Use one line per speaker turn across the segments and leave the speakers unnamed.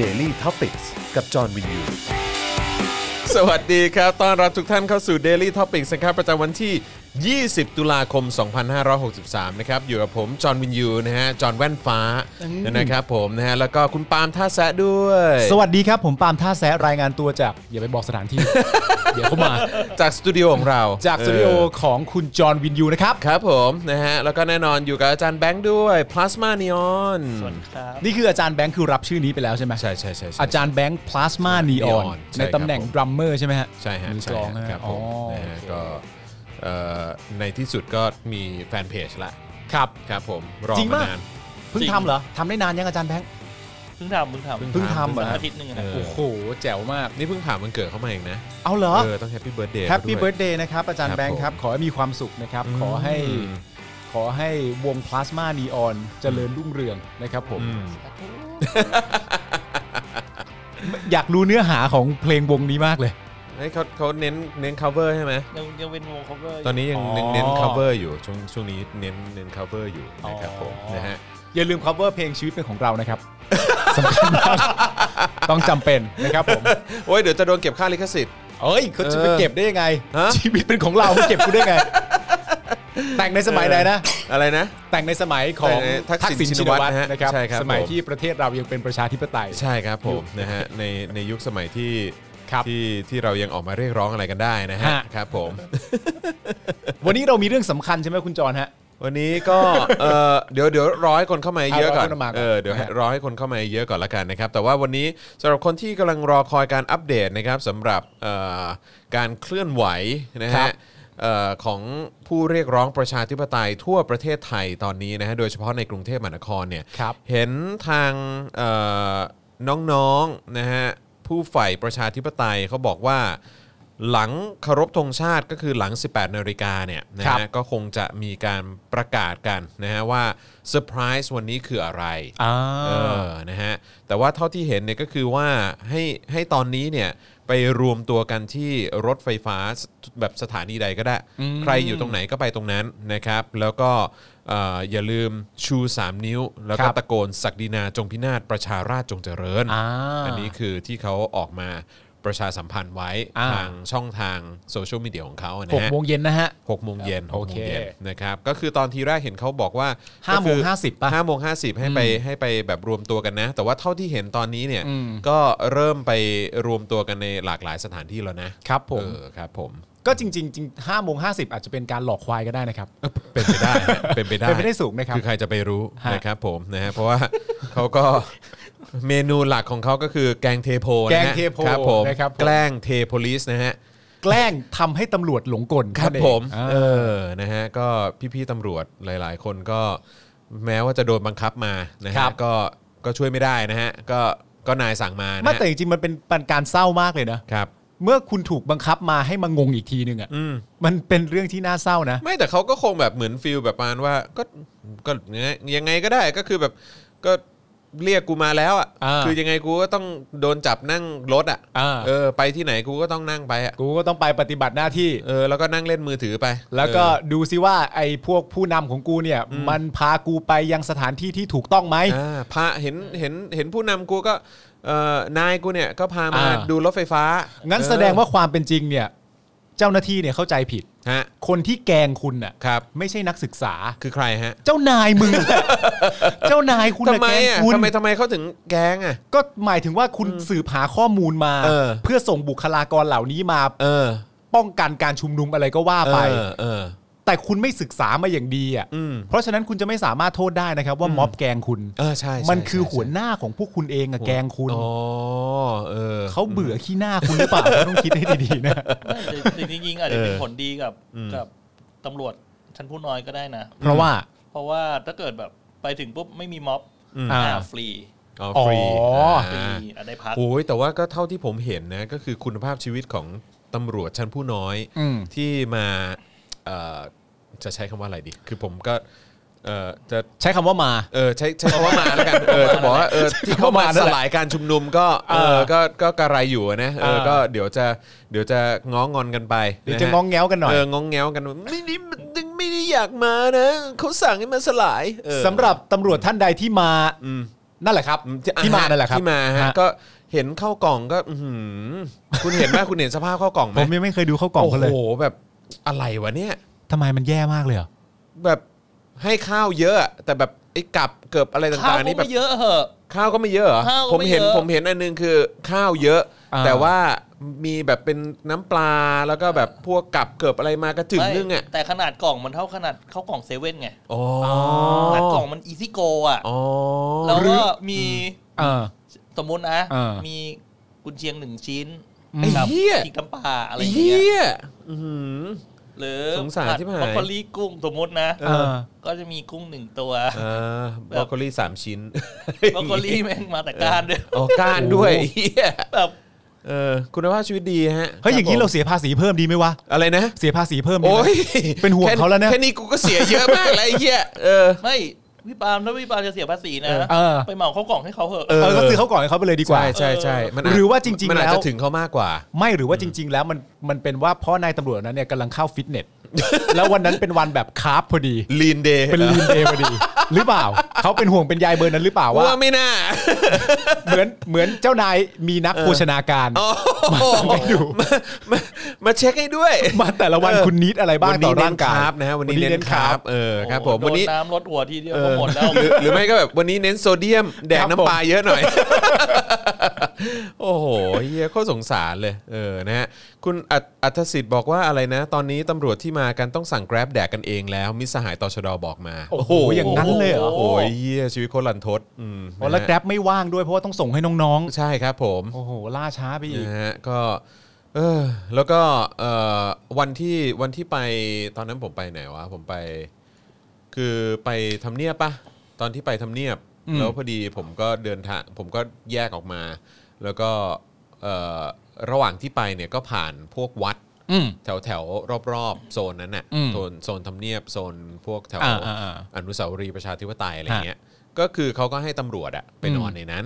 Daily t o p i c กกับจอห์นวินยู
สวัสดีครับ ต้อนรับทุกท่านเข้าสู่ Daily Topics นะครับประจำวันที่ 20 ตุลาคม 2563 นะครับ อยู่กับผม จอห์นวินยูนะฮะ จอห์นแว่นฟ้านะครับผมนะฮะ แล้วก็คุณปาล์มท่าแซะด้วย
สวัสดีครับ ผมปาล์มท่าแซะรายงานตัวจาก อย่าไปบอกสถาน ที่ เดี๋ยวเขามา
จากสตูดิโอของเรา
จากสตูดิโอ
เออ
ของคุณจอห์นวินยูนะครับ
ครับผมนะฮะ แล้วก็แน่นอนอยู่กับอาจารย์แบงค์ด้วย Plasma Neon
นี่คืออาจารย์แบงค์คือรับชื่อนี้ไปแล้วใช่ไหม
ใช่ใช่ใช่ใช่
อาจารย์แบงค์พลาสมานีออน
Neon ใช่
ใน
ครับ
ตำแหน่งดรัมเมอร์ใช่ไหมฮะ
ใช่ฮะ
มือก
ใช่
ลอง
ฮะ
ใช่ไหม
ครับผ
อ๋อ
มนะฮะก็เอ่อในที่สุดก็มีแฟนเพจละ
ครับ
ครับผมรอ
จริ
มาม
งาก
นาน
เพิ่งทำเหรอทำได้นานยังอาจารย์แบงค์
เพิ่งทำเพิ่งทำ
เพิ่งทำเหรอฮะ
อาทิตย์หนึ่งอะนะ
เอ
โอ้โห แจ๋วมาก
นี่เพิ่งผ่านวันเกิดเข้ามาเองนะ
เอาเหรอ
เออต้องแฮปปี้เบิร์ดเดย์
แฮปปี้เบิร์ดเดย์นะครับ อาจาร
ครั
ย์
บ
แบงค์ครับ ขอให้มีความสุขนะครับ ขอให้
อืม
ขอให้วงพลาสมานีออนเจริญรุ่งเรืองนะครับผม อยากรู้เนื้อหาของเพลงวงนี้มากเลย
เฮ้ยเขาเขาเน้นเน้น cover ใช่ไหม
ยังยังเป็นวง cover
ตอนนี้ยัง
อ๋อ
เน้นเน้น cover อยู่ ช่วงช่วงนี้เน้นเน้น cover อยู่นะครับผมนะฮะ
อย่าลืม cover เพลงชีวิตเป็นของเรานะครับ สำคัญมากต้องจำเป็นนะครับผม
โอ้ยเดี๋ยวจะโดนเก็บค่าลิขสิทธิ์
เอ้ยเขาจะไปเก็บได้ยังไง
ฮะ
ชีวิตเป็นของเราเขาเก็บกูได้ไง แต่งในสมัยใดนะ
อะไรนะ
แต่งในสมัยของ
แต่งในทักษิณ
ษิณ
ชิ
ชิ
น
น
วั
วั
ต
ต
ร
ร
ฮะ
นะครับ
ใช่ครับ
สมัย
ผม
ที่ประเทศเรายังเป็นประชาธิปไตย
ใช่ครับผมนะฮ ะในในยุคสมัยที่
ครับ
ที่ที่เรายังออกมาเรียกร้องอะไรกันได้นะฮะ
ฮะ
ครับผม
วันนี้เรามีเรื่องสำคัญใช่ไหมคุณจรฮะ
วันนี้ก็ เออเดี๋ยวเดี๋ยวร้อยคนเข้ามาเยอะก่อน
เอาร้อยคนมาก่อน
เออเดี๋ยวให้
นะฮะ
ร้อยคนเข้ามาเยอะก่อนละกันนะครับ แต่ว่าวันนี้สำหรับคนที่กำลังรอคอยการอัปเดตนะครับสำหรับเอ่อการเคลื่อนไหวนะ
ครั
ฮะ
บ
เอ่อของผู้เรียกร้องประชาธิปไตยทั่วประเทศไทยตอนนี้นะฮะโดยเฉพาะในกรุงเทพมหานครเนี่ย
ครับ
เห็นทางเอ่อน้องๆนะฮะผู้ใฝ่ประชาธิปไตยเขาบอกว่า หลังเคารพธงชาติก็คือหลัง 18นาฬิกาเนี่ยนะ
ครั
ฮะ
บ
ก็คงจะมีการประกาศกันนะฮะว่าเซอร์ไพรส์วันนี้คืออะไร
อ่า
เออ นะฮะ แต่ว่าเท่าที่เห็นเนี่ยก็คือว่าให้ให้ตอนนี้เนี่ยไปรวมตัวกันที่รถไฟฟ้าสแบบสถานีใดก็ได้ ใครอยู่ตรงไหนก็ไปตรงนั้นนะครับ แล้วก็เอ่ออย่าลืมชู 3 นิ้ว แล้วก็
ครับ
ตะโกนศักดินาจงพินาศประชาราชจงเจริญ
อ่าน
นี้คือที่เขาออกมาประชาสัมพันธ์ไว้
อ่า
ทางช่องทางโซเชียลมีเดียของเขานะ
หก
ฮะ
โมงเย็นนะฮะ
หกโมงเย็นหกโม
โองเค
เย็นนะครับ ก็คือตอนทีแรกเห็นเขาบอกว่า
ห้าโมง
ก็คือ
ห้าสิบป่ะ
ห้าโมงห้าสิบให้ไปให้ไปแบบรวมตัวกันนะ แต่ว่าเท่าที่เห็นตอนนี้เนี่ยก็เริ่มไปรวมตัวกันในหลากหลายสถานที่แล้วนะครับ
ผม
เออครับผม
ก็จริงๆจริงห้าโมงห้าสิบอาจจะเป็นการหลอกควายก็ได้นะครับ
เป็นไปได้ฮะ เป็นไปได้
เป็นไปได้สูงนะครับ
คือใครจะไปรู้
ฮะ
นะครับผมนะฮะเพราะว่า เขาก็ เมนูหลักของเขาก็คือแกงเทโพนะฮะ
แกงเทโพ
ครับผม
นะครับผม
แกล้งเทโพลิสนะฮะ
แกล้งทำให้ตำรวจหลงกล
ครับ
นั่นเอง
ผม
อ่า
เออนะฮะก็พี่ๆตำรวจหลาย ๆ คนก็แม้ว่าจะโดนบังคับมานะ
ครั
ฮะ
บ
ก็ก็ช่วยไม่ได้นะฮะก็ก็นายสั่งมานะ
ไม่
ฮะ
แต่จริงๆมันเป็นปันการเศร้ามากเลยนะ
ครับ
เมื่อคุณถูกบังคับมาให้มางงอีกทีนึงอ่ะ
อืม
มันเป็นเรื่องที่น่าเศร้านะ
ไม่แต่เขาก็คงแบบเหมือนฟิลแบบประมาณว่าก็ก็ยังไงยังไงก็ได้ก็คือแบบก็เรียกกูมาแล้วอ่ะ
อ่า
คือยังไงกูก็ต้องโดนจับนั่งรถอ่ะ
อ่า
เออไปที่ไหนกูก็ต้องนั่งไปอ่ะ
กูก็ต้องไปปฏิบัติหน้าที่
เออแล้วก็นั่งเล่นมือถือไป
แล้วก็
เออ
ดูซิว่าไอ้พวกผู้นำของกูเนี่ย มันพากูไปยังสถานที่ที่ถูกต้องไหม
อ่าพาเห็นเห็นเห็นผู้นำกูก็เอ่อนายกูเนี่ยก็พามา
อ่า
ดูรถไฟฟ้า งั้
งั้นแสดงว่าความเป็นจริงเนี่ย เจ้าหน้าที่เนี่ยเข้าใจผิด
ฮะ
คนที่แกล้งคุณน่ะ
ครับ
ไม่ใช่นักศึกษา
คือใครฮะ
เจ้านาย มึง เจ้านายคุณ
ทำ
น่ะ
ไม
แกล้ง
อ่ะ
คุณ
ทำไมทำไมเขาถึงแก๊งอ่ะ
ก็หมายถึงว่าคุณสืบหาข้อมูลมา
เออ
เพื่อส่งบุคลากรเหล่านี้มา
เออ
ป้องกันการชุมนุมอะไรก็ว่าไป
เออเออ
แต่คุณไม่ศึกษามาอย่างดีอ่ะ
อืม
เพราะฉะนั้นคุณจะไม่สามารถโทษได้นะครับ ว่าม็อบแกงคุณ
เออใช่ใช่
มันคือ
ใช่
หัวหน้าของพวกคุณเองอะแกงคุณ
อ๋อเออ
เขาเบื่อขี้หน้าคุณหรือเปล่า ก็ต้องคิดให้ดีๆนะ
ไม่แต่จริงจริงๆอาจจะเป็นผลดีกับ
อืม
กับตำรวจชั้นผู้น้อยก็ได้นะ
เพราะว่า
เพราะว่าถ้าเกิดแบบไปถึงปุ๊บไม่มีม็อบ
อืม
อ่า
อ่าฟรี
อ๋อฟรี
อ๋อ
ฟรี
อ่า
อ่ะได้พัก
โอ้ยแต่ว่าก็เท่าที่ผมเห็นนะก็คือคุณภาพชีวิตของตำรวจชั้นผู้น้อย
อืม
ที่มาเอ่อจะใช้คำว่าอะไรดี คือผมก็เอ่อจะ
ใช้คำว่ามา
เออใช้ใช้คำว่ามาแล้วกัน เอ อจะบอกว่าเออที่เขามาสลายการชุมนุมก็เอ
เอ
อ
อ
ก็ก็กระไรอยู่อะนะเออ
เออ
ก็เดี๋ยวจะเดี๋ยวจะง้องอนกันไป
เดี๋ยว
ฮ
จะงองแง้วกันหน่อย
เอององแง้วกันไม่ได้ไม่ไม่ได้อยากมานะเขาสั่งให้มาสลายเออ
สำหรับตำรวจท่านใดที่มา
อืม
นั่นแหละครับที่มา
อ่ฮ
นั่นแหละครับ
ที่มาฮะก็เห็นเข้ากล่องก็อื้อหือคุณเห็นไหมคุณเห็นสภาพเข้ากล่องไหม
ผมยังไม่เคยดูเข้ากล่อง
โอ้
เขาเลย
โหแบบอะไรวะเนี่ย
ทำไมมันแย่มากเลยเหรอ
แบบให้ข้าวเยอะอะแต่แบบไอ้กับเกือบอะไร
ข้าว
ต่างๆ
ก็
นี่แบ
ไม่
บ
เยอะเหอะ
ข้าวก็ไม่เยอะเหรอ
ข้าวก็
ผม
ไม่
เห็น
เยอะ
ผมเห็นอันนึงคือข้าวเยอะ
า
แต่ว่ามีแบบเป็นน้ำปลาแล้วก็แบบพวกกับเกือบอะไรมากระจึง
ไม่
นึงอ่ะ
แต่ขนาดกล่องมันเท่าขนาดเข้ากล่องเซเว่นไง
อ๋อ
ขนาดกล่องมันอีซี่โกอ่ะ
อ๋อ
แล้วก็มี
เออ
สมมุตินะ
เออ
มีกุนเชียงหนึ่งชิ้น
ไอ้
กับ
เหี้ย
อีกน้ำปลาอะไรอ
ไอ้
ย่าง
เหี้
เงี้ย
ยอื้อหือ
หรือ
สงสาร
ผัด
ชิบหาย
บรอกโคลีกุ้งสมมตินะ
เออ
ก็จะมีกุ้งหนึ่ง ตัว
เออบรอกโคลีสามชิ้น
บรอกโคลีแม่งมาแต่ก้านด้วย
โอ้ก้านด้วย
โอ้โห
เหี้ย
แบบ
เออคุณภาพชีวิตดีฮะ
เฮ้ยอย่างนี้
คบผม
เราเสียภาษีเพิ่มดีไหมวะ
อะไรนะ
เสียภาษีเพิ่มดี
โอ้
ไหม
ย
เป็นห่วง
ค่
เขาแล้วเนี่ย
แค่นี้กูก็เสียเยอะมากแล้วไอ้เหี้ยเออ
ไม่พี่ปาล์มถ้าพี่ปาล์มจะเสียภาษีนะ
เออ
ไปเหมาเข้ากล่องให้เขาเหอะ
เออก็ซื้อเข้ากล่องให้เขาไปเลยดีกว่า
ใช่ใช่ใช่มันจ
หรือว่าจริงๆ
มันอาจ
แล้ว
จะถึงเขามากกว่า
ไม่หรือว่าจริง ๆ แล้วมันมันเป็นว่าเพราะนายตำรวจนั้นเนี่ยกำลังเข้าฟิตเนส แล้ววันนั้นเป็นวันแบบคาร์บพอดี
ลีนเดย์
เป็นลีนเดย์พอดี หรือเปล่าเขาเป็นห่วงเป็นใยเบอร์นั้นหรือเปล่าว่า
ว่าไม่น่า
เหมือนเหมือนเจ้านายมีนักโภชนาการ
โอ้
มาสั่งให้ดู
มามาเช็คให้ด้วย
มาแต่ละวันคุณนิดอะไรบ้าง
วั
ต่
นี้
อ
เน้
ร่าน งกาย
คาร์บนะฮะวันนี้เน้นคาร์บเออครับผม
โอ้โห
วันนี้
โดน้ำลดหัวทีเดียว
เออ
ก็หมดแล้ว
หรือหรือไม่ก็แบบวันนี้เน้นโซเดียม แดกน้ำปลาเยอะหน่ อย โอ้โหเฮียโคตรสงสารเลยเออนะฮะคุณอัฐอัธสิทธิ์บอกว่าอะไรนะ ตอนนี้ตำรวจที่มากันต้องสั่งแกร็บแดกกันเองแล้ว มิตรสหายตชดบอกมา
โอ้โหอย่างนั้นเลยเหรอ
โอ้โหเฮียชีวิตโคตรลันทดอืม
อ๋อแล้ว
นะฮะ
แกร็บไม่ว่างด้วยเพราะว่าต้องส่งให้น้อง
ใช่ครับผม
ๆโอ้โหล่าช้าไปอีก
นะฮะก็เออแล้วก็เอ่อวันที่วันที่ไปตอนนั้นผมไปไหนวะผมไป คือไปทำเนียบปะตอนที่ไปทำเนียบ
อืม
แล้วพอดีผมก็เดินทางผมก็แยกออกมา แล้วก็เอ่อระหว่างที่ไปเนี่ยก็ผ่านพวกวัด
อืม
แถวแถวรอบๆโซนนั้นน่ะ
อืม
โซนโซนทำเนียบโซนพวกแถว
อ่าอ่าอ่า
อนุสาวรีย์ประชาธิปไตยอะไรเงี้ยก็คือเขาก็ให้ตำรวจอะไป
อืม
นอนในนั้น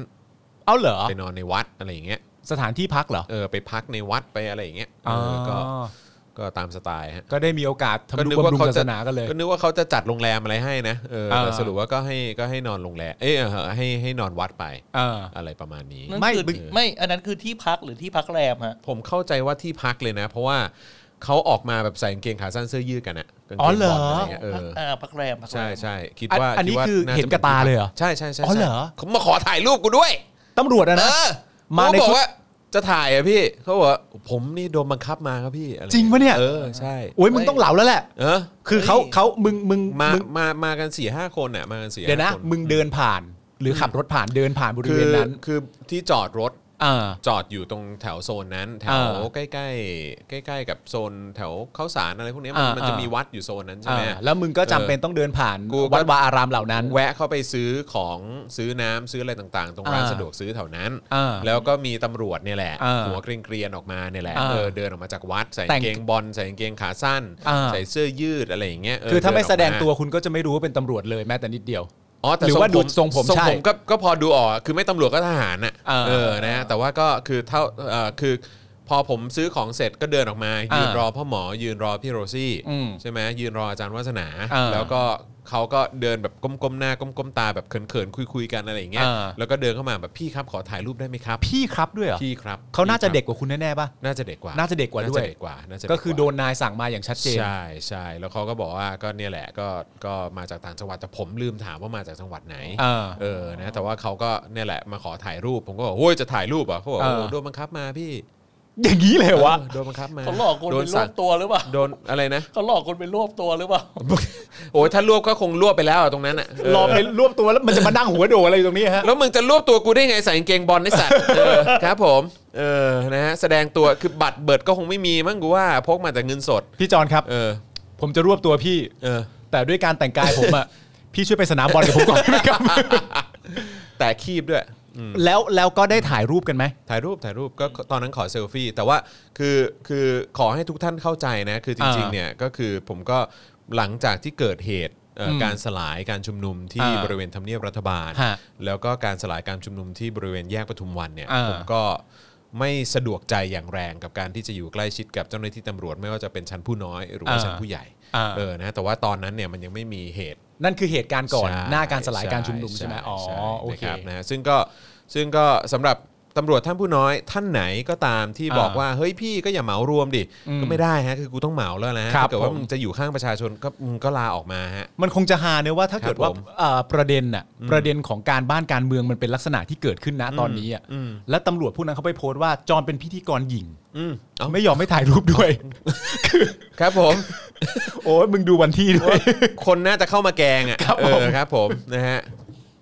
เอาเหรอ
ไปนอนในวัดอะไรอย่างเงี้ย
สถานที่พักเหรอ
เออไปพักในวัดไปอะไรอย่างเงี้ยเอ
อ๋อ
อก็ก็ตามสไตล์ฮะ
ก็ได้มีโอกาสทำนุบำรุงศาสนากันเลย
ก็นึกว่าเขาจะจัดโรงแรมอะไรให้นะเออแต่
อ่า
สรุปว่าก็ให้ก็ให้นอนโรงแรมเอยเออให้ให้นอนวัดไป
เออ
อะไรประมาณนี้
นั่น
ไม่
คือ
บึก
ไม่อันนั้นคือที่พักหรือที่พักแรมฮะ
ผมเข้าใจว่าที่พักเลยนะ เพราะว่าเขาออกมาแบบใส่กางเกงขาสั้นเสื้อยืดกันอะกาง
อ๋
เก
อง เหร
บ
อ
อลอะไรเงี้ยเออ
อ่าพักแรมพักแรม
ใช่ใช่คิด
อัน
ว่า
อันนี้
ดว่า
คือเห็นกับตาเลยเหรอ
ใช่ใช่ใช่
อ๋อเหรอ
ใช่เขามาขอถ่ายรูปกูด้วย
ตำรวจอะนะ
เออ
มา
มา
ใน
บอก
ชุด
ว่าจะถ่ายอะพี่เขาบอกว่าผมนี่โดนบังคับมาครับพี่อไ
จริงปะเนี่ย
เออใช่
โอ้ยมึงต้องเหลาแล้วแหละ
เออ
คือเขาเขามึงมึง
มา
มึง
มา มากันสี่ห้าคนน่ะ มากันสี่
เดี๋ยวนะ
ห้าค
มึงเดินผ่าน หรือขับรถผ่านเดินผ่านบริ
คื
เว
อ
ณนั้น
คือที่จอดรถ
อ่า
จอดอยู่ตรงแถวโซนนั้น แถ
อ่
วใกล้ใกล้ใกล้ๆ กับโซนแถวข้าวสารอะไรพวกเนี้ย
อ่ามั
มันจะ
อ่ามี
มีวัดอยู่โซนนั้นใช่
อ่า
ไหม
แล้วมึงก็จำเป็นต้องเดินผ่าน
กูก็
วัดวาอารามเหล่านั้น
แวะเข้าไปซื้อของซื้อน้ำซื้ออะไรต่างๆ ตรงร้าน
อ่า
สะดวกซื้อแถวนั้น
อ่า
แล้วก็มีตำรวจเนี่ยแหละ
อ่า
หัวเกรียนๆออกมาเนี่ยแหละ
อ่า
เออเดินออกมาจากวัดใส่
แต่
กาง งเกงบอลใส่กางเกงขาสั้น
อ่า
ใส่เสื้อยืดอะไรอย่างเงี้ยเ
คือถ้าไม่
เนออก
แสดงตัว
า
คุณก็จะไม่รู้ว่าเป็นตำรวจเลยแม้แต่นิดเดียว
อ๋อแต่
หรือว่าดูทรงผม
ทรง
ใช่
ผมก็ก็พอดูออกคือไม่ตำรวจก็ทหารน่ะ
เออ
เออนะฮะแต่ว่าก็คือเท่าเอ่อคือ พอผมซื้อของเสร็จก็เดินออกมา
อ่ายื
ยืนรอพ่อหมอยืนรอพี่โรซี่
อืม
ใช่ไหมยืนรออาจารย์วัฒนา
เออ
แล้วก็เขาก็เดินแบบก้มๆหน้าก้มๆตาแบบเขินๆคุยๆกันอะไรอย่างเงี้ย
เออ
แล้วก็เดินเข้ามาแบบพี่ครับขอถ่ายรูปได้ไหมครับ
พี่ครับด้วยเหรอ
พี่ครับ
เขาน่าจะ
พี่ครับ
เด็กกว่าคุณแน่ๆป่ะ
น่าจะเด็กกว่า
น่าจะเด็กกว่าด้ว
น่
ย
จะเด็กกว่าน่าจะเด็
ก็
ว่า
คือโดนนายสั่งมาอย่างชัดเจน
ใช่ใช่แล้วเขาก็บอกว่าก็เนี่ยแหละก็ก็มาจากต่างจังหวัดแต่ผมลืมถามว่ามาจากจังหวัดไหน
อ่า
เออนะแต่ว่าเขาก็เนี่ยแหละมาขอถ่ายรูปผมก็บอกโอ้ยจะถ่ายรูปเหรอ่ะเขาบอก
อ่า
โอ้โดนบังคับมาพี่
อย่างนี้เลยเหรอวะ
เออโดนบังคับมา
เขาหลอกคน
โด
เป็น นรว
สั่ง
บตัวหรือเปล่า
โดนอะไรนะ
เขาหลอกคนเป็นรวบตัวหรือเปล่า
โอ้ยถ้ารวบก็คงรวบไปแล้วอะตรงนั้นอ่ะเออ
รอไปรวบตัวแล้วมันจะมานั่งหัวโดอะไรอยู่ตรงนี้ฮะ
แล้วมึงจะรวบตัวกูได้ไงใส่กางเกงบอลในสัตว์เออครับผมเออนะฮะแสดงตัวคือบัตรเบิดก็คงไม่มีมั้งกูว่าพกมาแต่เงินสด
พี่จอนครับ
เออ
ผมจะรวบตัวพี่
เออ
แต่ด้วยการแต่งกายผม อะพี่ช่วยไปสนามบอลกับผมก่อนได้ไหมครับ
แต่คีบด้วย
แล้วแล้วก็ได้ถ่ายรูปกันไหม
ถ่ายรูปถ่ายรูปก็ตอนนั้นขอเซลฟี่ แต่ว่าคือคือขอให้ทุกท่านเข้าใจนะ คือจริงๆ
อ่า
เนี่ยก็คือผมก็หลังจากที่เกิดเหตุเอ่ออ
ม
การสลายการชุมนุมที่
อ่า
บริเวณทำเนียบรัฐบาล
ฮะ
แล้วก็การสลายการชุมนุมที่บริเวณแยกปทุมวันเนี่ย
อ่า
ผมก็ไม่สะดวกใจอย่างแรงกับการที่จะอยู่ใกล้ชิดกับเจ้าหน้าที่ตำรวจ ไม่ว่าจะเป็นชั้นผู้น้อยหรือว่า
อ่า
ชั้นผู้ใหญ่
อ่า
เออนะแต่ว่าตอนนั้นเนี่ยมันยังไม่มีเหตุ
นั่นคือเหตุการณ์ก่อน
ใช่
หน้าการสลายการชุมนุมใช่ไหมอ๋อ
ใช่
โอเค
นะครับนะซึ่งก็ซึ่งก็สำหรับตำรวจท่านผู้น้อยท่านไหนก็ตามที่บอก
อ่า
ว่าเฮ้ยพี่ก็อย่าเหมารวมดิก็ไม่ได้ฮะคือกูต้องเหมาแล้วนะฮะ
ครั
ถ้า
บ
เกิดว่า
ผม
มึงจะอยู่ข้างประชาชนก็มึงก็ลาออกมาฮะ
มันคงจะหาเนอะว่าถ้าเกิดว่า
ครับผม
เอ่อประเด็นน่ะประเด็นของการบ้านการเมืองมันเป็นลักษณะที่เกิดขึ้นนะตอนนี้อ่ะ
อืม
และตำรวจผู้นั้นเขาไปโพสต์ว่าจอนเป็นพิธีกรหญิง
อืมเอ้า
ไม่ยอมไม่ถ่ายรูป ด้วย
ครับผม
โอ้ยมึงดูวันที่ด้วย
คนน่าจะเข้ามาแกงอ่ะ
ครับ
เอ
ผม
อครับผมนะฮะ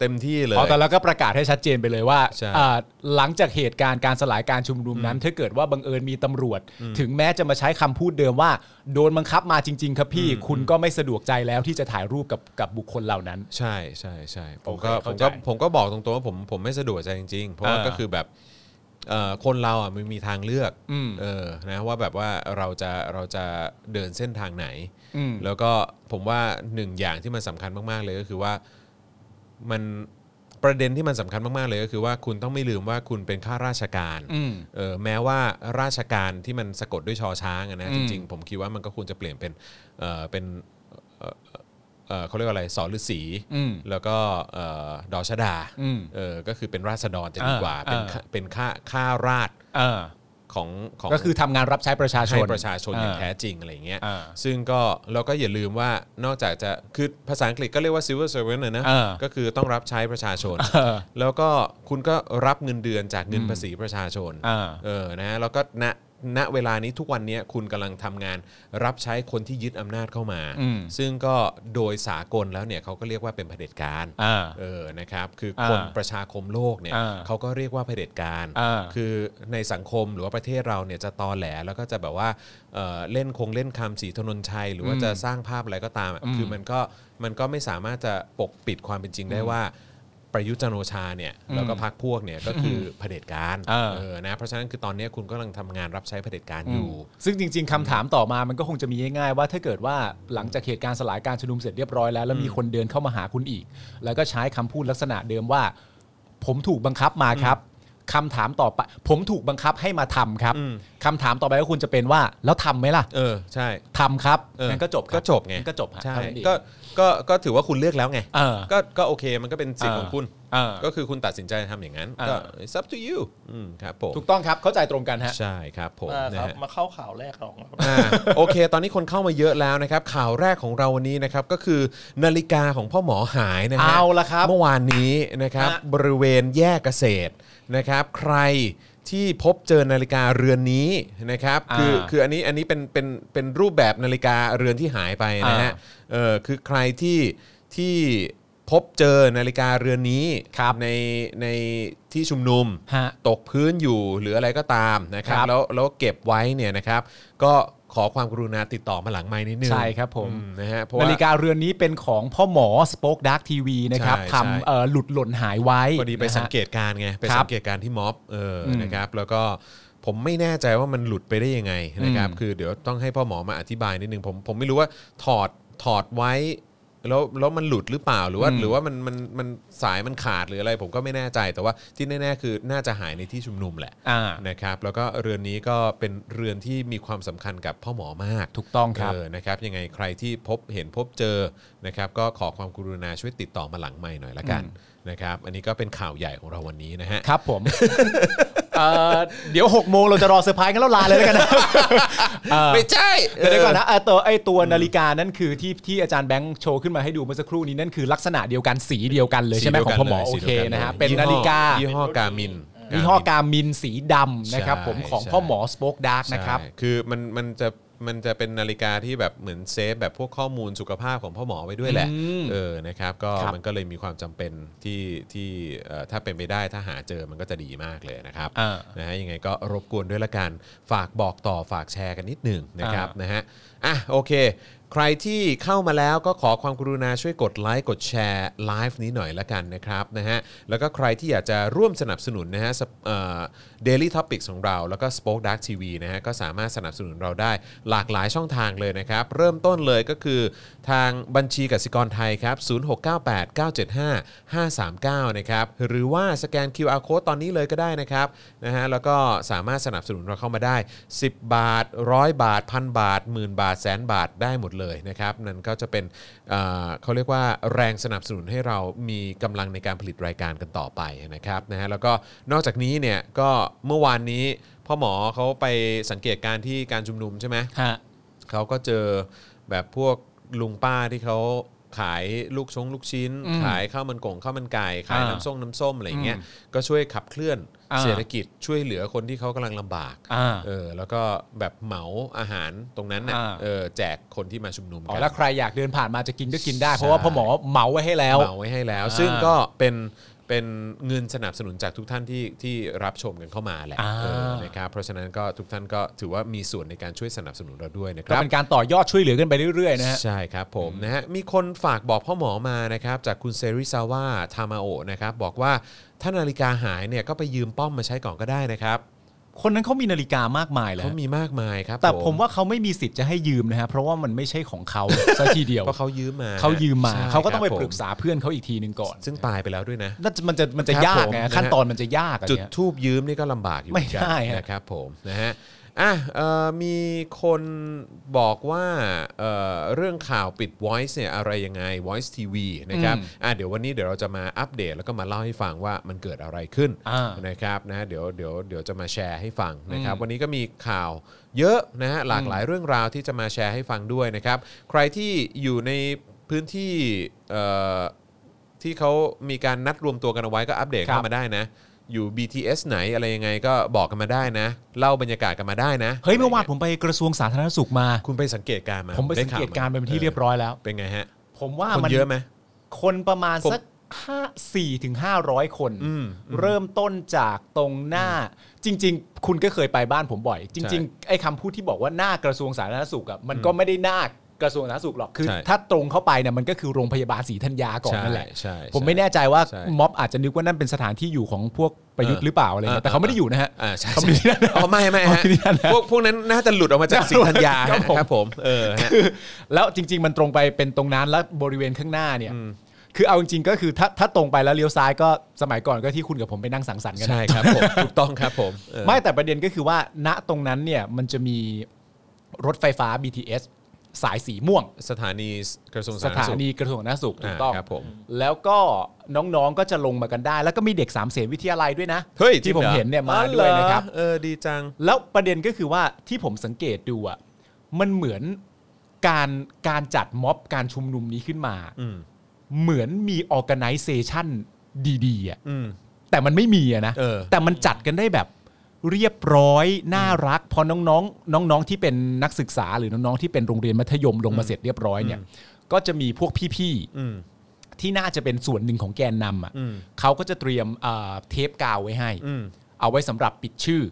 เต็มที่เลย
เอาแต่แล้วก็ประกาศให้ชัดเจนไปเลยว่า
ใช่
อ่า หลังจากเหตุการณ์การสลายการชุมนุมนั้น ถ้าเกิดว่าบังเอิญมีตำรวจ ถึงแม้จะมาใช้คำพูดเดิมว่า โดนบังคับมาจริง ๆ ครับพี่ คุณก็ไม่สะดวกใจแล้วที่จะถ่ายรูปกับกับบุคคลเหล่านั้น
ใช่ใช่ใช่ผม
โอเค
ก็ผ
เข้าม ใจ
ก็ผมก็บอกตรงๆว่าผมผมไม่สะดวกใจจริงๆ เพราะว่า
อ่า
ก็คือแบบเอ่อคนเราอ่ะมันมีทางเลือก
อืม
เออนะว่าแบบว่าเราจะเราจะเดินเส้นทางไหน
อืม
แล้วก็ผมว่าหนึ่งอย่างที่มันสำคัญมากๆเลยก็คือว่ามันประเด็นที่มันสำคัญมากๆเลยก็คือว่าคุณต้องไม่ลืมว่าคุณเป็นข้าราชการ
อืม
เออแม้ว่าราชการที่มันสะกดด้วยชอช้างอะนะ
อื
จ
ม
ริงๆ ผมคิดว่ามันก็ควรจะเปลี่ยนเป็นเออเป็นเอ่อเอ่อเขาเรียกว่าอะไรสอฤาษี
อืม
แล้วก็เอ่อดอชดา
อืม
เออก็คือเป็นราษฎรจะดีกว่า
อ่า
เป็น
อ่า
ข้าเป็นข้าข้าราช
เออ
ของของ
ก็คือทำงานรับใช้ประชาช
ให้
น
ประชาชนอย่างแท้จริงอะไรอย่างเงี้ย
อ่า
ซึ่งก็เราก็อย่าลืมว่านอกจากจะคือภาษาอังกฤษก็เรียกว่า civil servant นะนะ
อ่า
ก็คือต้องรับใช้ประชาชน
เออ
แล้วก็คุณก็รับเงินเดือนจากเงินภาษีประชาชน
อ่า
เออ นะ แล้วก็ณณเวลานี้ทุกวันนี้คุณกำลังทำงานรับใช้คนที่ยึดอำนาจเข้ามา
อืม
ซึ่งก็โดยสากลแล้วเนี่ยเขาก็เรียกว่าเป็นเผด็จการ
อ่า
เออ นะครับ คือ
อ่า
คนประชาคมโลกเนี่ย
อ่า
เขาก็เรียกว่าเผด็จการ
อ่า
คือในสังคมหรือว่าประเทศเราเนี่ยจะตอแหลแล้วก็จะแบบว่าเอ่อเล่นคงเล่นคำสีถนนชัย หรือว่า
อืม
จะสร้างภาพอะไรก็ตามอะ
อืม
คือมันก็มันก็ไม่สามารถจะปกปิดความเป็นจริงได้ว่า ประยุทธ์จันทร์โอชาเนี่ย
อืม
แล้วก็พรรคพวกเนี่ยก็คืออเผด็จการ
อ่า
เออนะเพราะฉะนั้นคือตอนเนี้ยคุณก็กำลังทำงานรับใช้เผด็จการอยู่
ซึ่งจริง ๆคำถามต่อมามันก็คงจะมีง่ายๆว่าถ้าเกิดว่าหลังจากเหตุการณ์สลายการชุมนุมเสร็จเรียบร้อยแล้ว แล้วมีคนเดินเข้ามาหาคุณอีก แล้วก็ใช้คำพูดลักษณะเดิมว่า ผมถูกบังคับมาครับคำถามต่อไป ผมถูกบังคับให้มาทำครับคำถามต่อไปก็คุณจะเป็นว่า แล้วทำไหมล่ะ
เออใช่
ทำครับ
เออ
งั้นก็จบครับ
ก็จบไง
งั้นก็จบฮะ
ใช่
เท่านั้นเอง
ก็ก็ก็ถือว่าคุณเลือกแล้วไง
เออ
ก็ก็โอเคมันก็เป็นสิทธิ์ของคุณ
เออ
ก็คือคุณตัดสินใจทำอย่างนั้น ก็
เออ
it's up to you อืมครับผม
ถูกต้องครับเข้าใจตรงกันฮะ
ใช่ครับผม
มา
นะครับ ฮะ
มาเข้าข่าวแรกของเรา
อ่าโอเค ตอนนี้คนเข้ามาเยอะแล้วนะครับ ข่าวแรกของเราวันนี้นะครับ ก็คือนาฬิกาของพ่อหมอหายนะฮะ
เอาละครับ
เมื่อวานนี้นะครับ
ฮะ
บริเวณแยกเกษตรนะครับ ใครที่พบเจอนาฬิกาเรือนนี้นะครับคือ
อ่า
คืออันนี้อันนี้เป็นเป็นเป็นรูปแบบนาฬิกาเรือนที่หายไปนะฮะเออคือใครที่ที่พบเจอนาฬิกาเรือนนี้ในในที่ชุมนุม
ฮะ
ตกพื้นอยู่หรืออะไรก็ตามนะครับ
ครับ
แล้วแล้วเก็บไว้เนี่ยนะครับ ก็ขอความกรุณาติดต่อมาหลังไม้นิดนึง
ใช่ครับผม
อืนะฮะเพราะว่า
นาฬิกาเรือนนี้เป็นของพ่อหมอสป็อคดักทีวีนะครับ
ใช่ใช่
ทำเอ่อหลุดหล่นหายไว้
พอดีไป
นะฮะ
สังเกตการณ์ไงไป
ครั
สั
บ
งเกตการณ์ที่ม็อบเอออ
ม
นะครับ แล้วก็ผมไม่แน่ใจว่ามันหลุดไปได้ยังไงนะครับ
อืม
คือเดี๋ยวต้องให้พ่อหมอมาอธิบายนิดนึงผมผมไม่รู้ว่าถอดถอดไว้ แล้วแล้วมันหลุดหรือเปล่าหรือว่า
อืม
หรือว่ามันมันมันสายมันขาดหรืออะไร ผมก็ไม่แน่ใจแต่ว่าที่แน่ๆคือน่าจะหายในที่ชุมนุมแหละ
อ่า
นะครับแล้วก็เรือนนี้ก็เป็นเรือนที่มีความสำคัญกับพ่อหมอมาก
ถูกต้องครับ
เนะครับยังไงใครที่พบเห็นพบเจอนะครับก็ขอความกรุณาช่วยติดต่อมาหลังใหม่หน่อยละกันนะครับอันนี้ก็เป็นข่าวใหญ่ของเราวันนี้นะฮะ
ครับผม เอ่อเดี๋ยว6โมงเราจะรอเซอร์ไพรส์กันแล้วลาเลยแล้วกัน นะเอ่อ
ไม่ใช่
เดี๋ยวก่อนนะเอ่อตัวไอตัวนาฬิกานั่นคือที่ที่อาจารย์แบงค์โชว์ขึ้นมาให้ดูเมื่อสักครู่นี้นั่นคือลักษณะเดียวกันสีเดียวกันเลยใช่ไหมของพ่อหมอโอ
สี
เค
ดียวกัลย
นะฮะ
สีดียวกัลย
เป็นนาฬิกา
ยี่ห้อกามิน
ยี่ห้อกามินสีดำนะครับ
ใช่
ผมของ
ใช่
พ่อหมอสป็อคดาร์กนะครับ
ใช่คือมันมันจะมันจะเป็นนาฬิกาที่แบบเหมือนเซฟแบบพวกข้อมูลสุขภาพของพ่อหมอไว้ด้วยแหละ
อืม
เออนะครับก็
ครับ
มันก็เลยมีความจำเป็นที่ที่เอ่อถ้าเป็นไปได้ถ้าหาเจอมันก็จะดีมากเลยนะครับ
อ่า
นะฮะยังไงก็รบกวนด้วยละกันฝากบอกต่อฝากแชร์กันนิดหนึ่งนะครับ
อ่าน
นะฮะอ่ะโอเค ใครที่เข้ามาแล้วก็ขอความกรุณาช่วยกดไลค์กดแชร์ไลฟ์นี้หน่อยละกันนะครับนะฮะแล้วก็ใครที่อยากจะร่วมสนับสนุนนะฮะเดลี่ท็อปิกของเรา แล้วก็ Spoke Dark TV นะฮะก็สามารถสนับสนุนเราได้หลากหลายช่องทางเลยนะครับ เริ่มต้นเลยก็คือทางบัญชีกสิกรไทยครับ 0698975539 นะครับหรือว่าสแกน QR Code ตอนนี้เลยก็ได้นะครับ นะฮะแล้วก็สามารถสนับสนุนเราเข้ามาได้ 10 บาท 100 บาทพันบาทหมื่นบาทแสนบาทได้หมด เลยนะครับนั่นก็จะเป็นเอ่อเขาเรียกว่าแรงสนับสนุนให้เรามีกำลังในการผลิตรายการกันต่อไปนะครับนะฮะแล้วก็นอกจากนี้เนี่ยก็เมื่อวานนี้พ่อหมอเขาไปสังเกตการณ์ที่การชุมนุมใช่ไหม
ฮะ
เขาก็เจอแบบพวกลุงป้าที่เขาขายลูกชงลูกชิ้น
อืม
ขายข้าวมันกงข้าวมันไก่ขาย
อ่า
น้ำส้มน้ำส้มอะไรอย่างเงี้ยก็ช่วยขับเคลื่อน
อ่า
เศรษฐกิจช่วยเหลือคนที่เขากำลังลำบาก
อ่า
เออแล้วก็แบบเหมาอาหารตรงนั้นน่ะ
อ่า
เออแจกคนที่มาชุมนุม
อ๋อ
กั
แล้วใครอยากเดินผ่านมาจะกินก็กินได้
ใช่
เพราะว่าพ่อหมอเหมาไว้ให้แล้ว
เหมาไว้ให้แล้ว
อ่า
ซึ่งก็เป็นเป็นเงินสนับสนุนจากทุกท่านที่ที่รับชมกันเข้ามาแหละ
อ่า
เออนะครับเพราะฉะนั้นก็ทุกท่านก็ถือว่ามีส่วนในการช่วยสนับสนุนเราด้วยนะค
ก็
รับ
เป็นการต่อยอดช่วยเหลือกันไปเรื่อยๆนะฮะ
ใช่ครับผมนะฮะมีคนฝากบอกพ่อหมอมานะครับจากคุณเซริซาว่าทามาโอะนะครับบอกว่าถ้านาฬิกาหายเนี่ยก็ไปยืมป้อมมาใช้ก่อนก็ได้นะครับ
คนนั้นเขามีนาฬิกามากมายแล้ว
เขามีมากมายครับ
แต่ผมว่าเขาไม่มีสิทธิ์จะให้ยืมนะฮะเพราะว่ามันไม่ใช่ของเขา ซะทีเดียว
เพราะเขายืมมา
เขายืมมา
ใช่
เขาก็ต้องไป
ครับผม
ปรึกษาเพื่อนเขาอีกทีหนึ่งก่อน
ซึ่งตายไปแล้วด้วยนะ
น่าจะมันจะมันจะ
ครับ
ยากไง
ผม
ขั้นตอนมันจะยากอะ
จุด
เนี่ย
ทูบยืมนี่ก็ลำบากอยู่
ไม่
เหอนกัน
ได้ฮะ
นะครับผมนะฮะอ่ะเอ่อมีคนบอกว่าเอ่อเรื่องข่าวปิด Voice เนี่ยอะไรยังไง Voice TV นะครับอ่ะเดี๋ยววันนี้เดี๋ยวเราจะมาอัปเดตแล้วก็มาเล่าให้ฟังว่ามันเกิดอะไรขึ้น
อ่า
นะครับนะฮะเดี๋ยวเดี๋ยวเดี๋ยวจะมาแชร์ให้ฟังนะครับ วันนี้ก็มีข่าวเยอะนะฮะหลากหลายเรื่องราวที่จะมาแชร์ให้ฟังด้วยนะครับ ใครที่อยู่ในพื้นที่เอ่อที่เขามีการนัดรวมตัวกันเอาไว้ก็อัปเดต
ครับ
เข้ามาได้นะ อยู่ BTS ไหนอะไรยังไงก็บอกกันมาได้นะ เล่าบรรยากาศกันมาได้นะ
เฮ้ยเมื่อวานผมไปกระทรวงสาธารณสุขมา
คุณไปสังเกตการณ์มา
ผมไปสังเกตการณ์ไปเป็นที่เรียบร้อยแล้ว
เป็นไงฮะ
ผมว่า
คน
มัน
เยอะไหม
คนประมาณ
ผม
สักห้าสี่ถึงห้าร้อยคน
อืมอืม
เริ่มต้นจากตรงหน้าจริง ๆ คุณก็เคยไปบ้านผมบ่อย จ
ใช่
ริง ๆ ไอ้คำพูดที่บอกว่าหน้ากระทรวงสาธารณสุขอะมันก็ไม่ได้หน้ากระทรวงสาธารณสุขหรอกคือ
ใช่
ถ้าตรงเข้าไปเนี่ยมันก็คือโรงพยาบาลศรีธัญญาก่อน
ใช่
นั่นแหละ
ใช่
ผมไม่แน่ใจว่า
ใช่
ม็อบอาจจะนึกว่านั่นเป็นสถานที่อยู่ของพวกประยุทธ์
เออ
หรือเปล่าอะไรเงี้ย
เออ
แต่เขาไม่ได้อยู่นะฮะ
อ่าใช่
เขามีที่นั่นนะ
อ๋อไม่ไม่
เขา
ฮะ
มีที่นั่นนะ
พวกพวกนั้นน่าจะหลุดออกมาจากสีธัญญา
ครับผม
ครับผมเออฮะ
แล้วจริง ๆ มันตรงไปเป็นตรงนั้นแล้วบริเวณข้างหน้าเนี่ยคือเอาจริงๆก็คือถ้าถ้าตรงไปแล้วเลี้ยวซ้ายก็สมัยก่อนก็ที่คุณกับผมไปนั่งสังสรรค์กันนะ
ใช่ครับผม ถูกต้องครับผมเออ
ไม่แต่ประเด็นก็คือว่า ณตรงนั้นเนี่ยมันจะมีรถไฟฟ้า BTS สายสีม่วง
สถานีกระทรวง
ส
สาธารณ
ถา
สุข
นีกระทรวงสาธารณสุขถูกต้อง
าครับผม
แล้วก็น้องๆก็จะลงมากันได้ แล้วก็มีเด็กสามเสนวิทยาลัยด้วยนะ
เฮ้ย
ที่ผม
จริงรอ
เห็นเนี่ยมา
อ๋อ
ด้วยนะครับ
เหอเออดีจัง
แล้วประเด็นก็คือว่าที่ผมสังเกตดูอ่ะมันเหมือนการการจัดม็อบการชุมนุมนี้ขึ้นมา
อืม
เหมือนมี organization ดีๆอ่ะ
อืม
แต่มันไม่มีอะนะ
เออ
แต่มันจัดกันได้แบบเรียบร้อยน่ารัก พอน้องๆ น้องๆที่เป็นนักศึกษาหรือน้องๆที่เป็นโรงเรียนมัธยมลงมาเสร็จเรียบร้อยเนี่ย ก็จะมีพวกพี่
อืม
ๆที่น่าจะเป็นส่วนหนึ่งของแกนนำอ่ะ
อืม
เขาก็จะเตรียมเอ่อเทปกาวไว้ให้
อืม
เอาไว้สำหรับปิดชื่อ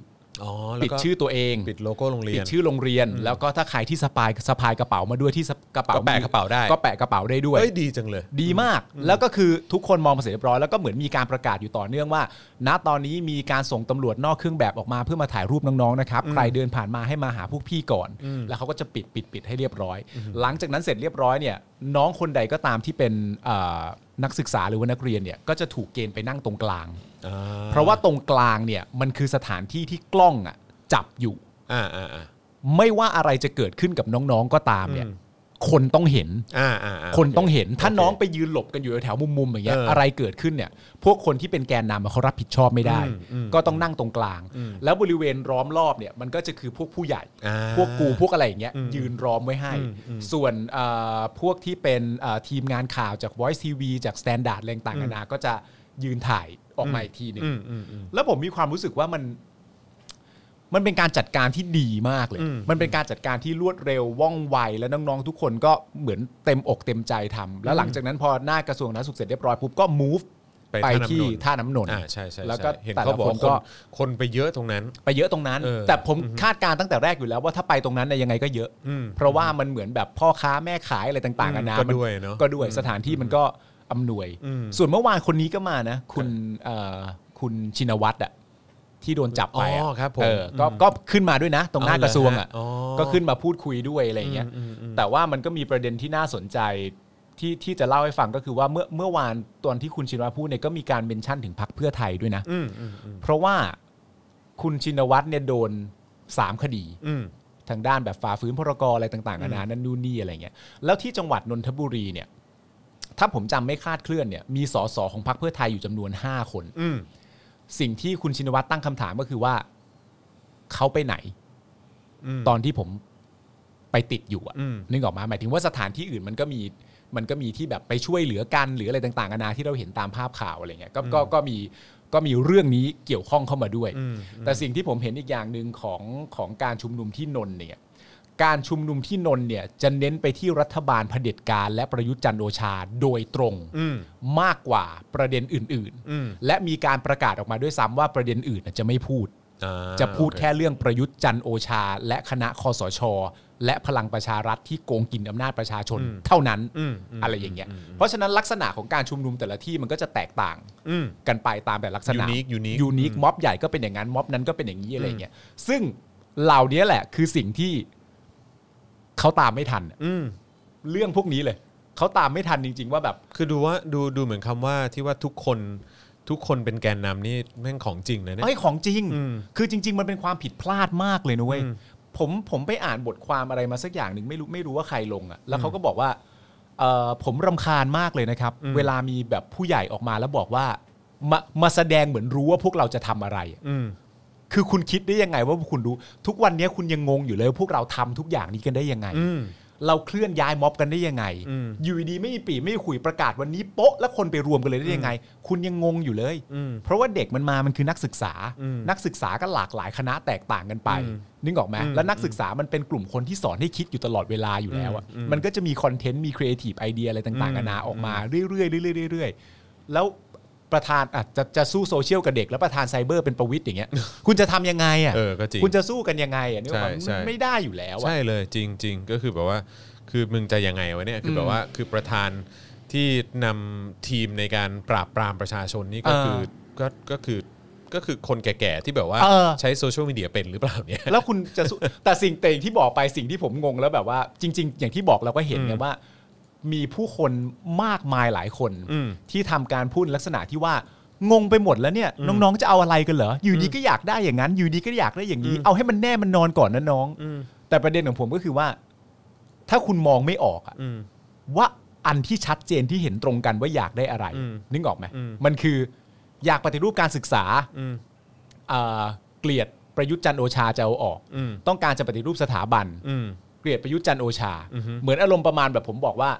อ๋อแล้ว
ปิด
ก็
ชื่อตัวเอง
ปิดโลโก้โรงเรี
ปิ
ย
ด
น
ชื่อโรงเรียน แล้วก็ถ้าใครที่สะพายสะพายกระเป๋ามาด้วยที่สะกระเป๋า
ก็แปะกระเป๋าได้
ก็แปะกระเป๋าได้ด้วย
เฮ้ยดีจังเลย
ดีมาก แล้วก็คือทุกคนมองมาเสร็จเรียบร้อยแล้วก็เหมือนมีการประกาศอยู่ต่อเนื่องว่า ณตอนนี้มีการส่งตำรวจนอกเครื่องแบบออกมาเพื่อมาถ่ายรูปน้องๆนะครับใครเดินผ่านมาให้มาหาพวกพี่ก่อน แล้วเขาก็จะปิดปิดปิดให้เรียบร้อย หลังจากนั้นเสร็จเรียบร้อยเนี่ยน้องคนใดก็ตามที่เป็นเอ่อนักศึกษาหรือว่านักเรียนเนี่ยก็จะถูกเกณฑ์ไปนั่งตรงกลาง
อ่
เพราะว่าตรงกลางเนี่ยมันคือสถานที่ที่กล้องอะจับอยู่
อ่าอ่าอ่า
ไม่ว่าอะไรจะเกิดขึ้นกับน้องๆก็ตามเนี่ย
อืม
คนต้องเห็น
อ่าอ่าา
คนต้องเห็น ถ้า
โอเค
น้องไปยืนหลบกันอยู่แถวๆมุมๆอย่างเงี้ย
เอออ
อะไรเกิดขึ้นเนี่ย พวกคนที่เป็นแกนนำอะเขารับผิดชอบไม่ได้
อืมอืม
ก็ต้องนั่งตรงกลาง
อืม
แล้วบริเวณล้อมรอบเนี่ยมันก็จะคือพวกผู้ใหญ่
อ่า
พวกกูพวกอะไรอย่างเงี้ย
อืม
ยืนล้อมไว้ให้
อืมอืม
ส่วนเอ่อพวกที่เป็นเอ่อทีมงานข่าวจาก Voice TV จาก Standard แรงต่างๆนานาก็จะยืนถ่ายออกมา
อื
อีกทีหนึ่ง
อืมอืมอืม
แล้วผมมีความรู้สึกว่ามัน มันเป็นการจัดการที่ดีมากเลย
อืม
มันเป็นการจัดการที่รวดเร็วว่องไว และน้องๆทุกคนก็เหมือนเต็มอกเต็มใจทำแล้วหลังจากนั้นพอหน้ากระทรวงสาธารณสุขเสร็จเรียบร้อยปุ๊บก็ move
ไป
ไป
ท่าน้ำนนท์
ที่ท่าน้ำนนท์
อ่าใช่ใช่
แล้วก็
ใช่เห็น
แต่
เขา
ละ
บอก
คน
ว่าค
ก็
นคนไปเยอะตรงนั้น
ไปเยอะตรงนั้น
เออ
แต่ผมคาดการณ์ตั้งแต่แรกอยู่แล้วว่าถ้าไปตรงนั้นเนี่ยยังไงก็เยอะ
อืม
เพราะว่ามันเหมือนแบบพ่อค้าแม่ขายอะไรต่าง
อื
ๆ
ม
กันานะ
ก็
มั
ด้วยเนอะ
ก็ด้วยสถานที่มันก็อำนวย
อืม
ส่วนเมื่อวานคนนี้ก็มานะ คุณเอ่อคุณชินวัตรอะที่โดนจับ
อ๋
ไป
อ
อะ
ครับผม
เออก็ก็ขึ้นมาด้วยนะ ตรงหน้ากระทรวงอ่ะ
อ๋อ
ก็ขึ้นมาพูดคุยด้วยอะไรอย่างเงี้ย
อืมอืมอืม
แต่ว่ามันก็มีประเด็นที่น่าสนใจที่ที่จะเล่าให้ฟังก็คือว่าเมื่อเมื่อวานตอนที่คุณชินวัตรพูดเนี่ยก็มีการเมนชั่นถึงพรรคเพื่อไทยด้วยนะ
อืมอืมอืม
เพราะว่าคุณชินวัตรเนี่ยโดนสามคดี
อืม
ทางด้านแบบฝ่าฝืนพรกอะไรต่างๆนานานั่นนู่นนี่อะไรเงี้ยแล้วที่จังหวัดนนทบุรีเนี่ย ถ้าผมจำไม่คลาดเคลื่อนเนี่ยมีสสของพรรคเพื่อไทยอยู่จำนวน 5 คน
อืม
สิ่งที่คุณชินวัตรตั้งคำถามก็คือว่าเขาไปไหน
ม
ตอนที่ผมไปติดอยู่อะ
อืม
นึกออกมาหมายถึงว่าสถานที่อื่นมันก็มีมันก็มีที่แบบไปช่วยเหลือกันหรืออะไรต่างๆนานาที่เราเห็นตามภาพข่าวอะไรเงี้ยก็ก็ก็มีก็มีเรื่องนี้เกี่ยวข้องเข้ามาด้วย
อืม
แต่สิ่งที่ผมเห็นอีกอย่างหนึ่งของของการชุมนุมที่นนท์เนี่ยการชุมนุมที่นนท์เนี่ยจะเน้นไปที่รัฐบาลเผด็จการและประยุทธ์จันทร์โอชาโดยตรง
อืม
มากกว่าประเด็นอื่น
อืม
ๆ และมีการประกาศออกมาด้วยซ้ำว่าประเด็นอื่นน่ะจะไม่พูด
อ่า
จะพูด
โอเ
แค่เรื่องประยุทธ์จันทร์โอชา และคณะคอสช และพลังประชารัฐที่โกงกินอำนาจประชาชน
อืม
เท่านั้น
อืมม
อะไรอย่างเงี้ย เพราะฉะนั้นลักษณะของการชุมนุมแต่ละที่มันก็จะแตกต่าง
อืม
กันไปตามแต่ลักษณะ
Unique unique
ยูนิคม็อบใหญ่ก็เป็นอย่างนั้นม็อบนั้นก็เป็นอย่างนี้อะไรอย่างเงี้ยซึ่งเหล่านี้แหละคือสิ่งที่เขาตามไม่ทัน
อืม
เรื่องพวกนี้เลยเขาตามไม่ทันจริง ๆ ว่าแบบ
คือดูว่าดูดูเหมือนคำว่าที่ว่าทุกคนทุกคนเป็นแกนนำนี่แม่งของจริงนะเนี่ย
เอ้ยของจริง
อืม
คือจริง ๆ มันเป็นความผิดพลาดมากเลยนะเว้ย
อืม
ผมผมไปอ่านบทความอะไรมาสักอย่างหนึ่งไม่รู้ไม่รู้ว่าใครลงอะ่ะ แล้วเขาก็บอกว่าเอ่อผมรำคาญมากเลยนะครับ เวลามีแบบผู้ใหญ่ออกมาแล้วบอกว่ามามาแสดงเหมือนรู้ว่าพวกเราจะทำอะไร
อืม
คือคุณคิดได้ยังไงว่าพวกคุณรู้ ทุกวันนี้คุณยังงงอยู่เลยว่าพวกเราทำทุกอย่างนี้กันได้ยังไง
อืม
เราเคลื่อนย้ายม็อบกันได้ยังไง
อืม
อยู่ดีๆไม่มีปีไม่มีขุยประกาศวันนี้โป๊ะแล้วคนไปรวมกันเลยได้ยังไง คุณยังงงอยู่เลย
อืม
เพราะว่าเด็กมันมา มันคือนักศึกษา
อืม
นักศึกษาก็หลากหลายคณะแตกต่างกันไป
อืม
นึกออกไหม
อืม
แล้วนักศึกษามันเป็นกลุ่มคนที่สอนให้คิดอยู่ตลอดเวลาอยู่แล้วอะ
อืมอืม
มันก็จะมีคอนเทนต์ มีครีเอทีฟไอเดียอะไรต่าง
อื
ๆ
ม
นานาออกมาเรื่อยๆเรื่อยๆเรื่อยๆ แล้วประธานอ่ะจะจะสู้โซเชียลกับเด็ก แล้วประธานไซเบอร์เป็นประวิทย์อย่างเงี้ย คุณจะทำยังไงอ่ะ
เออก็จริง
คุณจะสู้กันยังไงอ่ะนึกออกไหม
ใช่ใช่
มันไม่ได้อยู่แล้วอ่ะ
ใช่เลยจริงจริงก็คือแบบว่า คือมึงจะยังไงวะเนี่ยคือแบบว่าคือประธานที่นำทีมในการปราบปรามประชาชนนี่ก็
เออ
คือก็ก็คือก็คือคนแก่ๆที่แบบว่า
เออ
ใช้โซเชียลมีเดียเป็นหรือเปล่าเนี่ย
แล้วคุณจะสู้ แต่สิ่งแต่อย่างที่บอกไปสิ่งที่ผมงงแล้วแบบว่าจริง ๆ อย่างที่บอกเราก็เห็นไงว่า มีผู้คนมากมายหลายคน
อืม
ที่ทำการพูดลักษณะที่ว่างงไปหมดแล้วเนี่ย น้องๆจะเอาอะไรกันเหรออยู่ดีก็อยากได้อย่างนั้น อยู่ดีก็อยากได้อย่างนี้ เอาให้มันแน่มันนอนก่อนนะน้อง
อืม
แต่ประเด็นของผมก็คือว่า ถ้าคุณมองไม่ออกอะ
อืม
ว่าอันที่ชัดเจนที่เห็นตรงกันว่าอยากได้อะไร
อืม
นึกออกไหม
อืม
มันคืออยากปฏิรูปการศึกษา
อืม
เอ่อเกลียดประยุทธ์จันทร์โอชาจะเอาออก
อืม
ต้องการจะปฏิรูปสถาบัน
อืม
เกลียดประยุทธ์จันทร์โอชา
อือฮึ
เหมือนอารมณ์ประมาณแบบผมบอกว่า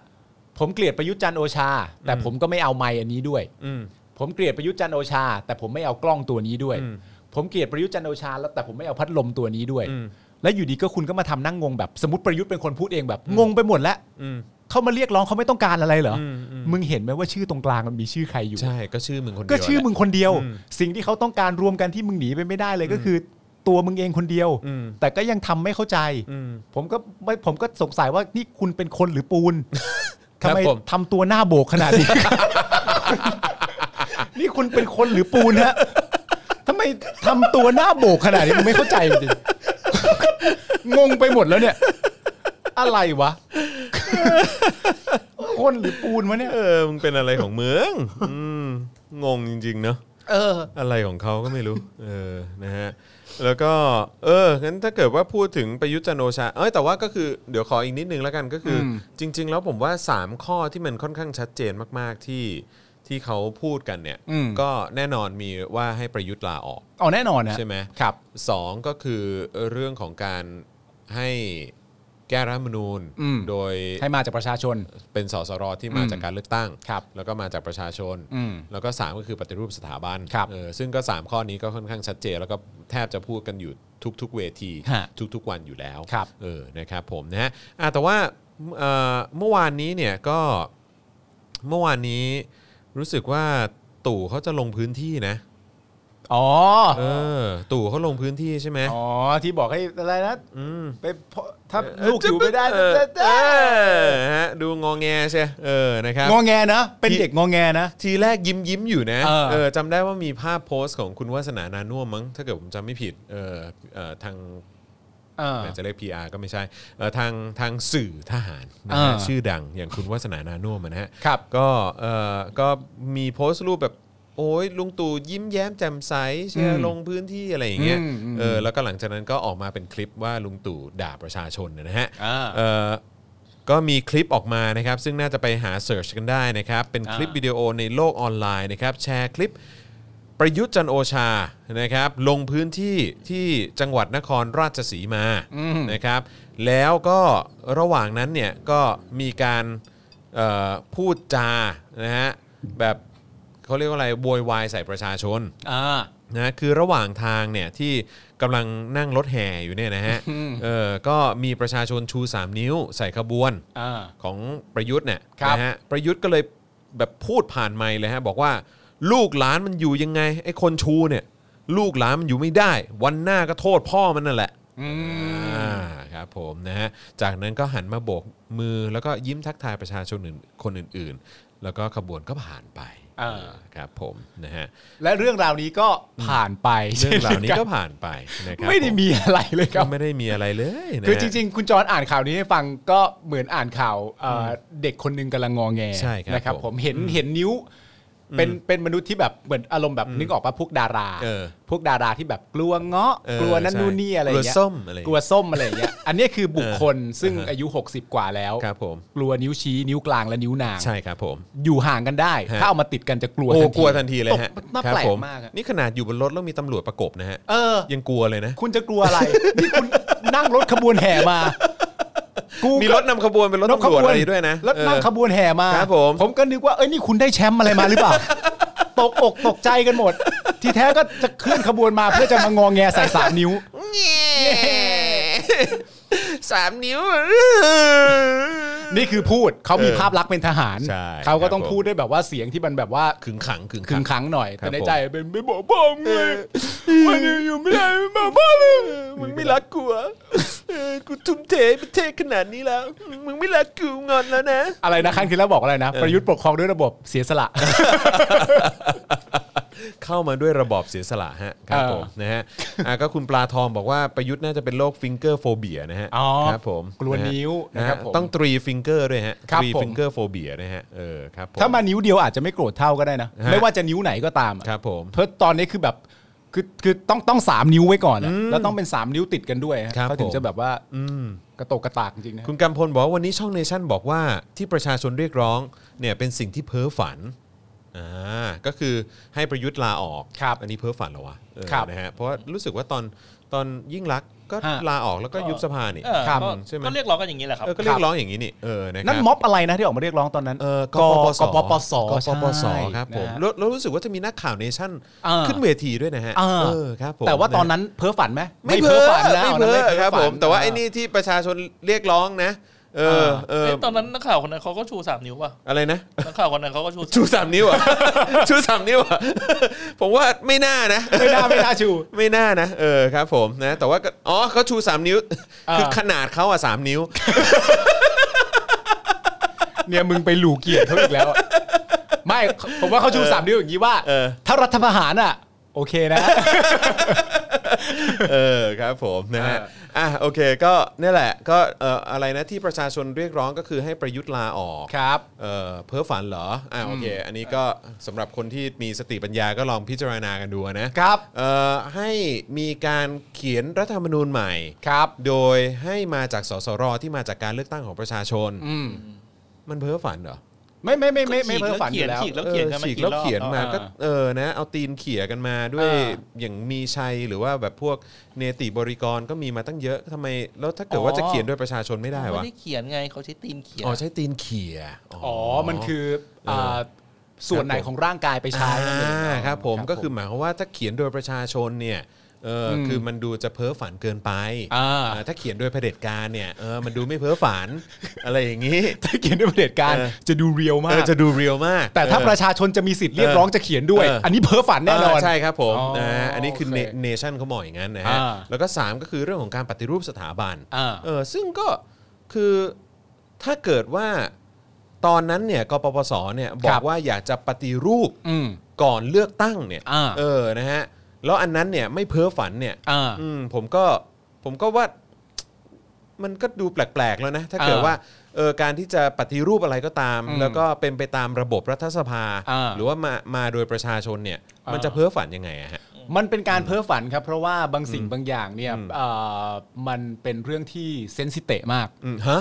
ผมเกลียดประยุทธ์จันทร์โอชา แต่
อืม
ผมก็ไม่เอาไมค์อันนี้ด้วย
อืม
ผมเกลียดประยุทธ์จันทร์โอชา แต่ผมไม่เอากล้องตัวนี้ด้วย
อืม
ผมเกลียดประยุทธ์จันทร์โอชาแล้วแต่ผมไม่เอาพัดลมตัวนี้ด้วย
อืม
แล้วอยู่ดีก็คุณก็มาทำนั่งงงแบบสมมติประยุทธ์เป็นคนพูดเองแบบงงไปหมดแล้ว
อืม
เขามาเรียกร้องเขาไม่ต้องการอะไรเหรออ
มอืม
มึงเห็นไหมว่าชื่อตรงกลางมันมีชื่อใครอยู่
ใช่ก็ชื่อมึงคนเดียว
ก็ชื่อมึง
แหละ
คนเดียว
อืม
สิ่งที่เขาต้องการรวมกันที่มึงหนีไปไม่ได้เลยก็คือ ตัวมึงเองคนเดียว
อืม
แต่ก็ยังทำไม่เข้าใจ
อืม
ผมก็ไม่ผมก็สงสัยว่านี่คุณเป็นคนหรือ ปูนทำ
ค
ไม
รับผม
ทำตัวหน้าโบกขนาดนี้ นี่คุณเป็นคนหรือปูนฮะทำไมทำตัวหน้าโบกขนาดนี้ผมไม่เข้าใจจริง งงไปหมดแล้วเนี่ย อะไรวะ คนหรือปูนวะเนี่ย
เออมึงเป็นอะไรของมึ งอืมงงจริงๆเนาะ
เออ
อะไรของเขาก็ไม่รู้ เออ นะฮะ แล้วก็ เออ งั้นถ้าเกิดว่าพูดถึงประยุทธ์จันทร์โอชา เอ้ย แต่ว่าก็คือ เดี๋ยวขออีกนิดนึงแล้วกัน ก็คืออ
ม
จริง ๆ แล้วผมว่า 3 ข้อที่มันค่อนข้างชัดเจนมาก ๆ ที่ที่เขาพูดกันเนี่ย ก็แน่นอนมีว่าให้ประยุทธ์ลาออก
เอาแน่นอนนะ
ใช่ไหม
ครับ
สองก็คือเรื่องของการให้แก้รัฐธรรมนูญ
อืม
โดย
ให้มาจากประชาชน
เป็นสสรที่มา
อืม
จากการเลือกตั้ง
ครับ
แล้วก็มาจากประชาชน
อืม
แล้วก็สามก็คือปฏิรูปสถาบัน
ครับ
เออซึ่งก็ 3 ข้อนี้ก็ค่อนข้างชัดเจน แล้วก็แทบจะพูดกันอยู่ทุก ๆ เวที
ฮะ
ทุก ๆ วันอยู่แล้ว
ครับ
เออนะครับผมนะฮะอ่ะแต่ว่าเอ่อเมื่อวานนี้เนี่ยก็เมื่อวานนี้รู้สึกว่าตู่เขาจะลงพื้นที่นะ
อ๋อ
เออตู่เขาลงพื้นที่ใช่ไหม
อ๋อที่บอกให้อะไรนะ
ม
ไปพถ้าลูกอยู่ไม่ได้
เอ
จะ
อ
จะ
เอ
จะ
อฮะดูงองแงใช่เออนะครับ
งอแงนะ เป็นเด็กงอแงนะ
ทีแรกยิ้มยิ้มๆอยู่นะ
เออ
จำได้ว่ามีภาพโพสต์ของคุณวาสนานานุ่วมมั้งถ้าเกิดผมจำไม่ผิดเออเออทางแหม่จะเรียก PR ก็ไม่ใช่เออทางทางสื่อทหารนะฮะ
เออ
ชื่อดังอย่างคุณวาสนานานุ่วมอะนะฮะ
ครับ
ก็เออก็มีโพสต์รูปแบบ โอ้ยลุงตู่ยิ้มแย้มแจ่มใสเชียร์
อืม
ลงพื้นที่อะไรอย่างเงี้ย
อืมอืม
เออแล้วก็หลังจากนั้นก็ออกมาเป็นคลิปว่าลุงตู่ด่าประชาชนนะฮะ
อ่า
เอ่อก็มีคลิปออกมานะครับ ซึ่งน่าจะไปหาเสิร์ชกันได้นะครับ เป็นคลิป
อ่า
วิดีโอในโลกออนไลน์นะครับ แชร์คลิปประยุทธ์จันทร์โอชานะครับ ลงพื้นที่ที่จังหวัดนครราชสีมานะครับ แล้วก็ระหว่างนั้นเนี่ยก็มีการเอ่อพูดจานะฮะแบบเขาเรียกว่าอะไรโวยวายใส่ประชาชน
อ่า
นะคือระหว่างทางเนี่ยที่กำลังนั่งรถแห่อยู่เนี่ยนะฮะเออก็มีประชาชนชู 3 นิ้วใส่ขบวน
อ่า
ของประยุทธ์เนี่ย
ครับ
นะฮะประยุทธ์ก็เลยแบบพูดผ่านไมค์เลยฮะบอกว่าลูกหลานมันอยู่ยังไงไอ้คนชูเนี่ย ลูกหลานมันอยู่ไม่ได้ วันหน้าก็โทษพ่อมันนั่นแหละอ่าครับผมนะฮะจากนั้นก็หันมาโบกมือแล้วก็ยิ้มทักทายประชาชนอื่นคนอื่นๆ แล้วก็ขบวนก็ผ่านไป
อ่า
ครับผมนะฮะ
และเรื่องราวนี้ก็ผ่านไป
เรื่องเหล่านี้ก็ผ่านไปนะครับ
ไม่ได้มีอะไรเลยครับ
ก็ไม่ได้มีอะไรเลยนะ
คือจริง ๆ คุณจรอ่านข่าวนี้ให้ฟังก็เหมือนอ่านข่าวเอ่ออเด็กคนหนึงกำลังงอแง
ใช่ครับ
นะครับ
ผ
ผม มเห็นเห็นนิ้ว เป็นเป็นมนุษย์ที่แบบเหมือนอารมณ์แบบนึกออกปะพวกดารา
เออ
พวกดาราที่แบบกลัวเงาะ
เออก
ลัวนั่น
ใช่
นู่นนี่อะไรอย่างเงี้ย
กลัวส้มอะไรอย่างเงี้ย
กลัวส้มอะไรอย่างเงี้ยอันเนี้ยคือบุคคลซึ่ง
เอออ
อายุ 60 กว่าแล้ว
ครับผม
กลัวนิ้วชี้นิ้วกลางและนิ้วนาง
ใช่ครับผม
อยู่ห่างกันได้ ถ้าเอามาติดกันจะกลัว
โอ้
ทันที
กลัวทันทีเลยฮะ
ตกน่า
ครับ
แปลก
ผม
ากอะ
นี่ขนาดอยู่บนรถแล้วมีตำรวจประกบนะฮะ
เออ
ยังกลัวเลยนะ
คุณจะกลัวอะไร นี่คุณนั่งรถขบวนแห่มา กู
มีรถนำขบวนเป็นรถตำรวจอะไรด้วยนะ
รถนั่ง
เออ
ขบวนแห่มา
ครับผม
ผมก็นึกว่า เอ้ยนี่คุณได้แชมป์อะไรมาหรือ เปล่า ตกอกตกใจกันหมด ทีแท้ก็จะเคลื่อนขบวนมาเพื่อจะมางองแงใส่สามนิ้ว
สามนิ้ว
นี่คือพูดเขามีภาพลักษณ์เป็นทหาร
ใช่
เขาก็ต้อง
ครับผม
พูดด้วยแบบว่าเสียงที่มันแบบว่า
ขึงขังขึง
ขึง
ขัง
ขังหน่อย
ครับ
แต่
ผ
ใน
ม
ใจเป็นไม่บอกพ่อมึงเลยวันนี้อยู่ไม่ได้ไม่บอกพ่อมึง
มึงไม่รักกูเหรอเออกูทุ่มเทให้ประเทศขนาดนี้แล้ว มึงไม่รักกูงอนแล้วนะ
อะไรนะครั้งที่แล้วบอกอะไรนะ ประยุทธ์ปกครองด้วยระบบเสียสละ
เข้ามาด้วยระบอบเสียสละฮะครับ
เออ
ผมนะฮะอ่ะก็คุณปลาทองบอกว่าประยุทธ์น่าจะเป็นโรคฟิงเกอร์โฟเบียนะฮะ
อ๋อ
ครับผม
กลัวนิ้ว
นะ
นะครั
ฮะ
บผม
ต้องตรีฟิงเกอร์ด้วยฮะ
ครับ
ตรี
ผม
ฟิงเกอร์โฟเบียนะฮะเออครับผม
ถ้ามานิ้วเดียวอาจจะไม่โกรธเท่าก็ได้นะ
ฮะ
ไม่ว่าจะนิ้วไหนก็ตามอะ
ครับผม
เพราะตอนนี้คือแบบคือคือต้องต้องสามนิ้วไว้ก่อนอะแล้วต้องเป็นสามนิ้วติดกันด้วยฮะเขาถึงจะแบบว่า
อืม
กระโตกกระตากจริงๆนะ
คุณกำพลบอกว่าวันนี้ช่องเนชั่นบอกว่าที่ประชาชนเรียกร้องเนี่ยเป็นสิ่งที่เพ้อฝันอ่าก็คือให้ประยุทธ์ลาออก
ครับ
อันนี้เพ้อฝันเหรอวะเออ
ครับ
นะฮะเพราะว่ารู้สึกว่าตอนตอนยิ่งรักษณ์ก็
ฮะ
ลาออกแล้วก็ยุบสภานี่
เออ
ครับ
ก็
ใช่ไหม
ก็เรียกร้องกันอย่างนี้แหละครับ
เออก็เรียกร้องอย่างนี้นี่เออนะครับ
นั่นม็อบอะไรนะที่ออกมาเรียกร้องตอนนั้น
เออก ปปส
ปปส
กปปส
ใช่
ครับผม
นะฮะ
แล้วแล้วรู้สึกว่าจะมีนักข่าวเนชั่น
เออ
ขึ้นเวทีด้วยนะฮะ
เออ
เออครับผม
แต่ว่าตอนนั้นเพ้อฝันไหม
ไม่เพ้อ
ฝันนะ
ไม่
นนั้น
เพ้อครับ
ฝั
ผมแต่ว่าไอ้นี่ที่ประชาชนเรียกร้องนะ เออเออ
เะตอนนั้นนักข่าวคนนั้นเขาก็ชูสามนิ้วป่ะ
อะไรนะ
นักข่าวคนนั้นเขาก็ชู
ชูสามนิ้ว อ่ะ ชูสามนิ้วอ่ะ ผมว่าไม่น่านะ
ไม่น่าไม่น่าชู
ไม่น่านะ เออครับผมนะ แต่ว่าก็อ๋อเขาชู 3 นิ้ว
เออ
คือขนาดเขาอ่ะสามนิ้ว
เนี่ยมึงไปหลูเกียรติเขาอีกแล้วอะไม่ผมว่าเขาชูสามนิ้วอย่างนี้ว่า
เออ
ถ้ารัฐประหารอ่ะ โอเคนะ
เออครับผมนะฮะ
เออ
อ่ะโอเคก็นี่แหละก็เอ่ออะไรนะที่ประชาชนเรียกร้องก็คือให้ประยุทธ์ลาออก
ครับ
เออเพ้อฝันเหรออ่ะโอเค อันนี้ก็สำหรับคนที่มีสติปัญญาก็ลองพิจารณากันดูนะครับ เอ่อให้มีการเขียนรัฐธรรมนูญใหม่
ครับ
โดยให้มาจากสสรที่มาจากการเลือกตั้งของประชาชน
อืม
มันเพ้อฝันเหรอ
ไม่ไม่ไม่ไม่
ฉี
ไม่
ก
เพ้อฝันอยู่แล้ว
ฉีกแล้วเขียน
อ
กั
อ
นมา
ฉีก
กี่
แล้ว
รอบ
เขียนมา
อ่ะ
ก็เออนะเอาตีนเขี่ยกันมาด้วย
เออ
อย่างมีชัยหรือว่าแบบพวกเนติบริกรก็มีมาตั้งเยอะทำไมแล้วถ้าเกิดว่า
อ๋อ
จะเขียนโดยประชาชนไม่ได้
ไม่
วะ
ได้เขียนไงเขาใช้ตีนเขียน
อ๋อใช้ตีนเขี่ย
อ๋อ มันคืออ่าส่วนไหนของร่างกายไปใช้
ใช่
นั่นเอง
ครับผม
ครับ
ก็คือหมายความว่าถ้าเขียนโดยประชาชนเนี่ยเอออ
ม
คือมันดูจะเพ้อฝันเกินไป
อ่า
เออถ้าเขียนโดยเผด็จการเนี่ยเออมันดูไม่เพ้อฝัน อะไรอย่างนี้
ถ้าเขียนด้วยประเผด็จการ
เออ
จะดูเรียวมา
เออก จะดูเรียลมาก
แต่ถ้า
เออ
ประชาชนจะมีสิทธิ์เรียกร้อง
เออ
จะเขียนด้วย
เอออั
อันนี้เพ้อฝันแน่นอน
เใช่ครับผม
อ๋อ
นะฮะอันนี้คือ
โอเค
เนชั่นเขาบอกอย่างนั้นนะฮะ
อ่า
แล้วก็ 3 ก็คือเรื่องของการปฏิรูปสถาบัน
อ่า
เออซึ่งก็คือถ้าเกิดว่าตอนนั้นเนี่ยกปปสเนี่ยบอ
ครั
ก
บ
ว่าอยากจะปฏิรูป
อืม
ก่อนเลือกตั้งเนี่ย
อ่า
เออนะฮะแล้วอันนั้นเนี่ยไม่เพ้อฝันเนี่ย
อ่า
อืมผมก็ผมก็ว่ามันก็ดูแปลกๆแล้วนะ ถ้าเกิด
อ่า
ว่า เออการที่จะปฏิรูปอะไรก็ตาม
อืม
แล้วก็เป็นไปตามระบบรัฐสภา
อ่า
หรือว่ามามาโดยประชาชนเนี่ย
อ่ามั
มันจะเพ้อฝันยังไงอะฮะ
มันเป็นการเพ้อฝันครับ เพราะว่าบางสิ่งบางอย่างเนี่ย
อืม
เอ่อมันเป็นเรื่องที่เซนซิเตะมาก
อืมฮะ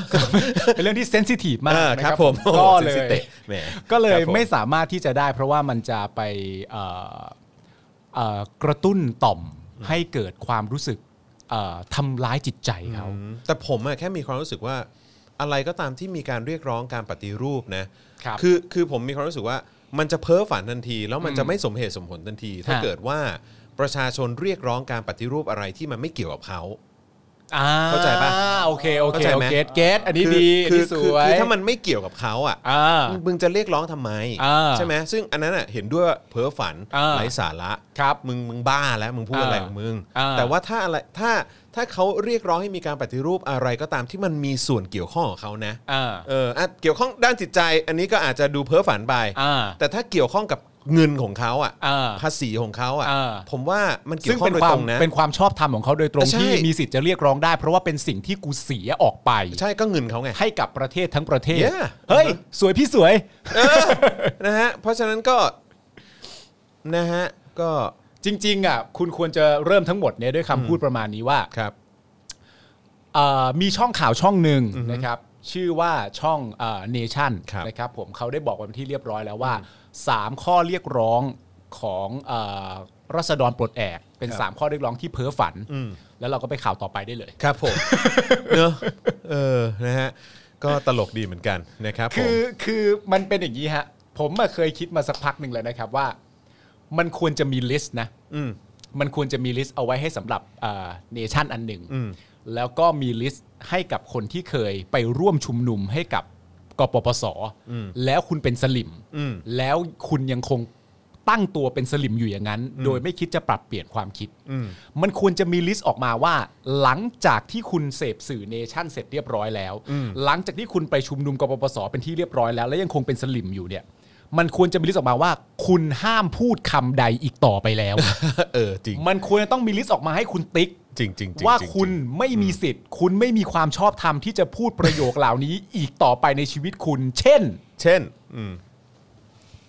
เป็นเรื่องที่เซนซิทีฟมา ก
เออค
นะค
รับ
รั
บ ผม
ก็
โอ้โห
เล
ซิ
ย
เตะแหม
ก็เลย
ครับผ
ไม่สามารถที่จะได้ เพราะว่ามันจะไปเอ่อเอ่อกระตุ้นต่อมให้เกิดความรู้สึกเอ่อทำร้ายจิตใจเขา
อืมแต่ผมอะแค่มีความรู้สึกว่าอะไรก็ตามที่มีการเรียกร้องการปฏิรูปนะครับ อคือผมมีความรู้สึกว่ามันจะเพ้อฝันทันที แล้วมันจะไม่สมเหตุสมผลทันที ถ้า
ฮะ
เกิดว่าประชาชนเรียกร้องการปฏิรูปอะไรที่มันไม่เกี่ยวกับเขา
อ่
เข้าใจปะ
โอเคโอเค
เข้าใจ
โอ
ไหม
เคเกตอันนี้ดีอัน
คื
นี้ส
คือ
วย
คือถ้ามันไม่เกี่ยวกับเขาอ่ะ
อ่า
มึงจะเรียกร้องทำไม
อ่า
ใช่ไหมซึ่งอันนั้นอะเห็นด้วยว่าเพ้อฝัน
อ่า
ไร้สาระ
ครับ
มึงมึงบ้าแล้วมึงพูด
อ่า
อะไรของมึง
อ่า
แต่ว่าถ้าอะไรถ้าถ้าเขาเรียกร้องให้มีการปฏิรูปอะไรก็ตามที่มันมีส่วนเกี่ยวข้องกับเขานะ
อ่า
เอออ่ะเกี่ยวข้องด้านจิตใจ อันนี้ก็อาจจะดูเพ้อฝันไป
อ่า
แต่ถ้าเกี่ยวข้องกับเงินของเขาอ่ะ
อ่า
ภาษีของเขาอ่ะ
อ่า
ผมว่ามันเกี่ย
ซึ่
ว
ง
ข้อง
เป็
โดย
นควา
ตร
ม
งนะ
เป็นความชอบธรรมของเขาโดยตรง
ใช่
ที่มีสิทธิ์จะเรียกร้องได้ เพราะว่าเป็นสิ่งที่กูเสียออกไป
ใช่ก็เงินเขาไง
ให้กับประเทศทั้งประเทศ
Yeah
เฮ้ย สวยพี่สวย
นะฮะ เพราะฉะนั้นก็ นะฮะ ก็
จริง ๆอ่ะคุณควรจะเริ่มทั้งหมดเนี่ยด้วยคำพูดประมาณนี้ว่า
ครับ
เอ่อมีช่องข่าวช่องหนึ่งนะครับชื่อว่าช่องเนชั่น
ครับ
นะครับผมเขาได้บอกไว้เป็นที่เรียบร้อยแล้วว่า 3 ข้อเรียกร้องของเอ่อรัษฎรปลดแอกเป็น
ครับ
3 ข้อเรียกร้องที่เพ้อฝัน แล้วเราก็ไปข่าวต่อไปได้เลย
ครับผม เนอะเออ นะฮะ ก็ตลกดีเหมือนกันนะครับผม
คือคือมันเป็นอย่างนี้ฮะ ผมอะเคยคิดมาสักพักหนึ่งแล้วนะครับว่า มันควรจะมีลิสต์นะ
อืม
มันควรจะมีลิสต์เอาไว้ให้สำหรับเนชั่นอันหนึ่ง
อืม
แล้วก็มีลิสต์ให้กับคนที่เคยไปร่วมชุมนุมให้กับกปปส แล้วคุณเป็นสลิม
อืม
แล้วคุณยังคงตั้งตัวเป็นสลิมอยู่อย่างนั้น โดยไม่คิดจะปรับเปลี่ยนความคิด
อืม
มันควรจะมีลิสต์ออกมาว่า หลังจากที่คุณเสพสื่อเนชั่นเสร็จเรียบร้อยแล้ว หลังจากที่คุณไปชุมนุมกปปสเป็นที่เรียบร้อยแล้ว และยังคงเป็นสลิมอยู่เนี่ย มันควรจะมีลิสต์ออกมาว่า คุณห้ามพูดคำใดอีกต่อไปแล้ว
เออ จริง
มันควรจะต้องมีลิสต์ออกมาให้คุณติ๊ก
จริงจริงจริง
ว่า
จริง
คุณไม่มีสิทธิ์ คุณไม่มีความชอบธรรมที่จะพูดประโยคเหล่านี้อีกต่อไปในชีวิตคุณ เช่น
เช่น อืม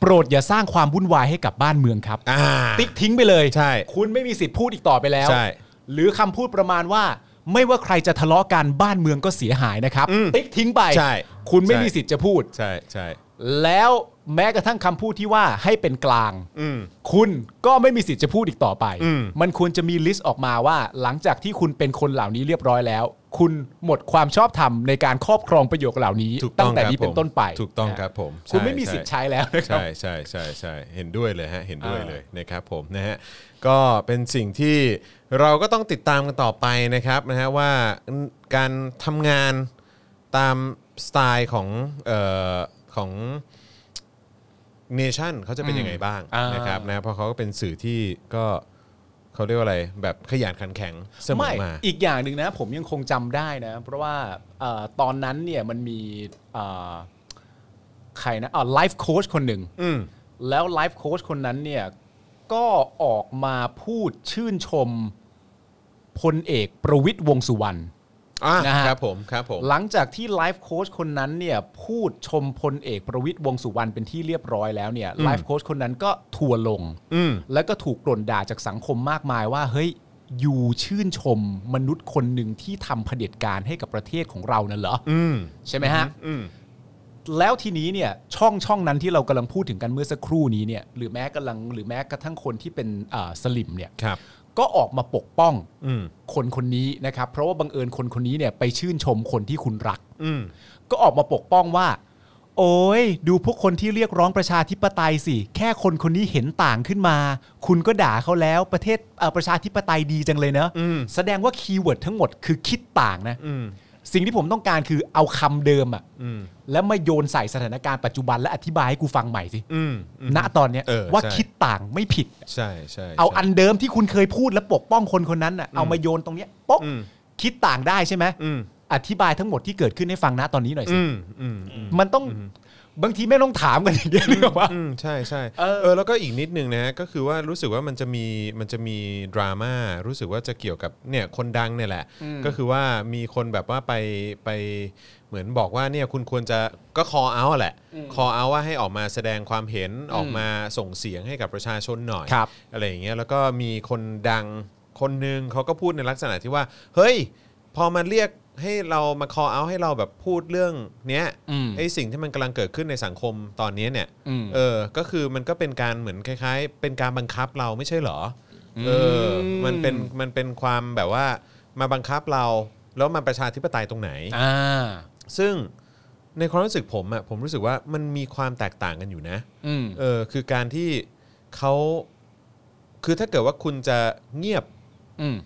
โปรดอย่าสร้างความวุ่นวายให้กับบ้านเมืองครับ
อ่า
ติ๊กทิ้งไปเลย
ใช่
คุณไม่มีสิทธิ์พูดอีกต่อไปแล้ว
ใช่
หรือคำพูดประมาณว่า ไม่ว่าใครจะทะเลาะกันบ้านเมืองก็เสียหายนะครับ
อืม
ติ๊กทิ้งไป
ใช่
คุณไม่
ใช่
มีสิทธิ์จะพูด
ใช่ใช่
แล้วแม้กระทั่งคำพูดที่ว่าให้เป็นกลาง
อืม
คุณก็ไม่มีสิทธิ์จะพูดอีกต่อไป
อืม
มันควรจะมีลิสต์ออกมาว่า หลังจากที่คุณเป็นคนเหล่านี้เรียบร้อยแล้ว คุณหมดความชอบธรรมในการครอบครองประโยคเหล่านี้
ถูก
ตั้
อง ง
แต่
ครับ
นี้เป็น
ผม
ต้นไป
ถูกต้อง
นะครับ
ผม
คุณ
ใช่
ไม่มี
ใช่
สิทธิ์ใช้แล้วนะครับ
ใช่ใช่ใช่ใช่เห็นด้วยเลยฮะเห็นด้วย
อ่า
เลยนะครับผมนะฮะก็เป็นสิ่งที่เราก็ต้องติดตามกันต่อไปนะครับนะฮะว่าการทำงานตามสไตล์ของเอ่อของเนชั่นเขาจะเป็นยังไงบ้าง
อ่าน
นะครับนะเพราะเขาก็เป็นสื่อที่ก็เขาเรียกว่าอะไรแบบขยันขันแข็งเสมอ
ไม่
มา
อีกอย่างหนึ่งนะผมยังคงจำได้นะ เพราะว่าเอ่อตอนนั้นเนี่ยมันมีเอ่อใครนะอ๋อไลฟ์โค้ชคนหนึ่ง
อืม
แล้วไลฟ์โค้ชคนนั้นเนี่ยก็ออกมาพูดชื่นชมพลเอกประวิทย์วงษ์สุวรรณ
อ่ะ
นะฮะ
ครับผมครับผม
หลังจากที่ไลฟ์โค้ชคนนั้นเนี่ยพูดชมพลเอกประวิทย์วงษ์สุวรรณเป็นที่เรียบร้อยแล้วเนี่ยไลฟ์โค้ชคนนั้นก็ทัวร์ลง
อืม
แล้วก็ถูกกล่นด่าจากสังคมมากมายว่า เฮ้ยอยู่ชื่นชมมนุษย์คนหนึ่งที่ทำเผด็จการให้กับประเทศของเรานั่นเหรอ
อืม
ใช่ไหมฮะ
อืม
แล้วทีนี้เนี่ยช่องช่องนั้นที่เรากำลังพูดถึงกันเมื่อสักครู่นี้เนี่ยหรือแม้กำลังหรือแม้กระทั่งคนที่เป็นอ่าสลิมเนี่ย
ครับ
ก็ออกมาปกป้อง
อืม
คนคนนี้นะครับ เพราะว่าบังเอิญคนคนนี้เนี่ยไปชื่นชมคนที่คุณรัก
อืม
ก็ออกมาปกป้องว่า โอ้ยดูพวกคนที่เรียกร้องประชาธิปไตยสิ แค่คนคนนี้เห็นต่างขึ้นมา คุณก็ด่าเขาแล้วประเทศเอ่อประชาธิปไตยดีจังเลยเนอะ
อืม
แสดงว่าคีย์เวิร์ดทั้งหมดคือคิดต่างนะ
อืม
สิ่งที่ผมต้องการคือเอาคำเดิมอะ
อืม
แล้วมาโยนใส่สถานการณ์ปัจจุบันและอธิบายให้กูฟังใหม่สิ
อืม
ณตอนเนี้ย
เออ
ว่า
ใช่
คิดต่างไม่ผิด
ใช่ใช่
เอา
ใช่
อันเดิมที่คุณเคยพูดและปกป้องคนคนนั้นอะเอามาโยนตรงเนี้ยโป๊ะ
อืม
คิดต่างได้ใช่ไหม
อืม
อธิบายทั้งหมดที่เกิดขึ้นให้ฟังณตอนนี้หน่อยสิ
อืมอืมอืม
มันต้อง บางทีไม่ต้องถามกันอย่างเงี้ยหรือว่า
อืมใช่ใช่
เออ
เออแล้วก็อีกนิดนึงนะฮะก็คือว่ารู้สึกว่ามันจะมีมันจะมีดราม่ารู้สึกว่าจะเกี่ยวกับเนี่ยคนดังเนี่ยแหละ ก็คือว่ามีคนแบบว่าไปไปเหมือนบอกว่าเนี่ยคุณควรจะก็คอเอาแหละคอเอาว่าให้ออกมาแสดงความเห็นออกมาส่งเสียงให้กับประชาชนหน่อย
ครับ
อะไรอย่างเงี้ยแล้วก็มีคนดังคนหนึ่งเขาก็พูดในลักษณะที่ว่า เฮ้ย พอมาเรียกให้เรามา call out ให้เราแบบพูดเรื่องเนี้ย
อืม
ไอ้สิ่งที่มันกำลังเกิดขึ้นในสังคมตอนเนี้ยเนี่ย
อืม
เออก็คือมันก็เป็นการเหมือนคล้าย ๆ เป็นการบังคับเราไม่ใช่เหรออเออมันเป็นมันเป็นความแบบว่ามาบังคับเราแล้วมันประชาธิปไตยตรงไหน
อ่า
ซึ่งในความรู้สึกผมอะผมรู้สึกว่ามันมีความแตกต่างกันอยู่นะ
อืม
เออคือการที่เขาคือถ้าเกิดว่าคุณจะเงียบ
อืม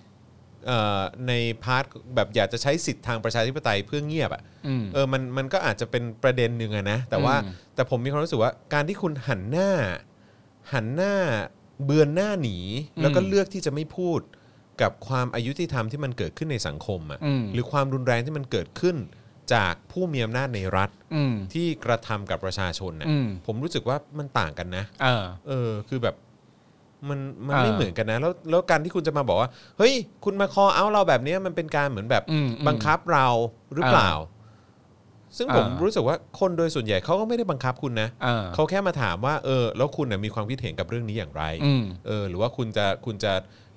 เอ่อในพาร์ทแบบอยากจะใช้สิทธิ์ทางประชาธิปไตยเพื่อเงียบอะ
อืม
เออมันมันก็อาจจะเป็นประเด็นหนึ่งอะนะแต่ว่า
อืม
แต่ผมมีความรู้สึกว่าการที่คุณหันหน้า หันหน้าเบือนหน้าหนี แล้วก็เลือกที่จะไม่พูดกับความอายุติธรรมที่มันเกิดขึ้นในสังคมอะหรือความรุนแรงที่มันเกิดขึ้นจากผู้มีอำนาจในรัฐ
อืม
ที่กระทำกับประชาชนนะ
อืม
ผมรู้สึกว่ามันต่างกันนะ
เออ
เออคือแบบมันมัน
อ่า
ไม่เหมือนกันนะแล้วแล้วการที่คุณจะมาบอกว่า เฮ้ย คุณมาคอเอาเราแบบเนี้ยมันเป็นการเหมือนแบบ
อืมอืม
บังคับเราหรือเปล่า ซึ่งผม
อ่ารู้
รู้สึกว่าคนโดยส่วนใหญ่เขาก็ไม่ได้บังคับคุณนะ
อ่า
เขาแค่มาถามว่าเออแล้วคุณน่ะมีความคิดเห็นกับเรื่องนี้อย่างไร
อืม
เออ หรือว่าคุณจะคุณจะ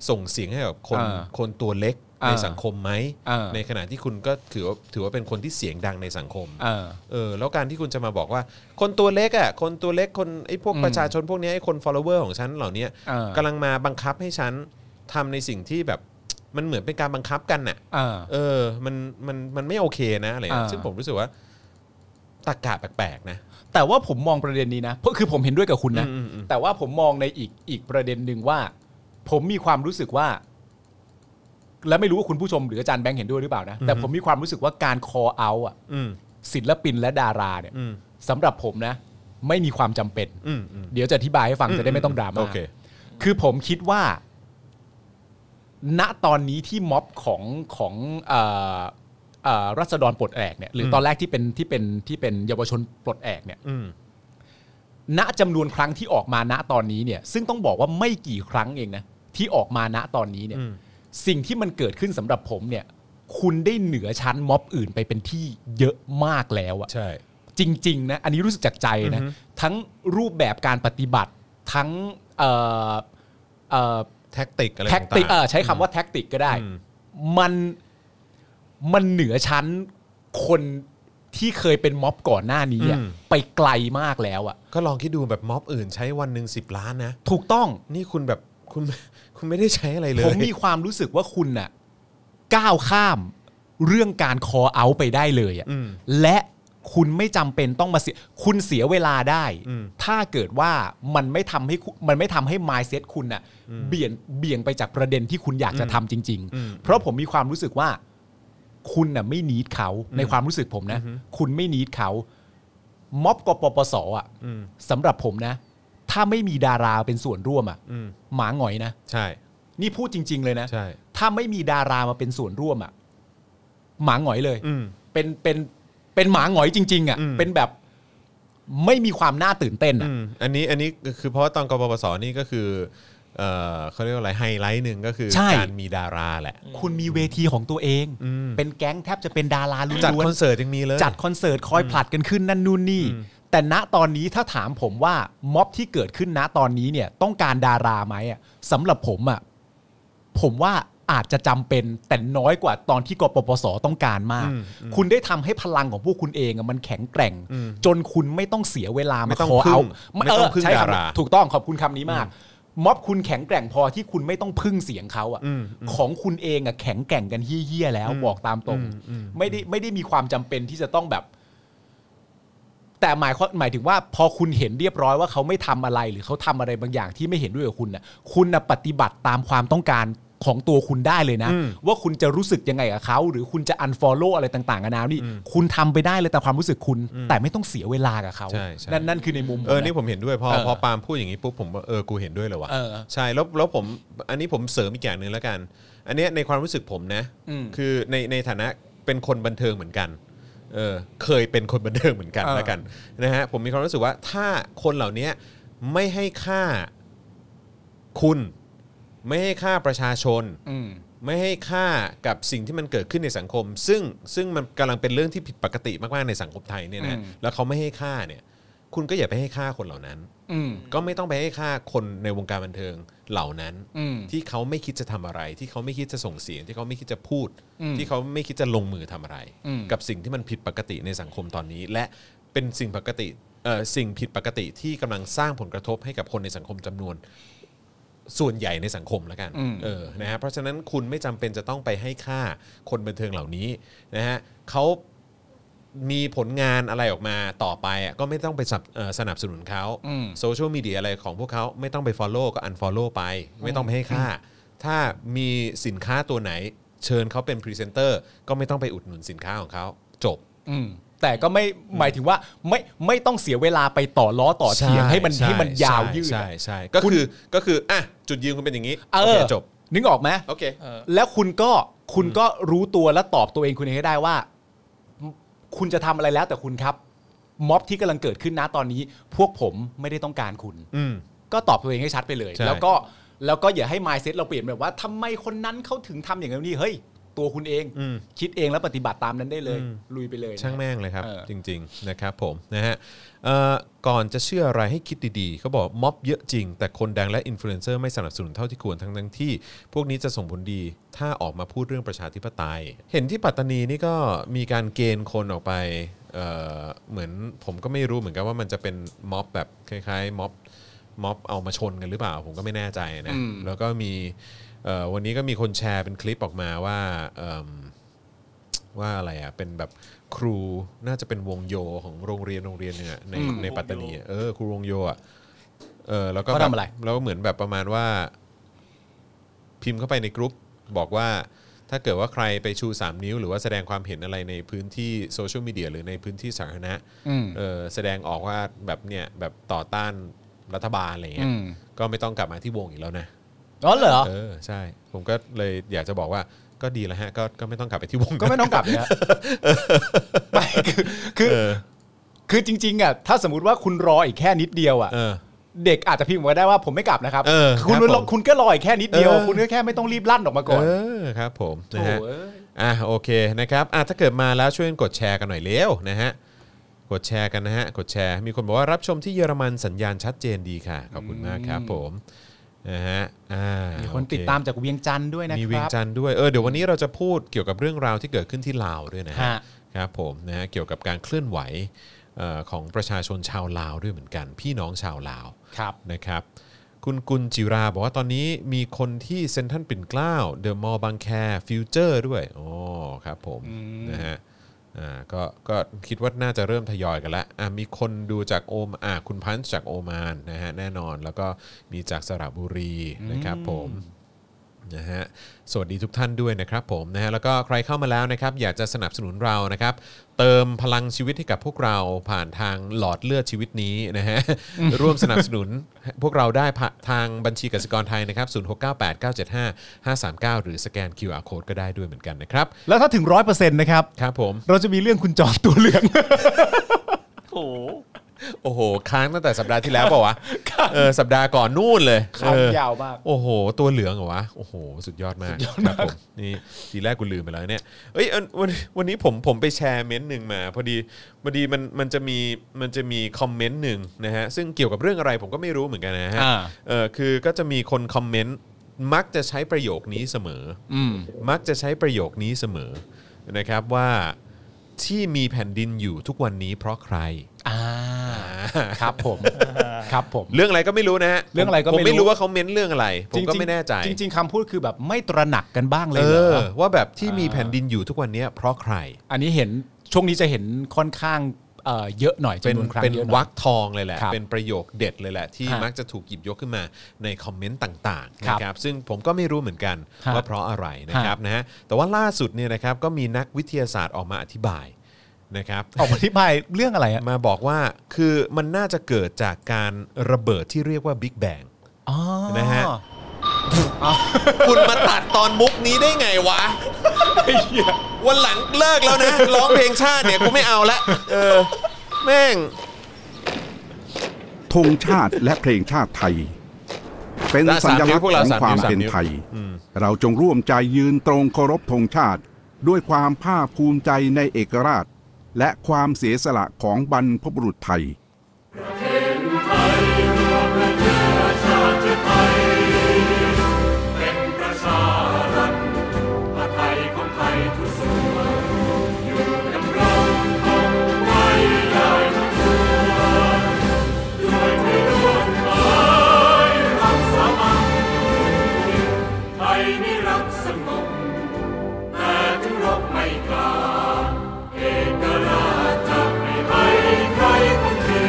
ส่งเสียงให้กับคน
อ่า
คนตัวเล็กใน
อ่า
สังคมไหม
อ่า
ในขณะที่คุณก็ถือว่าถือว่าเป็นคนที่เสียงดังในสังคม
เออ
เออแล้วการที่คุณจะมาบอกว่า คนตัวเล็กอ่ะคนตัวเล็กคนไอ้พวก
อืม
ประชาชนพวกเนี้ยไอ้คน follower ของฉันเหล่าเนี้ย
เออ
กำลังมาบังคับให้ฉันทำในสิ่งที่แบบมันเหมือนเป็นการบังคับกันน่ะ
เออ
เออมันมันมันไม่โอเคนะอะไรนะ
อ่า
ซึ่งผมรู้สึกว่าตากกะแปลกๆนะ
แต่ว่าผมมองประเด็นนี้นะเพราะคือผมเห็นด้วยกับคุณนะ
อืมอืมอืม
แต่ว่าผมมองในอีกอีกประเด็นหนึ่งว่า ผมมีความรู้สึกว่า และไม่รู้ว่าคุณผู้ชมหรืออาจารย์แบงค์เห็นด้วยหรือเปล่านะ แต่ผมมีความรู้สึกว่าการ call out อะ
อืม
ศิลปินและดาราเนี่ย
อืม
สำหรับผมนะ ไม่มีความจำเป็น
อืมอืม
เดี๋ยวจะอธิบายให้ฟังจะได้ไม่ต้องดราม่า
โอเค
คือผมคิดว่า ณตอนนี้ที่ม็อบของของเอ่อเอ่อรัษฎรปลดแอกเนี่ยหรืออ
ม
ตอนแรกที่เป็นที่เป็นที่เป็นเยาวชนปลดแอกเนี่ย
อืม
ณจำนวนครั้งที่ออกมาณตอนนี้เนี่ย ซึ่งต้องบอกว่าไม่กี่ครั้งเองนะที่ออกมาณตอนนี้เนี่ย
อืม
สิ่งที่มันเกิดขึ้นสำหรับผมเนี่ย คุณได้เหนือชั้นม็อบอื่นไปเป็นที่เยอะมากแล้วอะ
ใช่
จริง ๆ นะ อันนี้รู้สึกจากใจนะ ทั้งรูปแบบการปฏิบัติ ทั้งเอ่อเอ่อ
แท็กติกอะไร
แท็กติก
างๆ
เอ่อใช้คำว่าแท็กติกก็ได้
อืม
มันมันเหนือชั้นคนที่เคยเป็นม็อบก่อนหน้านี้อะไปไกลมากแล้วอะ
ก็ลองคิดดูแบบม็อบอื่นใช้วันหนึ่งสิบล้านนะ
ถูกต้อง
นี่คุณแบบคุณ คุณไม่ได้ใช้อะไรเลย
ผมมีความรู้สึกว่าคุณน่ะก้าวข้ามเรื่องการคอเอาไปได้เลยอะ
อืม
และคุณไม่จำเป็นต้องมาเสีย คุณเสียเวลาได้
อืม
ถ้าเกิดว่ามันไม่ทำให้คุณมันไม่ทำให้ mindset คุณน่ะเบี่ยงเบี่ยงไปจากประเด็นที่คุณอยากจะทำจริง ๆ เพราะผมมีความรู้สึกว่า คุณน่ะไม่นีดเขาในความรู้สึกผมนะ คุณไม่นีดเขาม็อบกปปสอ่ะ
อืม
สำหรับผมนะ ถ้าไม่มีดาราเป็นส่วนร่วมอ่ะ
อืม
หมาหงอยนะ
ใช่
นี่พูดจริง ๆ เลยนะ
ใช่
ถ้าไม่มีดารามาเป็นส่วนร่วมอะหมาหงอยเลย
อืม
เป็นเป็นเป็นหมาหงอยจริง ๆอะ
อืม
เป็นแบบไม่มีความน่าตื่นเต้นอะ
อืมอันนี้อันนี้คือเพราะว่าตอนกปปสนี่ก็คือเออเขาเรียกว่าอะไรไฮไลท์หนึ่งก็คือการมีดาราแหละ
คุณมีเวทีของตัวเอง
อืม
เป็นแก๊งแทบจะเป็นดาราล้
จัด
วน
คอนเสิร์ตยังมีเลย
ๆจัดคอนเสิร์ตคอยผลัดกันขึ้นนั่นนู่นนี่ แต่ณตอนนี้ถ้าถามผมว่าม็อบที่เกิดขึ้นณตอนนี้เนี่ย ต้องการดาราไหมอะสำหรับผมอะผมว่าอาจจะจำเป็นแต่น้อยกว่าตอนที่กปปสต้องการมาก
อืม
คุณได้ทำให้พลังของพวกคุณเองอะมันแข็งแกร่ง จนคุณไม่ต้องเสียเวลา
ไม่
มา
ต้อง
ขอ
พึ่ง
เอา
ไม่ต้องพึ่ง
ใช้คำ
ดารา
ถูกต้องขอบคุณคำนี้มาก ม็อบคุณแข็งแกร่งพอที่คุณไม่ต้องพึ่งเสียงเขาอะ
อืม
ของคุณเองอะแข็งแกร่งกันเฮี้ยๆแล้วบอกตามตรง
อืมอืม
ไม่ได้ไม่ได้มีความจำเป็นที่จะต้องแบบ แต่หมายความหมายถึงว่า พอคุณเห็นเรียบร้อยว่าเขาไม่ทำอะไร หรือเขาทำอะไรบางอย่างที่ไม่เห็นด้วยกับคุณนะคุณนะปฏิบัติตามความต้องการของตัวคุณได้เลยนะ ว่าคุณจะรู้สึกยังไงกับเขาหรือคุณจะ unfollow อะไรต่างๆกันานานี่ คุณทำไปได้เลยแต่ความรู้สึกคุณ แต่ไม่ต้องเสียเวลากับเขา
ใช่ใช่
นั่นนั่นคือในมุมผม
เออ
นะ
นี่ผมเห็นด้วยพอ
เออ
พอปาล์มพูดอย่างนี้ปุ๊บผมว่าเออ กูเห็นด้วยเลยวะ
เออ
ใช่ แล้วแล้วผมอันนี้ผมเสริมอีกอย่างหนึ่งแล้วกัน อันเนี้ยในความรู้สึกผมนะ
อืม
คือในในฐานะเป็นคนบันเทิงเหมือนกัน เออเคยเป็นคนบันเทิงเหมือนกัน
เออ
แล้วกันนะฮะผมมีความรู้สึกว่าถ้าคนเหล่านี้ไม่ให้ค่าคุณ ไม่ให้ค่าประชาชน
อืม
ไม่ให้ค่ากับสิ่งที่มันเกิดขึ้นในสังคม ซึ่งซึ่งมันกำลังเป็นเรื่องที่ผิดปกติมากๆในสังคมไทยเนี่ยนะ
อืม
แล้วเขาไม่ให้ค่าเนี่ย คุณก็อย่าไปให้ค่าคนเหล่านั้น
อืม
ก็ไม่ต้องไปให้ค่าคนในวงการบันเทิงเหล่านั้น
อืม
ที่เขาไม่คิดจะทำอะไร ที่เขาไม่คิดจะส่งเสียง ที่เขาไม่คิดจะพูด
อืม
ที่เขาไม่คิดจะลงมือทำอะไร
อืม
กับสิ่งที่มันผิดปกติในสังคมตอนนี้ และเป็นสิ่งปกติเอ่อสิ่งผิดปกติที่กำลังสร้างผลกระทบให้กับคนในสังคมจำนวน ส่วนใหญ่ในสังคมแล้วกัน
อืม
เออนะฮะเพราะฉะนั้นคุณไม่จำเป็นจะต้องไปให้ค่าคนบันเทิงเหล่านี้นะฮะเขามีผลงานอะไรออกมาต่อไปอ่ะก็ไม่ต้องไปสนับเอ่อสนับสนุนเขา
อืม
โซเชียลมีเดียอะไรของพวกเขาไม่ต้องไป Follow ก็ Unfollow ไป ไม่ต้องไปให้ค่า ถ้ามีสินค้าตัวไหน เชิญเขาเป็นพรีเซนเตอร์ก็ไม่ต้องไปอุดหนุนสินค้าของเขาจบ
อืมแต่ก็ไม่หมายถึงว่าไม่ไม่ต้องเสียเวลาไปต่อล้อต่อเถียงให้มัน
ช่
ให้มันยาวยืด
ใช่
อะ
ใช่ใช่ก็
คุณ
คือก็คืออ่ะจุดยืนคุณเป็นอย่างนี้
เอ
โอเค
อ
จบ
นึกออกไหม
โอเค
เออ
แล้วคุณก็คุณก็รู้ตัวและตอบตัวเองคุณเองให้ได้ว่า คุณจะทำอะไรแล้วแต่คุณครับ ม็อบที่กำลังเกิดขึ้นนะตอนนี้ พวกผมไม่ได้ต้องการคุณ
อืม
ก็ตอบตัวเองให้ชัดไปเลย
ใช่
แล้วก็แล้วก็อย่าให้ mindset เราเปลี่ยนแบบว่าทำไมคนนั้นเขาถึงทำอย่างนี้เฮ้ย ตัวคุณเอง
อืม
คิดเองแล้วปฏิบัติตามนั้นได้เลย ลุยไปเลย
ช่างแม่งเลยครับ
เออ
จริง ๆ นะครับผมนะฮะเอ่อก่อนจะเชื่ออะไรให้คิดดีๆเขาบอกม็อบเยอะจริง แต่คนดังและอินฟลูเอนเซอร์ไม่สนับสนุนเท่าที่ควรทั้งทั้งๆที่ พวกนี้จะส่งผลดีถ้าออกมาพูดเรื่องประชาธิปไตย เห็นที่ปัตตานีนี่ก็มีการเกณฑ์คนออกไปเอ่อเหมือนผมก็ไม่รู้เหมือนกันว่ามันจะเป็นม็อบแบบคล้ายๆม็อบม็อบเอามาชนกันหรือเปล่า ผมก็ไม่แน่ใจนะแล้วก็มีเอ่อวันนี้ก็มีคนแชร์เป็นคลิปออกมาว่าเอิ่ม ว่าอะไรอ่ะ เป็นแบบครูน่าจะเป็นวงโยของโรงเรียนโรงเรียนหนึ่งอะในในปัตตานีอะเออครูวงโยอ่ะเออแล้วก็
เขาทำอะไร
แบบแล้วก็เหมือนแบบประมาณว่า พิมพ์เข้าไปในกรุ๊ปบอกว่า ถ้าเกิดว่าใครไปชู 3 นิ้ว หรือว่าแสดงความเห็นอะไรในพื้นที่โซเชียลมีเดียหรือในพื้นที่สาธารณะ
อืม
เออแสดงออกว่าแบบเนี่ยแบบต่อต้านรัฐบาลอะไรเงี้ย
อืม
ก็ไม่ต้องกลับมาที่วงอีกแล้วนะ
อ๋อเหรอ
เออใช่ ผมก็เลยอยากจะบอกว่าก็ดีแล้วฮะ ก็ก็ไม่ต้องกลับไปที่วง
ก็ไม่ต้องกลับนะ ไม่คือคือ
เออ
คือจริงๆอ่ะถ้าสมมติว่าคุณรออีกแค่นิดเดียวอ่ะ
เออ
เด็กอาจจะพิมพ์มาได้ว่าผมไม่กลับนะครับ
เออ
คุณ
ครับ
รอ
ผม
คุณก็รออีกแค่นิดเดียว
เออ
คุณก็แค่ไม่ต้องรีบลั่นออกมาก่อน
เออครับผม
โถ
นะฮะ
เอ้ย
อ่ะโอเคนะครับอ่ะถ้าเกิดมาแล้วช่วยกดแชร์กันหน่อยเร็วนะฮะกดแชร์กันนะฮะกดแชร์มีคนบอกว่ารับชมที่เยอรมันสัญญาณชัดเจนดีค่ะ ขอบคุณมากครับผมนะฮะอ่ามี
มีคนติดตามจากเวียงจันทร์ด้วยนะ
มี
ค
เวียง
รับ
จันทร์ด้วย เออ เดี๋ยววันนี้เราจะพูดเกี่ยวกับเรื่องราวที่เกิดขึ้นที่ลาวด้วยนะฮะ
ฮะ
ครับผมนะฮะ เกี่ยวกับการเคลื่อนไหวเอ่อของประชาชนชาวลาวด้วยเหมือนกัน พี่น้องชาวลาว
ครับ
นะครับ คุณกุลจิราบอกว่าตอนนี้มีคนที่เซ็นทรัลปิ่นเกล้าเดอะมอลล์บางแคฟิวเจอร์ด้วย อ๋อ ครับผม นะฮะ อ่า ก็ ก็คิดว่าน่าจะเริ่มทยอยกันละอ่ามีคนดูจากโอม อ่า คุณพันธ์จากโอมานนะฮะ แน่นอน แล้วก็มีจากสระบุรีนะครับผม นะฮะสวัสดีทุกท่านด้วยนะครับผมนะฮะแล้วก็ใครเข้ามาแล้วนะครับอยากจะสนับสนุนเรานะครับ เติมพลังชีวิตให้กับพวกเราผ่านทางหลอดเลือดชีวิตนี้นะฮ ะ ร่วมสนับสนุนพวกเราได้ผ่านทางบัญชีกสิกรไทยนะครับ0698975539 หรือสแกน QR Code ก็ได้ด้วยเหมือนกันนะครับ
แล้วถ้าถึงร้อยเปอร์เซ็นต์นะครับ
ครับผม
เราจะมีเรื่องคุณจอมตัวเหลือง
โอ้โห
โอ้โห ค้างตั้งแต่สัปดาห์ที่แล้วเปล่าวะเออสัปดาห์ก่อนนู่นเลย
ค้าง
เออย
าวมาก
โอ้โห ตัวเหลืองเหรอวะ โอ้โห สุดยอดมากครับผมนี่ทีแรกกูลืมไปแล้วเนี่ยเอ้ยเอิ่นวันวันนี้ผมผมไปแชร์เม้นต์หนึ่งมา พอดีพอดีมันมันจะมีมันจะมีคอมเมนต์หนึ่งนะฮะ ซึ่งเกี่ยวกับเรื่องอะไรผมก็ไม่รู้เหมือนกันนะฮะ
อ่า
เออคือก็จะมีคนคอมเมนต์มักจะใช้ประโยคนี้เสมอ
อืม
มักจะใช้ประโยคนี้เสมอนะครับว่าที่มีแผ่นดินอยู่ทุกวันนี้เพราะใคร
อ่า ครับผม ครับผม
เรื่องอะไรก็ไม่รู้นะฮะ
เรื่องอะไรก็
ผม
ไม่
ไม่
รู้
รู้ว่าเขาเม้นเรื่องอะไร ผมก็
ริงๆ
ไม่แน่ใจ
จริง ๆคำพูดคือแบบไม่ตระหนักกันบ้างเลย
เอ
เหร
อ
อ
ว่าแบบที่มี
อ่า
แผ่นดินอยู่ทุกวันเนี้ยเพราะใคร
อันนี้เห็นช่วงนี้จะเห็นค่อนข้างเอ่อเยอะหน่อย
เป็น
จำนวนครั้ง
เป็น
เยอะหน่อย
วักทองเลยแหละ
ครับ
เป็นประโยคเด็ดเลยแหละ ที่
ฮะ
มักจะถูกหยิบยกขึ้นมาในคอมเมนต์ต่างๆ
ครับ
นะครับซึ่งผมก็ไม่รู้เหมือนกัน
ฮะ
ว่าเพราะอะไรนะครับนะฮะแต่ว่าล่าสุดเนี่ยนะครับก็มีนักวิทยาศาสตร์ออกมาอธิบายนะครับ
ออกมาอธิบายเรื่องอะไรอ่ะ
มาบอกว่าคือมันน่าจะเกิดจากการระเบิดที่เรียกว่าบิ๊กแบง
อ๋อ
นะฮะ คุณมาตัดตอนมุกนี้ได้ไงวะ วันหลังเลิกแล้วนะ ร้องเพลงชาติเนี่ยกูไม่เอาละเออ แม่ง
ธงชาติและเพลงชาติไทย เป็น
และ
สั
สาม
ญลักษ
นิ้ว
ณ์
พวกเรา
ของ
สาม
ความ
นิ้ว
เป็น
สามนิ้ว
ไทย เราจงร่วมใจยืนตรงเคารพธงชาติ ด้วยความภาคภูมิใจในเอกราช และความเสียสละของบรรพบุรุษไทย
ไทยนิรักสงบแต่ถึงรบไม่กล้าเอกราชจะไม่ให้ใครคนที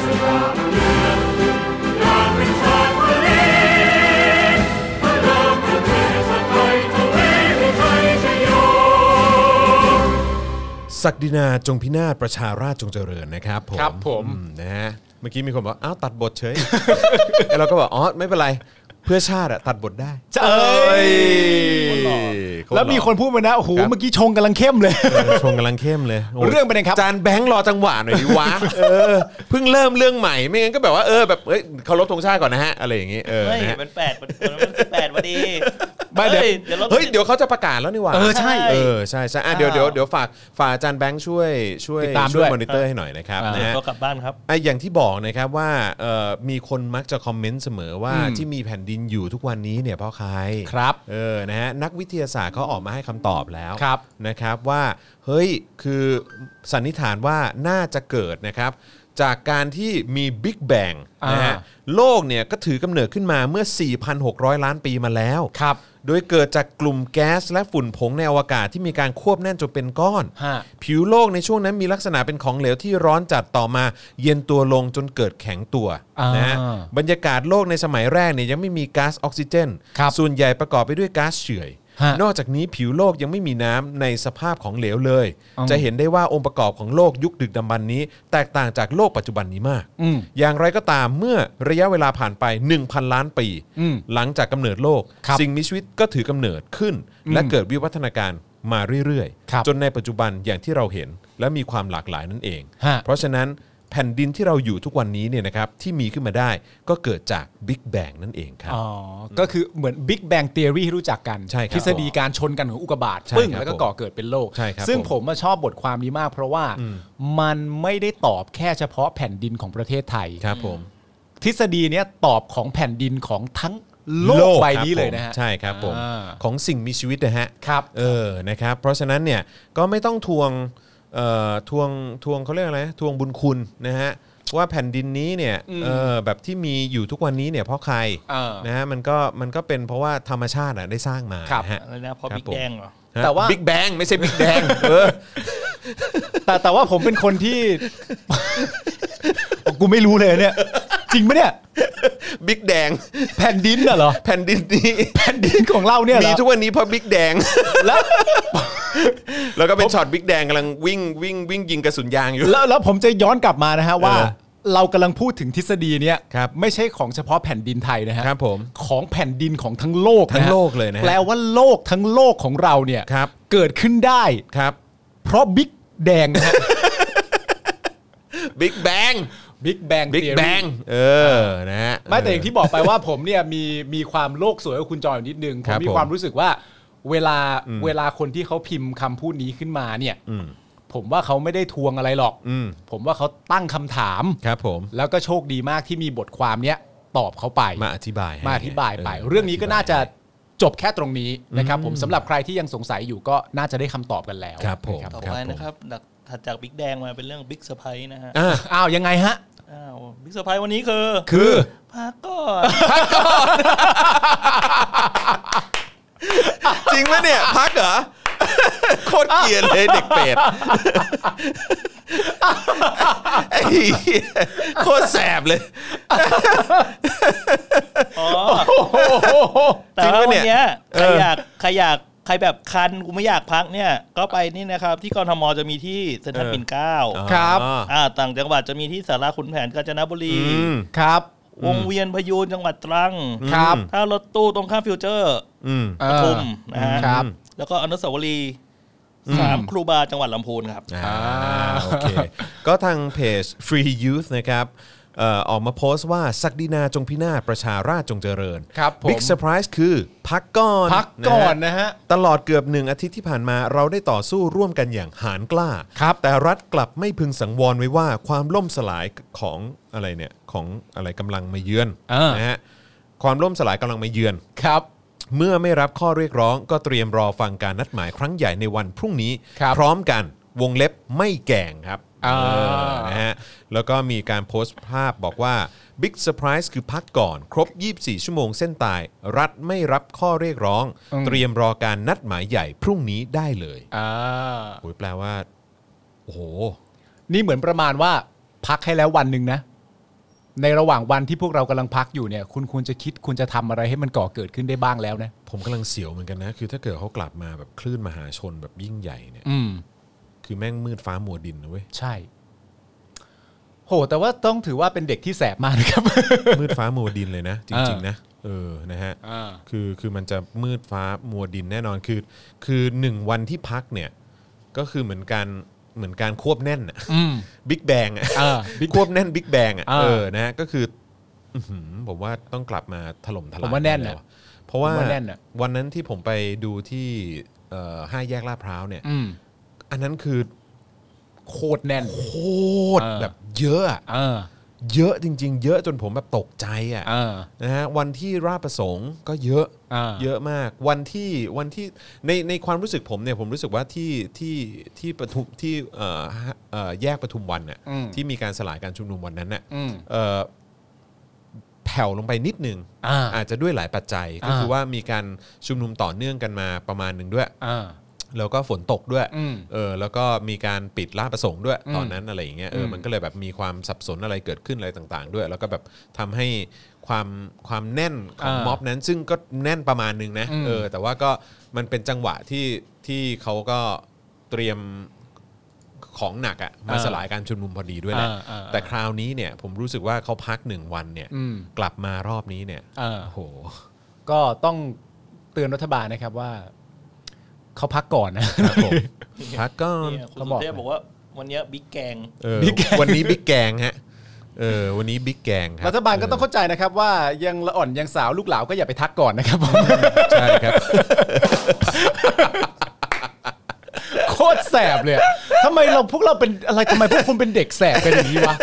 สยามเมืองอยากเป็นชาติทะเลพระนามประเทศไทยทะเลให้ไทยชโย
ศักดินาจงพินาศประชาราชจงเจริญนะครับผม
ครับผม
อืนะฮะเมื่อกี้มีคนบอกอ้าวตัดบทเฉย แล้วเราก็บอกอ๋อไม่เป็นไรเพื่อชาติอะตัดบทได้
เอ้ย
โตรหอ
แล้วมีคนพูดมานะโอ้โห
ครับ
เมื่อกี้ชงกำลังเข้มเลย
เออชงกำลังเข้มเลยโย
เรื่องเป็นไงครับ
จานแบงค์รอจังหวะหน่อยดิวะ เออเพิ่งเริ่มเรื่องใหม่ไม่งั้นก็แบบว่าเออแบบเอ้ยเคารพธงชาติก่อนนะฮะอะไรอย่างงี้เออ
เฮ้ย
นะฮะ
มันแปดมันมันสิบแปดวันดี
ไม่เดี๋ยว
ฮ้เดี๋ยวรา
เฮ้ยเดี๋ยวเขาจะประกาศแล้วนี่หว่า
เออใช่
เออใช่ใช่อ่ะเดี๋ยวเดี๋ยวเดี๋ยวฝากฝากอาจานแบงค์ช่วยช่วย
ติดตาม
ช่วย
ด้วย
มอนิเตอร์ให้หน่อยนะครับ
อ่าน
นะฮะ
ก็กลับบ้านครับ
ไออย่างที่บอกนะครับว่าเอ่อมีคนมักจะคอมเมนต์เสมอว่าที่มีแผ่นดินอยู่ทุกวันนี้เนี่ยเพราะใคร
ครับ
เออนะฮะนักวิทยาศาสตร์เขาออกมาให้คำตอบแล้ว
ครับ
นะครับว่าเฮ้ยคือสันนิษฐานว่าน่าจะเกิดนะครับ จากการที่มีบิ๊กแบงนะฮะ
อ่า
โลกเนี่ยก็ถือกำเนิดขึ้นมาเมื่อ 4,600 ล้านปีมาแล้ว
ครับ
โดยเกิดจากกลุ่มแก๊สและฝุ่นผงในอวกาศที่มีการควบแน่นจนเป็นก้อน
ฮะ
ผิวโลกในช่วงนั้นมีลักษณะเป็นของเหลวที่ร้อนจัดต่อมา เย็นตัวลงจนเกิดแข็งตัว
อ่าน
นะฮะบรรยากาศโลกในสมัยแรกเนี่ยยังไม่มีก๊าซออกซิเจน
ครับ
ส่วนใหญ่ประกอบไปด้วยก๊าซเฉื่อย
ฮะ
นอกจากนี้ผิวโลกยังไม่มีน้ำในสภาพของเหลวเลย
อืม
จะเห็นได้ว่าองค์ประกอบของโลกยุคดึกดำบรรพ์นี้ แตกต่างจากโลกปัจจุบันนี้มาก
อืม
อย่างไรก็ตามเมื่อระยะเวลาผ่านไป 1,000 ล้านปี
อืม
หลังจากกำเนิดโลก
ครับ
สิ่งมีชีวิตก็ถือกำเนิดขึ้น
อืม
และเกิดวิวัฒนาการมาเรื่อย
ครับ
ๆ จนในปัจจุบันอย่างที่เราเห็นและมีความหลากหลายนั่นเอง
ฮะ
เพราะฉะนั้นแผ่นดินที่เราอยู่ทุกวันนี้เนี่ยนะครับที่มีขึ้นมาได้ก็เกิดจากบิ๊กแบงนั่นเองครับ
อ๋อ ก็คือเหมือน Big Bang Theory ที่รู้จักกัน
ใช่ครับ
ทฤษฎีการชนกันของอุกกาบาต
ใช่
ปึ้ง
ครับ
แล้วก็
ผม
ก่อเกิดเป็นโลก
ใช่ครับ
ซึ่ง
ผม
ผมมาชอบบทความนี้มาก เพราะว่า
อืม
มันไม่ได้ตอบแค่เฉพาะแผ่นดินของประเทศไทย
ครับผม
ทฤษฎีเนี้ยตอบของแผ่นดินของทั้งโลกใบนี้เลยนะ
ครับผม
ฮะ
ใช่ครับผม
อ่า
ของสิ่งมีชีวิตนะฮะ
ครับ
เออ นะครับ เพราะฉะนั้นเนี่ยก็ไม่ต้องทวง เอ่อ ทวง ทวงเขาเรียกอะไร ทวงบุญคุณนะฮะ ว่าแผ่นดินนี้เนี่ย เออ แบบที่มีอยู่ทุกวันนี้เนี่ยเพราะใคร
เออ
นะฮะ มันก็ มันก็เป็นเพราะว่าธรรมชาติอะได้สร้างมา
ครับ
นะฮะ
อะไรนะพอบิ๊กแดงเหรอ
ฮะ
แต่ว่า
บิ๊กแบงไม่ใช่บิ๊กแดง เออ
แต่แต่ว่าผมเป็นคนที่ กูไม่รู้เลยเนี่ย จริงปะเนี่ย
บิ๊กแดง
แผ่นดินน่ะเหรอ
แผ่นดินนี้
แผ่นดินของเราเนี่ยเหร
มี
อ
ทุกวันนี้เพราะบิ๊กแดง
แล้ว
แล้วก็เป็นช็อตบิ๊กแดงกำลังวิ่งวิ่งวิ่งยิงกระสุนยางอยู่
แล้วแล้วผมจะย้อนกลับมานะฮะว่า
เออ
เรากำลังพูดถึงทฤษฎีเนี้ย
ครับ
ไม่ใช่ของเฉพาะแผ่นดินไทยนะฮะ
ครับผม
ของแผ่นดินของทั้งโลกนะฮะ
ทั้งโลกเลยนะฮะ
แปลว่าโลกทั้งโลกของเราเนี่ย
ครับ
เกิดขึ้นได้
ครับ
เพราะบิ๊กแดงนะฮะ
บิ๊กแบง
บิ๊กแบง
บิ๊กแบง เออ นะฮะ
ไม่แต่อย่างที่บอกไปว่าผมเนี่ยมีมีความโลกสวยกับคุณจอยอยู่นิดนึงผ
ครั
ม
บ
มี
ผม
ความรู้สึกว่าเวลาเวลาคนที่เขาพิมพ์คำพูดนี้ขึ้นมาเนี่ย
อืม
ผมว่าเขาไม่ได้ทวงอะไรหรอก
อืม
ผมว่าเขาตั้งคำถาม
ครับผม
แล้วก็โชคดีมากที่มีบทความเนี้ยตอบเขาไป
มาอธิบายให้
มาอธิบายไป
เ
เรื่องนี้ก็น่าจะจบแค่ตรงนี้นะครับผมสำหรับใครที่ยังสงสัยอยู่ก็น่าจะได้คำตอบกันแล้ว
ครับผม
นะ
ต่อ
ครับ
ไป
ผม
นะครับดักถัดจากบิ๊กแดงมาเป็นเรื่องบิ๊กเซอร์ไพรส์นะฮะ
อ่ะ
อ้าวยังไงฮะ
อ้าวบิ๊กเซอร์ไพรส์วันนี้คือ
คือ
พาก่ อน
จริงไหมเนี่ยพักเหร อ โคตรเกลียดเลยเด็กเป็ดไอ้เหี้ยโคตรแสบเลย
อ๋อ
จ
แต่
ริงปะ
ว่าวั
เนี่ย
นเนี้ย
เอ
ใคร
อ
อ
อ
ยากใครอยากใครแบบคันกูไม่อยากพักเนี่ย ก็ไปนี่นะครับ ที่กรทมจะมีที่เซ็นทรัลปิ่นเกล้า
ครับ
อ๋อ
อ่าต่างจังหวัดจะมีที่สาราขุนแผนกาญจนบุรี
อืม
ครับ
วงเวียนพยูนจังหวัดตรัง
ครับ
ถ้ารถตู้ตรงข้ามฟิวเจอร์
อืม
ปทุมนะฮะ
ครับ
แล้วก็อนุสาวรีย์สามครูบาจังหวัดลำพูนครับ
อ่าโอเค ก็ทางเพจ Free Youth นะครับเอ่อออกมาโพสต์ว่า ศักดินาจงพินาศประชาราชจงเจริญ
ครับผม
Big Surprise คือพักก่อน
พักก่อน
นะฮะ
นะฮะ
ตลอดเกือบหนึ่งอาทิตย์ที่ผ่านมาเราได้ต่อสู้ร่วมกันอย่างหานกล้า
ครับ
แต่รัฐกลับไม่พึงสังวรไว้ว่าความล่มสลายของอะไรเนี่ยของอะไรกำลังมาเยือน
อ่าน
นะฮะความล่มสลายกำลังมาเยือน
ครับ
เมื่อไม่รับข้อเรียกร้องก็เตรียมรอฟังการนัดหมายครั้งใหญ่ในวันพรุ่งนี้
ครับ
พร้อมกันวงเล็บไม่แก่งครับ
อ่า
เออนะฮะแล้วก็มีการโพสต์ภาพบอกว่า Big Surprise คือพักก่อน ครบ 24 ชั่วโมงเส้นตาย รัฐไม่รับข้อเรียกร้อง เตรียมรอการนัดหมายใหญ่พรุ่งนี้ได้เลย
อ่า
โอ้ยแปลว่า โอ้โห
นี่เหมือนประมาณว่าพักให้แล้ววันหนึ่งนะ ในระหว่างวันที่พวกเรากำลังพักอยู่เนี่ย คุณควรจะคิดคุณจะทำอะไรให้มันก่อเกิดขึ้นได้บ้างแล้วนะ
ผมกำลังเสียวเหมือนกันนะ คือถ้าเกิดเขากลับมาแบบคลื่นมหาชนแบบยิ่งใหญ่เนี่ย
อืม
คือแม่งมืดฟ้ามัวดินนะเว้ย
ใช่ โห แต่ว่าต้องถือว่าเป็นเด็กที่แสบมากนะครับ
มืดฟ้ามัวดินเลยนะ จริง ๆ นะ เออนะฮะ
อ่า
คือคือมันจะมืดฟ้ามัวดินแน่นอนคือ คือหนึ่งวันที่พักเนี่ย ก็คือเหมือนการเหมือนการควบแน่นอะ
อืม
บิ๊กแบงอะ
เออ Big
ควบแน่นบิ๊กแบงอะ
อ่า
เออนะฮะก็คืออื้อหือผมว่าต้องกลับมาถล่มทลาย
ผมว่าแน่นอะ
เยเพราะว่า
ผมว่าแน่นอะ
วันนั้นที่ผมไปดูที่เอ่อห้าแยกลาดพร้าวเนี่ย
อืม
อันนั้นคือ
โคตรแน่น
โคตร
เออ
แบบเยอะอะ
เออ
เยอะจริง ๆ เยอะจนผมแบบตกใจอะ
เออ
นะฮะวันที่ราชประสงค์ก็เยอะ
อ่า
เยอะมากวันที่วันที่ในในความรู้สึกผมเนี่ยผมรู้สึกว่าที่ที่ที่ปทุมที่เอ่อเอ่อแยกปทุมวันน่ะ
อืม
ที่มีการสลายการชุมนุมวันนั้นน่ะ
อืม
เอ่อแผ่วลงไปนิดนึง
อ่า
จจะด้วยหลายปัจจัย ก็
อ่า
คือว่ามีการชุมนุมต่อเนื่องกันมาประมาณหนึ่งด้วย
อ่า
แล้วก็ฝนตกด้วย
อืม
เออ แล้วก็มีการปิดลาดประสงค์ด้วย
อืม
ตอนนั้นอะไรอย่างเงี้ย เออ
ม
มันก็เลยแบบมีความสับสนอะไรเกิดขึ้นอะไรต่างๆ ด้วย แล้วก็แบบทำให้ความความแน่นของ
อ่า
ม็อบนั้น ซึ่งก็แน่นประมาณนึงนะ
อืม
เออ แต่ว่าก็มันเป็นจังหวะที่ที่เขาก็เตรียมของหนักอะมา
อ่า
สลายการชุมนุมพอดีด้วยแหละ
อ่าอ่าอ่า
แต่คราวนี้เนี่ยผมรู้สึกว่าเขาพักหนึ่งวันเนี่ย
อืม
กลับมารอบนี้เนี่ย
อ่า
โอ้โห
ก็ต้องเตือนรัฐบาลนะครับว่า เขาพักก่อนนะ
ครับผม พักก่อน
เนี่ยคุณ
เขาบ
สุ
อก
เทพบอกว่าวันเนี้ยบิ๊กแกง
เออวันนี้บิ๊กแกงฮะ เออ วันนี้บิ๊กแกงครั
รัฐบาลก็ต้องเข้าใจนะครับ ว่ายังละอ่อนยังสาวลูกหลาวก็อย่าไปทักก่อนนะครับผม
ใช่ครับ
โคตรแสบเลยอะทำไมเราพวกเราเป็นอะไรทำไมพวกคุณเป็นเด็กแสบกันอย่างนี้วะ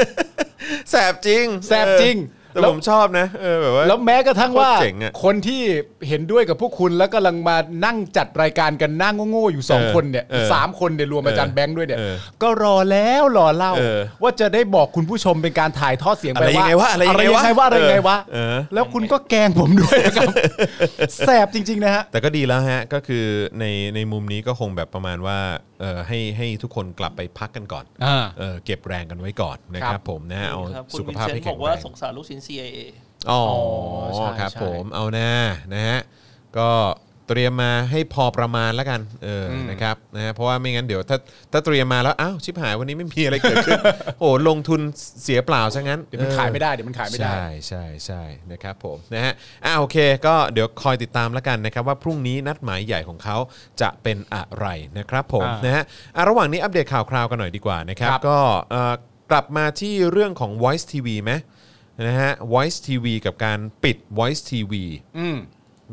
แสบจริง
แสบจริง
เออแต่ผมชอบนะ เออแบบว่า
แล้วแม้กระทั่งว่า
โคตรเจ๋งอะ
คนที่เห็นด้วยกับพวกคุณแล้วกำลังมานั่งจัดรายการกันนั่งโง่ๆอยู่สอง
เออ
คนเนี่ย
เออ
สามคนเนี่ยรวมอาจารย์
เออ
แบงค์ด้วยเนี่ย
เออ
ก็รอแล้วรอเล่า
เออ
ว่าจะได้บอกคุณผู้ชมเป็นการถ่ายทอดเสียงไป
อะไรยังไงวะอะไรยังไงวะ
ว่าอะไรยังไงวะ
เออ
แล้วคุณก็แกล้งผมด้วย นะครับ แสบจริง ๆ นะฮะ
แต่ก็ดีแล้วฮะ ก็คือในในมุมนี้ก็คงแบบประมาณว่า เออให้ให้ทุกคนกลับไปพักกันก่อน
อ่า
เออเก็บแรงกันไว้ก่อนนะค
ครั
รับบ ผมนะฮะเอา
ครับคุณ
สุข
วิน
ภาพ
เซน
ให้
ต์บ
แข็
องก
แร
ว่าง สงสารลูกชิ้น CIA
อ๋อ
ใช่
ครับ
ใช่
ผมเอาหน้านะฮะก็เตรียมมาให้พอประมาณแล้วกันเอออ
ม
นะครับนะฮะเพราะว่าไม่งั้นเดี๋ยวถ้าถ้าเตรียมมาแล้วอ้าวชิบหายวันนี้ไม่มีอะไรเกิดขึ้น โอ้โหลงทุนเสียเปล่าซะงั้น
เดี๋ยวมัน
ออ
ขายไม่ได้เดี๋ยวมันขายไม่ได้
ใช่ใช่ใช่นะครับผมนะฮะอ่าโอเค ก็เดี๋ยวคอยติดตามแล้วกันนะครับ ว่าพรุ่งนี้นัดหมายใหญ่ของเขาจะเป็นอะไรนะครับผม
อ่าน
นะฮะอ่ะระหว่างนี้อัปเดตข่าวคราวกันหน่อยดีกว่านะครับ
ครับ
ก็เอ่อกลับมาที่เรื่องของ Voice TV ไหมนะฮะ Voice TV กับการปิด Voice TV
อืม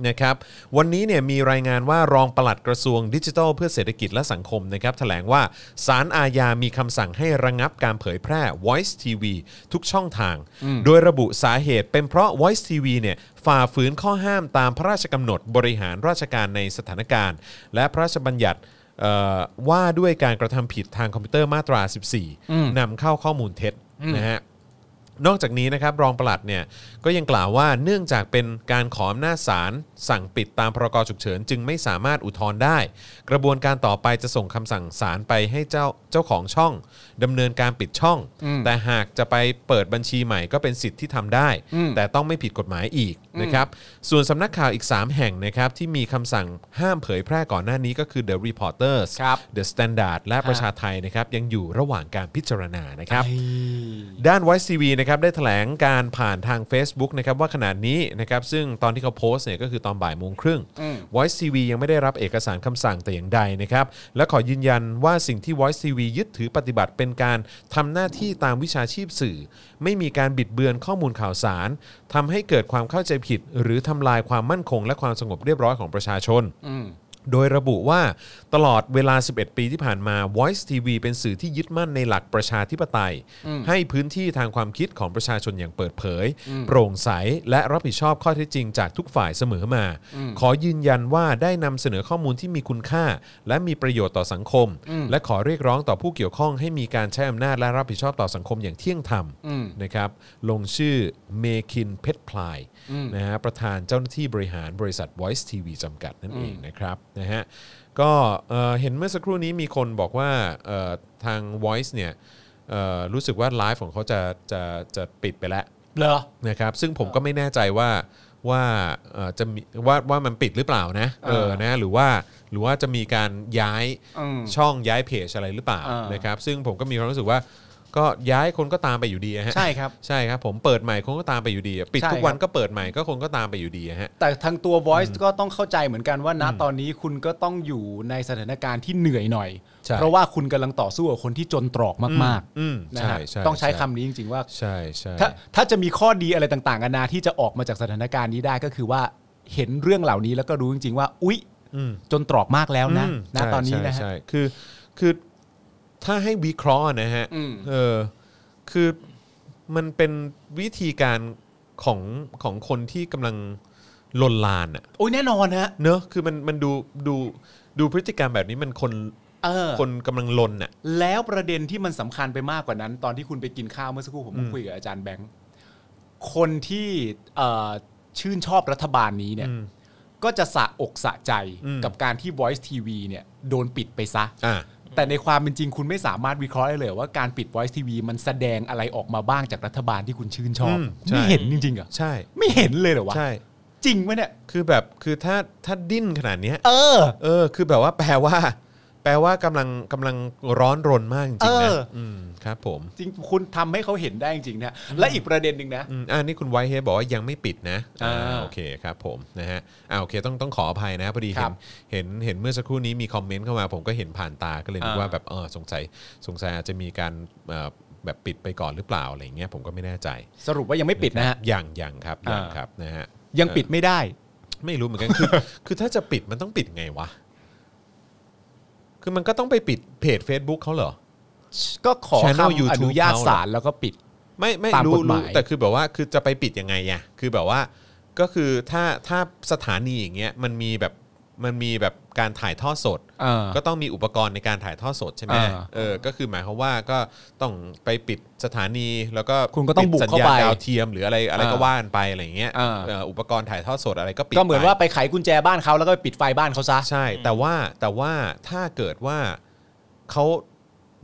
นะครับวันนี้เนี่ยมีรายงานว่ารองปลัดกระทรวงดิจิทัลเพื่อเศรษฐกิจและสังคมนะครับแถลงว่าศาลอาญามีคำสั่งให้ระงงับการเผยแพร่ Voice TV ทุกช่องทาง โดยระบุสาเหตุเป็นเพราะ Voice TV เนี่ยฝ่าฝืนข้อห้ามตามพระราชกำหนดบริหารราชการในสถานการณ์ และพระราชบัญญัติเอ่อว่าด้วยการกระทำผิดทางคอมพิวเตอร์มาตรา 14นำเข้าข้อมูลเท็จนะฮะ นอกจากนี้นะครับรองปลัดเนี่ยก็ยังกล่าวว่าเนื่องจากเป็นการขออำนาจศาลสั่งปิดตามพรกฉุกเฉิน จึงไม่สามารถอุทธรณ์ได้ กระบวนการต่อไปจะส่งคำสั่งศาลไปให้เจ้าเจ้าของช่องดำเนินการปิดช่อง แต่หากจะไปเปิดบัญชีใหม่ก็เป็นสิทธิ์ที่ทำได้ แต่ต้องไม่ผิดกฎหมายอีก นะครับส่วนสำนักข่าวอีก 3 แห่งนะครับที่มีคำสั่งห้ามเผยแพร่ก่อนหน้านี้ก็คือ The Reporters
ครับ
The Standard และประชาไทยนะครับยังอยู่ระหว่างการพิจารณานะครับ
เฮ้ย
ด้าน Voice TV นะครับได้แถลงการผ่านทาง Facebook นะครับว่าขนาดนี้นะครับซึ่งตอนที่เขาโพสต์เนี่ยก็คือตอนบ่ายโมงครึ่ง Voice TV ยังไม่ได้รับเอกสารคำสั่งแต่อย่างใดนะครับและขอยืนยันว่าสิ่งที่ Voice TV ยึดถือปฏิบัติเป็นการทำหน้าที่ตามวิชาชีพสื่อ ไม่มีการบิดเบือนข้อมูลข่าวสารทำให้เกิดความเข้าใจผิด หรือทำลายความมั่นคง และความสงบเรียบร้อยของประชาชน โดยระบุว่าตลอดเวลา 11 ปีที่ผ่านมา Voice TV เป็นสื่อที่ยึดมั่นในหลักประชาธิปไตย ให้พื้นที่ทางความคิดของประชาชนอย่างเปิดเผย โปร่งใส และรับผิดชอบข้อเท็จจริงจากทุกฝ่ายเสมอมา ขอยืนยันว่าได้นำเสนอข้อมูลที่มีคุณค่า และมีประโยชน์ต่อสังคม และขอเรียกร้องต่อผู้เกี่ยวข้องให้มีการใช้อำนาจและรับผิดชอบต่อสังคมอย่างเที่ยงธรรมนะครับลงชื่อเมคินเพชรพลายนะฮะประธานเจ้าหน้าที่บริหารบริษัท Voice TV จำกัดนั่นเองนะครับนะฮะก็เอ่อเห็นเมื่อสักครู่นี้มีคนบอกว่าเอ่อทาง Voice เนี่ยเอ่อรู้สึกว่าไลฟ์ของเขาจะจะจะปิดไปแล้ว
เหรอ
นะครับซึ่งผมก็ไม่แน่ใจว่าว่าเอ่อจะมีว่าว่ามันปิดหรือเปล่านะเออนะหรือว่าหรือว่าจะมีการย้ายช่องย้ายเพจอะไรหรือเปล่า
อ่าน
นะครับซึ่งผมก็มีความรู้สึกว่าก็ย้ายคนก็ตามไปอยู่ดีอะฮะ
ใช่ครับ
ใช่ครับผมเปิดใหม่คนก็ตามไปอยู่ดีอะปิด
ใช่
ทุกวัน
ครับ
ก็เปิดใหม่ก็คนก็ตามไปอยู่ดีอะฮะ
แต่ทางตัว Voice ก็ต้องเข้าใจเหมือนกันว่าณตอนนี้คุณก็ต้องอยู่ในสถานการณ์ที่เหนื่อยหน่อย
ใช่
เพราะว่าคุณกำลังต่อสู้กับคนที่จนตรอกมาก
อืม
ๆนะ
ใช่
ฮะ
ใช่
ต้องใช้คำนี้จริงๆว่า
ใช่ใช่
ถ้าถ้าจะมีข้อดีอะไรต่างๆนานาที่จะออกมาจากสถานการณ์นี้ได้ก็คือว่าเห็นเรื่องเหล่านี้แล้วก็รู้จริงๆว่า อุ๊ย
อืม
จนตรอกมากแล้วนะ
อืม
ณ
ใช่
ตอนนี้นะ
ใช่
ฮะ
ใช่คือ คือ ถ้าให้วิเคราะห์นะฮะ
อืม
เออ คือ มันเป็นวิธีการของของคนที่กำลังลนลานอะ
โอ้ยแน่นอนฮะ
เนอะ คือมันมันดูดูดูพฤติกรรมแบบนี้มันคน
เออ
คนกำลังลนอะ
แล้วประเด็นที่มันสำคัญไปมากกว่านั้น ตอนที่คุณไปกินข้าวเมื่อสักครู่ผมก็คุยกับอาจารย์แบงค์คนที่เอ่อชื่นชอบรัฐบาลนี้เนี่ย ก็จะสะอกสะใจ
อืม
กับการที่ Voice TV เนี่ยโดนปิดไปซะ
อ่ะ
แต่ในความเป็นจริงคุณไม่สามารถวิเคราะห์ได้เลยว่าการปิด Voice TV มันแสดงอะไรออกมาบ้างจากรัฐบาลที่คุณชื่นชอบ
อืมใช่
ไม่เห็นจริงๆเหรอ
ใช่
ไม่เห็นเลยเหรอวะ
ใช่
จริงไหมเนี่ย
คือแบบ คือถ้าถ้าดิ้นขนาดเนี้ย
เออ
เออ คือแบบว่าแปลว่า แปลว่ากำลังกำลังร้อนรนมากจริงๆนะ
เออ
มครับผม
จริงคุณทำให้เขาเห็นได้จริงๆนะและอีกประเด็นหนึ่งนะ
อืมอ่านี่คุณไวท์เฮดบอกว่ายังไม่ปิดนะ
อ่า
โอเคครับผมนะฮะอ่าโอเคต้องต้องขออภัยนะพอดี
ค
เห็
รั
น
บ
เห็นเห็นเมื่อสักครู่นี้มีคอมเมนต์เข้ามา ผมก็เห็นผ่านตาก็เลยนึก
อ่า
ว่าแบบเออสงสัยสงสัยอาจจะมีการเอ่อแบบปิดไปก่อนหรือเปล่าอะไรอย่างเงี้ยผมก็ไม่แน่ใจ
สรุปว่ายังไม่ปิดนะฮะ
อย่างอย่างครับอย่าง
อ่า
ครับนะฮะ
ยังปิด
เ
ไม่ได้
อ่อไม่รู้เหมือนกัน คือ คือถ้าจะปิดมันต้องปิดไงวะคือมันก็ต้องไปปิดเพจ Facebook เขาเหรอ
ก็ขอ
Channel
คำ
YouTube
อนุญาต
เขา
ศาลแล้วก็ปิด
ไม่ไม่
ตาม
รู้
กฎหมาย
รู้แต่คือแบบว่าคือจะไปปิดยังไงอะคือแบบว่าก็คือถ้าถ้าสถานีอย่างเงี้ยมันมีแบบมันมีแบบการถ่ายทอดสด
เออ
ก็ต้องมีอุปกรณ์ในการถ่ายทอดสดใช่ไหม
เออ
เออก็คือหมายความว่าก็ต้องไปปิดสถานีแล้วก็
คุณก็ต้องบุก
ปิดสัญญ
เข้าไป
ณดาวเทียมหรืออะไรอะไร
เออ
ก็ว่ากันไปอะไรอย่างเงี้ย
เออ
เอ่ออุปกรณ์ถ่ายทอดสดอะไรก็ปิด
ก็เหมือน
ไป
ว่าไปไขกุญแจบ้านเขาแล้วก็ไปปิดไฟบ้านเขาซะ
ใช่แต่ว่าแต่ว่าถ้าเกิดว่าเขา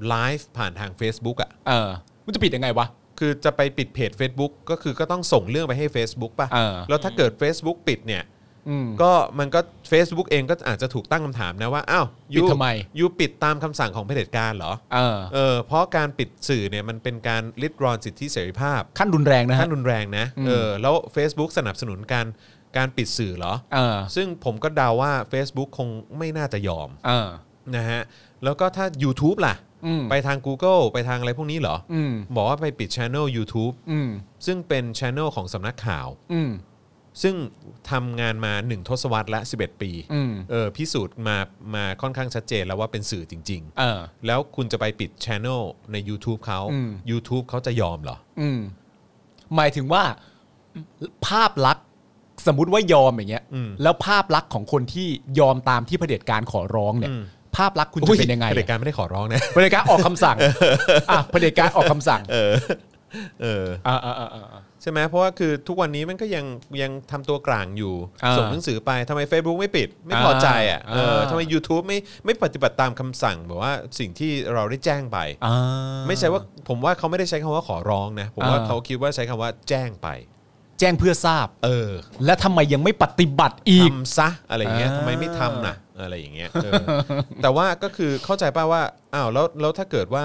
ไลฟ์ผ่านทาง Facebook อ่ะ
เออมันจะปิดยังไงวะ
คือจะไปปิดเพจ Facebook ก็คือก็ต้องส่งเรื่องไปให้ Facebook
เอ
ป่ะ
อ
แล้วถ้าเกิด Facebook ปิดเนี่ย
อืม
ก็มันก็ Facebook เองก็อาจจะถูกตั้งคำถามนะว่า อ้าวยู
ปิดทำไม
ยูปิดตามคำสั่งของเผด็จการเหรอ
เออ
เออ เพราะการปิดสื่อเนี่ยมันเป็นการลิดรอนสิทธิเสรีภาพ
ขั้นรุนแรงนะฮะ
ขั้นรุนแรงนะ
อืม
เออ แล้ว Facebook สนับสนุนการการปิดสื่อเหรอ
เออ
ซึ่งผมก็เดาว่า Facebook คงไม่น่าจะยอม
เออ
นะฮะ แล้วก็ถ้า YouTube ล่ะ
อืม
ไปทาง Google ไปทางอะไรพวกนี้เหรอ
อืม
บอกว่าไปปิดช anel YouTube
อืม
ซึ่งเป็นช anel ของสำนักข่าว
อืม
ซึ่งทำงานมา 1 ทศวรรษและ 11 ปี
อืม
เออพิสูจน์มามาค่อนข้างชัดเจนแล้วว่าเป็นสื่อจริง
เออ
ๆ แล้วคุณจะไปปิดช anel ใน YouTube เขา
อืม
YouTube เขาจะยอมเหรอ
อืมหมายถึงว่าภาพลักษณ์สมมติว่ายอมอย่างเงี้ย
อืม
แล้วภาพลักษณ์ของคนที่ยอมตามที่เผด็จการขอร้องเนี่ย ภาพลักษณ์คุณจะเป็นยังไง
เผด็จการไม่ได้ขอร้องนะ
เผด็จการออกคำสั่งอ่ะเผด็จการออกคำสั่ง
เออเออ
อ่าอ่าอ่าอ่า
ใช่ไหมเพราะว่าคือทุกวันนี้มันก็ยังยังทำตัวกลางอยู่
อ่า
ส่งหนังสือไปทำไม Facebook ไม่ปิด ไม่พอใจอ่ะ
อ่า
เออทำไม YouTube ไม่ไม่ปฏิบัติตามคำสั่งแบบว่าสิ่งที่เราได้แจ้งไป
อ่า
ไม่ใช่ว่าผมว่าเขาไม่ได้ใช้คำว่าขอร้องนะ ผมว่า
อ่า
เขาคิดว่าใช้คำว่าแจ้งไป
แจ้งเพื่อทราบ
เออ
และทำไมยังไม่ปฏิบัติอีก
ทำซะอะไรอย่างเงี้ย
อ่า
ทำไมไม่ทำนะอะไรอย่างเงี้ย เออ แต่ว่าก็คือเข้าใจป่าว่าอ้าวแล้วแล้วถ้าเกิดว่า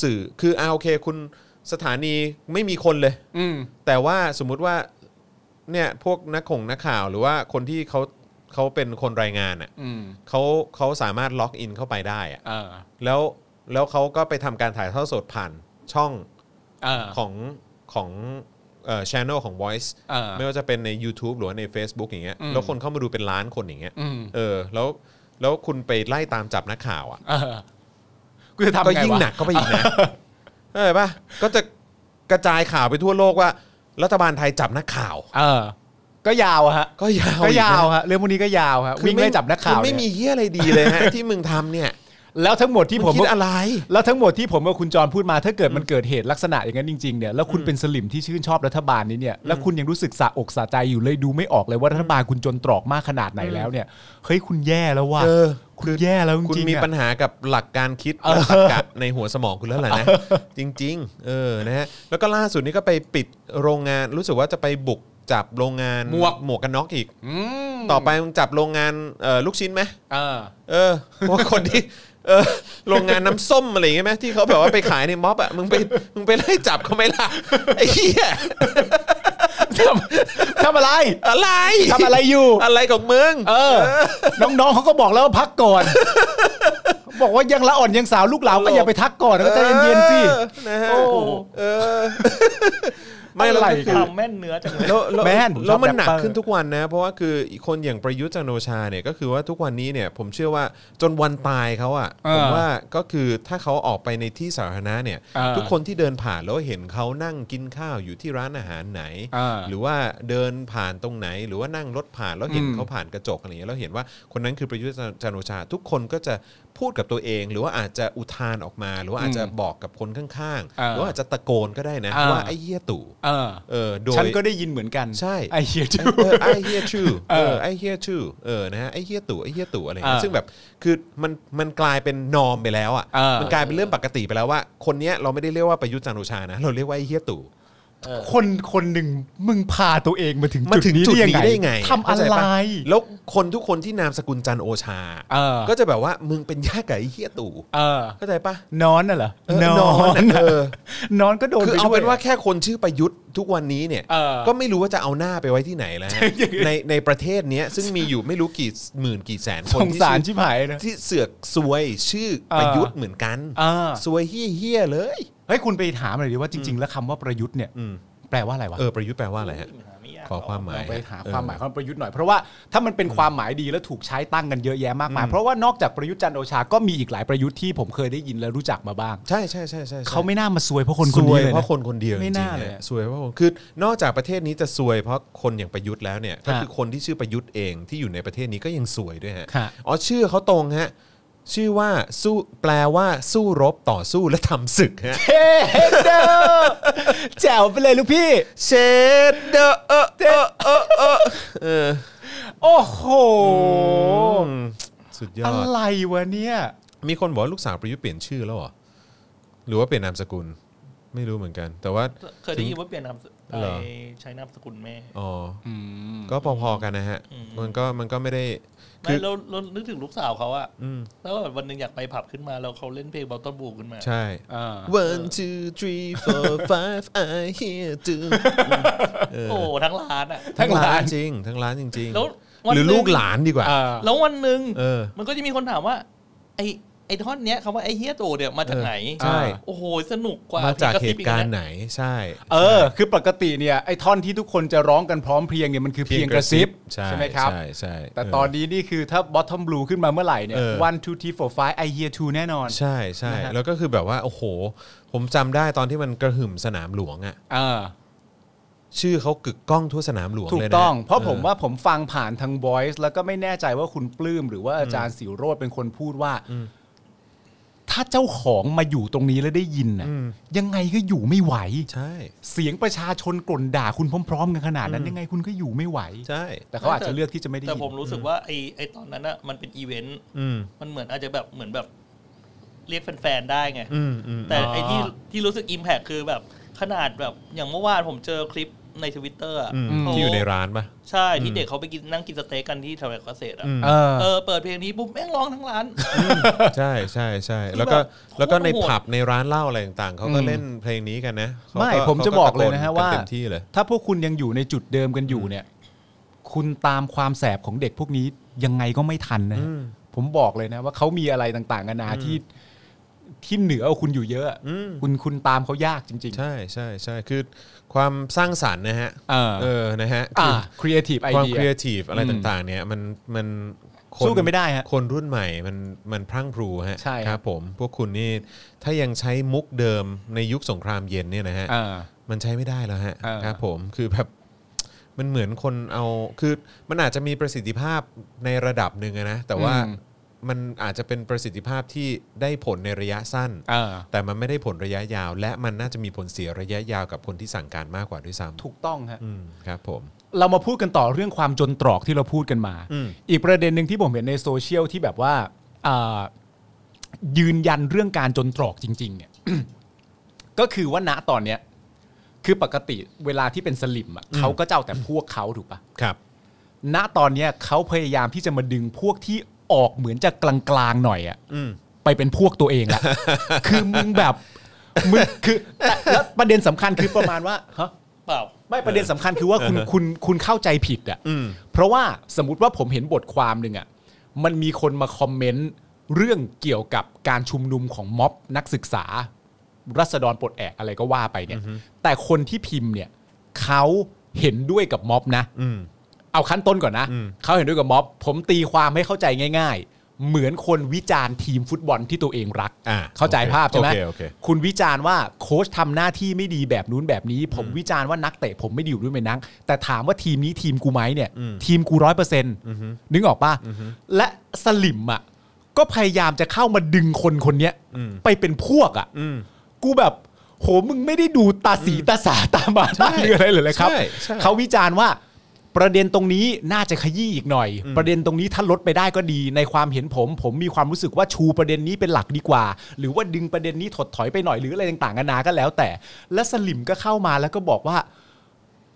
สื่อคืออ่าโอเค คุณสถานีไม่มีคนเลย
อืม
แต่ว่าสมมุติว่าเนี่ยพวกนักข่งนักข่าวหรือว่าคนที่เขาเขาเป็นคนรายงานอ่ะ
อืม
เขาเขาสามารถล็อกอินเข้าไปได้อ่ะ
อ่า
แล้วแล้วเขาก็ไปทำการถ่ายทอดสดผ่านช่อง
อ่า
ของของเอ่อช่องของ Voice
อ่า
ไม่ว่าจะเป็นใน YouTube หรือว่าใน Facebook อย่างเงี้ย
อืม
แล้วคนเข้ามาดูเป็นล้านคนอย่างเงี้ย
อืม
เออแล้วแล้วคุณไปไล่ตามจับนักข่าวอ่ะ
อ่ากูจะทำไวะ
ก็ยิ่งหนักเข้าไป อีกนะ เห็นปะก็จะกระจายข่าวไปทั่วโลกว่า รัฐบาลไทยจับนักข่าว
เออ ก็ยาวอะฮะ
ก็ยาว
ก็
อีนะ
ยาวฮะ เรื่องพวกนี้ก็ยาวฮะ
คือ
วิ่งไล่จับนักข่าว
คือไม่
เนี่ย
มีเฮียอะไรดีเลย ฮะ ที่มึงทำเนี่ย
แล้วทั้งหมดที่ผม
งคิดอะไร
แล้วทั้งหมดที่ผมกับคุณจรพูดมาถ้าเกิดมันเกิดเหตุลักษณะอย่างนั้นจริงๆเนี่ย แล้วคุณเป็นสลิมที่ชื่นชอบรัฐบาลนี้เนี่ย แล้วคุณยังรู้สึกสะอกสะใจอยู่เลยดูไม่ออกเลยว่ารัฐบาลคุณจนตรอกมากขนาดไหนแล้วเนี่ย เฮ้ยคุณแย่แล้วว่ะ
เออ
คุณแย่แล้วจ
คุณ
ริงๆ
มี
อะ
ปัญหากับหลักการคิดและตรรกะในหัวสมองคุณแล้วแหละนะ จริง ๆ เออนะฮะแล้วก็ล่าสุดนี้ก็ไปปิดโรงงานรู้สึกว่าจะไปบุกจับโรงงาน
หมวก
หมวกกันน็อกอีก
อืม
ต่อไปมึงจับโรงงานเอ่อลูกชิ้นไหม
เออ
เออเพราะว่าคนที่เออโรงงานน้ำส้มอะไรอย่างเงี้ยไหมที่เขาแบบว่าไปขายในม็อบอ่ะมึงไปมึงไปไล่จับเขาไหมล่ะไอ้เหี้ย
ทำอะไร
อะไร
ทำอะไรอยู่
อะไรของมึง
เออ น้องๆเขาก็บอกแล้วว่าพักก่อน บอกว่ายังละอ่อนยังสาวลูกเหลาก็อย่าไปทักก่อนนะก็ใจเย็นๆสิ
ออนะฮะ
โอ้
เออไม่เรา
อะไร
ก็คือ
ทำแม่นเนื้อจังเลย
แล้วแล้ว
แม่นผมชอบ
แล้วมันหนัก
แรปเปอร์
ขึ้นทุกวันนะ เพราะว่าคือคนอย่างประยุทธ์จันทร์โอชาเนี่ยก็คือว่าทุกวันนี้เนี่ยผมเชื่อว่าจนวันตายเขาอ่ะผมว่าก็คือถ้าเขาออกไปในที่สาธารณะเนี่ย
เออ
ทุกคนที่เดินผ่านแล้วเห็นเขานั่งกินข้าวอยู่ที่ร้านอาหารไหน
อ่า
หรือว่าเดินผ่านตรงไหน หรือว่านั่งรถผ่านแล้วเห็น
อืม
เขาผ่านกระจกอะไรอย่างเงี้ยแล้วเห็นว่าคนนั้นคือประยุทธ์จันทร์โอชา ทุกคนก็จะพูดกับตัวเอง หรือว่าอาจจะอุทานออกมา หรือว่าอาจจะบอกกับคนข้างๆ
อ่า
หรือว่าอาจจะตะโกนก็ได้นะ
อ่า
ว่าไอ้เหี้ยตู่
เออ
เออโดย
ฉันก็ได้ยินเหมือนกัน
ใช่
ไอเฮียจู
เออไอ้เฮียชู
เอ
เอ
อ
อไอ้เฮียชูเออนะฮะไอ้เฮียตู่ไอ้เฮียตู่อะไรอย่างเงี้
เอย อ
ซึ่งแบบคือมันมันกลายเป็นนอมไปแล้วอ่ะ
เออ
มันกลายเป็นเรื่องปกติไปแล้วว่า คนเนี้ยเราไม่ได้เรียกว่าประยุทธ์จันทร์โอชานะ เราเรียกว่าไอ้เฮียตู่
คนคนหนึ่งมึงพาตัวเองมาถึง
มาถึงจุดนี้ได้
ได้
ไง
ไงทำอะ
เข้าใจ
ไร
ปะแล้วคนทุกคนที่นามสกุลจันทร์โอชา
เออ
ก็จะแบบว่ามึงเป็นญาติกับไอ้เฮียตู่
เออ
เข้าใจปะ
นอนน่ะเหรอ
เออน
นอน
นอน น่ะเออ
นอนก็โดน
คือ
ไป
เอาเป็น
ด้วย
ว่าแค่คนชื่อประยุทธ์ทุกวันนี้เนี่ย
เออ
ก็ไม่รู้ว่าจะเอาหน้าไปไว้ที่ไหนแล้วฮะในในประเทศเนี้ยซึ่งมีอยู่ไม่รู้กี่หมื่นกี่แสนคน
สงสาร
ที่
ชิบหายนะ
ที่เสือกซวยชื่อประยุทธ์เหมือนกัน
เออ
ซวยเฮี้ยๆเลย
เฮ้ยคุณไปถามหน่อยดิว่าจริง ๆ แล้วคำว่าประยุทธ์เนี่ย
อืม
แปลว่าอะไรวะ
เออประยุทธ์แปลว่าอะไรฮะ
ไม่ยาก
ขอความหมาย
ลองไปหา
เออ
ความหมายของประยุทธ์หน่อยเพราะว่าถ้ามันเป็นความหมายดีแล้วถูกใช้ตั้งกันเยอะแยะมากมายเพราะว่านอกจากประยุทธ์จันทร์โอชาก็มีอีกหลายประยุทธ์ที่ผมเคยได้ยินและรู้จักมาบ้าง
ใช่ใช่ใช่ใช่ใช่
เขาไม่น่ามาซวยเพราะคนค
ซ
น
วย
นี้เล
เพ
ยนะ
ราะคนคนเดียว
ไม่
จริง
น่า
ๆ
เลย
ฮะ
อะ
ซวยเพราะคนคือนอกจากประเทศนี้จะซวยเพราะคนอย่างประยุทธ์แล้วเนี่ยก็
ฮะ
คือคนที่ชื่อประยุทธ์เองที่อยู่ในประเทศนี้ก็ยังซวยด้วยฮะ
ค่ะ
อ๋อชื่อเขาตรงฮะชื่อว่าสู้แปลว่าสู้รบต่อสู้และทำศึกฮะ
เฮ้เด้อแจ๋วไปเลยลูกพี่
เชดเดอเออเออเออเออเออ
โอ้โห
อืมสุดยอ
อะ
ด
ไรวะเนี่ย
มีคนบอกว่าลูกสาวประยุทธ์เปลี่ยนชื่อแล้วเหรอหรือว่าเปลี่ยนนามสกุล ไม่รู้เหมือนกัน แต่ว่า
เคยได้ยินว่าเปลี่ยนนามสกุล
เหรอ
ไปใช้นามสกุลแม่
อ๋ออก็พอๆกันนะฮะ
อืม
มันก็มันก็ไม่ได้ คื
ไม่
อ
เราเรานึกถึงลูกสาวเขาอะ
อืม
แล้วแบบวันหนึ่งอยากไปผับขึ้นมาแล้วเขาเล่นเพลงบอลต้นบูขึ้นมา
ใช่ one two three four five I hear do
โอ้โหทั้งร้านอะ
ทั้งร้าน
จริง ทั้งร้านจริง
แล้ว
ๆ
วัน
หรือ
หนึ่ง
ลูกหลานดีกว่า
อ่า
แล้ววันหนึ่ง
เออ
มันก็จะมีคนถามว่า ไอไอท่อนเนี้ยคำว่าไอเฮียโตเนี่ยมาจากไหน
ใช่
โอ้โหสนุกกว่า
มาจากเห
ที่ะซิบ
ตุ
อี
การ
นะ
ณ์ไหนใช่
เออ คือปกติเนี่ยไอ้ท่อนที่ทุกคนจะร้องกันพร้อมเพรียงเนี่ยมันคือเพียงกระซิบ
ใช่
ไหมครับ
ใช่ใช่
แต่ตอนนี้นี่คือถ้าบอททอมบลูขึ้นมาเมื่อไหร่เนี่ย
เออ
one two three four five I hear two แน่นอน
ใช่ใช่
นะฮะ
แล้วก็คือแบบว่า โอ้โห ผมจำได้ตอนที่มันกระหึ่มสนามหลวงอ่ะ
เออ
ชื่อเขากึกก้องทั่วสนามหลวง
ถู
เลย
ก
นะ
ต้อง เพราะผม
ออ
ว่าผมฟังผ่านทาง Voice แล้วก็ไม่แน่ใจว่าคุณปลื้มหรือว่าอาจารย์สิวโรธเป็นคนพูดว่า ถ้าเจ้าของมาอยู่ตรงนี้แล้วได้ยินน่ะ
อืม
ยังไงก็อยู่ไม่ไหว
ใช่
เสียงประชาชนกล่นด่าคุณพร้อม ๆ กันขนาดนั้นยังไงคุณก็อยู่ไม่ไหว
ใช่
แต่เขาอาจจะเลือกที่จะไม่ได้
แต่
ยิน
ผมรู้สึกว่าไอไอตอนนั้นอะมันเป็นอีเวนต์
อืม
มันเหมือนอาจจะแบบเหมือนแบบ เรียกแฟนๆได้ไง
อืมอืม
แต่
อ๋อ
ไอที่ที่รู้สึกอิมแพคคือแบบขนาดแบบอย่างเมื่อวานผมเจอคลิป ในทวิตเตอร์
อืมที่อยู่ในร้านปะ
ใช่ที่เด็กเขาไปกินนั่งกินสเต็กกันที่แถวเกษตรอ่ะ
เออ
เออเปิดเพลงนี้ปุ๊บแม่งร้องทั้งร้าน
ใช่ใช่ใช่
คือ
แล้วก็
แบบโคตร
แล้วก็ใน
โหด
ผับในร้านเหล้าอะไรต่างๆเขาก็
อืม
เล่นเพลงนี้กันนะเขา
ไม่
ก็
ผมจะ
ขา
บอกเลยนะฮะ
ต
ว่า
เต็มที่เลย
ถ้าพวกคุณยังอยู่ในจุดเดิมกันอยู่เนี่ย คุณตามความแสบของเด็กพวกนี้ยังไงก็ไม่ทันนะฮะ
อืม
ผมบอกเลยนะว่าเขามีอะไรต่างๆนานาที่ที่เหนือกว่าคุณอยู่เยอะอะ
อืม
คุณคุณตามเขายากจริง
ใช่ใช่ใช่คือความสร้างสรรค์นะฮะ
เออ
เออนะฮะ
ๆอ่า
คือ
ครีเอทีฟไอ
ความ
เดีย
ครีเอทีฟอะไร
อืม
ต่างๆ เนี่ยมันมันค
สู้กันไม่ได้ฮะ
คนรุ่นใหม่มันมันพรั่งพรูฮะ
ใช่ครับ
ครับผมพวกคุณนี่ถ้ายังใช้มุกเดิมในยุคสงครามเย็นเนี่ยนะฮะ
อ่า
มันใช้ไม่ได้แล้วฮะ
เออ
ครับผมคือแบบมันเหมือนคนเอาคือมันอาจจะมีประสิทธิภาพในระดับหนึ่งอะนะแต่ว่า
อืม
มันอาจจะเป็นประสิทธิภาพที่ได้ผลในระยะสั้น
อ่า
แต่มันไม่ได้ผลระยะยาว และมันน่าจะมีผลเสียระยะยาวกับคนที่สั่งการมากกว่าด้วยซ้ำ
ถูกต้องฮะ
อืมครับผม
เรามาพูดกันต่อเรื่องความจนตรอกที่เราพูดกันมา
อืม
อีกประเด็นหนึ่งที่ผมเห็นในโซเชียลที่แบบว่าอ่ายืนยันเรื่องการจนตรอกจริง ๆ เนี่ย ก็คือว่าณตอนเนี้ย คือปกติเวลาที่เป็นสลิมอ่ะเขาก็เจ้าแต่พวกเขาถูกปะ
ครับ
ณตอนเนี้ยเขาพยายามที่จะมาดึงพวกที่ออกเหมือนจะกลางๆหน่อยอ่ะ
อืม
ไปเป็นพวกตัวเองละ คือมึงแบบมึงคือแต่แล้วประเด็นสำคัญคือประมาณว่าฮะ
เปล่า
ไม่ประเด็นสำคัญคือว่าคุณคุณคุณเข้าใจผิดอ่ะ
อืม
เพราะว่าสมมติว่าผมเห็นบทความหนึ่งอ่ะมันมีคนมาคอมเมนต์เรื่องเกี่ยวกับการชุมนุมของม็อบนักศึกษา รัษฎรปลดแอกอะไรก็ว่าไปเนี่ย แต่คนที่พิมพ์เนี่ยเขาเห็นด้วยกับม็อบนะ
อืม
เอาขั้นต้นก่อนนะ
อืม
เขาเห็นด้วยกับม็อบ ผมตีความให้เข้าใจง่าย ๆ เหมือนคนวิจารณ์ทีมฟุตบอลที่ตัวเองรัก
อ่า
เข้าใจภาพใช่ไหม
โอเคโอเค
คุณวิจารณ์ว่าโค้ชทำหน้าที่ไม่ดีแบบนู้นแบบนี้ ผมวิจารณ์ว่านักเตะผมไม่ดีอยู่ด้วยไหมนัก แต่ถามว่าทีมนี้ทีมกูไหมเนี่ย
อืม
ทีมกูร้อยเปอร์เซ็นต์นึกออกป่ะ และสลิมอ่ะก็พยายามจะเข้ามาดึงคนคนเนี้ย
อืม
ไปเป็นพวกอ่ะ
อืม
กูแบบโหมึงไม่ได้ดูตาสีตาสาตาบาตาเรืออะไรเลยเลยครับ
ใช่ใช่
เขาวิจารณ์ว่าประเด็นตรงนี้น่าจะขยี้อีกหน่อย
อืม
ประเด็นตรงนี้ถ้าลดไปได้ก็ดีในความเห็นผม ผมมีความรู้สึกว่าชูประเด็นนี้เป็นหลักดีกว่า หรือว่าดึงประเด็นนี้ถดถอยไปหน่อยหรืออะไรต่างๆกันานาก็แล้วแต่ และสลิมก็เข้ามาแล้วก็บอกว่า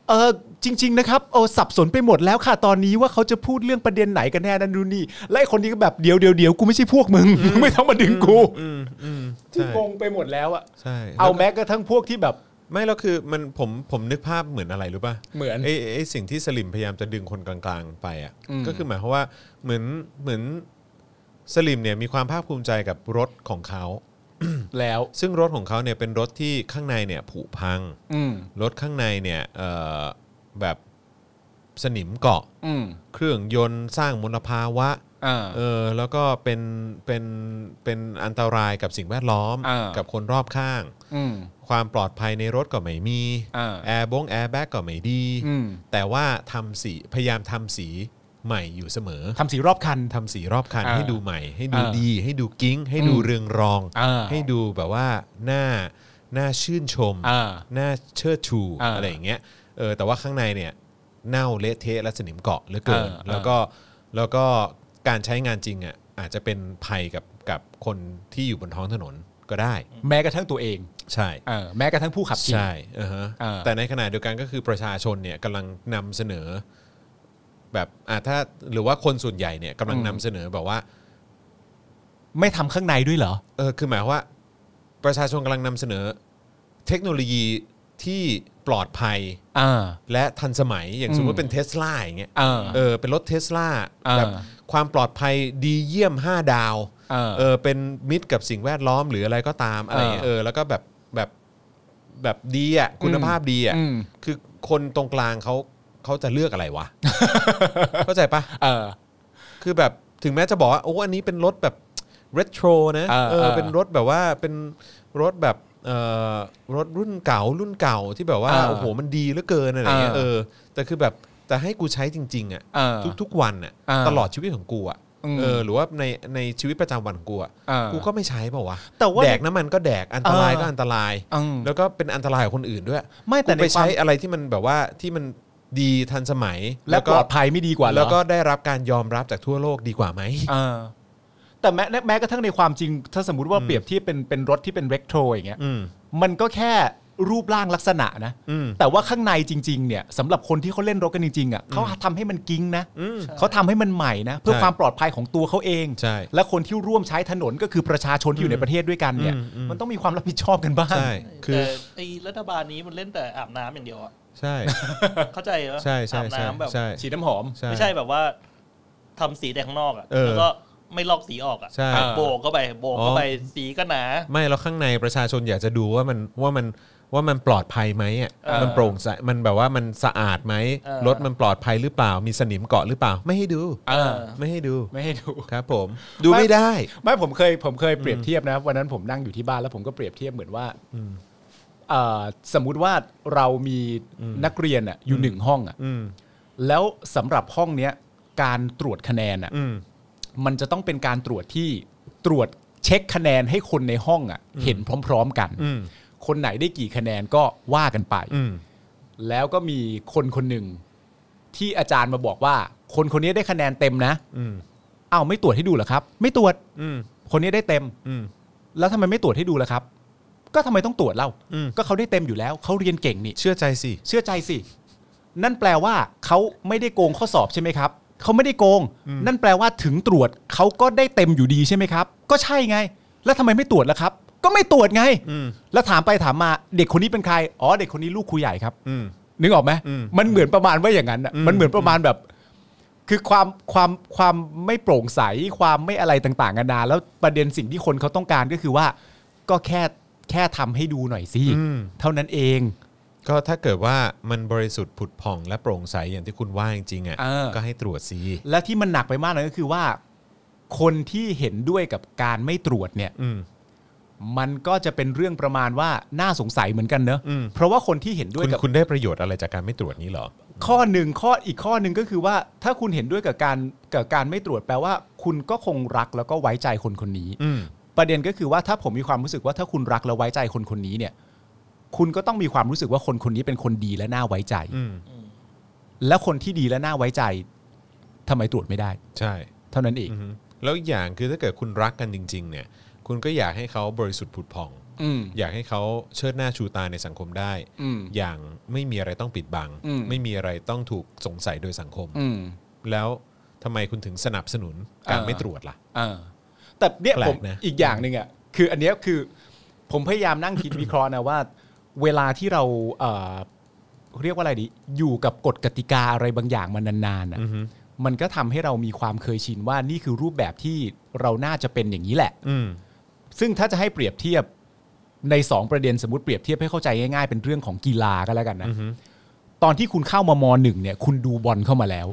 เออจริง ๆ นะครับเออสับสนไปหมดแล้วค่ะตอนนี้ว่าเขาจะพูดเรื่องประเด็นไหนกันแน่นั่นนู่นนี่และไอ้คนนี้ก็แบบเดี๋ยวเดี๋ยวเดี๋ยวกูไม่ใช่พวกมึงมึงไม่ต้องมาดึงกู
อืมอืม
ที่
ใช่
งงไปหมดแล้วอะ
ใช่แล้วก็
เอาแม้กระทั่งพวกที่แบบ
ไม่แล้วคือมันผมผมนึกภาพเหมือนอะไรรู้ป่ะ
เหมือน
ไอ้ไอ้สิ่งที่สลิมพยายามจะดึงคนกลางๆ ไปอ่ะ
อืม
ก็คือหมายความว่าเหมือนเหมือนสลิมเนี่ยมีความภาคภูมิใจกับรถของเขา
แล้ว
ซึ่งรถของเขาเนี่ยเป็นรถที่ข้างในเนี่ยผุพัง
อืม
รถข้างในเนี่ยเอ่อแบบสนิมเกาะ
อืม
เครื่องยนต์สร้างมลภาวะ
อ่า
เออแล้วก็เป็นเป็นเป็นอันตรายกับสิ่งแวดล้อม
อ่ากั
กับคนรอบข้าง
อืม
ความปลอดภัยในรถก็ไม่มี
อ่า
แอร์บงแอร์แบ็กก็ไม่ดี
อืม
แต่ว่าทำสีพยายามทำสีใหม่อยู่เสมอ
ทำสีรอบคัน
ทำสีรอบคัน
อ่า
ให้ดูใหม่ ให้ดู
อ่า
ดี ให้ดูกิ้ง ให้ดูเรืองรอง
อ่า
ให้ดูแบบว่าหน้าหน้าชื่นชม
อ่า
หน้าเชิดชู
อ่า
อะไรอย่างเงี้ยเออแต่ว่าข้างในเนี่ยเน่าเละเทะและสนิมเกาะเหลือเกิน
อ่า
แล้วก็แล้วก็การใช้งานจริงอ่ะอาจจะเป็นภัยกับกับคนที่อยู่บนท้องถนนก็ได้
แม้กระทั่งตัวเอง
ใช่
เออแม้กระทั่งผู้ขับขี่
ใช่อ่าฮะ
อ่า
แต่ในขณะเดียวกันก็คือประชาชนเนี่ยกำลังนำเสนอ แบบอ่าถ้าหรือว่าคนส่วนใหญ่เนี่ยกำลัง
อืม
นำเสนอแบบว่า
ไม่ทำข้างในด้วยเหรอ
เออคือหมายความว่า ประชาชนกำลังนำเสนอ เทคโนโลยีที่ปลอดภัย
อ่า
และทันสมัยอย่าง
อืม
สมมติเป็นเทสลาอย่างเงี้ย
เออ
เออเป็นรถเทสลา
อ่า
แบบความปลอดภัยดีเยี่ยม 5 ดาว
อ่า
เออเป็นมิตรกับสิ่งแวดล้อมหรืออะไรก็ตามอะไรอย่างเงี้ย
อ่า
เออแล้วก็แบบแบบแบบดีอ่ะคุณภาพดีอ่ะ
อืม
คือคนตรงกลางเขาเขาจะเลือกอะไร วะ เข้าใจปะ
เออ
คือแบบถึงแม้จะบอกว่าโอ้อันนี้เป็นรถแบบเรโทรนะ
เออ
เอ
เอ
อ
อ
เป็นรถแบบว่าเป็นรถแบบเอ่อรถรุ่นเก่ารุ่นเก่าที่แบบว่า
เออ
โอ้โหมันดีเหลือเกินอะไรเงี้ยเอ
เอ
อ
อ
แต่คือแบบแต่ให้กูใช้จริงๆอ่ะ
เออ
ทุกๆวันอ่ะ
เออ
ตลอดชีวิตของกูอ่ะ
อืม
เออหรือว่าในในชีวิตประจำวันของกูอ่ะ
เออ
กูก็ไม่ใช้เปล่าวะ
แต่ว่า
แดกน้ำมันก็แดกอันตราย
เออ
ก็อันตราย
อืม
แล้วก็เป็นอันตรายกับคนอื่นด้วย
ไม่แต่
กูไป
ในความ
ใช้ อะไรที่มันแบบว่าที่มันดีทันสมัย
และปลอดภัยไม่ดีกว่าเหรอ
แล้วก็ได้รับการยอมรับจากทั่วโลกดีกว่าไหม
เออแต่แม้แม้กระทั่งในความจริง ถ้าสมมติว่าเปรียบเที่เป็นเป็นรถที่เป็นเรกโทรอย่างเงี้ย
อืม
มันก็แค่ รูปร่างลักษณะนะ แต่ว่าข้างในจริง ๆ เนี่ยสำหรับคนที่เขาเล่นรถกันจริงๆอ่ะเขาทำให้มันกิ้งนะเขาทำให้มันใหม่นะ เพื่อ
ใช่
ความปลอดภัยของตัวเขาเอง
ใช่
และคนที่ร่วมใช้ถนนก็คือประชาชนที่อยู่ในประเทศด้วยกันเนี่ย
อืมอืม
มันต้องมีความรับผิดชอบกันบ้าง
ใช่คือ
แต่ไอ้รัฐบาลนี้มันเล่นแต่อาบน้ำอย่างเดี ยวอะ
ใช่
เข้าใจปะ
ใช่ใช่
อาบ
ใช่
น้ำแบบ
ใช่
ฉีดน้ำหอม
ใช่
ไม่ใช่แบบว่าทำสีแต่ข้างนอกอะ
เออ
แล้วก็ไม่ลอกสีออกอะ
ใช่
โบกเข้าไปโบกเข้า
อ๋อ
ไปสีก็หนา
ไม่แล้วข้างในประชาชนอยากจะดูว่ามันว่ามันว่ามันปลอดภัยไหมอ่ะ
เออ
มันโปร่งใสมันแบบว่ามันสะอาดไหม
เออ
รถมันปลอดภัยหรือเปล่า มีสนิมเกาะหรือเปล่า ไม่ให้ดู
เออ
ไม่ให้ดู
ไม่ให้ดู
ครับ ผม ดูไม่ได้
ไม่ผมเคยผมเคยเปรียบเทียบนะวันนั้นผมนั่งอยู่ที่บ้านแล้วผมก็เปรียบเทียบเหมือนว่าเอ่อสมมุติว่าเรามีนักเรียนอ่ะอยู่หนึ่งห้องอ่ะ
อืม
แล้วสำหรับห้องเนี้ยการตรวจคะแนนอ่ะ
อืม
มันจะต้องเป็นการตรวจที่ตรวจเช็คคะแนนให้คนในห้องอ่ะเห็นพร้อม ๆ กัน
อืม
คนไหนได้กี่คะแนนก็ว่ากันไป
อืม
แล้วก็มีคนคนหนึ่งที่อาจารย์มาบอกว่า คนคนนี้ได้คะแนนเต็มนะ
อืม
เอ้าวไม่ตรวจให้ดูเหรอครับ ไม่ตรวจ
อืม
คนนี้ได้เต็ม
อืม
แล้วทำไมไม่ตรวจให้ดูล่ะครับ ก็ทำไมต้องตรวจเล่า
อืม
ก็เขาได้เต็มอยู่แล้ว เขาเรียนเก่งนี่
เชื่อใจสิ
เชื่อใจสิ นั่นแปลว่าเขาไม่ได้โกงข้อสอบใช่ไหมครับ เขาไม่ได้โกง นั่นแปลว่าถึงตรวจเขาก็ได้เต็มอยู่ดีใช่ไหมครับ ก็ใช่ไง แล้วทำไมไม่ตรวจล่ะครับ ก็ไม่ตรวจไง
อืม
แล้วถามไปถามมาเด็กคนนี้เป็นใคร อ๋อเด็กคนนี้ลูกครูใหญ่ครับ
อืม
นึกออกไหม
อืม
มันเหมือนประมาณว่าอย่างนั้นน่ะ
อืม
มันเหมือนประมาณแบบ คือความความความไม่โปร่งใสความไม่อะไรต่างๆกันานาแล้วประเด็นสิ่งที่คนเขาต้องการก็คือว่า ก็แค่แค่ทำให้ดูหน่อยสิ
อืม
เท่านั้นเอง
ก็ถ้าเกิดว่ามันบริสุทธิ์ผุดผ่องและโปร่งใสอย่างที่คุณว่าจริงๆอ่ะ
เออ
ก็ให้ตรวจสิ
และที่มันหนักไปมากเลยก็คือว่า คนที่เห็นด้วยกับการไม่ตรวจเนี่ย
อืม
มันก็จะเป็นเรื่องประมาณว่าน่าสงสัยเหมือนกันเนอะ
อืม
เพราะว่าคนที่เห็นด้ว
คุณ
ยกับ
คุณได้ประโยชน์อะไรจากการไม่ตรวจนี้เหรอ
ข้อหนึ่งข้ออีกข้อหนึ่งก็คือว่าถ้าคุณเห็นด้วยกับการกับการไม่ตรวจแปลว่า คุณก็คงรักแล้วก็ไว้ใจคนคนนี้
อืม
ประเด็นก็คือว่าถ้าผมมีความรู้สึกว่าถ้าคุณรักและไว้ใจคนคนนี้เนี่ย คุณก็ต้องมีความรู้สึกว่าคนคนนี้เป็นคนดีและน่าไว้ใจ
อืม
และคนที่ดีและน่าไว้ใจทำไมตรวจไม่ได้
ใช่
เท่านั้นเอง
อือฮึแล้วอีกอย่างคือถ้าเกิดคุณรักกันจริง ๆ เนี่ย คุณก็อยากให้เขาบริสุทธิ์ผุดผ่อง
อืม
อยากให้เขาเชิดหน้าชูตาในสังคมได้
อืม
อย่างไม่มีอะไรต้องปิดบัง
อืม
ไม่มีอะไรต้องถูกสงสัยโดยสังคม
อืม
แล้วทำไมคุณถึงสนับสนุนการ
เออ
ไม่ตรวจล่ะ
อ่าแต่เนี่ย
แปล
ผ
ก
ม
นะ
อีกอย่างหนึ่งอ่ะคืออันเนี้ยคือผมพยายามนั่งคิด วิเคราะห์นะว่า เวลาที่เราเอ่อเรียกว่าอะไรดี อยู่กับกฎกติกาอะไรบางอย่างมานานๆอะ
อือฮึ
มันก็ทำให้เรามีความเคยชินว่านี่คือรูปแบบที่เราน่าจะเป็นอย่างนี้แหละ
อืม
ซึ่งถ้าจะให้เปรียบเทียบใน 2 ประเด็นสมมติเปรียบเทียบให้เข้าใจง่ายๆเป็นเรื่องของกีฬาก็แล้วกันนะ
อือฮึ
ตอนที่คุณเข้ามามหนึ่งเนี่ย คุณดูบอลเข้ามาแล้ว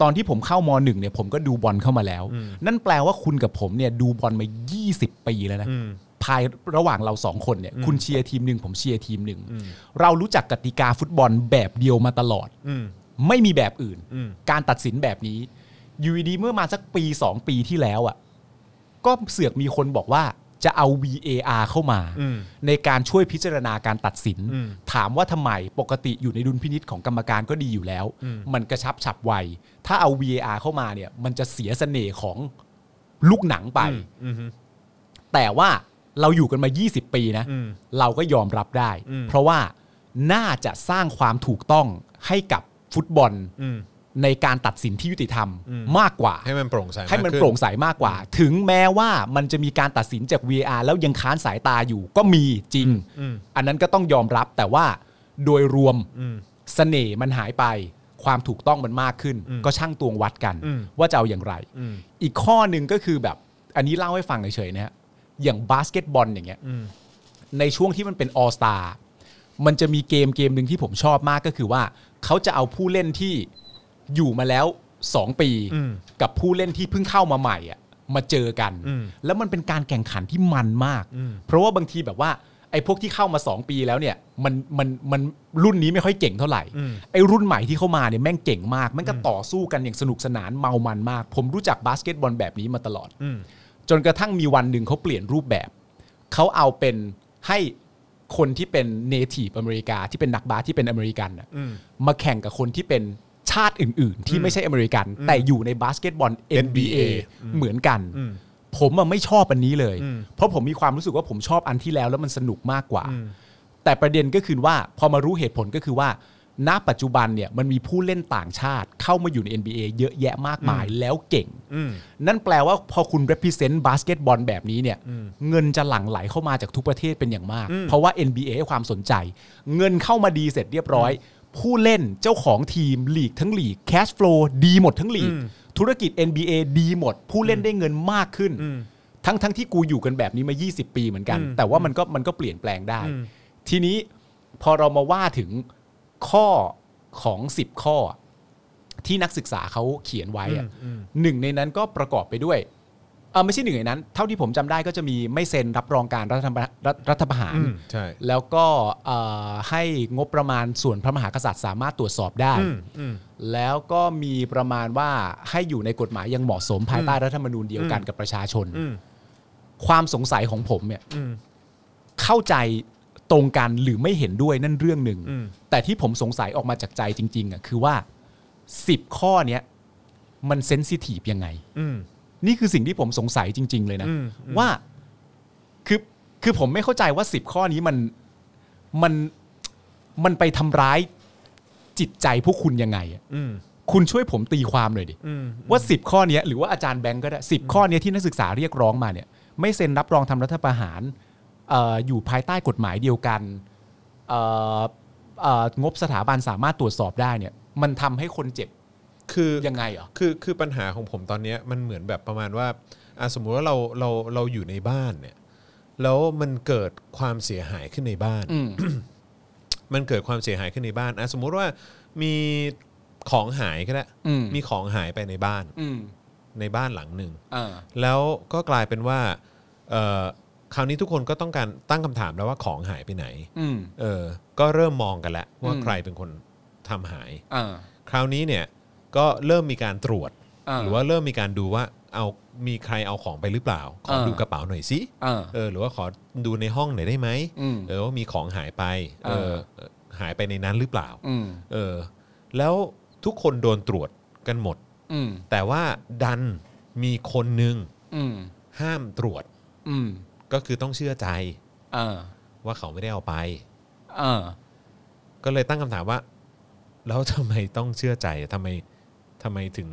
ตอนที่ผมเข้ามหนึ่งเนี่ย ผมก็ดูบอลเข้ามาแล้ว นั่นแปลว่าคุณกับผมเนี่ยดูบอลมา 20 ปีแล้วนะ
อืม
ภายระหว่างเราสองคนเนี่ย คุณเชียร์ทีมหนึ่งผมเชียร์ทีมหนึ่งเรารู้จักกติกาฟุตบอลแบบเดียวมาตลอด
อืม
ไม่มีแบบอื่น
อืม
การตัดสินแบบนี้อยู่ดีๆเมื่อมาสักปี 2 ปีที่แล้วอะ่ะ ก็เสือกมีคนบอกว่าจะเอา VAR เข้ามา
อืม
ในการช่วยพิจารณาการตัดสิน
อืม
ถามว่าทำไมปกติอยู่ในดุลพินิษของกรรมการก็ดีอยู่แล้ว มันกระชับฉับไว ถ้าเอา VAR เข้ามาเนี่ย มันจะเสียเสน่ห์ของลูกหนังไป
อืม
แต่ว่าเราอยู่กันมา 20 ปีนะ
อืม
เราก็ยอมรับได้
อืม
เพราะว่าน่าจะสร้างความถูกต้องให้กับฟุตบอล
อืม
ในการตัดสินที่ยุติธรรม
อืม
มากกว่า
ให้มันโปร่งใสาก
ให้มัน
ขึ้
โปร่งใสมากกว่า ถึงแม้ว่ามันจะมีการตัดสินจาก VR แล้วยังค้านสายตาอยู่ก็มีจริง
อืม
อันนั้นก็ต้องยอมรับแต่ว่าโดยรวม
อืม
เสน่ห์มันหายไป ความถูกต้องมันมากขึ้น
อืม
ก็ช่างตวงวัดกัน
อืม
ว่าจะเอาอย่างไร
อืม
อีกข้อหนึ่งก็คือแบบอันนี้เล่าให้ฟังเฉยๆนะฮะอย่างบาสเกตบอลอย่างเงี้ย
อืม
ในช่วงที่มันเป็นออสตามันจะมีเกมเกมหนึ่งที่ผมชอบมากก็คือว่า เขาจะเอาผู้เล่นที่อยู่มาแล้ว 2 ปี
อืม
กับผู้เล่นที่เพิ่งเข้ามาใหม่อะมาเจอกัน
อืม
แล้วมันเป็นการแข่งขันที่มันมาก
อืม
เพราะว่าบางทีแบบว่าไอ้พวกที่เข้ามา 2 ปีแล้วเนี่ยมันมันมันรุ่นนี้ไม่ค่อยเก่งเท่าไหร่
อืม
ไอ้รุ่นใหม่ที่เข้ามาเนี่ยแม่งเก่งมากแม่งก็ต่อสู้กันอย่างสนุกสนานเมามันมาก ผมรู้จักบาสเกตบอลแบบนี้มาตลอด
อืม
จนกระทั่งมีวันหนึ่งเขาเปลี่ยนรูปแบบ เขาเอาเป็นให้คนที่เป็นเนทีฟอเมริกาที่เป็นนักบาสที่เป็นอเมริกันน่ะ
อืม
มาแข่งกับคนที่เป็นชาติอื่น ๆ ที่ไม่ใช่อเมริกัน แต่อยู่ในบาสเกตบอล NBA เหมือนกัน
อืม
ผมอะไม่ชอบอันนี้เลย
อืม
เพราะผมมีความรู้สึกว่าผมชอบอันที่แล้วแล้วมันสนุกมากกว่า
อืม
แต่ประเด็นก็คือว่า พอมารู้เหตุผลก็คือว่า ณ ปัจจุบันเนี่ยมันมีผู้เล่นต่างชาติเข้ามาอยู่ใน NBA เยอะแยะมากมายแล้วเก่ง
อืม
นั่นแปลว่าพอคุณ represent บาสเกตบอลแบบนี้เนี่ย เงินจะหลั่งไหลเข้ามาจากทุกประเทศเป็นอย่างมาก เพราะว่า NBA ให้ความสนใจ เงินเข้ามาดีเสร็จเรียบร้อย ผู้เล่นเจ้าของทีมลีกทั้งลีก cash flow ดีหมดทั้งลีก ธุรกิจ NBA ดีหมด ผู้เล่นได้เงินมากขึ้น ทั้งทั้งที่กูอยู่กันแบบนี้มา 20 ปีเหมือนกัน แต่ว่ามันก็มันก็เปลี่ยนแปลงได้ ทีนี้พอเรามาว่าถึงข้อของ 10 ข้อ ที่นักศึกษาเขาเขียนไว้อะหนึ่งในนั้นก็ประกอบไปด้วยเออไม่ใช่หนึ่งในนั้น เท่าที่ผมจำได้ก็จะมีไม่เซ็นรับรองการรัฐธรรมรัฐรัฐประหาร
อืมใช่
แล้วก็เอ่อให้งบประมาณส่วนพระมหากษัตริย์สามารถตรวจสอบได้
อืมอืม
แล้วก็มีประมาณว่าให้อยู่ในกฎหมายอยังเหมาะสมภายใต้รัฐธรรมนูญเดียวกันกับประชาชน
อืม
ความสงสัยของผมเนี่ย
อืม
เข้าใจตรงกันหรือไม่เห็นด้วยนั่นเรื่องหนึ่ง
อืม
แต่ที่ผมสงสัยออกมาจากใจจริงๆอ่ะคือว่า 10 ข้อเนี้ยมันเซนซิทีฟยังไง
อืม
นี่คือสิ่งที่ผมสงสัยจริง ๆ เลยนะ
อืมอืม
ว่าคือคือผมไม่เข้าใจว่า 10 ข้อนี้มันมันมันไปทำร้ายจิตใจพวกคุณยังไงอะ
อืม
คุณช่วยผมตีความหน่อยดิ
อืม
ว่า 10 ข้อเนี้ยหรือว่าอาจารย์แบงก์ก็ได้สิข้อเนี้ยที่นักศึกษาเรียกร้องมาเนี่ย ไม่เซ็นรับรองทำรัฐประหารเอออยู่ภายใต้กฎหมายเดียวกันเอ่อเอ่องบสถาบันสามารถตรวจสอบได้เนี่ย มันทำให้คนเจ็บ
คือ
ยังไงเหรอ
คือคือปัญหาของผมตอนเนี้ยมันเหมือนแบบประมาณว่าอ่ะสมมุติว่าเราเราเราอยู่ในบ้านเนี่ยแล้วมันเกิดความเสียหายขึ้นในบ้าน
อืม
มันเกิดความเสียหายขึ้นในบ้านอ่ะสมมุติว่ามีของหายก็ได้
อืม
มีของหายไปในบ้าน
อืม
ในบ้านหลังหนึ่ง
อ่า
แล้วก็กลายเป็นว่าเอ่อคราวนี้ทุกคนก็ต้องการตั้งคำถามแล้วว่าของหายไปไหน
อืม
เออก็เริ่มมองกันแล้วว่า
อืม
ใครเป็นคนทำหาย
อ่า
คราวนี้เนี่ยก็เริ่มมีการตรวจ
อ่า
หรือว่าเริ่มมีการดูว่าเอามีใครเอาของไปหรือเปล่า ขออา ดูกระเป๋าหน่อยสิ
อ่า
เออหรือว่าขอดูในห้องหน่อยได้ไหม
อืม
เออว่ามีของหายไปเออ
อ่า
เออหายไปในนั้นหรือเปล่า
อืม
เออแล้วทุกคนโดนตรวจกันหมด
อืม
แต่ว่าดันมีคนหนึ่ง
อืม
ห้ามตรวจ
อืม
ก็คือต้องเชื่อใจ
อ่า
ว่าเขาไม่ได้เอาไป
อ่า
ก็เลยตั้งคำถามว่า แล้วทำไมต้องเชื่อใจทำไมทำไมถึง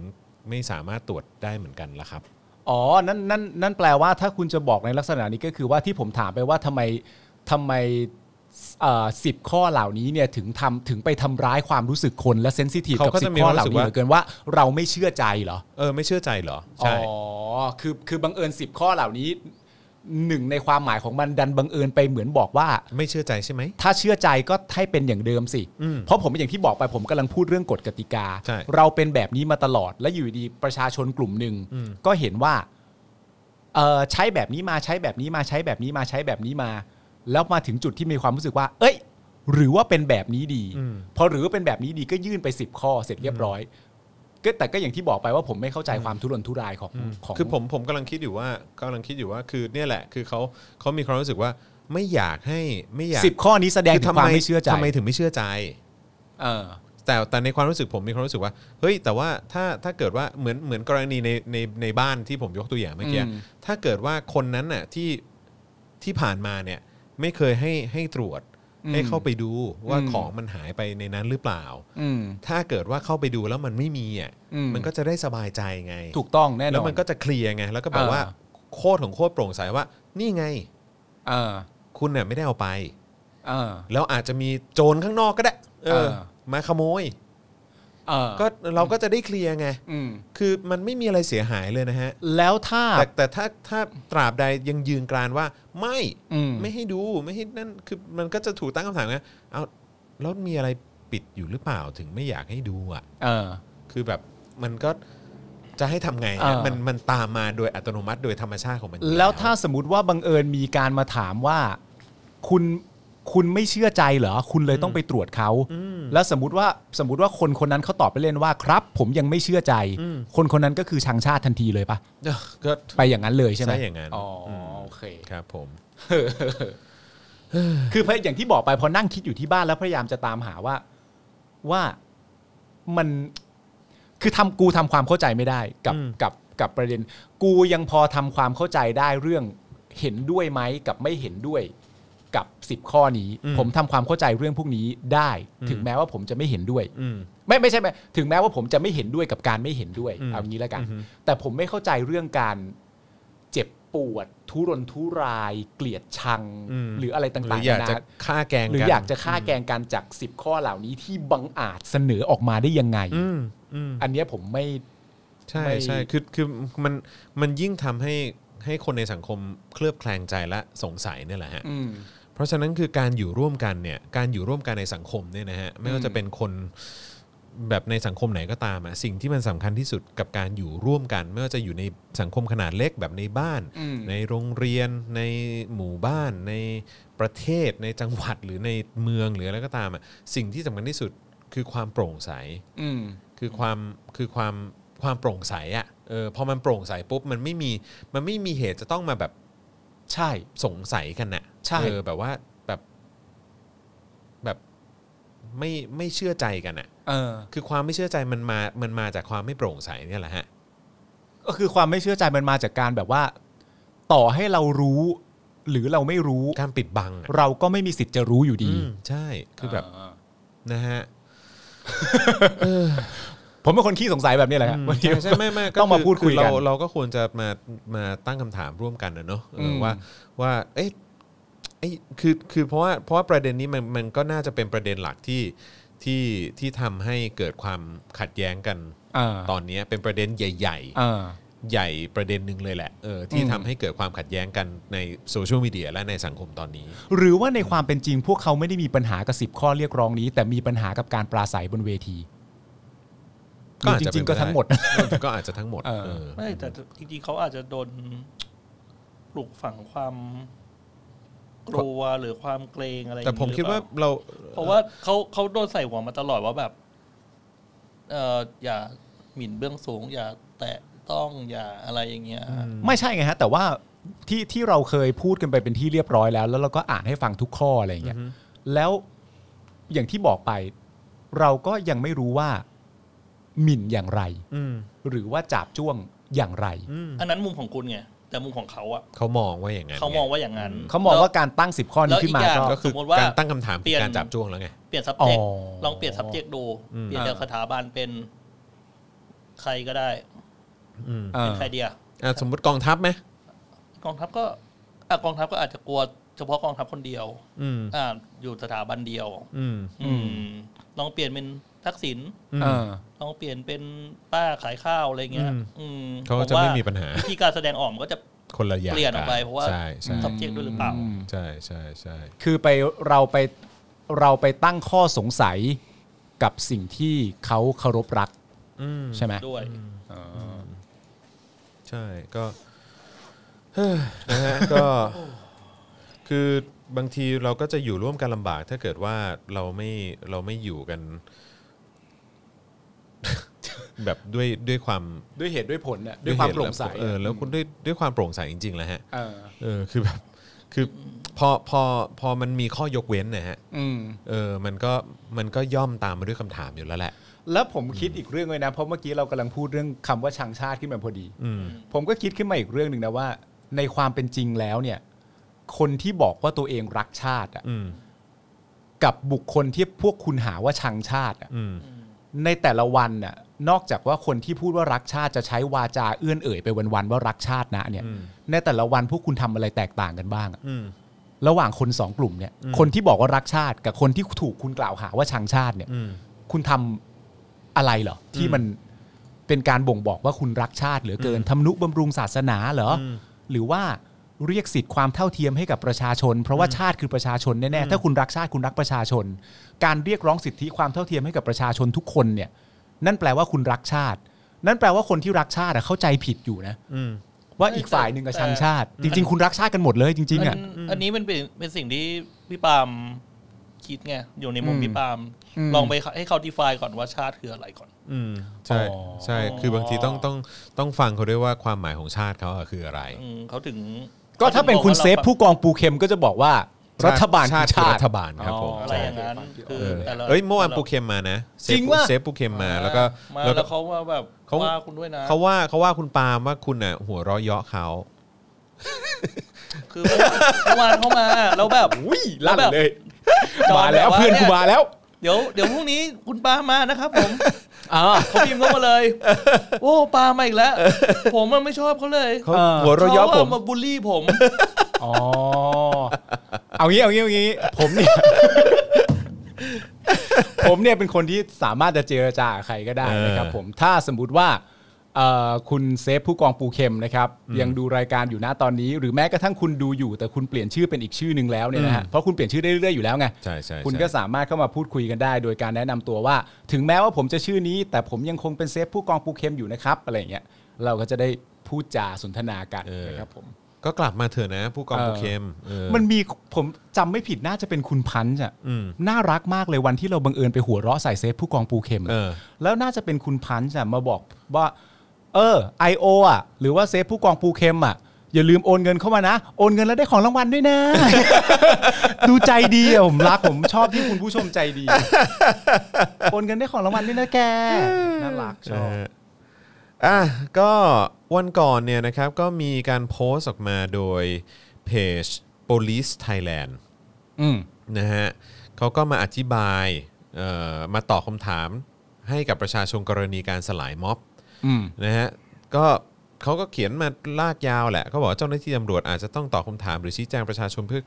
ไม่สามารถตรวจได้เหมือนกันล่ะครับ
อ๋อนั่นนั่นนั่นแปลว่าถ้าคุณจะบอกในลักษณะนี้ก็คือว่าที่ผมถามไปว่าทำไมทำไมสิบข้อเหล่านี้เนี่ยถึงทำถึงไปทำร้ายความรู้สึกคนและเซนซิทีฟ
เขา
กับ
ก็
สิ
จะ
บ
มี
ข้อ
ความรู้
เหล่า
สึก
นี้
ว่า
เหลือเกินว่าเราไม่เชื่อใจเหรอ
เออไม่เชื่อใจเหรอ
อ๋
ใช่
อ คือ คือบังเอิญสิบข้อเหล่านี้หนึ่งในความหมายของมันดันบังเอิญไปเหมือนบอกว่า
ไม่เชื่อใจใช่ไหม
ถ้าเชื่อใจก็ให้เป็นอย่างเดิมสิ
อืม
เพราะผมอย่างที่บอกไปผมกำลังพูดเรื่องกฎกติกา
ใช่
เราเป็นแบบนี้มาตลอดและอยู่ดีประชาชนกลุ่มหนึ่งก็เห็นว่าเอ่อใช้แบบนี้มาใช้แบบนี้มาใช้แบบนี้มาใช้แบบนี้มา แล้วมาถึงจุดที่มีความรู้สึกว่า เอ้ย หรือว่าเป็นแบบนี้ดี พอหรือว่าเป็นแบบนี้ดีก็ยื่นไป 10 ข้อเสร็จเรียบร้อย ก็แต่ก็อย่างที่บอกไปว่าผมไม่เข้าใจความทุรนทุรายของของ
คือผมผมกำลังคิดอยู่ว่ากำลังคิดอยู่ว่าคือเนี่ยแหละคือเขาเขามีความรู้สึกว่าไม่อยากให้ไม่อยาก
สิบข้อนี้แสดง
คื
ถึงความไม่เชื่อใจ
ทำไมถึงไม่เชื่อใจ
เออ
แต่แต่ในความรู้สึกผมมีความรู้สึกว่าเฮ้ยแต่ว่าถ้าถ้าเกิดว่าเหมือนเหมือนกรณีในในในบ้านที่ผมยกตัวอย่างเมื่อกี้
อืม
ถ้าเกิดว่าคนนั้นน่ะที่ที่ผ่านมาเนี่ยไม่เคยให้ให้ตรวจให้เข้าไปดูว่าของมันหายไปในนั้นหรือเปล่า
อืม
ถ้าเกิดว่าเข้าไปดูแล้วมันไม่มีอ่ะ
อืม
มันก็จะได้สบายใจไง
ถูกต้องแน่นอน
แล้วมันก็จะเคลียร์ไง แล้วก็แบบ
อ่า
ว่าโคตรของโคตรโปร่งใสว่า นี่ไง
เออ
คุณเนี่ยไม่ได้เอาไป
เออ
แล้วอาจจะมีโจรข้างนอกก็ได้ เออ
อ่า
มาขโมย
เออ
ก็เราก็จะได้เคลียร์ไง
อืม
คือมันไม่มีอะไรเสียหายเลยนะฮะ
แล้วถ้า
แต่แต่ถ้าถ้าตราบใดยังยืนกรานว่าไม่
อืม
ไม่ให้ดูไม่ให้นั่นคือมันก็จะถูกตั้งคำถามไงเอาแล้วมีอะไรปิดอยู่หรือเปล่าถึงไม่อยากให้ดูอ่ะ
เออ
คือแบบมันก็จะให้ทำไง
อ่ามั
มันมันตามมาโดยอัตโนมัติโดยธรรมชาติของมันอยู่
แล้วถ้าสมมติว่าบังเอิญมีการมาถามว่า คุณคุณไม่เชื่อใจเหรอ คุณเลยต้องไปตรวจเขา แล้วสมมติว่าสมมติว่าคนคนนั้นเขาตอบไปเล่นว่าครับ ผมยังไม่เชื่อใจ
อืม
คนคนนั้นก็คือชังชาติทันทีเลยปะ
เออก็
ไปอย่างนั้นเลยใช่ไหม
ใช่อย่างนั้น
อ๋ออ
ม
โอเค
ครับผม
คือพออย่างที่บอกไปพอนั่งคิดอยู่ที่บ้านแล้วพยายามจะตามหาว่าว่ามันคือทำกูทำความเข้าใจไม่ได้กับ
อืม
กับกับประเด็น กูยังพอทำความเข้าใจได้เรื่องเห็นด้วยไหมกับไม่เห็นด้วย กับ 10 ข้อนี้ ผมทำความเข้าใจเรื่องพวกนี้ได้ ถึงแม้ว่าผมจะไม่เห็นด้วย
อืม
ไม่ไม่ใช่ไหมถึงแม้ว่าผมจะไม่เห็นด้วยกับการไม่เห็นด้วย
อืม
เอางี้แล้วกัน
อือฮึ
แต่ผมไม่เข้าใจเรื่องการเจ็บปวด ทุรนทุราย เกลียดชัง
ม
หรืออะไรต่าง
ห
ๆ
รืออยาก
นน
จะฆ่าแกล้ง
หรือ
กัน
อยากจะฆ่าแกล้งกันจาก 10 ข้อเหล่านี้ที่บังอาจเสนอออกมาได้ยังไง
อืมอืม
อันเนี้ยผมไม่
ใช่
ไม่
ใช่คือคือมันมันยิ่งทำให้ให้คนในสังคมเคลือบแคลงใจและสงสัยเนี่ยแหละฮะ
อืม
เพราะฉะนั้นคือการอยู่ร่วมกันเนี่ยการอยู่ร่วมกันในสังคมเนี่ยนะฮะไม่ว่าจะเป็นคนแบบในสังคมไหนก็ตามอะสิ่งที่มันสำคัญที่สุดกับการอยู่ร่วมกัน ไม่ว่าจะอยู่ในสังคมขนาดเล็กแบบในบ้าน
อืม
ในโรงเรียนในหมู่บ้าน ในประเทศ ในจังหวัดหรือในเมืองหรืออะไรก็ตามอะสิ่งที่สำคัญที่สุดคือความโปร่งใส
อืม
คือความคือความความโปร่งใสอะ่ะเออพอมันโปร่งใสปุ๊บมันไม่มีมันไม่มีเหตุจะต้องมาแบบ
ใช่
สงสัยกันน่ะ
ใช่
เออแบบว่าแบบแบบไม่ไม่เชื่อใจกันน่ะ
เออ
คือความไม่เชื่อใจมันมามันมาจากความไม่โปร่งใสเนี่ยแหละฮะ
ก็คือความไม่เชื่อใจมันมาจากการแบบว่า ต่อให้เรารู้ หรือเราไม่รู้
การปิดบังอะ
เราก็ไม่มีสิทธิ์จะรู้อยู่
อื
ดี
มใช่คือแบบ
เออ
นะฮะ
ผมเป็นคนขี้สงสัยแบบนี้แหละครับวันนี้
ใช่ใช่ไม่ไม่
ต้องมาพูดคุยกัน
เราเราก็ควรจะมามาตั้งคำถามร่วมกันนะเนอะเออ
ม
ว่าว่าเอ๊ะ ไอ้คือคือเพราะว่าเพราะว่าประเด็นนี้มันมันก็น่าจะเป็นประเด็นหลักที่ที่ที่ทำให้เกิดความขัดแย้งกัน
เออ
ตอนเนี้ยเป็นประเด็นใหญ่
เออ
ๆ ใหญ่ประเด็นหนึ่งเลยแหละเออที่
อืม
ทำให้เกิดความขัดแย้งกันในโซเชียลมีเดียและในสังคมตอนนี้
หรือว่าในความเป็นจริงพวกเขาไม่ได้มีปัญหากับสิบข้อเรียกร้องนี้ แต่มีปัญหากับการปราศัยบนเวที
ก็อาจ
ห
จะ
รือจริง ๆ
เป็
ก็
นไปได้
ทั้งหมด
ก็อาจจะทั้งหมด
เออ
เออ
ไม่แต่จริงๆเขาอาจจะโดนปลูกฝังความกลัวหรือความเกรงอะไรอย่ง
แต่
นี้
ผมคิดว่า
หรือเป
เรา
ล่าเพราะว่าเขาเขาโดนใส่หัวมาตลอดว่าแบบ เอออย่าหมิ่นเบื้องสูง อย่าแตะต้องอย่าอะไรอย่างเงี้ยฮะ
ไม่ใช่ไงฮะ แต่ว่าที่ที่เราเคยพูดกันไปเป็นที่เรียบร้อยแล้ว แล้วเราก็อ่านให้ฟังทุกข้ออะไรอย่างเงี้ยแล้วอย่างที่บอกไป เราก็ยังไม่รู้ว่าหมิ่นอย่างไร
อืม
หรือว่าจับจ้วงอย่างไร
อันนั้นมุมของคุณไง แต่มุมของเขาอะ
เขามองว่าอย่างนั้น
เขามองว่าอย่างนั้น
เขามองว่า
แล้
การตั้งสิบข้อนี้ขึ้นมา
แล้วอีกอย่ง
ก็
ก็คือ
สมมุติว่า
การตั้งคำถาม
เปลี่
คือย
น
การจับจ้วงแล้วไง
เปลี่ยน subject
อ๋อ
ลองเปลี่ยน subject ดู
อืม
เปลี่ยนจากสถาบันเป็นใครก็ได้
อืม
เออ
ใครเดีย
อ่ะสมมติกองทัพไหม
กองทัพก็อ่ะกองทัพก็อาจจะกลัวเฉพาะกองทัพคนเดียว
อืม
อ่าอยู่สถาบันเดียว
อืม
อืมลองเปลี่ยนเป็นทักษิณ
อืม
เออ
ลองเปลี่ยนเป็นป้าขายข้าวอะไรเงี้ย
อืม
อืม
เขาก็จะ
ผว่
ไม่มีปัญหา
วิธีการแสดงออกมันก็จะ
คนละอย่าง
เปลี่ยนออกไปเพราะว่า
ใช่ใช่
subject ด้วยหรือเปล่า
ใช่ใช่ใช่
คือไปเราไปเราไปตั้งข้อสงสัยกับสิ่งที่เขาเคารพรัก
อืม
ใช่ไหม
ด้วย
ใช่ก็เฮ้ยนะฮะ ก็คือบางทีเราก็จะอยู่ร่วมกันลำบาก ถ้าเกิดว่าเราไม่เราไม่อยู่กัน แบบด้วยด้วยความ
ด้วยเหตุด้วยผลน่ะด้วยความโปร่งใส
เออแล้วคุณด้วยด้วยความโปร่งใสจริงๆแหละฮะ
เออ
เออคือแบบคือพอพอพอมันมีข้อยกเว้นนะฮะ
อืม
เออมันก็มันก็ย่อมตามมาด้วยคำถามอยู่แล้วแหละ
แล้วผมคิดอีกเรื่องเลยนะ เพราะเมื่อกี้เรากำลังพูดเรื่องคำว่าชังชาติขึ้นมาพอดี
อืม
ผมก็คิดขึ้นมาอีกเรื่องหนึ่งนะว่า ในความเป็นจริงแล้วเนี่ย คนที่บอกว่าตัวเองรักชาติอะ
อืม
กับบุคคลที่พวกคุณหาว่าชังชาติอะ
อืม
ในแต่ละวันน่ะนอกจากว่าคนที่พูดว่ารักชาติจะใช้วาจาเอื้อนเอ่ยไปวันๆว่ารักชาตินะเนี่ย
อืม
ในแต่ละวันพวกคุณทำอะไรแตกต่างกันบ้างอะ
อืม
ระหว่างคนสองกลุ่มเนี่ย คนที่บอกว่ารักชาติ กับคนที่ถูกคุณกล่าวหาว่าชังชาติเนี่ย
อืม
คุณทำอะไรเหรอ ที่มันเป็นการบ่งบอกว่าคุณรักชาติเหลือเกินทำนุบำรุงศาสนาเหรออหรือว่าเรียกสิทธิ์ความเท่าเทียมให้กับประชาชน เพราะว่าชาติคือประชาชนแน่ๆถ้าคุณรักชาติคุณรักประชาชน การเรียกร้องสิทธิความเท่าเทียมให้กับประชาชนทุกคนเนี่ย นั่นแปลว่าคุณรักชาติ นั่นแปลว่าคนที่รักชาติอะเข้าใจผิดอยู่นะ
อืม
ว่าอีกฝ่ายหนึ่งกับชังชาติ จริง ๆ คุณรักชาติกันหมดเลยจริงๆอ่ะ
อันอันนี้มันเป็นเป็นสิ่งที่พี่ปาล์มคิดไงอยู่ในมุม
อืม
พี่ปาล์ม
อืม
ลองไปให้เขา define ก่อนว่าชาติคืออะไรก่อน
อืมใช่
อ๋อ
ใช่คือบางทีต้องต้องต้องฟังเขาด้วยว่าความหมายของชาติเขาอะคืออะไร
อืมเขาถึง
ก็ถ้าเป็นคุณเซฟผู้กองปูเข็มก็จะบอกว่า รัฐบาล
ชา
คือ
ติคือ
ชา
รั
ติ
ฐบาลครับผม
อะไร
ใช่
อย่างนั้นคือ
เออ
แต่ละ
เอ้ยเมื่อวานปูเค็มมานะเซฟ
จริงว่ะ
เซฟปูเค็มมาแล้วก็
มาแล้วเขาว่าแบบ
เขา
ว่าคุณด้วยนะ
เขาว่าเขาว่าคุณปาล์มว่าคุณน่ะหัวเราะเยาะเขา
คือเมื่อวานเข้ามาแล้วแบบ
อุ้ยลั่น
แล้วแบบ
เลย
จอ
มา
ห์
แล้ว
บบ
เพื่อนกูมาแล้ว
เดี๋ยวเดี๋ยวพรุ่งนี้คุณปามานะครับ ผม
อ่า
เขาพิมพ์เข้ามาเลย โอ้ปามาอีกแล้ว ผมมันไม่ชอบเขาเลย
เขา
เออ
หัวเราะเย้อผม
เขมาบูลลี่ผม
อ๋อ เอางี้เอางี้เอางี้ ผมเนี่ย ผมเนี่ยเป็นคนที่สามารถจะเจรจากับใครก็ได้นะครับ
เออ
ผมถ้าสมมติว่าเอ่อคุณเซฟผู้กองปูเข็มนะครับ ยังดูรายการอยู่นะตอนนี้ หรือแม้กระทั่งคุณดูอยู่ แต่คุณเปลี่ยนชื่อเป็นอีกชื่อหนึ่งแล้วเนี่ยนะฮะเพราะคุณเปลี่ยนชื่อได้เรื่อยๆอยู่แล้วไง
ใช่ใช่ใช่
คุณก็สามารถเข้ามาพูดคุยกันได้ โดยการแนะนำตัวว่า ถึงแม้ว่าผมจะชื่อนี้ แต่ผมยังคงเป็นเซฟผู้กองปูเข็มอยู่นะครับอะไรอย่างเงี้ยเราก็จะได้พูดจาสนทนากัน
เออ
นะครับผม
ก็กลับมาเถอะนะ ผู้กอง
เออ
ผู้เค็มเออ
มันมีผมจำไม่ผิดน่าจะเป็นคุณพันธ์อ่ะ
อืม
น่ารักมากเลยวันที่เราบังเอิญไปหัวเราะใส่เซฟผู้กองปูเข็มอะ
เออ
แล้วน่าจะเป็นคุณพันธ์อ่ะมาบอกว่า เออไอโออ่ะ หรือว่าเซฟผู้กองปูเข็มอ่ะอย่าลืมโอนเงินเข้ามานะ โอนเงินแล้วได้ของรางวัล ด้วยนะ ดูใจดีอ่ะผมรักผมชอบที่คุณผู้ชมใจดี โอนเงินได้ของรางวัลด้วยนะแกน่ารักชอบ
นะฮะอ่ะก็วันก่อนเนี่ยนะครับก็มีการโพสต์ออกมาโดยเพจ police Thailand
อืม
นะฮะเขาก็มาอธิบายเอ่อมาตอบคำถามให้กับประชาชนกรณีการสลายม็อบ
อืม
นะฮะก็เขาก็เขียนมาลากยาวแหละเขาบอกว่าเจ้าหน้าที่ตำรวจอาจจะต้องตอบคำถามหรือชี้แจงประชาชนเพื่อ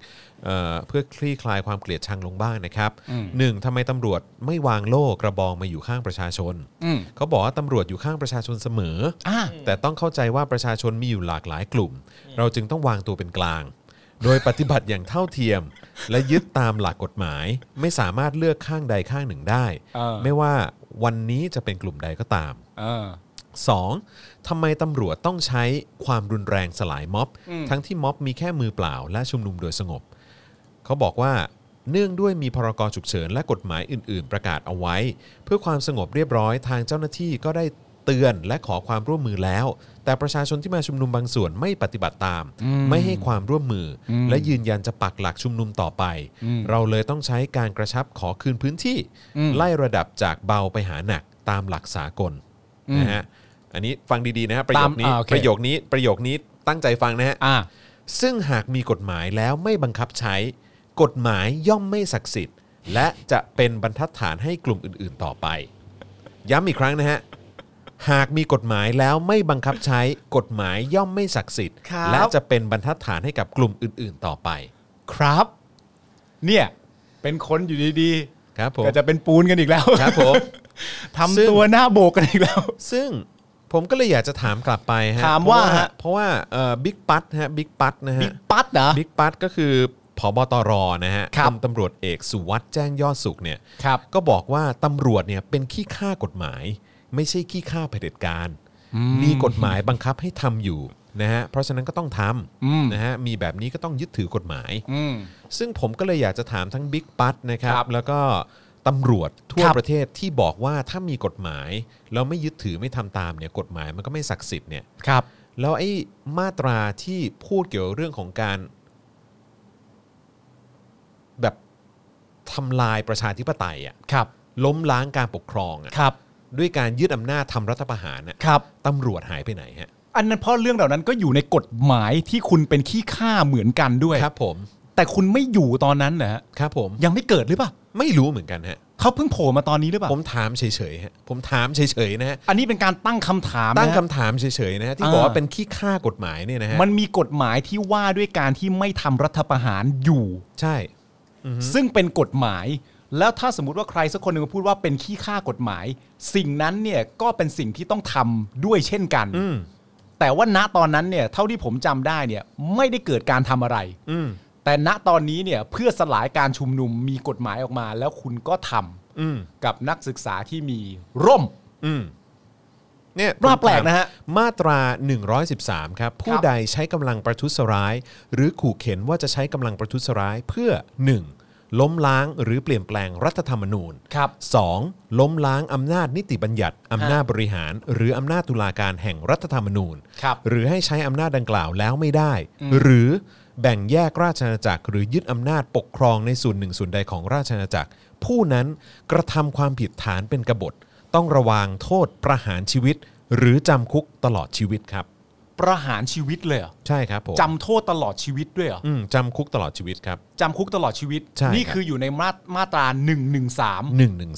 เอ่อเพื่อคลี่คลายความเกลียดชังลงบ้างนะครับหนึ่งทำไมตำรวจไม่วางโล่กระบองมาอยู่ข้างประชาชน
อืม
เขาบอกว่าตำรวจอยู่ข้างประชาชนเสมออ
อ่ะ
แต่ต้องเข้าใจว่าประชาชนมีอยู่หลากหลายกลุ่ม เราจึงต้องวางตัวเป็นกลาง โดยปฏิบัติอย่างเท่าเทียม และยึดตามหลักกฎหมาย ไม่สามารถเลือกข้างใดข้างหนึ่งได้
เออ
ไม่ว่าวันนี้จะเป็นกลุ่มใดก็ตาม
เออ
2. ทำไมตำรวจต้องใช้ความรุนแรงสลายม็อบ ทั้งที่ม็อบมีแค่มือเปล่าและชุมนุมโดยสงบ เขาบอกว่าเนื่องด้วยมีพรกฉุกเฉินและกฎหมายอื่น ๆ ประกาศเอาไว้ เพื่อความสงบเรียบร้อยทางเจ้าหน้าที่ก็ได้เตือนและขอความร่วมมือแล้ว แต่ประชาชนที่มาชุมนุมบางส่วนไม่ปฏิบัติตาม ไม่ให้ความร่วมมืออและยืนยันจะปักหลักชุมนุมต่อไป เราเลยต้องใช้การกระชับขอคืนพื้นที่ ไล่ระดับจากเบาไปหาหนักตามหลักสากลนะฮะอันนี้ฟังดีๆนะฮะประโยคนี้
ตามอ่าโอเค
ประโยคนี้ประโยคนี้ตั้งใจฟังนะฮะ
อ่ะ
ซึ่งหากมีกฎหมายแล้วไม่บังคับใช้ กฎหมายย่อมไม่ศักดิ์สิทธิ์ และจะเป็นบรรทัดฐานให้กลุ่มอื่นๆต่อไป ย้ำอีกครั้งนะฮะ หากมีกฎหมายแล้วไม่บังคับใช้ กฎหมายย่อมไม่ศักดิ์สิทธิ์
ครับ
และจะเป็นบรรทัดฐานให้กับกลุ่มอื่นๆต่อไป
ครับ เนี่ย เป็นคนอยู่ดีๆ
ครับผม
ก็จะเป็นปูนกันอีกแล้ว
ครับผม
ทำตัวหน้าโบกกันอีกแล้ว
ซึ่งผมก็เลยอยากจะถามกลับไปฮะ
ถามว่าฮะ
เพราะว่าบิ๊กปัตฮะบิ๊กปัตนะฮะ
บิ๊กปั๊ดนะ
บิ๊กปัตก็คือผบตรนะฮะ
ครับ
พลตำรวจเอกสุวัสด์แจ้งยอดสุขเนี่ย
ครับ
ก็บอกว่าตำรวจเนี่ยเป็นขี้ข้ากฎหมาย ไม่ใช่ขี้ข้าเผด็จการมีกฎหมายบังคับให้ทำอยู่นะฮะเพราะฉะนั้นก็ต้องท
อืม
ำนะฮะมีแบบนี้ก็ต้องยึดถือกฎหมาย
อืม
ซึ่งผมก็เลยอยากจะถามทั้งบิ๊กปัตนะครับ
ครับ
แล้วก็ตำรวจทั่ว
ครับ
ประเทศที่บอกว่าถ้ามีกฎหมายแล้วไม่ยึดถือไม่ทำตามเนี่ยกฎหมายมันก็ไม่ศักดิ์สิทธิ์เนี่ย
ครับ
แล้วไอ้มาตราที่พูดเกี่ยวกับเรื่องของการ แบบทำลายประชาธิปไตยอ่ะ
ครับ
ล้มล้างการปกครองอะ
ครับ
ด้วยการยึดอำนาจทำรัฐประหารนะครับ ตำรวจหายไปไหนฮะ
อันนั้นเพราะเรื่องเหล่านั้นก็อยู่ในกฎหมายที่คุณเป็นขี้ข้าเหมือนกันด้วย
ครับผม
แต่คุณไม่อยู่ตอนนั้นนะฮะ
ครับผม
ยังไม่เกิดหรือเปล่า
ไม่รู้เหมือนกันฮะ
เขาเพิ่งโผล่มาตอนนี้หรือเปล่า
ผมถามเฉยๆฮะผมถามเฉยๆนะฮะ
อันนี้เป็นการตั้งคำถามนะฮะ
ตั้งคำถามเฉยๆนะฮะที่
อ่า
บอกว่าเป็นขี้ข้ากฎหมายเนี่ยนะฮะ
มันมีกฎหมายที่ว่าด้วยการที่ไม่ทำรัฐประหารอยู่
ใช่
ซึ่งเป็นกฎหมาย แล้วถ้าสมมติว่าใครสักคนหนึ่งมาพูดว่าเป็นขี้ข้ากฎหมาย สิ่งนั้นเนี่ยก็เป็นสิ่งที่ต้องทำด้วยเช่นกัน
อืม
แต่ว่าณตอนนั้นเนี่ยเท่าที่ผมจำได้เนี่ยไม่ได้เกิดการทำอะไร
อืม
แต่ณตอนนี้เนี่ยเพื่อสลายการชุมนุมมีกฎหมายออกมา แล้วคุณก็ทำ
อืม
กับนักศึกษาที่มีร่ม
อืมเนี่ย
น่า
ผมถม
แปลกนะฮะ
มาตรา 113 ครับ ผู้ใดใช้กำลังประทุษร้าย หรือขู่เข็นว่าจะใช้กำลังประทุษร้ายเพื่อ 1. ล้มล้างหรือเปลี่ยนแปลงรัฐธรรมนูญ
ครับ
2. ล้มล้างอำนาจนิติบัญญัติ อำนาจบริหาร หรืออำนาจตุลาการแห่งรัฐธรรมนูญ
ครับ
หรือให้ใช้อำนาจดังกล่าวแล้วไม่ได้ หรือแบ่งแยกราชอาณาจักร หรือยึดอำนาจปกครองในส่วนหนึ่งส่วนใดของราชอาณาจักร ผู้นั้นกระทำความผิดฐานเป็นกบฏ ต้องระวางโทษประหารชีวิต หรือจำคุกตลอดชีวิตครับ
ประหารชีวิตเลยเหรอ
ใช่ครับผม
จำโทษตลอดชีวิตด้วยเหรอ
อืมจำคุกตลอดชีวิตครับ
จำคุกตลอดชีวิต
ใช่ครับ
นี่คืออยู่ในมามาตราหนึ่งหนึ่งสาม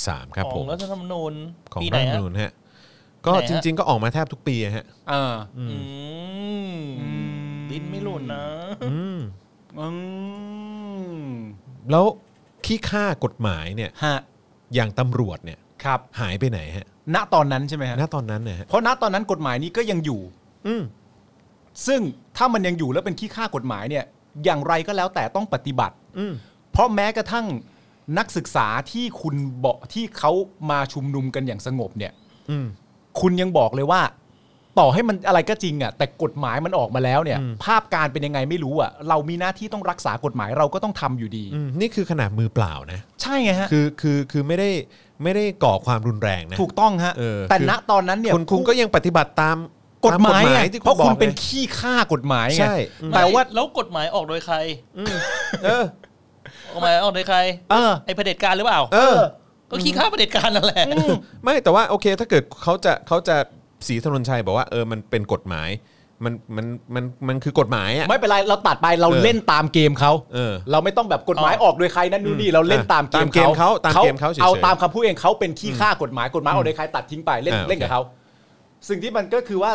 113 ครับ
ขอ
ผ
ง
ม
รัฐธรรมนูญ
ของ
ปีไห
รั
น
ฐธรรม
ฮะ
นูญฮะก็
ไหนฮะ
จริง ๆ ก็ออกมาแทบทุกปีอะฮะ
อืมดินไม่หล่นนะ
อืม
แล้วขี้ค่ากฎหมายเนี่ย
ฮะ
อย่างตำรวจเนี่ย
ครับ
หายไปไหนฮะ
ณตอนนั้นใช่ไหมฮะ
ณตอนนั้นนะฮะ
เพราะณตอนนั้นกฎหมายนี้ก็ยังอยู่
อืม
ซึ่งถ้ามันยังอยู่แล้วเป็นขี้ข้ากฎหมายเนี่ย อย่างไรก็แล้วแต่ต้องปฏิบัติ
อืม
เพราะแม้กระทั่งนักศึกษาที่คุณบอกที่เขามาชุมนุมกันอย่างสงบเนี่ย
อืม
คุณยังบอกเลยว่า ต่อให้มันอะไรก็จริงอ่ะแต่กฎหมายมันออกมาแล้วเนี่ย
อืม
ภาพการเป็นยังไงไม่รู้อ่ะเรามีหน้าที่ต้องรักษากฎหมายเราก็ต้องทำอยู่ดี
อืมนี่คือขนาดมือเปล่านะ
ใช่ไงฮะ
คือคือคือไม่ได้ไม่ได้ก่อความรุนแรงนะ
ถูกต้องฮะ
เออ
แต่
คือ
ณตอนนั้นเนี่ย
คุณคุณก็ยังปฏิบัติตาม
กฎหมาย
ต
ไง
ที่
เพราะ
บอ
คุณ
ก
เป็น
ไง
ขี้ข้ากฎหมายไง
ใช่อืม
แต่ว่า
แล้วกฎหมายออกโดยใคร
เออ
ออกมาออกโดยใคร
เออ
ไอ้เผด็จการหรือเปล่า
เออ
ก็ขี้ข้าเผด็จการนั่นแหละ
ไม่แต่ว่าโอเค ถ้าเกิดเขาจะเขาจะสีถนนชัยบอกว่าเออมันเป็นกฎหมาย มันมันมันมันคือกฎหมายอ่ะ
ไม่เป็นไรเราตัดไปเรา
เออ
เล่นตามเกมเขา
เออ
เราไม่ต้องแบบกฎหมายอ
อ๋อ
อกโดยใครนั่นนู่นนี่เราเล่นตามเก
ตามมเกมเขาตามเกมเขาเฉยๆ
เอาตามคำพูดเองเขาเป็นขี้ข้ากฎหมายกฎหมายออกโดยใครตัดทิ้งไปเล่น
อ่าโอเค
เล่นกับเขาสิ่งที่มันก็คือว่า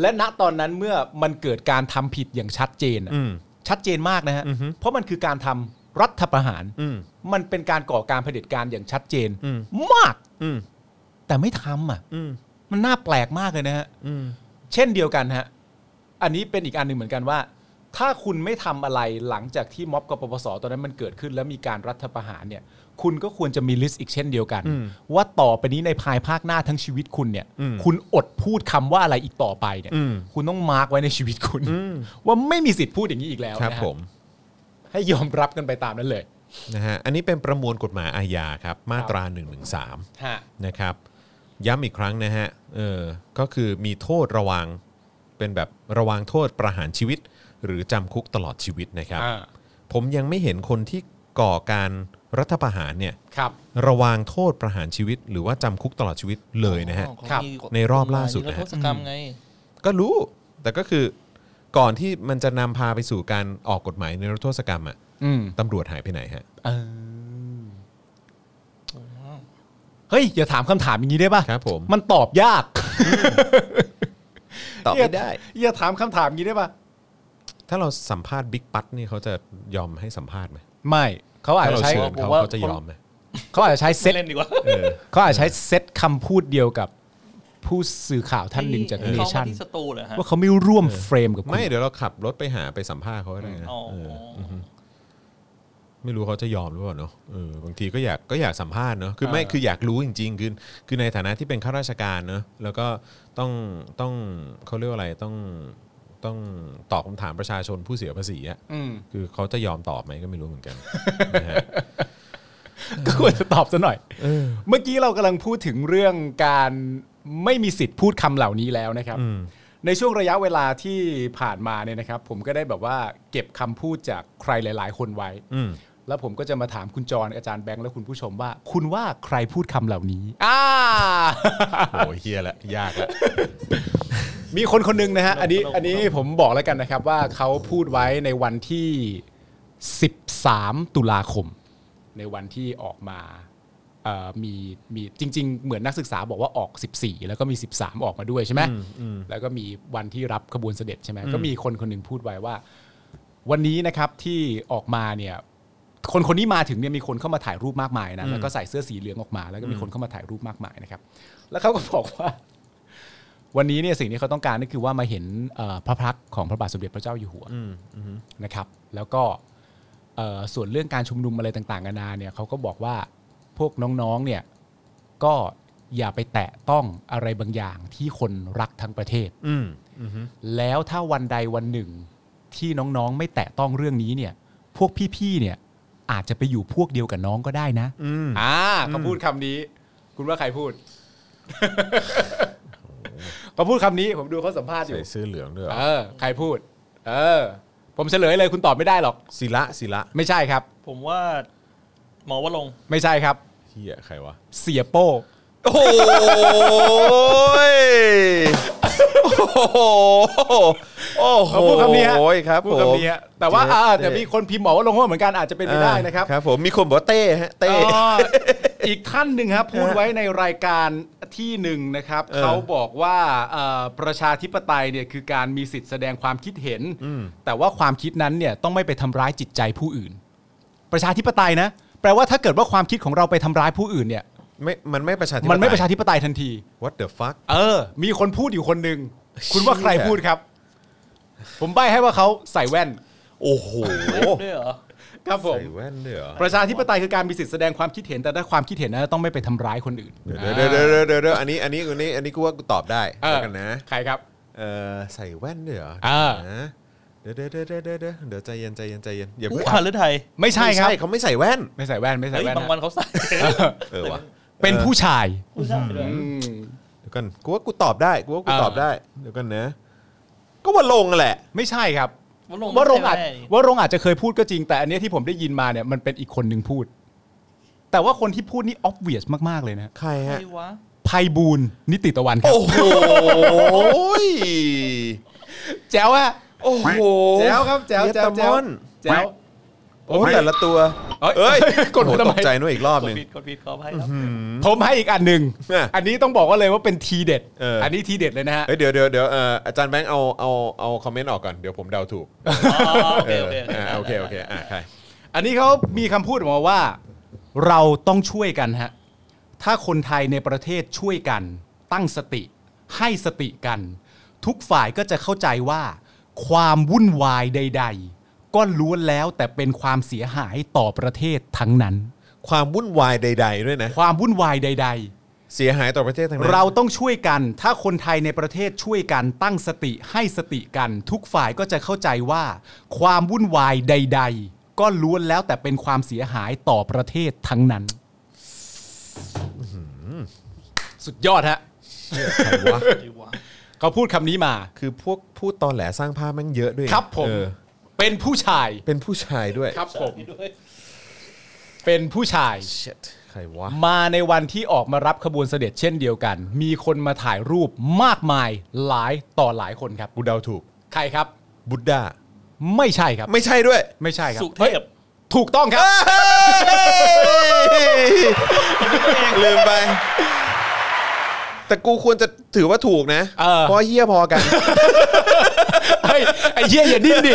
และณตอนนั้นเมื่อมันเกิดการทำผิดอย่างชัดเจนอะ
อืม
ชัดเจนมากนะฮะ
อือฮึ
เพราะมันคือการทำรัฐประหาร
อืม
มันเป็นการก่อการเผด็จการอย่างชัดเจน
อืม
มาก
อืม
แต่ไม่ทำอ่ะ
อืม
มันน่าแปลกมากเลยนะฮะ
อืม
เช่นเดียวกันฮะ อันนี้เป็นอีกอันหนึ่งเหมือนกันว่า ถ้าคุณไม่ทำอะไรหลังจากที่ม็อบกปปสตอนนั้นมันเกิดขึ้น แล้วมีการรัฐประหารเนี่ย คุณก็ควรจะมีลิสต์อีกเช่นเดียวกัน
อืม
ว่าต่อไปนี้ในภายภาคหน้าทั้งชีวิตคุณเนี่ย
อืม
คุณอดพูดคำว่าอะไรอีกต่อไปเนี่ย
อืม
คุณต้องมาร์กไว้ในชีวิตคุณ ว่าไม่มีสิทธิ์พูดอย่างนี้อีกแล้ว
ครับ
นะฮะ
ผม
ให้ยอมรับกันไปตามนั้นเลย
นะฮะ อันนี้เป็นประมวลกฎหมายอาญาครับ มาตรา1นึ
ฮะ
นะครับ ย้ำอีกครั้งนะฮะ เออ ก็คือมีโทษระวัง เป็นแบบระวังโทษประหารชีวิต หรือจำคุกตลอดชีวิตนะครับ
อ่า
ผมยังไม่เห็นคนที่ก่อการรัฐประหารเนี่ย
ครับ
ระวังโทษประหารชีวิต หรือว่าจำคุกตลอดชีวิตเลยนะฮะ
ของ
ครับ
มี
ในรอบล่าสุด
นิ
นะ
ร
ฮะ
โทษกรรมไง
ก็รู้ แต่ก็คือก่อนที่มันจะนำพาไปสู่การออกกฎหมายในรัฐโทษกรรมอะ
อืม
ตำรวจหายไปไหนฮะ
เออเฮ้ยอย่าถามคำถามอย่างนี้ได้ป่ะ
ครับผม
มันตอบยาก
ตอบไม่ได้
อย่าอย่าถามคำถามนี้ได้ปะ
ถ้าเราสัมภาษณ์บิ๊กปั๊ดนี่เขาจะยอมให้สัมภาษณ์ไหม
ไม่เขาอาจ
ถ้า
จะ
เรา
ใช้
เชิญ
ผม
เขา
ว่า
เขาจะยอมไหม
เขาอาจจะใช้เซต
เล่นดีกว่า
เออ
เขาอาจจะใช้เซตคำพูดเดียวกับผู้สื่อข่าวท่านหนึ่งจากเน
เขา
ชั่น
มาที่สตูเหรอฮะ
ว่าเขาไม่ร่วมเฟรมกับคุณ
ไม่เดี๋ยวเราขับรถไปหาไปสัมภาษณ์เขาก็ได้นะ
อ๋อ
เออไม่รู้เขาจะยอมหรือเปล่าเนาะเออบางทีก็อยากก็อยากสัมภาษณ์เนาะคือไม่คืออยากรู้จริงๆคือคือในฐานะที่เป็นข้าราชการเนาะแล้วก็ต้องต้องเขาเรียกว่าอะไรต้องต้องตอบคำถามประชาชนผู้เสียภาษีอะ
อืม
คือเขาจะยอมตอบไหมก็ไม่รู้เหมือน กันนะฮะ
ก็ควรจะตอบซะหน่อยเมื่อกี้เรากำลังพูดถึงเรื่องการไม่มีสิทธิ์พูดคำเหล่านี้แล้วนะครับ
อืม
ในช่วงระยะเวลาที่ผ่านมาเนี่ยนะครับ ผมก็ได้แบบว่าเก็บคำพูดจากใครหลาย ๆ คนไว้
อืม
แล้วผมก็จะมาถามคุณจรอาจารย์แบงค์และคุณผู้ชมว่า คุณว่าใครพูดคำเหล่านี้อ่า
โอ้ยเฮียละยากละ
มีคนคนหนึงนะฮะ อันนี้อันนี้ผมบอกแล้วกันนะครับว่าเขาพูดไว้ในวันที่ 13 ตุลาคม ในวันที่ออกมาเอ่อมีมีจริง ๆ เหมือนนักศึกษาบอกว่าออก 14 แล้วก็มี 13 ออกมาด้วยใช่ไหมแล้วก็มีวันที่รับขบวนเสด็จใช่ไหมก็มีคนคนหนึงพูดไว้ว่า วันนี้นะครับที่ออกมาเนี่ย คนคนนี้มาถึงเนี่ยมีคนเข้ามาถ่ายรูปมากมายนะแล้วก็ใส่เสื้อสีเหลืองออกมา แล้วก็มีคนเข้ามาถ่ายรูปมากมายนะครับ แล้วเขาก็บอกว่า วันนี้เนี่ยสิ่งที่เขาต้องการก็คือว่ามาเห็นเอ่อพระพักตร์ของพระบาทสมเด็จพระเจ้าอยู่หัวนะครับ แล้วก็เอ่อส่วนเรื่องการชุมนุมอะไรต่างๆกันานาเนี่ยเขาก็บอกว่าพวกน้องๆเนี่ยก็อย่าไปแตะต้องอะไรบางอย่างที่คนรักทั้งประเทศ
อืม
แล้วถ้าวันใดวันหนึ่งที่น้องๆ ไม่แตะต้องเรื่องนี้เนี่ย พวกพี่ๆเนี่ยอาจจะไปอยู่พวกเดียวกับน้องก็ได้นะ
อืม
อ่าเขาพูดคำนี้ คุณว่าใครพูด เขาพูดคำนี้ ผมดูเขาสัมภาษณ์อยู่
ใส่เสื้อเหลืองด้วยเหรอ
เออ ใครพูด เออ ผมเฉลยเลยคุณตอบไม่ได้หรอก
ศิละศิละ
ไม่ใช่ครับ
ผมว่าหมอว่าลงค์
ไม่ใช่ครับ
เฮียใครวะ
เสียโป้
โอ้ย โหโอ้โห
เขาพูดคำนี้ฮะ
โอ้ยครับ
พูดคำนี้ฮะแต่ว่า
เจ๊
อ่าเดี๋ยวมีคนพิมพ์บอกว่าลงโทษเหมือนกันอาจจะเป็นไปได้นะครับ
ครับผมมีคนบอกว่าเต้ฮะเต้
ก็อีกท่านหนึ่งครับพูดไว้ในรายการที่หนึ่งนะครับ
เออ
เขาบอกว่าเอ่อประชาธิปไตยเนี่ยคือการมีสิทธิ์แสดงความคิดเห็น แต่ว่าความคิดนั้นเนี่ยต้องไม่ไปทำร้ายจิตใจผู้อื่น ประชาธิปไตยนะ แปลว่าถ้าเกิดว่าความคิดของเราไปทำร้ายผู้อื่นเนี่ย
ไม่มันไม่ประชาธิปไตย
มันไม่ประชาธิปไตยทันที
What the fuck
เออ มีคนพูดอยู่คนหนึ่งคุณว่าใคร
เชี่ย
พูดครับ ผมใบ้ให้ว่าเขาใส่แว่น
โอ้โห
ด้วยเหรอ
ครับผม
ใส่แว่นด้วยเหรอ
ประชาธิปไตยคือการมีสิทธิ์แสดงความคิดเห็นแต่ถ้าความคิดเห็นนั้นต้องไม่ไปทำร้ายคนอื่น
เดี๋ยวเดี๋ยวเดี๋ยวเดี๋ยวเดี๋ยวอันนี้อันนี้อันนี้อันนี้กูว่ากูตอบได้
เออ
แล้วกันนะ
ใครครับ
เออใส่แว่นด้วยเหรอ
เออ
นะเดี๋ยวเดี๋ยวเดี๋ยวเดี๋ยวเดี๋ยวเดี๋ยวใจเย็นใจเย็นใจเย็นอย่า
อุ
เพิ่ง
คาหรือไทย
ไม่ใช่ครับ
ไม่เขาไม่ใส่แว่น
ไม่ใส่แว่นไม่ใส่
เฮ้ย
แว่น
บางวันเขาใส่
นะ
เออวะ
เป็นผู้ชาย
ผู้ชายด้วย
เดี๋ยวกันกูว่ากูตอบได้กูว่ากูตอบได้เดี๋ยวกันนะ ก็ว่าลงแหละ
ไม่ใช่ครับ
วรงค์
ว่ารงค์อาจ
ไม่ใช่
ว่ารงค์อาจจะเคยพูดก็จริง แต่อันเนี้ยที่ผมได้ยินมาเนี่ยมันเป็นอีกคนหนึ่งพูด แต่ว่าคนที่พูดนี่ obvious มากๆเลยนะ
ใคร
ใคร
ฮะ
วะ
ไพบูลย์นิติตะวันครับ
โอ้โหย
แจ๋วอะ
โอ้โห
แจ๋วครับแจ๋ว
เย
แจ๋ว
ตามอน
แจ๋ว
โอ้แต่ละตัว
เอ้ยกด
โอ้โห
ทำ
ต
ไม
กใจนู่นอีกรอบ
ก
ห
ด
นึ่ง
ผิดกดผิดขออภัยครับ
ผมให้อีกอันหนึ่ง
เนี่ย
อันนี้ต้องบอกว่าเลยว่าเป็นทีเด็ด
เอออั
นนี้ทีเด็ดเลยนะฮะ
เอ้ยเดี๋ยวเดี๋ยวเดี๋ยวเอ่ออาจารย์แบงค์เอาเอาเอาคอมเมนต์ออกก่อนเดี๋ยวผมเดาถูก
อ๋อโอเคโอเค
อ่าโอเคโอเคอ่าใคร
อันนี้เขามีคำพูดออกมาว่า เราต้องช่วยกันฮะ ถ้าคนไทยในประเทศช่วยกัน ตั้งสติ ให้สติกัน ทุกฝ่ายก็จะเข้าใจว่า ความวุ่นวายใด ๆ ก็ล้วนแล้วแต่เป็นความเสียหายต่อประเทศทั้งนั้น
ความวุ่นวายใด ๆ ด้วยนะ
ความวุ่นวายใด ๆ
เสียหายต่อประเทศทั้งนั้น
เราต้องช่วยกัน ถ้าคนไทยในประเทศช่วยกันตั้งสติให้สติกัน ทุกฝ่ายก็จะเข้าใจว่า ความวุ่นวายใด ๆ ก็ล้วนแล้วแต่เป็นความเสียหายต่อประเทศทั้งนั้น สุดยอดฮะ
ใครวะ
เขาพูดคำนี้มา
คือพวกพูดตอนแหลสร้างภาพแม่งเยอะด้วย
ครับผม
เออ
เป็นผู้ชาย
เป็นผู้ชายด้วย
ครับผม เป็นผู้ชาย
Shit ใครวะ
มาในวันที่ออกมารับขบวนเสด็จเช่นเดียวกัน มีคนมาถ่ายรูปมากมายหลายต่อหลายคนครับ
กูเดาถูก
ใครครับ
บุตดา
ไม่ใช่ครับ
ไม่ใช่ด้วย
ไม่ใช่ครับ
สุเท
ฮ้ย
พ
ถูกต้องครับ
ลืมไป แต่กูควรจะถือว่าถูกนะ
เออ
ราะเฮี้ยพอกัน
เฮ้ยไอ้เหี้ยอย่าดิ้นดิ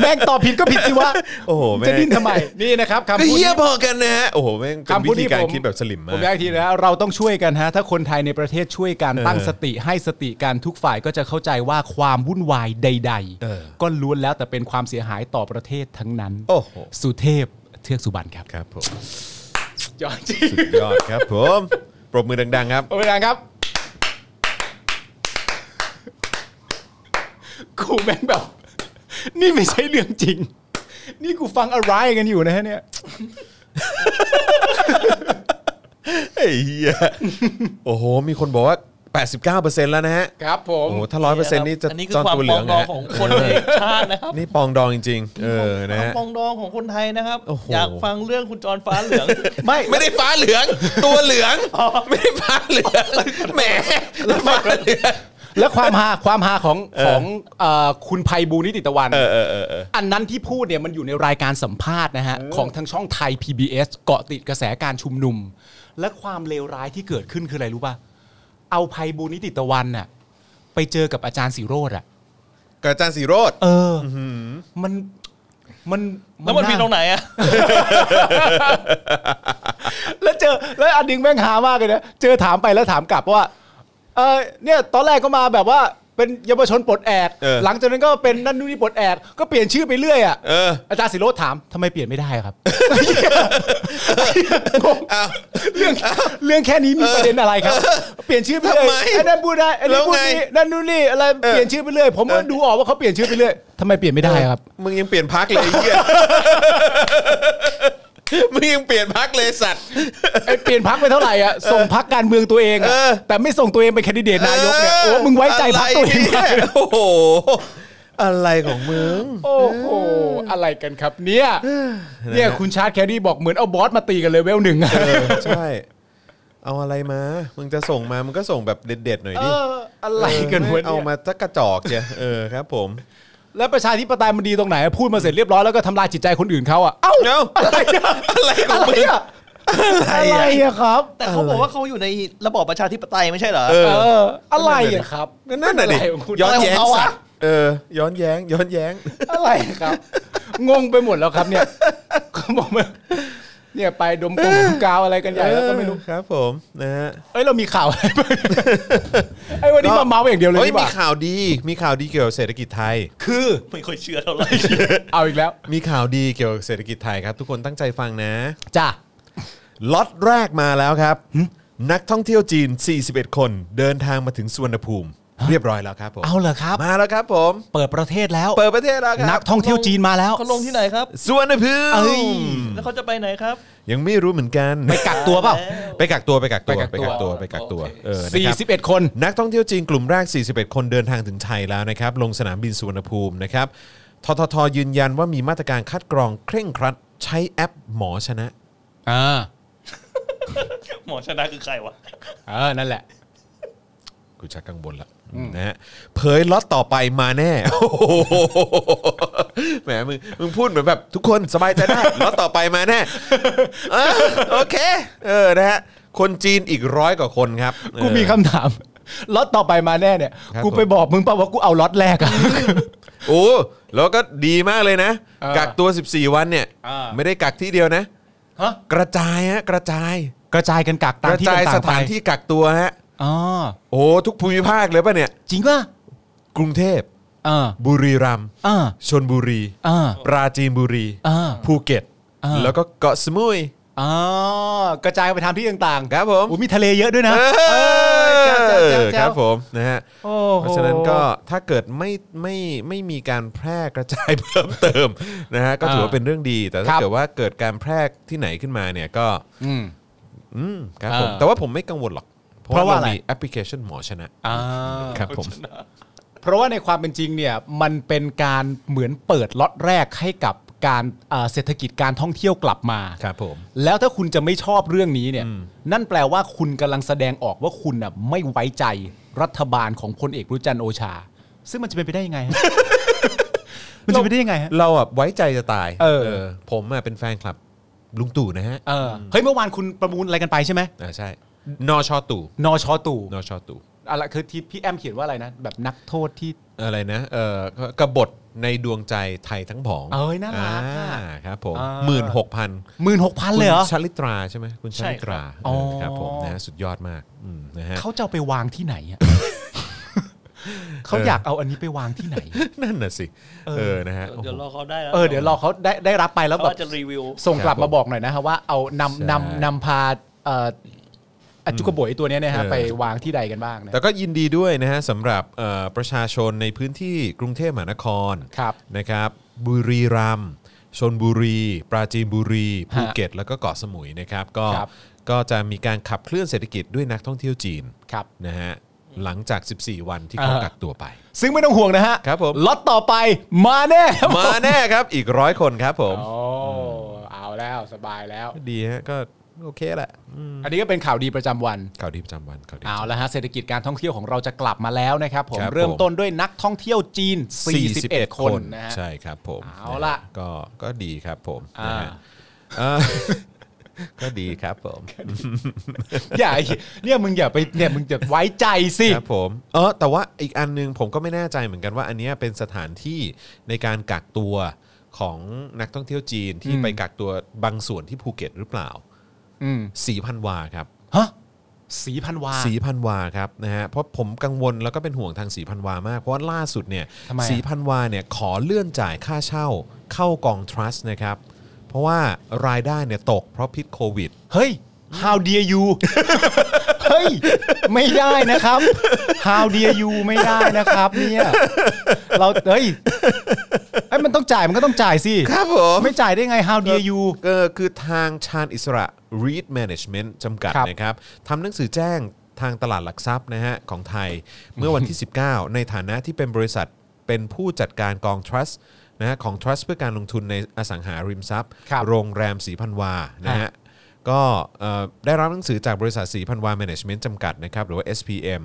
แม่งตอบผิดก็ผิดสิวะ
โอ้โหแม่ง
จะดิ้นทำไมนี่นะครับคำ
ก็
พูด
เฮี้ย
นี้
พอกันนะฮะโอ้โหแม่งเป็น
คำ
วิ
พูด
ธี
ที่
การ
ผม
คิดแบบสลิมมา
ผม
ก
ย้ำอีกทีนะฮะเราต้องช่วยกันฮะถ้าคนไทยในประเทศช่วยกันตั้งสติให้สติกันทุกฝ่ายก็จะเข้าใจว่าความวุ่นวายใด
เออ
ๆ ก็ล้วนแล้วแต่เป็นความเสียหายต่อประเทศทั้งนั้น
โอ้โห
สุเทพเทือกสุบรรณครับ
ครับผม
ยอดจริง
สุดยอดครับผมปรบมือดังๆครับ
โอ้ยนะครับกูแม่งแบบ นี่ไม่ใช่เรื่องจริง นี่กูฟังอะไรกันอยู่นะฮะเนี่ย
ไอ้เฮียโอ้โห มีคนบอกว่า 89%แล้วนะฮะ
ครับผ
โอ้
ม
โหถ้าร้อยเปอร์เซ็นต์นี่จะ
อันนี้คือ
จอน
ความ
ตัวเห
ป
ลื
อ
อง ง
ด
นะฮะ
องของคนในชาตินะครับ
นี่ปองดองจริง ๆ เออนะ
ความ
ฮะ
ปองดองของคนไทยนะครับ
โอ้โห
อยากฟังเรื่องคุณจรฟ้าเหลือง
ไม่
ไม่ได้ฟ้าเหลื อง ตัวเหลือง ไม่ได้ฟ้าเหลืองแหมฟ้าเหลือง
แล้วความฮาความฮาของของเอ่อคุณภัยบูลย์นิติตะวัน
เออเออเออเออ
อันนั้นที่พูดเนี่ยมันอยู่ในรายการสัมภาษณ์นะฮะ ของทางช่องไทย PBS เกาะติดกระแสการชุมนุม และความเลวร้ายที่เกิดขึ้นคืออะไรรู้ป่ะ เอาภัยบูลย์นิติตะวันน่ะไปเจอกับอาจารย์สีโรดอ่ะ
กับอาจารย์สีโรด
เออมันมัน
แล้วมันมีตรงไหนอ่ะ
แล้วเจอแล้วอันนึงแม่งหามากเลยนะเจอถามไปแล้วถามกลับว่า เออเนี่ยตอนแรกก็มาแบบว่าเป็นเยาวชนปลดแอกหลังจากนั้นก็เป็นนั่นนู่นนี่ปลดแอกก็เปลี่ยนชื่อไปเรื่อยอ่ะ
เออ
อาจารย์สิโรธถามทำไมเปลี่ยนไม่ได้ครับ
อ้าว
เรื่องเรื่องแค่นี้มีประเด็นอะไรครับ เปลี่ยนชื่อไปเลย
ทำไม
ไอ้นั่นพูดได้ไอ้นี่พูด
แล้ว
นี่
ไง
นั่นนู่นนี่อะไร
เออ
เปลี่ยนชื่อไปเรื่อยผมก็ดูออกว่าเขาเปลี่ยนชื่อไปเรื่อยทำไมเปลี่ยนไม่ได้ครับ
มึงยังเปลี่ยนพัก เลยไอ้เฮียมึงยังเปลี่ยนพักเลยสัตว์
ไอ้เปลี่ยนพักไปเท่าไหร่อ่ะส่งพักการเมืองตัวเองอะ
เออ
แต่ไม่ส่งตัวเองเป็นแคนดิเดตนายกเนี่ยโอ้มึงไว้ใจพักตัวเอง
อะ
ได้
ไรเนี่ยโอ้โห อะไรของมึง
โอ้โหอะไรกันครับเนี่ยเนี่ยคุณชาร์ตแคดดี้บอกเหมือนเอาบอสมาตีกันเลยเวลหนึ่งอะ
เออใช่ เอาอะไรมา มึงจะส่งมา มึงก็ส่งแบบเด็ดๆหน่อย
เอ
ดิ
ออะไรกันวะ
เออเอา
เนี่ย
มาสักกระจอกเจ้เออครับ ผม
แล้วประชาธิปไตยมันดีตรงไหน พูดมาเสร็จเรียบร้อยแล้วก็ทำลายจิตใจคนอื่นเขาอ่ะเอ้า
เอ้า
อะไรเนี่ย
อะไรของมึง
อะอะไรอะครับ
แต่เขาบอกว่าเขาอยู่ในระบอบประชาธิปไตยไม่ใช่เหรอ
เออ
เอออะไรอะครับ
นั่นน่ะดิ
อะไรของคุณ
ย้อนแย้
อะไร
ง
ของเขา
สั
อะ
ตว์เออ ย้อนแย้ง ย้อนแย้ง
อะไรครับ งงไปหมดแล้วครับเนี่ย เขาบอกมาเนี่ยไปดมกงดมกาวอะไรกันใหญ่แล้วก็ไม่รู้
เออครับผมนะฮะ
เอ้ยเรามีข่าวอะไรบ้างไอ้วันนี้มาเมาอย่างเดียวเลย
เฮ้ย
ดีก
มี
ว่า
ข่าวดี มีข่าวดีเกี่ยวกับเศรษฐกิจไทย
คือ
ไม่ค่อยเชื่อเท่าไหร่
เอาอีกแล้ว
มีข่าวดีเกี่ยวกับเศรษฐกิจไทยครับ ทุกคนตั้งใจฟังนะ
จ้ะ
ล็อตแรกมาแล้วครับ นักท่องเที่ยวจีน 41 คน เดินทางมาถึงสุวรรณภูมิ เรียบร้อยแล้วครับผม
เอาเหรอครับ
มาแล้วครับผม
เปิดประเทศแล้ว
เปิดประเทศแล้วค
นั
รั
ก
บ
ท่องเที่ยวจีนมาแล้ว
เขาลงที่ไหนครับ
สุวรรณภู
เอ้ย
มิ
แล้วเขาจะไปไหนครับ
ยังไม่รู้เหมือนกัน
ไปกักตัวเปล่า
ไปกักตัวไปกักตัว
ไปกัก
ไป
ตัว
กักตัวไปกักตัว
โอเค
เออนะครับ
41 คน
นักท่องเที่ยวจีนกลุ่มแรก 41 คนเดินทางถึงไทยแล้วนะครับ ลงสนามบินสุวรรณภูมินะครับ ทททยืนยันว่ามีมาตรการคัดกรองเคร่งครัด ใช้แอปหมอชนะ
อ่า
หมอชนะคือใครวะ
เออนั่นแหละ
กูชักกังวลละนะฮะเผยล็อตต่อไปมาแน่ โอ้โหแหมมึงมึงพูดเหมือนแบบทุกคนสบายใจได้ ล็อตต่อไปมาแน่เออโอเค เออนะฮะคนจีนอีกร้อยกว่าคนครับ
กูมีคำถามล็อตต่อไปมาแน่เนี่ย
ครับ
กูไปบอกมึงป่าว่ากูเอาล็อตแรกอะ
โอ้แล้วก็ดีมากเลยนะ
เออ
กักตัว 14 วันเนี่ย
อ่า
ไม่ได้กักที่เดียวนะ
ฮะ
กระจายฮะกระจาย
กระจายกันกักตาม
กระ
ที่
จาย
ต่างๆ
สถาน
ไป
ที่กักตัวฮะ
อ๋อ
โอ้ทุกภูมิภาคเลยป่ะเนี่ย
จริงป่ะ
กรุงเทพ
อ่า
บุรีรัมย์
อ่า
ชนบุรี
อ่า
ปราจีนบุรี
อ่า
ภูเก็ต
อ่า
แล้วก็เกาะสมุย
อ๋อกระจายไปทำที่ต่างๆ
ครับผม
โอ้มีทะเลเยอะด้วยนะ
เออ
เออแจ๋วแจ๋วแจ๋ว
ครับผมนะฮะ
โอ้โห
เพราะฉะนั้นก็ถ้าเกิดไม่ไม่ไม่มีการแพร่กระจายเพิ่มเติมนะฮะก็ถือว่าเป็นเรื่องดี แต่
ค
ถ้า
รับ
เกิดว่าเกิดการแพร่ที่ไหนขึ้นมาเนี่ยก็
อืม
อืมครับผม
อ่า
แต่ว่าผมไม่กังวลหรอก เพ
เพ
ราะ
ราะ
ว่า
ว่าอะไร
มีแอปพลิเคชันหมอชนะ
อ่า
ครับผม
เพราะว่าในความเป็นจริงเนี่ยมันเป็นการเหมือนเปิดล็อตแรกให้กับการเอ่อเศรษฐกิจการท่องเที่ยวกลับมา
ครับผม
แล้วถ้าคุณจะไม่ชอบเรื่องนี้เนี่ย นั่นแปลว่าคุณกำลังแสดงออกว่าคุณน่ะไม่ไว้ใจรัฐบาลของพลเอกประยุทธ์จันทร์โอชา ซึ่งมันจะเป็นไปได้ยังไงฮะ มันจะเป็นไปได้ยังไงฮะ
เราอ่ะไว้ใจจะตาย
เออ
ผมอ่ะเป็นแฟนคลับลุงตู่นะฮะ
เออเฮ้ยเมื่อวานคุณประมูลอะไรกันไปใช่ไหม
อ่าใช่ นชตู่
นชตู่
นชตู่
อะไรคือที่พี่แอมเขียนว่าอะไรนะแบบนักโทษที่
อะไรนะเออกบฏในดวงใจไทยทั้งผอง
เอ้ยน่ารักอะ
อ่าครับผม
อ่า
หมื่นหกพัน
หมื่นหกพันเลยเหรอ
ชลิตราใช่ไหมคุณชลิตรา
อ๋อ
เออครับผมนะสุดยอดมากอืมนะฮะ
เขาจะเอาไปวางที่ไหนอ่ะ เขาอยากเอาอันนี้ไปวางที่ไหน
นั่นน่ะสิ เออนะฮะโอ้
เดี๋ยว
โห
รอเขาได้แล้ว
เออเดี๋ยวรอเขาได้ได้รับไปแล้ว
เขา
แบบ
อาจจะรีวิว
ส่งกลับ
ครับผม
มาบอกหน่อยนะฮะว่าเอานำน
ใช่
ำนำพาเอ่ออจุกบวยตัวเนี้ยนะฮะ
เออ
ไปวางที่ใดกันบ้างนะ
แต่ก็ยินดีด้วยนะฮะสำหรับเอ่อประชาชนในพื้นที่กรุงเทพมหานคร
ครับ
นะครับบุรีรัมย์ชนบุรี ปราจีนบุรีภูเก็ต แล้วก็เกาะสมุยนะครับก็
ครับ
ก็จะมีการขับเคลื่อนเศรษฐกิจด้วยนักท่องเที่ยวจีน
ครับ
นะฮะหลังจาก 14 วันที่เขา
อ่า
กักตัวไป
ซึ่งไม่ต้องห่วงนะฮะ
ครับผม
ล็อตต่อไปมาแน่ครับ
มาแน่ครับอีกร้อยคนครับผม
โอ้เอาแล้วสบายแล้ว
ดีฮะก็โอเคแหละอืม
อันนี้ก็เป็นข่าวดีประจำวัน
ข่าวดีประจำวันข่าวดี
เอาละฮะเศรษฐกิจการท่องเที่ยวของเราจะกลับมาแล้วนะครับผม
ครับผม
เริ่มต้นด้วยนักท่องเที่ยวจีน 41 คนนะฮะ
ใช่ครับผม
เอาล่ะ
นฮก็ก็ดีครับผม
อ่าน
นะฮะเอ่อ ก็ดีครับผม
อย่าเนี่ยมึงอย่าไปเนี่ยมึงจะไว้ใจสิ
ครับผมเออแต่ว่าอีกอันหนึงผมก็ไม่แน่ใจเหมือนกันว่า อันเนี้ยเป็นสถานที่ในการกักตัวของนักท่องเที่ยวจีนที่
อืม
ไปกักตัวบางส่วนที่ภูเก็ตหรือเปล่า
อืม
สีพันวาครับ
ฮะสีพันวา
สีพันวาครับนะฮะเพราะผมกังวลแล้วก็เป็นห่วงทางสีพันวามาก เพราะว่าล่าสุดเนี่ย
ทำไมอะ
สีพันวาเนี่ยขอเลื่อนจ่ายค่าเช่าเข้ากองทรัสนะครับเพราะว่ารายได้เนี่ยตกเพราะพิษโควิด
เฮ้ย how dare you เฮ้ย ไม่ได้นะครับ how dare you ไม่ได้นะครับเนี่ยเราเฮ้ยไอ้ยมันต้องจ่ายมันก็ต้องจ่ายสิ
ครับผม
ไม่จ่ายได้ไง how dare you
เออคือทางชาญอิสระ Read Management จำกัด
ครับ
นะครับทำหนังสือแจ้งทางตลาดหลักทรัพย์นะฮะของไทยเมื่อวันที่ 19 ในฐานะที่เป็นบริษัทเป็นผู้จัดการกองทรัสนะฮะของทรัสเพื่อการลงทุนในอสังหาริมทรัพย์ โรงแรมสีพันวานะฮะ ก็เอ่อได้รับหนังสือจากบริษัทสีพันวาแมネจเมนต์จำกัดนะครับหรือว่า SPM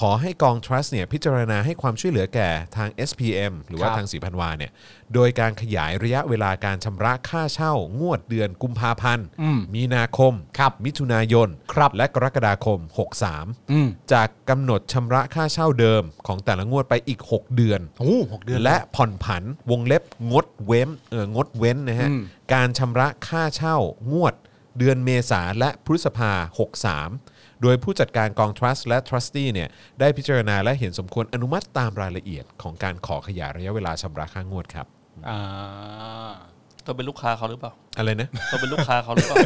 ขอให้กอง trust เนี่ยพิจารณาให้ความช่วยเหลือแก่ทาง SPM หรือว่า
ครับ
ทางสีพันวาเนี่ยโดยการขยายระยะเวลาการชำระค่าเช่างวดเดือนกุมภาพันธ์มีนาคม มิถุนายน
ครับ
และกรกฎาคม
อืม
63 จากกำหนดชำระค่าเช่าเดิมของแต่ละงวดไปอีก 6 เดือน
โอ้หกเดือน
และผ่อนผันวงเล็บงดเว้นเอองดเว้นนะฮะการชำระค่าเช่างวด เดือนเมษาและพฤษภา 63 โดยผู้จัดการกอง Trust และ Trustee เนี่ยได้พิจารณาและเห็นสมควรอนุมัติตามรายละเอียดของการขอขยายระยะเวลาชำระค่างวดครับ
อ่า
เราเป็นลูกค้าเขาหรือเปล่า
อะไรนะ
เราเป็นลูกค้าเขาหรือเปล่า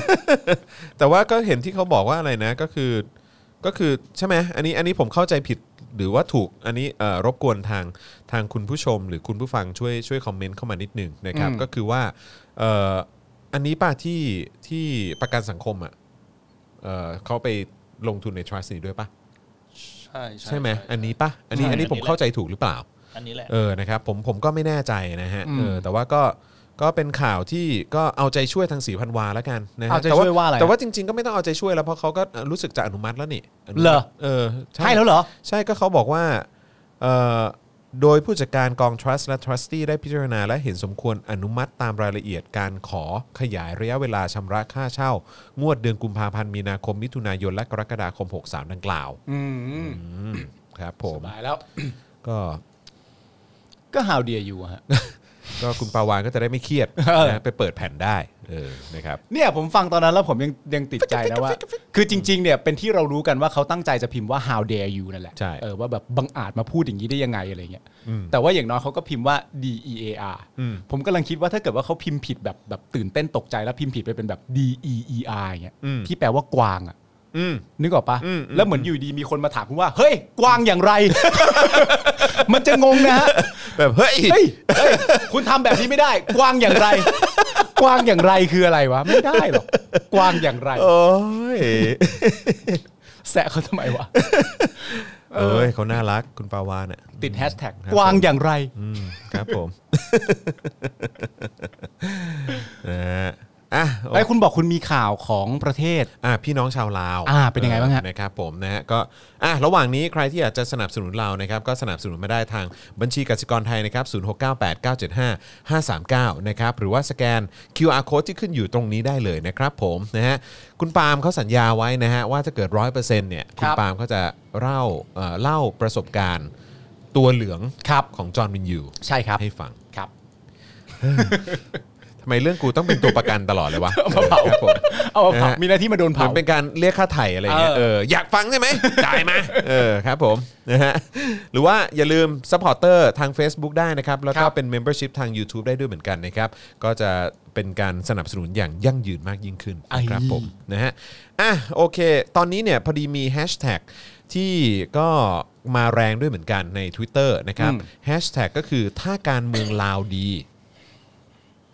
แต่ว่าก็เห็นที่เขาบอกว่าอะไรนะก็คือก็คือใช่ไหมอันนี้อันนี้ผมเข้าใจผิดหรือว่าถูกอันนี้เอ่อรบกวนทางทางคุณผู้ชม หรือคุณผู้ฟังช่วยช่วยคอมเมนต์เข้ามานิดหนึ่งนะครับก็คือว่าเอ่ออันนี้ป่ะที่ที่ประกันสังคมอ่ะเอ่อเขาไปลงทุนใน trust นี้ด้วยป่ะ
ใช่
ใช่ไหมอันนี้ป่ะอันนี้
ใช่
อันนี้ผมเข้าใจถูกหรือเปล่า
อันนี้แหละ
เออ นะครับ ผม ผมก็ไม่แน่ใจนะฮะ เออ แต่ว่าก็ ก็เป็นข่าวที่ก็เอาใจช่วยทางสีพันวาแล้วกันนะฮะ
เอาใจ
แต่
ช่วยว่าอะไร
แต่ว่าจริงๆ ก็ไม่ต้องเอาใจช่วยแล้วเพราะเขาก็รู้สึกจะอนุมัติแล้วนี่นุมัติ
เหรอ
เออ
ใช่แล้วเหรอ
ใช่ก็เขาบอกว่าเอ่อโดยผู้จัดการกอง Trust และ Trustee ได้พิจารณาและเห็นสมควรอนุมัติตามรายละเอียดการขอขยายระยะเวลาชำระค่าเช่า งวดเดือนกุมภาพันธ์มีนาคม มิถุนายนและกรกฎาคม 63 ดังกล่าว
อืม
อืมครับผม
สบายแล้ว
ก็
ก็ how dare you อะฮะ
ก็คุณปาวานก็จะได้ไม่เครียด
เออ
นะไปเปิดแผ่นได้เออนะครับ
เนี่ยผมฟังตอนนั้นแล้วผมยังยังติดใจนะว่า คือจริง ๆ เนี่ยเป็นที่เรารู้กันว่าเขาตั้งใจจะพิมพ์ว่า how dare you นั่นแหละ
ใช่
เออว่าแบบบังอาจมาพูดอย่างนี้ได้ยังไงอะไรเงี้ยแต่ว่าอย่างน้อยเขาก็พิมพ์ว่า d e a r ผมกำลังคิดว่าถ้าเกิดว่าเขาพิมพ์ผิดแบบแบบตื่นเต้นตกใจแล้วพิมพ์ผิดไปเป็นแบบ d e e r เงี้ยที่แปลว่ากวางอะ
อืม
นึกออกปะ
อืมอืม
แล้วเหมือนอยู่ดีมีคนมาถามคุณว่า เฮ้ย กวางอย่างไร มันจะงงนะฮะ
แบบเฮ้ย
เฮ้ยเฮ้ย คุณทำแบบนี้ไม่ได้ กวางอย่างไร กวางอย่างไรคืออะไรวะ ไม่ได้หรอก กวางอย่างไร
โอ้ย
แซะเขาทำไมวะ
เอ้ยเขาน่ารักคุณปาวานอ่ะ
ติดแฮชแท็ก
ครับ
กวางอย่างไร
อืมครับ ผมนะฮะอ่ะโอเค
ไอ้ยคุณบอกคุณมีข่าวของประเทศ
อ่ะพี่น้องชาวลาว
อ่าเป็นยังไงบ้างฮะ
เออนะครับผมนะฮะก็อ่ะระหว่างนี้ใครที่อยากจะสนับสนุนเรานะครับก็สนับสนุนมาได้ทางบัญชีกสิกรไทยนะครับศูนย์หกเนะครับหรือว่าสแกน QR code ที่ขึ้นอยู่ตรงนี้ได้เลยนะครับผมนะฮะคุณปาล์มเขาสัญญาไว้นะฮะว่าถ้าเกิด 100%เนี่ยคุณ
ครับ
ปาล์มเขาจะเล่าเอ่อเล่าประสบการณ์ตัวเหลือง
ครับ
ของจอห์นวินยู
ใช่ครับ
ให้ฟัง
ครับ
ทำไมเรื่องกูต้องเป็นตัวประกันตลอดเลยวะ
เอามาเผา
ครับผม
เอามาเผา
นะฮะ
มีหน้าที่มาโดน
เหมื
เผา
อนเป็นการเรียกค่าไถ่อะไรอย่างเงี้ย
เอ
เอ
อ
ออยากฟังใช่ไหม จ่ายมาเออครับผมนะฮะหรือว่าอย่าลืมสปอร์เตอร์ทาง Facebook ได้นะครับ แล้ว
ค
ก็
รับ
เป็น Membership ทาง YouTube ได้ด้วยเหมือนกันนะครับ ก็จะเป็นการสนับสนุนอย่างยั่งยืนมากยิ่งขึ้นนะครับผมนะฮะอ่ะโอเค ตอนนี้เนี่ยพอดีมีแฮชแท็กที่ก็มาแรงด้วยเหมือนกันใน Twitter นะครับแฮชแท็กก็คือถ้าการเมืองลาวดี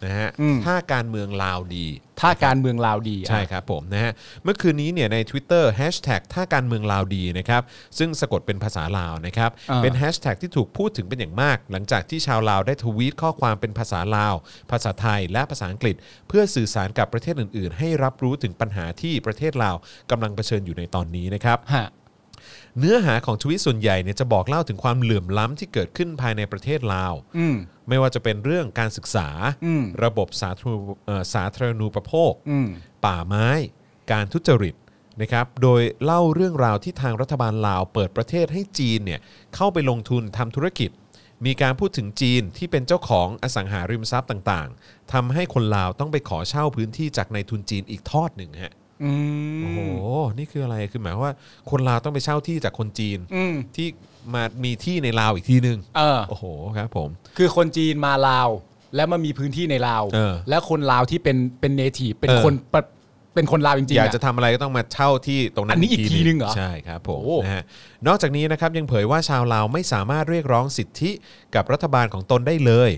นะฮะถ้าการเมืองลาวดี
ถ้าการเมืองลาวดี
ใช่ครับผมนะฮะเมื่อคืนนี้เนี่ยใน Twitter แฮชแท็กถ้าการเมืองลาวดีนะครับซึ่งสะกดเป็นภาษาลาวนะครับเป็นแฮชแท็กที่ถูกพูดถึงเป็นอย่างมาก หลังจากที่ชาวลาวได้ทวีตข้อความเป็นภาษาลาว ภาษาไทยและภาษาอังกฤษ เพื่อสื่อสารกับประเทศอื่น ๆ ให้รับรู้ถึงปัญหาที่ประเทศลาวกำลังเผชิญอยู่ในตอนนี้นะครับ
ฮะ
เนื้อหาของทวิตส่วนใหญ่เนี่ยจะบอกเล่าถึงความเหลื่อมล้ำที่เกิดขึ้นภายในประเทศลาว
อืม
ไม่ว่าจะเป็นเรื่องการศึกษา
อืม
ระบบสาธารณูเอ่อสาธารณูปโภค
อืม
ป่าไม้ การทุจริตนะครับ โดยเล่าเรื่องราวที่ทางรัฐบาลลาวเปิดประเทศให้จีนเนี่ยเข้าไปลงทุนทำธุรกิจ มีการพูดถึงจีนที่เป็นเจ้าของอสังหาริมทรัพย์ต่างๆทำให้คนลาวต้องไปขอเช่าพื้นที่จากนายทุนจีนอีกทอดหนึ่งฮะ
อื
โอ้
ม
โห นี่คืออะไร คือหมายความว่าคนลาวต้องไปเช่าที่จากคนจีน
อืม
ที่มามีที่ในลาวอีกที่หนึ่ง
เออ
โอ้โห ครับผม
คือคนจีนมาลาว แล้วมามีพื้นที่ในลาว
เออ
และคนลาวที่เป็นเป็นเนทีฟเป็น
เออ
คนปะเป็นคนลาวจริงๆ
อยาก
อะ
จะทำอะไรก็ต้องมาเช่าที่ตรงนั้
อั
น
นนี้อีกทีหนึ่งเหรอ
ใช่ครับผม
โอ้
นะฮะนอกจากนี้นะครับยังเผยว่าชาวลาวไม่สามารถเรียกร้องสิทธิกับรัฐบาลของตนได้เลย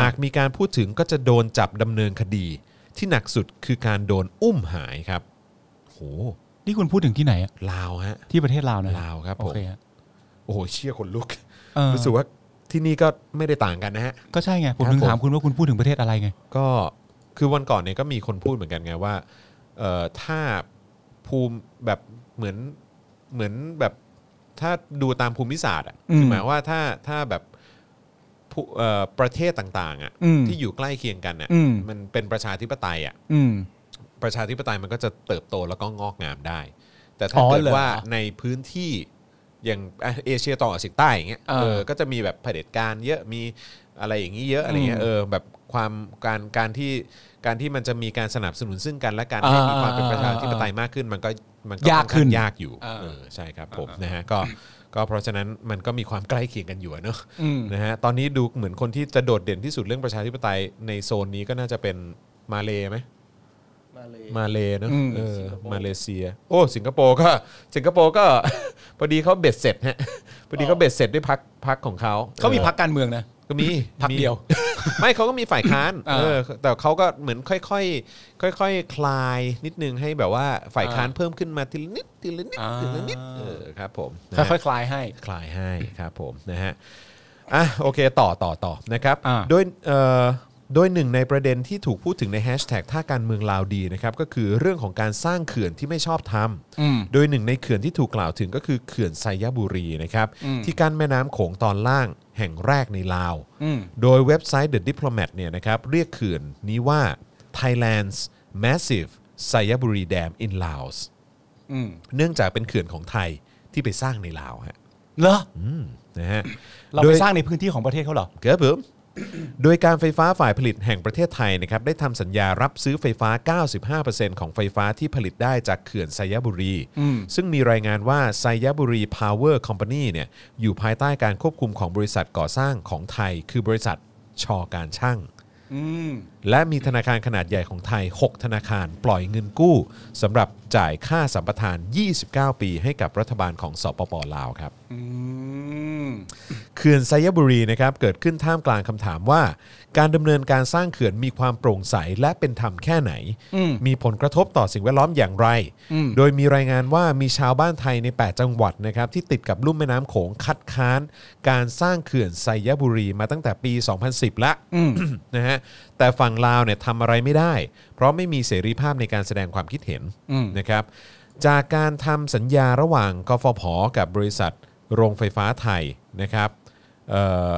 หากมีการพูดถึงก็จะโดนจับดำเนินคดี ที่หนักสุดคือการโดนอุ้มหายครับโห
นี่คุณพูดถึงที่ไหนอะ
ลาวฮะ
ที่ประเทศลาวนะ
ลาวครับผม
โอเคฮะ
โอ้โหเชี่ยคนลุก
เออ
รู้สึกว่าที่นี่ก็ไม่ได้ต่างกันนะฮะ
ก็ใช่ไง ผม
ครับ
ถึง
ผม
ถามคุณว่าคุณพูดถึงประเทศอะไรไง
ก็คือวันก่อนเนี่ยก็มีคนพูดเหมือนกันไงว่า เอ่อถ้าภูมิแบบเหมือนเหมือนแบบถ้าดูตามภูมิศาสตร์อ่ะ
อืม
คือหมายว่าถ้าถ้าแบบผู้เอ่อประเทศต่างๆอ่ะ
อืม
ที่อยู่ใกล้เคียงกันอ่ะ
อืม
มันเป็นประชาธิปไตยอ่ะ
อืม
ประชาธิปไตยมันก็จะเติบโตแล้วก็งอกงามได้ แต่ถ้า
อ๋อ
เกิด
เหรอ
ว่าในพื้นที่อย่างอ่ะเอเชียตะวันออกเฉียงใต้อย่างเงี้ย
เออ
เออก็จะมีแบบเผด็จการเยอะมีอะไรอย่างนี้เยอะอะไรเงี้ย
อืม
เออแบบความการการที่การที่มันจะมีการสนับสนุนซึ่งกันและกัน
อ่า
ให้มีความเป็นประชาธิปไตยมากขึ้น มันก็มันก็
ยากขึ้น
ค่อข้งยากอยู่
อ่า
เออใช่ครับผมนะฮะก็ก็เพราะฉะนั้นมันก็มีความใกล้เคียงกันอยู่อะเนอะ
อืม
นะฮะตอนนี้ดูเหมือนคนที่จะโดดเด่นที่สุดเรื่องประชาธิปไตยในโซนนี้ก็น่าจะเป็นมาเลไหม
มาเลย
มาเลเนอะ
อืม
เออ
สิงคโปร์
มาเลเซีย โอ้ สิงคโปร์ก็สิงคโปร์ก็ พอดีเขาเบ็ดเสร็จฮะพอดีเขาเบ็ดเสร็จด้วยพักพักของเขา
เขามี
ออ
พักการเมืองนะ
ก็มี
พรรค
มี
เดียว
ไม่เขาก็มีฝ่ายค้าน
อ่า
เออแต่เขาก็เหมือนค่อยๆค่อยๆ คลายนิดนึงให้แบบว่าฝ่ายค้านเพิ่มขึ้นมาทีละนิดทีละนิด
อ่า
ทีละนิดเออครับผมนะ
ค่
ฮะ
อยๆคลายให้
คลายให้ครับผมนะฮะอ่ะโอเคต่อต่อต่อนะครับ
อ่า
โดยเอ่อโดยหนึ่งในประเด็นที่ถูกพูดถึงในแฮชแท็กท่าการเมืองลาวดีนะครับก็คือเรื่องของการสร้างเขื่อนที่ไม่ชอบท
อืม
ำโดยหนึ่งในเขื่อนที่ถูกกล่าวถึงก็คือเขื่อนไซยบุรีนะครับ
อืม
ที่กั้นแม่น้ำโขงตอนล่างแห่งแรกในลาว
อืม
โดยเว็บไซต์ The Diplomat เนี่ยนะครับเรียกเขื่อนนี้ว่า Thailand's Massive Sayaburi Dam in Laos
อืม
เนื่องจากเป็นเขื่อนของไทยที่ไปสร้างในลาวฮะ
เหรอ
อืมนะฮะ
เราไปสร้างในพื้นที่ของประเทศเขาเหรอ
ครับผม โดยการไฟฟ้าฝ่ายผลิตแห่งประเทศไทยนะครับได้ทำสัญญารับซื้อไฟฟ้า 95%ของไฟฟ้าที่ผลิตได้จากเขื่อนไซยบุรี
อืม
ซึ่งมีรายงานว่าไซยบุรีพาวเวอร์คอมพานีเนี่ยอยู่ภายใต้การควบคุมของบริษัทก่อสร้างของไทย คือบริษัทชอการช่าง
อืม
และมีธนาคารขนาดใหญ่ของไทย 6 ธนาคารปล่อยเงินกู้สำหรับจ่ายค่าสัมปทาน 29 ปีให้กับรัฐบาลของสปปลาวครับ
อืม
เขื่อนไซยบุรีนะครับเกิดขึ้นท่ามกลางคำถามว่า การดำเนินการสร้างเขื่อนมีความโปร่งใสและเป็นธรรมแค่ไหน
อืม
มีผลกระทบต่อสิ่งแวดล้อมอย่างไร
อืม
โดยมีรายงานว่ามีชาวบ้านไทยใน 8 จังหวัดนะครับที่ติดกับลุ่มแม่น้ำโขงคัดค้าน การสร้างเขื่อนไซยบุรีมาตั้งแต่ปี 2010 ละ
อืม
นะฮะแต่ฝั่งลาวเนี่ยทำอะไรไม่ได้ เพราะไม่มีเสรีภาพในการแสดงความคิดเห็น
อืม
นะครับจากการทำสัญญาระหว่างกฟผกับบริษัทโรงไฟฟ้าไทยนะครับเอ่อ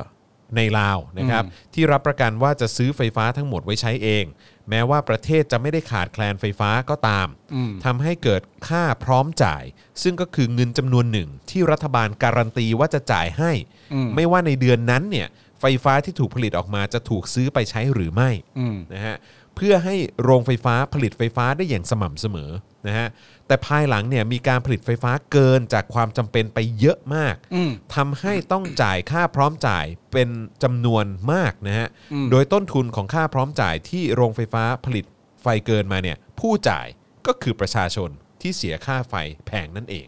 ในลาวนะครับที่รับประกันว่าจะซื้อไฟฟ้าทั้งหมดไว้ใช้เอง แม้ว่าประเทศจะไม่ได้ขาดแคลนไฟฟ้าก็ตามทำให้เกิดค่าพร้อมจ่าย ซึ่งก็คือเงินจำนวนหนึ่งที่รัฐบาลการันตีว่าจะจ่ายให้ ไม่ว่าในเดือนนั้นเนี่ย ไฟฟ้าที่ถูกผลิตออกมาจะถูกซื้อไปใช้หรือไม่
อืม
นะฮะเพื่อให้โรงไฟฟ้าผลิตไฟฟ้าได้อย่างสม่ำเสมอนะฮะแต่ภายหลังเนี่ยมีการผลิตไฟฟ้าเกินจากความจำเป็นไปเยอะมาก
อืม
ทำให้ต้องจ่ายค่าพร้อมจ่ายเป็นจำนวนมากนะฮะ
อืม
โดยต้นทุนของค่าพร้อมจ่ายที่โรงไฟฟ้าผลิตไฟเกินมาเนี่ยผู้จ่ายก็คือประชาชนที่เสียค่าไฟแพงนั่น เอง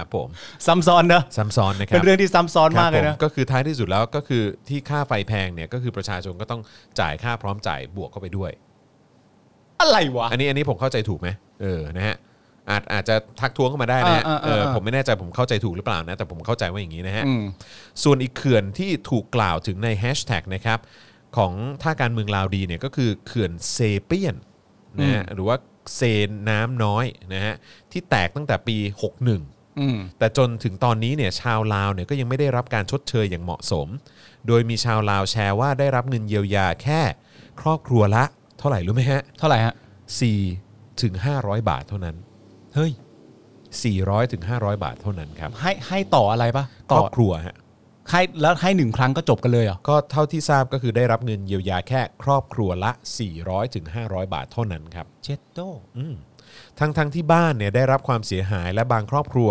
ครับผม
ซ้ำซ้อนเนอะ
ซ้ำซ้อนนะครับ
เป็นเรื่องที่ซ้ำซ้อนมากเลย
ค
นะ
รับผก็คือท้ายที่สุดแล้วก็คือที่ค่าไฟแพงเนี่ยก็คือประชาชนก็ต้องจ่ายค่าพร้อมจ่ายบวกเข้าไปด้วย
อะไรวะ
อันนี้อันนี้ผมเข้าใจถูกไหมเออนะฮะอาจอาจจะทักท้วงเข้ามาได้นะฮะ
อ่าอ่าอ่า
เออผมไม่แน่ใจผมเข้าใจถูกหรือเปล่านะแต่ผมเข้าใจว่าอย่างนี้นะฮะ
อืม
ส่วนอีกเขื่อนที่ถูกกล่าวถึงในแฮชแท็กนะครับของท่าการเมืองลาวดีเนี่ยก็คือเขื่อนเซเปียนนะฮะหรือว่าเซนน้ำน้อยนะฮะที่แตกตั้งแต่ปี 61
อืม
แต่จนถึงตอนนี้เนี่ยชาวลาวเนี่ยก็ยังไม่ได้รับการชดเชยอย่างเหมาะสม โดยมีชาวลาวแชร์ว่าได้รับเงินเยียวยาแค่ ครอบครัวละ เท่าไหร่รู้ไหมฮะ
เท่าไหร่ฮะ
4ถึง500 บาทเท่านั้น
เฮ้ย
400ถึง500 บาทเท่านั้นครับ
ให้ให้ต่ออะไรปะ
ค
ต่
ร
อ
อบครัวฮะ
ให้แล้วให้หนึ่งครั้งก็จบกันเลยเหรอ
ก็เท่าที่ทราบก็คือได้รับเงินเยียวยาแค่ครอบครัวละ 400ถึง500 บาทเท่านั้นครับ
เจ็ดโต
ทั้งทั้งๆที่บ้านเนี่ยได้รับความเสียหายและบางครอบครัว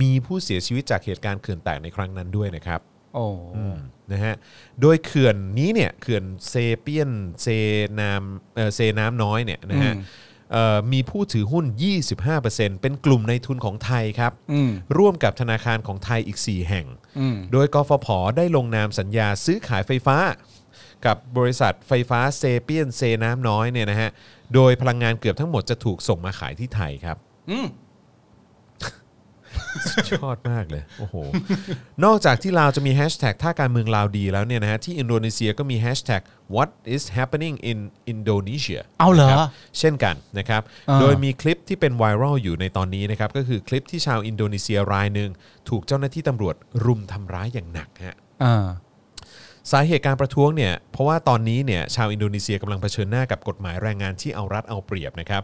มีผู้เสียชีวิตจากเหตุการณ์เขื่อนแตกในครั้งนั้นด้วยนะครับ
โอ้
นะฮะ โดยเขื่อนนี้เนี่ยเขื่อนเซเปียนเซน้ำเอ่อเซน้ำน้อยเนี่ยนะฮะ
อืม
เอ่อมีผู้ถือหุ้น 25%เป็นกลุ่มในทุนของไทยครับ
อืม
ร่วมกับธนาคารของไทยอีก 4 แห่ง
อืม
โดยกฟผ ได้ลงนามสัญญาซื้อขายไฟฟ้า กับบริษัทไฟฟ้าเซเปียนเซน้ำน้อยเนี่ยนะฮะ โดยพลังงานเกือบทั้งหมดจะถูกส่งมาขายที่ไทยครับ ชอดมากเลยโอ้โห นอกจากที่ลาวจะมีแฮชแท็กท่าการเมืองลาวดีแล้วเนี่ยนะฮะที่อินโดนีเซียก็มีแฮชแท็ก what is happening in Indonesia
เอาเหรอ
นะคบเช่นกันนะครับ
อ่า
โดยมีคลิปที่เป็นไวรัลอยู่ในตอนนี้นะครับ ก็คือคลิปที่ชาวอินโดนีเซียรายหนึ่งถูกเจ้าหน้าที่ตำรวจรุมทำร้ายอย่างหนักฮะ
อ่า
สาเหตุการประท้วงเนี่ยเพราะว่าตอนนี้เนี่ยชาวอินโดนีเซียกำลังเผชิญหน้ากับกฎหมายแรงงานที่เอารัดเอาเปรียบนะครับ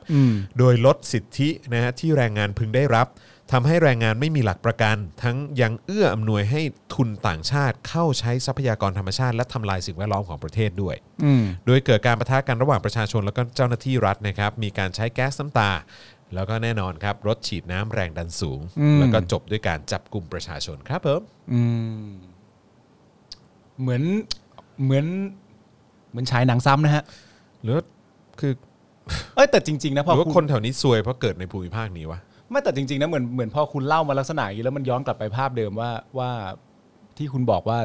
โดยลดสิทธินะฮะที่แรงงานพึงได้รับทำให้แรงงานไม่มีหลักประกัน ทั้งยังเอื้ออำนวยให้ทุนต่างชาติเข้าใช้ทรัพยากรธรรมชาติ และทำลายสิ่งแวดล้อมของประเทศด้วย
อืม
โดยเกิดการประทะกันระหว่างประชาชนแล้วก็เจ้าหน้าที่รัฐนะครับ มีการใช้แก๊สน้ำตา แล้วก็แน่นอนครับรถฉีดน้ำแรงดันสูง
อืม
แล้วก็จบด้วยการจับกลุ่มประชาชนครับผม
อืม เหมือนเหมือน เหมือนฉายหนังซ้ำนะฮะ
หรือคือ
เอ้ยแต่จริง ๆ นะพ
ห
อ
รือว่าค
คุ
น
ณ
แถวนี้ซวยเพราะเกิดในภูมิภาคนี้วะ
ไม่แต่จริง ๆ นะเหมือนเหมือนพอคุณเล่ามาลักษณะอย่างนี้แล้วมันย้อนกลับไปภาพเดิมว่าว่าที่คุณบอกว่า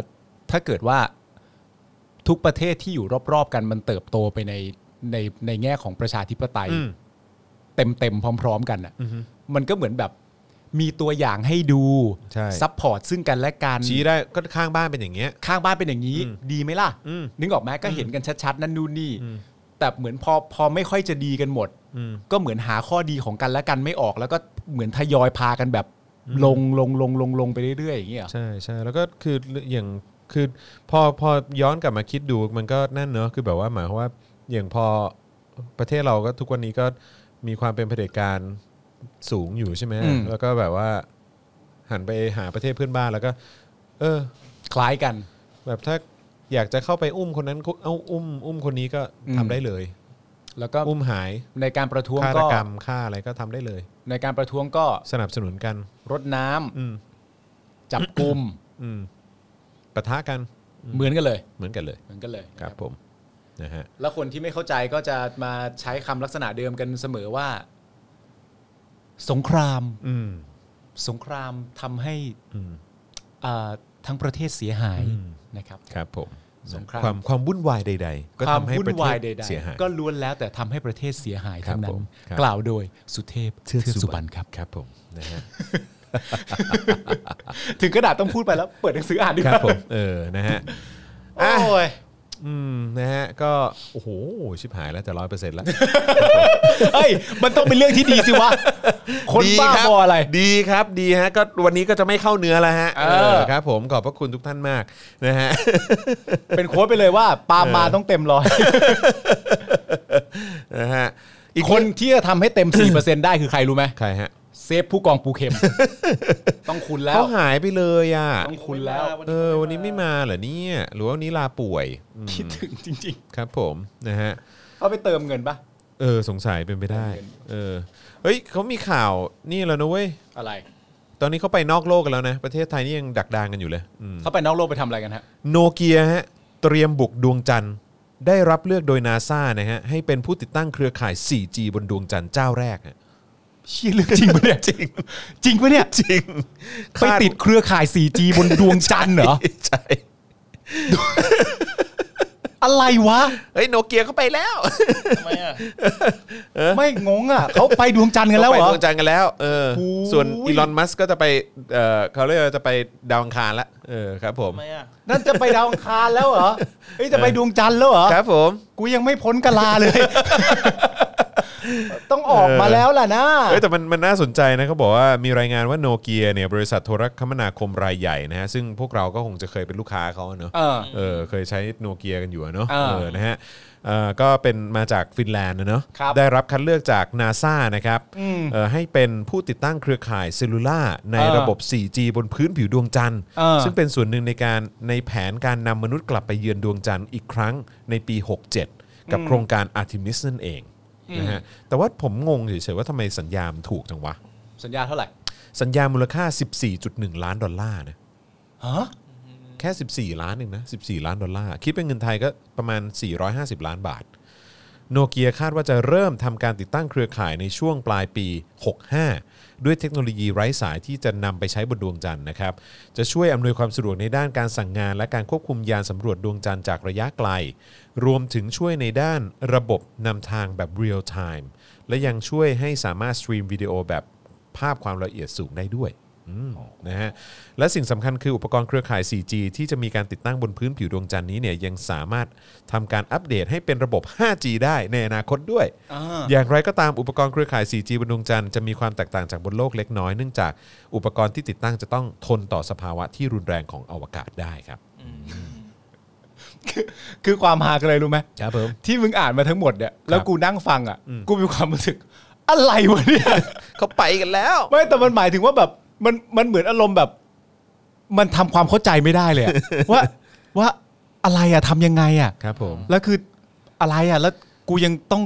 ถ้าเกิดว่าทุกประเทศที่อยู่รอบๆกันมันเติบโตไปในในในแง่ของประชาธิปไตย เต็มเต็มๆพร้อม ๆ กันอ่ะ
อือฮึ
มันก็เหมือนแบบมีตัวอย่างให้ดู
ใช่
ซัพพอร์ตซึ่งกันและกัน
ชี้ได้ก็ข้างบ้านเป็นอย่างเงี้ย
ข้างบ้านเป็นอย่างนี้
อืม
ดีไหมล่ะ
อืม
นึกออกไหมก็เห็นกันชัดๆ นั่นนู่นนี่
อืม
แต่เหมือนพอพอไม่ค่อยจะดีกันหมด
อืม
ก็เหมือนหาข้อดีของกันและกันไม่ออก แล้วก็เหมือนทยอยพากันแบบลงลงลงลงลงไปเรื่อยๆอย่างเงี้ยเหรอ
ใช่ใช่แล้วก็คืออย่างคือพอพอย้อนกลับมาคิดดูมันก็นั่นเนอะคือแบบว่าหมายความว่าอย่างพอประเทศเราก็ทุกวันนี้ก็มีความเป็นเผด็จการสูงอยู่ใช่ไหม
อืม
แล้วก็แบบว่าหันไปหาประเทศเพื่อนบ้านแล้วก็ เออ
คล้ายกัน
แบบถ้าอยากจะเข้าไปอุ้มคนนั้นก็เอาอุ้ม อุ้มคนนี้ก็ทำได้เลย
แล้วก็
อุ้มหาย
ในการประท้วง
ฆาต
ก็
กรรมฆ่าอะไรก็ทำได้เลย
ในการประท้วงก็
สนับสนุนกัน
รดน้ำ
อืม
จับกลุ่ม
อืมปะทะกัน
เหมือนกันเลย
เหมือนกันเลย
เหมือนกันเลย
ครับผมนะฮะ
แล้วคนที่ไม่เข้าใจก็จะมาใช้คำลักษณะเดิมกันเสมอว่า สงคราม
อืม
สงครามทำให้
อืม
เอ่อทั้งประเทศเสียหาย
อืม
นะครับ
ครับผม
สงคราม
ความความวุ่นวายใด ๆ ก็
ความ
ทำให้
วุ่
ประ
น
เท
วาย
ศ
ใด
เสียหาย
ๆก็ล้วนแล้วแต่ทำให้ประเทศเสียหาย
ครับ
ทั้งนั้
ผ
น
มครับ
กล่าวโดยสุเทพเทือกสุบรรณครับ
ครับผมนะฮะ
ถึงกระดาษต้องพูดไปแล้ว เปิดหนังสืออ่านดี
ค
ก
รับ
ว่า
ผมเออนะฮะ
โอ้ย
อืมนะฮะก็โอ้โหชิบหายแล้วจะร้อยเปอร์เซ็นต์แล้ว
เฮ้ย มันต้องเป็นเรื่องที่ดีสิวะ คนบ้า
ดีรับ
ออะไร
ดีครับดีฮะก็วันนี้ก็จะไม่เข้าเนื้อแล้วฮะ
เออ
ครับผมขอบพระคุณทุกท่านมากนะฮะ
เป็นโค้ดไปเลยว่า ปาล์มมาต้องเต็มร้อย
นะฮะอีก
คนที่จะทำให้เต็ม 4%ได้คือใครรู้ไหม
ใครฮะ
เซฟผู้กองปูเข็ม ต้องคุณแล้ว
เขาหายไปเลยอ่ะ
ต้องคุณแล้ว
เออวันนี้ไม่มาเหรอเนี่ยหรือว่าวันนี้ลาป่วยอืม
คิดถึงจริง
ครับผมนะฮะ
ๆเอาไปเติมเงินปะ
เออสงสัยเป็นไปได้ เออเฮ้ยเขามีข่าวนี่แล้วนะเว้ย
อะไร
ตอนนี้เขาไปนอกโลกกันแล้วนะ ประเทศไทยนี่ยังดักดานกันอยู่เลยอืม
เขาไปนอกโลกไปทำอะไรกันฮะ
โนเกียฮะเตรียมบุกดวงจันทร์ได้รับเลือกโดยนาซานะฮะให้เป็นผู้ติดตั้งเครือข่าย 4G บนดวงจันทร์เจ้าแรกฮะ
เชี่ยเรื่องจริงปะเนี่ยจริง จริงปะเนี่ย
จริง
ไปติดเครือข่าย 4G บนดวงจันทร์เหรอ
ใช่
อะไรวะ
เฮ้ยโนเกียเขาไปแล้ว
ทำไมอ่ะ
ไม่งงอ่ะเขาไปดวงจันทร์กันแล้วเหร
ไป
อ
ดวงจันทร์กันแล้วเออ
โอ้ย
ส่วนอีลอนมัสก็จะไปเออเขาเรียกว่าจะไปดาวอังคารละเออครับผม
ทำไมอ่ะ
นั่นจะไปดาวอังคารแล้วเหรอเอ้ยจะไปดวงจันทร์แล้วเหรอ
ครับผม
กูยังไม่พ้นกะลาเลย ต้องออกมาแล้วล่ะนะ
เอ้ยแต่มันมันน่าสนใจนะเขาบอกว่ามีรายงานว่าโนเกียเนี่ยบริษัทโทรคมนาคมรายใหญ่นะฮะซึ่งพวกเราก็คงจะเคยเป็นลูกค้าเขาเนอะ
เออ
เออเคยใช้โนเกียกันอยู่อะเนอะ
เออ
เออนะฮะเอ่อก็เป็นมาจากฟินแลนด์นะเนอะ
ครับ
ได้รับคัดเลือกจากนาซานะครับ
อืม
เอ่อให้เป็นผู้ติดตั้งเครือข่ายเซลลูล่าใน
เออ
ระบบ 4G บนพื้นผิวดวงจันทร์
เออ
ซึ่งเป็นส่วนหนึ่งในการในแผนการนำมนุษย์กลับไปเยือนดวงจันทร์อีกครั้งในปี 67 กับโครงการอาร์ติมิสนั่นเองนะฮะแต่ว่าผมงงเฉยๆว่าทำไมสัญญามันถูกจังวะ
สัญญาเท่าไหร่
สัญญามูลค่า 14.1 ล้านดอลลาร์นะ
ฮะ
แค่ 14 ล้านเองนะ 14 ล้านดอลลาร์ คิดเป็นเงินไทยก็ประมาณ 450 ล้านบาท โนเกียคาดว่าจะเริ่มทำการติดตั้งเครือข่ายในช่วงปลายปี 65 ด้วยเทคโนโลยีไร้สายที่จะนำไปใช้บนดวงจันทร์นะครับ จะช่วยอำนวยความสะดวกในด้านการสั่งงาน และการควบคุมยานสำรวจดวงจันทร์จากระยะไกล รวมถึงช่วยในด้านระบบนำทางแบบเรียลไทม์และยังช่วยให้สามารถสตรีมวิดีโอแบบภาพความละเอียดสูงได้ด้วย อืมนะฮะและสิ่งสำคัญคืออุปกรณ์เครือข่าย 4G ที่จะมีการติดตั้งบนพื้นผิวดวงจันทร์นี้เนี่ยยังสามารถทำการอัปเดตให้เป็นระบบ 5G ได้ในอนาคตด้วย อย่างไรก็ตามอุปกรณ์เครือข่าย 4G บนดวงจันทร์จะมีความแตกต่างจากบนโลกเล็กน้อยเนื่องจากอุปกรณ์ที่ติดตั้งจะต้องทนต่อสภาวะที่รุนแรงของอวกาศได้ครับ
คือความหาคืออะไรรู้ไหม
ครับผม
ที่มึงอ่านมาทั้งหมดเนี่ยแล้ว
ครับ
กูนั่งฟังอ่ะ
อืม
กูมีความรู้สึก อะไรวะเนี่ย
เขาไปกันแล้ว
ไม่แต่มันหมายถึงว่าแบบมันมันเหมือนอารมณ์แบบ มันทำความเข้าใจไม่ได้ เลยอะ ว่าว่าอะไรอ่ะทำยังไงอ่ะ
ครับผม
แล้วคืออะไรอ่ะ แล้วกูยังต้อง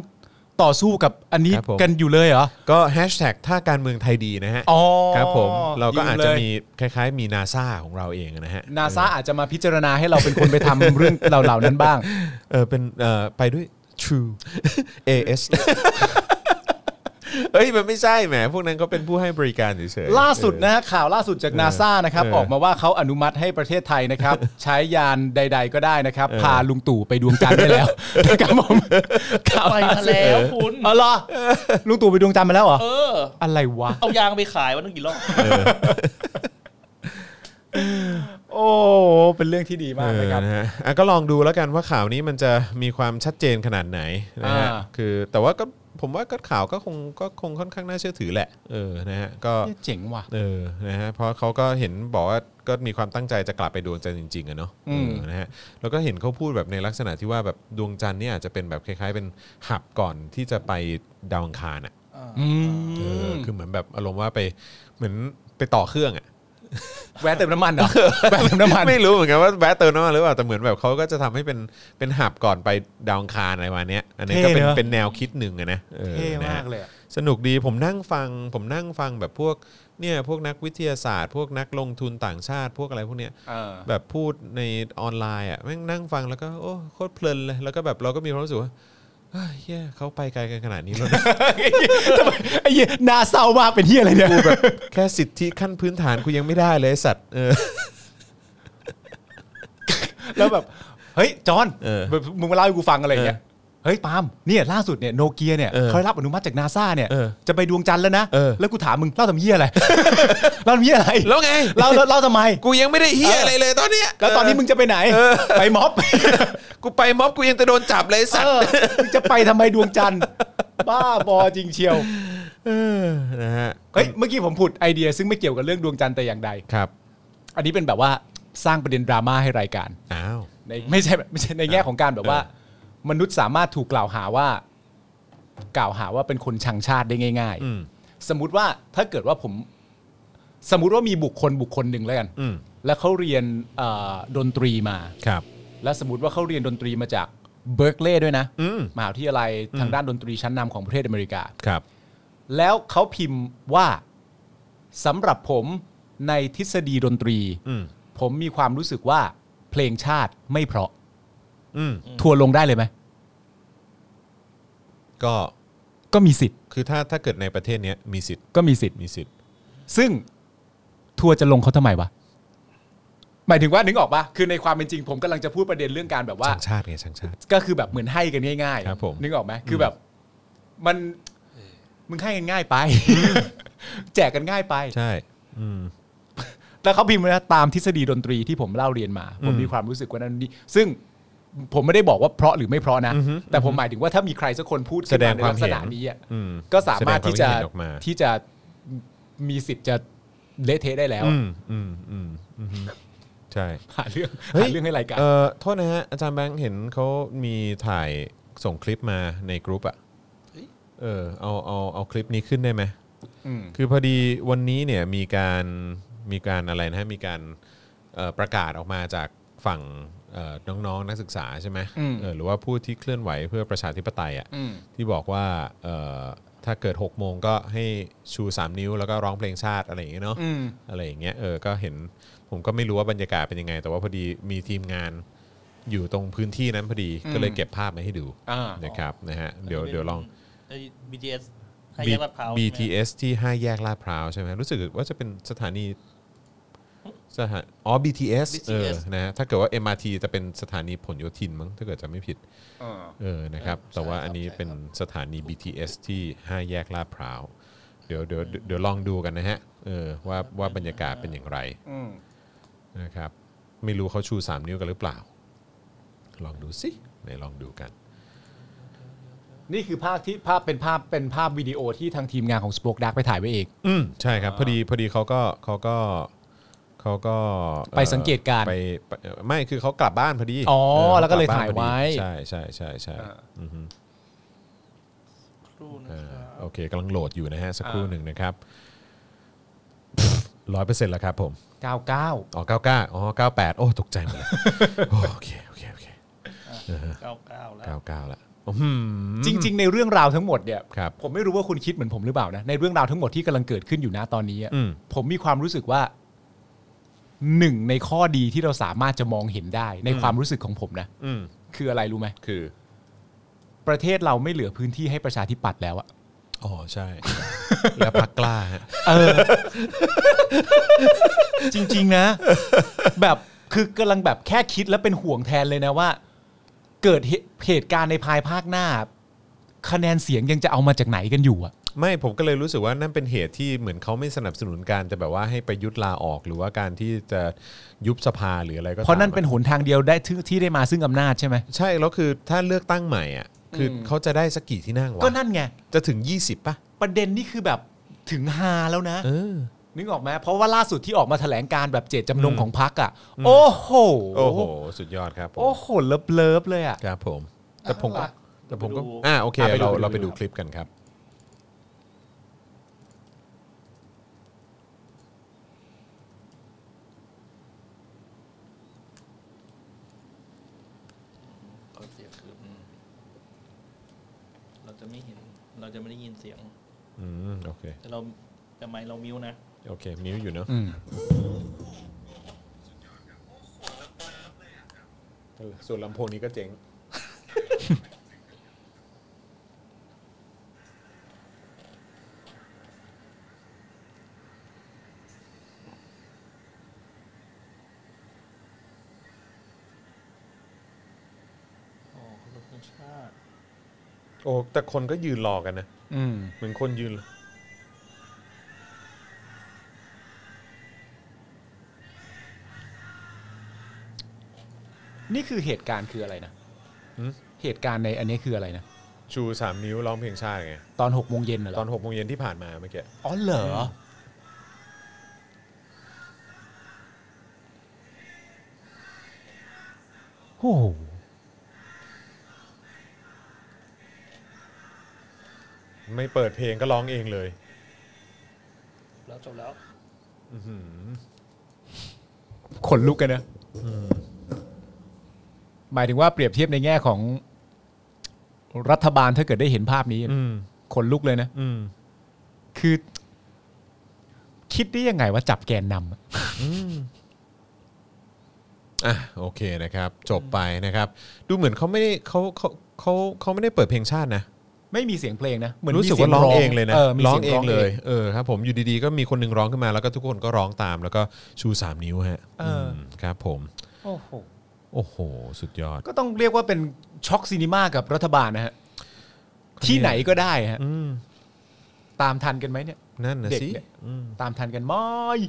ต่อสู้กับอันนี้
ครับผม
กันอยู่เลยเหรอ
ก็แฮชแท็กถ้าการเมืองไทยดีนะฮะ
อ๋อ
ครับผมเราก็
ดีเลย
อาจจะมีคล้ายๆ มีนาซาของเราเองนะฮะ
นาซาอาจจะมาพิจารณาให้เราเป็นคนไปทำ เรื่องเหล่าเหล่านั้นบ้าง
เออเป็นเออไปด้วย True AS เฮ้ย มันไม่ใช่แหมพวกนั้นก็เป็นผู้ให้บริการเฉยๆ
ล่าสุดนะฮะข่าวล่าสุดจากนาซานะครับ
เออ
ออกมาว่าเขาอนุมัติให้ประเทศไทย นะครับ ใช้ยานใด ๆ ก็ได้นะครับ พาลุงตู่ไปดวงจันทร์ได้ แล้วนะครับผมข่าว
ไป
ล่า
มา
สุด
แล้วคุณ
เอาเหรอลุงตู่ไปดวงจันทร์มาแล้วเหรอ
เออ
อะไรวะ
เอายางไปขายวันนึงกี่รอบ
โอ้เป็นเรื่องที่ดีมากนะครับ
เออนะฮะอ่ะก็ลองดูแล้วกันว่าข่าวนี้มันจะมีความชัดเจนขนาดไหนนะฮะ
อ่า
คือแต่ว่าก็ผมว่าก็ข่าวก็คงก็คงค่อนข้างน่าเชื่อถือแหละเออนะฮะก็
เนี่ยเจ๋งว่ะ
เออนะฮะเพราะเขาก็เห็นบอกว่าก็มีความตั้งใจจะกลับไปดวงจันทร์จริงๆอะเนาะ
อืม
เออนะฮะแล้วก็เห็นเขาพูดแบบในลักษณะที่ว่าแบบดวงจันทร์เนี่ยอาจจะเป็นแบบคล้าย ๆ เป็นหับก่อนที่จะไปดาวอังคารอ่ะ
อื
เออ
ม
คือเหมือนแบบอารมณ์ว่าไปเหมือนไปต่อเครื่องอ่ะ
แวะเติมน้ำมันเหรอแวะเติมน้ำมัน
ไม่รู้เหมือนกันว่าแวะเติมน้ำมันหรือเปล่าแต่เหมือนแบบเขาก็จะทำให้เป็นเป็นหับก่อนไปดาวอังคารอะไรประมาณเนี้ยอันนี้ก็เป็น
เท่เนอะ
เป็นแนวคิดหนึ่งอะนะออ
เท่
นะ
มาก
ฮะ
เลยอะ
สนุกดีผมนั่งฟัง ผมนั่งฟังแบบพวกเนี่ยพวกนักวิทยาศาสตร์ พวกนักลงทุนต่างชาติ พวกอะไรพวกเนี้ย
เออ
แบบพูดในออนไลน์อ่ะแม่งนั่งฟังแล้วก็โอ้โคตรเพลินเลยแล้วก็แบบเราก็มีความรู้สึกว่าเฮ้ยเหี้ยเขาไปไกลกันขนาดนี้ แล้วนะ
ทำไมไอ้เหี้ยนาเศร้ามากเป็นเฮียอะไรเนี่ย
แค่สิทธิขั้นพื้นฐานกูยังไม่ได้เลยไอ้สัตว์เออ
แล้วแบบ เฮ้ย จอห์น
เออ
แบบมึงมาเล่าให้กูฟังอะไรอย่างเงี้ยเฮ้ยปาล์มเนี่ยล่าสุดเนี่ยโนเกียเนี่ย
เออ
เขาได้รับอนุมัติจากนาซาเนี่ย
เออ
จะไปดวงจันทร์แล้วนะ
เออ
แล้วกูถามมึงเล่าทำเหี้ยอะไร เล่าทำเหี้ยอะไร
แล้วไง
เล่าเล่าเล่าทำไม
กูยังไม่ได้เฮียอะไรเลยตอนเนี้ย
แล้วตอนนี้มึงจะไปไหน ไปม็อบ
กูไปม็อบกูยังจะโดนจับเลยไอ้สัตว์
เออมึงจะไปทำไมดวงจันทร์ บ้าบอจริงเชียว
นะฮะ
เฮ้ยเมื่อกี้ผมผุดไอเดีย ซึ่งไม่เกี่ยวกับเรื่องดวงจันทร์แต่อย่างใด
ครับ
อันนี้เป็นแบบว่าสร้างประเด็นดราม่าให้รายการ
อ้าว
ใน ไม่ใช่ไม่ใช่ในแง่ของการแบบว่า มนุษย์สามารถถูกกล่าวหาว่า กล่าวหาว่าเป็นคนชังชาติได้ง่าย
อืม
ๆ สมมุติว่าถ้าเกิดว่าผม สมมุติว่ามีบุคคลบุคคลหนึ่งแล้วกัน
อืม
แล้วเขาเรียนเอ่อดนตรีมา
ครับ
และสมมติว่าเขาเรียนดนตรีมาจากเบิร์กลีย์ด้วยนะ
อืม
มหาวิทยาลัยทางด้านดนตรีชั้นนำของประเทศอเมริกา
ครับ
แล้วเขาพิมพ์ว่าสำหรับผมในทฤษฎีดนตรี
อืม
ผมมีความรู้สึกว่าเพลงชาติไม่เพราะ
อืม
ทัวร์ลงได้เลยไหม
ก็
ก็มีสิทธิ์
คือถ้าถ้าเกิดในประเทศเนี้ยมีสิทธิ์
ก็มีสิทธิ์
มีสิทธิ์
ซึ่งทัวร์จะลงเขาทำไมวะ หมายถึงว่านึกออกปะคือในความเป็นจริงผมกำลังจะพูดประเด็นเรื่องการแบบว่า
ชังชาติไงชังชาติ
ก็คือแบบเหมือนให้กันง่าย
ครับผม
นึกออกไหมคือแบบมันมึงให้กันง่ายไป แจกกันง่ายไป
ใช่ อืม
แล้วเขาพิมพ์นะตามทฤษฎีดนตรีที่ผมเล่าเรียนมา ผมมีความรู้สึกว่านั้นนี่ซึ่งผมไม่ได้บอกว่าเพราะหรือไม่เพราะนะ แต่ผมหมายถึงว่าถ้ามีใครสักคนพูดขึ้น
แสดง
ใน
ความ
ลักษณะ
เห็น
นี้อะ
อืม
ก็สามารถที่จะ
แสดงความเห็นออกมา
ที่จะมีสิทธิ์จะเละเทะได้แล้ว
อืม อืม อืม อืม ใช่
หาเรื่อง
เฮ้ย
หาเรื่องให้รายการ
เอ่อ โทษนะฮะ อาจารย์แบงค์เห็นเขามีถ่ายส่งคลิปมาในกรุ๊ปอะเออ เอาเอาเอาคลิปนี้ขึ้นได้ไหม
ม
คือพอดีวันนี้เนี่ยมีการมีการอะไรนะฮะมีการเอ่อประกาศออกมาจากฝั่งเอ่อน้องๆนักศึกษาใช่ไหมเออหรือว่าผู้ที่เคลื่อนไหวเพื่อประชาธิปไตยอ่ะ
อืม
ที่บอกว่าเอ่อถ้าเกิด6โมงก็ให้ชู 3 นิ้วแล้วก็ร้องเพลงชาติอะไรอย่างเงี้ยเนาะ
อืม
อะไรอย่างเงี้ยเออก็เห็นผมก็ไม่รู้ว่าบรรยากาศเป็นยังไง แต่ว่าพอดีมีทีมงานอยู่ตรงพื้นที่นั้นพอดีก็เลยเก็บภาพมาให้ดู
อ่า
นะครับนะฮะเดี๋ยวเดี๋ยวลอง
ไอ้ BTS ให้แยกลาดพร้าวใช่ไหม
BTS ที่ห้าแยกลาดพร้าวใช่ไหมรู้สึกว่าจะเป็นสถานีสถานอ๋อ BTS เออ
BTS
นะฮะถ้าเกิดว่า MRT จะเป็นสถานีผลโยธินมั้งถ้าเกิดจะไม่ผิดเออนะครับ แต่ว่าอันนี้เป็นสถานี BTS ที่ห้าแยกลาดพร้าว เดี๋ยวเดี๋ยวเดี๋ยวลองดูกันนะฮะเออว่าว่าบรรยากาศเป็นอย่างไรนะครับไม่รู้เขาชู 3 นิ้วกันหรือเปล่า ลองดูสิไหนลองดูกัน
นี่คือภาพที่ภาพเป็นภาพเป็นภาพวิดีโอที่ทางทีมงานของ Spoke Dark ไปถ่ายไว้เอง
อืมใช่ครับพอดีพอดีเขาก็เขาก็เขาก็อ่อ
ไปสังเกตการณ์
ไปไปเอ่อไม่คือเขากลับบ้านพอดี
อ๋อ
ออ
แล้วก็เลย
บบ้น
ถ่าย
พอ
ไว้
ดีใช่ใช่ใช่ใช่อือฮึ
ครูนะ
อ่า
ครับ
โอเคกำลังโหลดอยู่นะฮะสักครู่หนึ่งนะครับร้อยเปอร์เซ็นต์แล้วครับผม
99
อ๋อเก้าเก้าอ๋อเก้าแปดโอ้ตกใจหมดเลยโอ้โอเคโอเคโอเค
เก้าเก้าแล้ว
เก้าเก้าละอืม
จริง ๆ ในเรื่องราวทั้งหมดเนี่ย
ครับ
ผมไม่รู้ว่าคุณคิดเหมือนผมหรือเปล่านะ ในเรื่องราวทั้งหมดที่กำลังเกิดขึ้นอยู่นะตอนนี้อะ
อืม
ผมมีความรู้สึกว่าหนึ่งในข้อดีที่เราสามารถจะมองเห็นได้ในความรู้สึกของผมนะ
อืม
คืออะไรรู้ไหม
คือ
ประเทศเราไม่เหลือพื้นที่ให้ประชาธิปัตย์แล้วอะ
อ๋อใช่ แล้วพักกล้าฮะ
จริง ๆ นะ แบบคือกำลังแบบแค่คิดแล้วเป็นห่วงแทนเลยนะว่า เกิดเหตุเหตุการณ์ในภายภาคหน้า คะแนนเสียงยังจะเอามาจากไหนกันอยู่อะ
ไม่ผมก็เลยรู้สึกว่านั่นเป็นเหตุที่เหมือนเขาไม่สนับสนุนการจะแบบว่าให้ไประยุทธ์ลาออกหรือว่าการที่จะยุบสภาหรืออะไรก็ตาม
เพราะนั่นเป็นหนทางเดียวได้ที่ที่ได้มาซึ่งอำนาจใช่ไหม
ใช่แล้วคือถ้าเลือกตั้งใหม่อ่ะคืออเขาจะได้สักกี่ที่นั่งวะ
ก็นั่นไง
จะถึง 20ป่ะ
ประเด็นนี่คือแบบถึงฮาแล้วนะ
เออ
นึกออกไหมเพราะว่าล่าสุดที่ออกมาแถลงการแบบเจตจำนงของพักอ่ะ โอ้โห
โอ้โห สุดยอดครับผม
โอ้โหเลิฟเลิฟเลยอ่ะ
ครับผม แต่ผมก็
อ่ะ
แต่ผมก็
ไปดู
อ่าโอเค
อ่ะไปดู
เรา
ไปดู
เราไปดูคลิปกันครับ
ก็เสียงคืออืมเราจะไม่เห็น เราจะไม่ได้ยินเสียง
อืมโอเค
แต่เราแต่ไมค์เรามิวนะ
โอเคมิวอยู่เนอะเออส่วนลำโพงนี้ก็เจ๋ง
อ๋อเคารพธงชาติ
โอ้แต่คนก็ยืนรอกันนะ
อืม
เหมือนคนยืน
นี่คือเหตุการณ์คืออะไรนะ
หืม
เหตุการณ์ในอันนี้คืออะไรนะ
ชูสามนิ้วร้องเพลงชาติไง
ตอนหกโมงเย็นน่ะเหร
ตอ
อน
หกโมงเย็นที่ผ่านมาเมื่อกี้
อ๋อเหรอโอ้โห
ไม่เปิดเพลงก็ร้องเองเลย
แล้วจบแล้ว
ขนลุกกันนะหมายถึงว่าเปรียบเทียบในแง่ของรัฐบาลถ้าเกิดได้เห็นภาพนี้
อืม
ขนลุกเลยนะ
อืม
คือ คิดได้ยังไงว่าจับแกนนำอะ
อ่ะโอเคนะครับ จบไปนะครับ ดูเหมือนเขาไม่ได้เขาเขาเขาเขาไม่ได้เปิดเพลงชาตินะ
ไม่มีเสียงเพลงนะ เหมือน
รู้สึก
มีสีย
ว่าร้องเองเลยนะ
เออมี
ร้อง
สีย
เองเลยเออครับผมอยู่ดีๆก็มีคนหนึงร้องขึ้นมาแล้วก็ทุกคนก็ร้องตาม แล้วก็ชูสามนิ้วฮะมครับผม
โอ้โห
โอ้โห สุดยอด
ก็ต้องเรียกว่าเป็นช็อกซีนิมากับรัฐบาลนะฮะ ที่ไหนก็ได้ฮะ
อืม
ตามทันกันไหมเนี่ย
นั่นนะ
เด็ก
สิ
เนี่ย
อืม
ตามทันกันไหมอย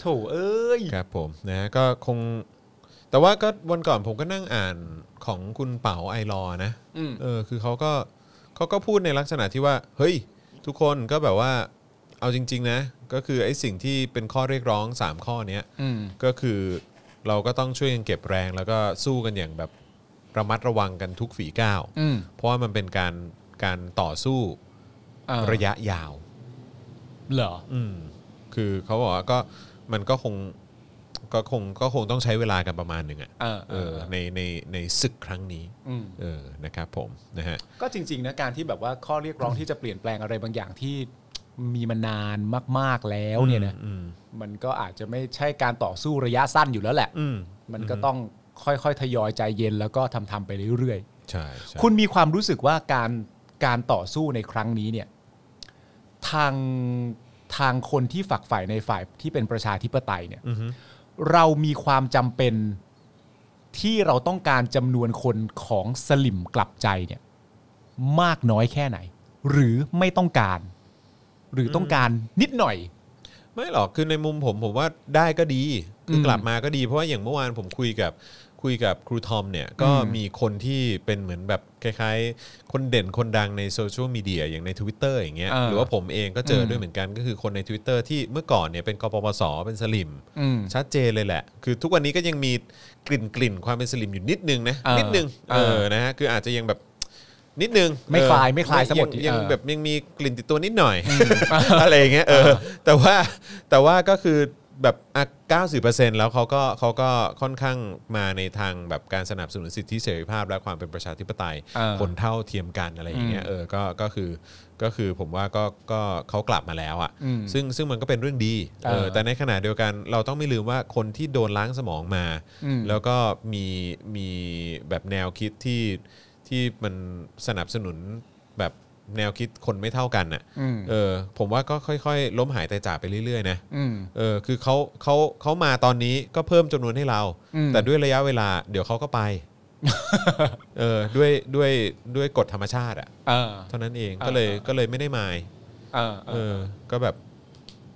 โถเอ้ย
ครับผมนะก็คง แต่ว่าก็วันก่อนผมก็นั่งอ่านของคุณเป๋าไอรอว์นะ
อืม
เออคือเขาก็เขาก็พูดในลักษณะที่ว่า เฮ้ย ทุกคนก็แบบว่าเอาจริง ๆ นะ ก็คือไอ้สิ่งที่เป็นข้อเรียกร้อง 3 ข้อเนี้ย
อืม
ก็คือเราก็ต้องช่วยกันเก็บแรง แล้วก็สู้กันอย่างแบบระมัดระวังกันทุกฝีก้าว
อืม
เพราะว่ามันเป็นการการต่อสู้
อ่า
ระยะยาว
เหรอ
อืมคือเขาบอกว่าก็มันก็คงก็คงก็คงต้องใช้เวลากันประมาณหนึ่งอะ
เออ
เอ
เอ
อ
อ
ในในในศึกครั้งนี้
อืม
เออนะครับผมนะฮะ
ก็จริง ๆ นะการที่แบบว่าข้อเรียก ร้องที่จะเปลี่ยนแปลงอะไรบางอย่างที่มีมานานมาก ๆแล้วเนี่ยนะ
อืม
มันก็อาจจะไม่ใช่การต่อสู้ระยะสั้นอยู่แล้วแหละ
อืม
มันก็ต้องค่อยๆ ทยอยใจเย็นแล้วก็ทำๆไปเรื่อย
ใช่ใช่
ๆ คุณมีความรู้สึกว่าการการต่อสู้ในครั้งนี้เนี่ยทางทางคนที่ฝักใฝ่ในฝ่ายที่เป็นประชาธิปไตยเนี่ย
อือฮึ
เรามีความจำเป็นที่เราต้องการจำนวนคนของสลิมกลับใจเนี่ยมากน้อยแค่ไหน หรือไม่ต้องการ หรือต้องการนิดหน่อย
ไม่หรอกคือในมุมผมผมว่าได้ก็ดีคืออ
ม
กลับมาก็ดีเพราะว่าอย่างเมื่อวานผมคุยกับคุยกับครูทอมเนี่ยก็
อืม
มีคนที่เป็นเหมือนแบบคล้ายๆ คนเด่นคนดังในโซเชียลมีเดียอย่างใน Twitter อย่างเงี้ยห
อ่า
รือว่าผมเองก็เจออ
ม
ด้วยเหมือนกันก็คือคนใน Twitter ที่เมื่อก่อนเนี่ยเป็นกปปสเป็นสลิม
อืม
ชัดเจนเลยแหละ คือทุกวันนี้ก็ยังมีกลิ่นกลิ่นความเป็นสลิมอยู่นิดนึงนะ
เออ
นิดนึง เอ
เออ
อ นะฮะ คืออาจจะยังแบบนิดนึง
ไม่คลาย
เออ
ไม่คลายซะหมด
งยัง
เออ
แบบยังมีกลิ่นติดตัวนิดหน่อย อะไรอย่างเงี้ย เออ แต่ว่าแต่ว่าก็คือแบบอ่ะ90%แล้วเขาก็เขาก็ค่อนข้างมาในทางแบบการสนับสนุนสิทธิเสรีภาพ และความเป็นประชาธิปไตย
เออ
คนเท่าเทียมกันอะไรอย่างเงี้ย เออ ก็ ก็คือ ก็คือผมว่าก็ก็เขากลับมาแล้วอ่ะ
อืม
ซึ่งซึ่งมันก็เป็นเรื่องดีเอ
เอ
อ
อ
แต่ในขณะเดียวกันเราต้องไม่ลืมว่าคนที่โดนล้างสมองมา
อืม
แล้วก็มีมีแบบแนวคิดที่ที่มันสนับสนุนแบบแนวคิดคนไม่เท่ากันน่ะ
อืม
เออผมว่าก็ค่อยๆ ล้มหายตายจากไปเรื่อยๆนะ
อืม
เออคือเขาเขาเขามาตอนนี้ก็เพิ่มจำนวนให้เรา
อืม
แต่ด้วยระยะเวลาเดี๋ยวเขาก็ ไปเออด้วยด้วยด้วยกฎธรรมชาติอ่ะ
เออ
เท่านั้นเอง
เออ
ก็เลย
เออ
ก็เลยไม่ได้มาย
เออเอ
เอ
อ
อ ก็แบบ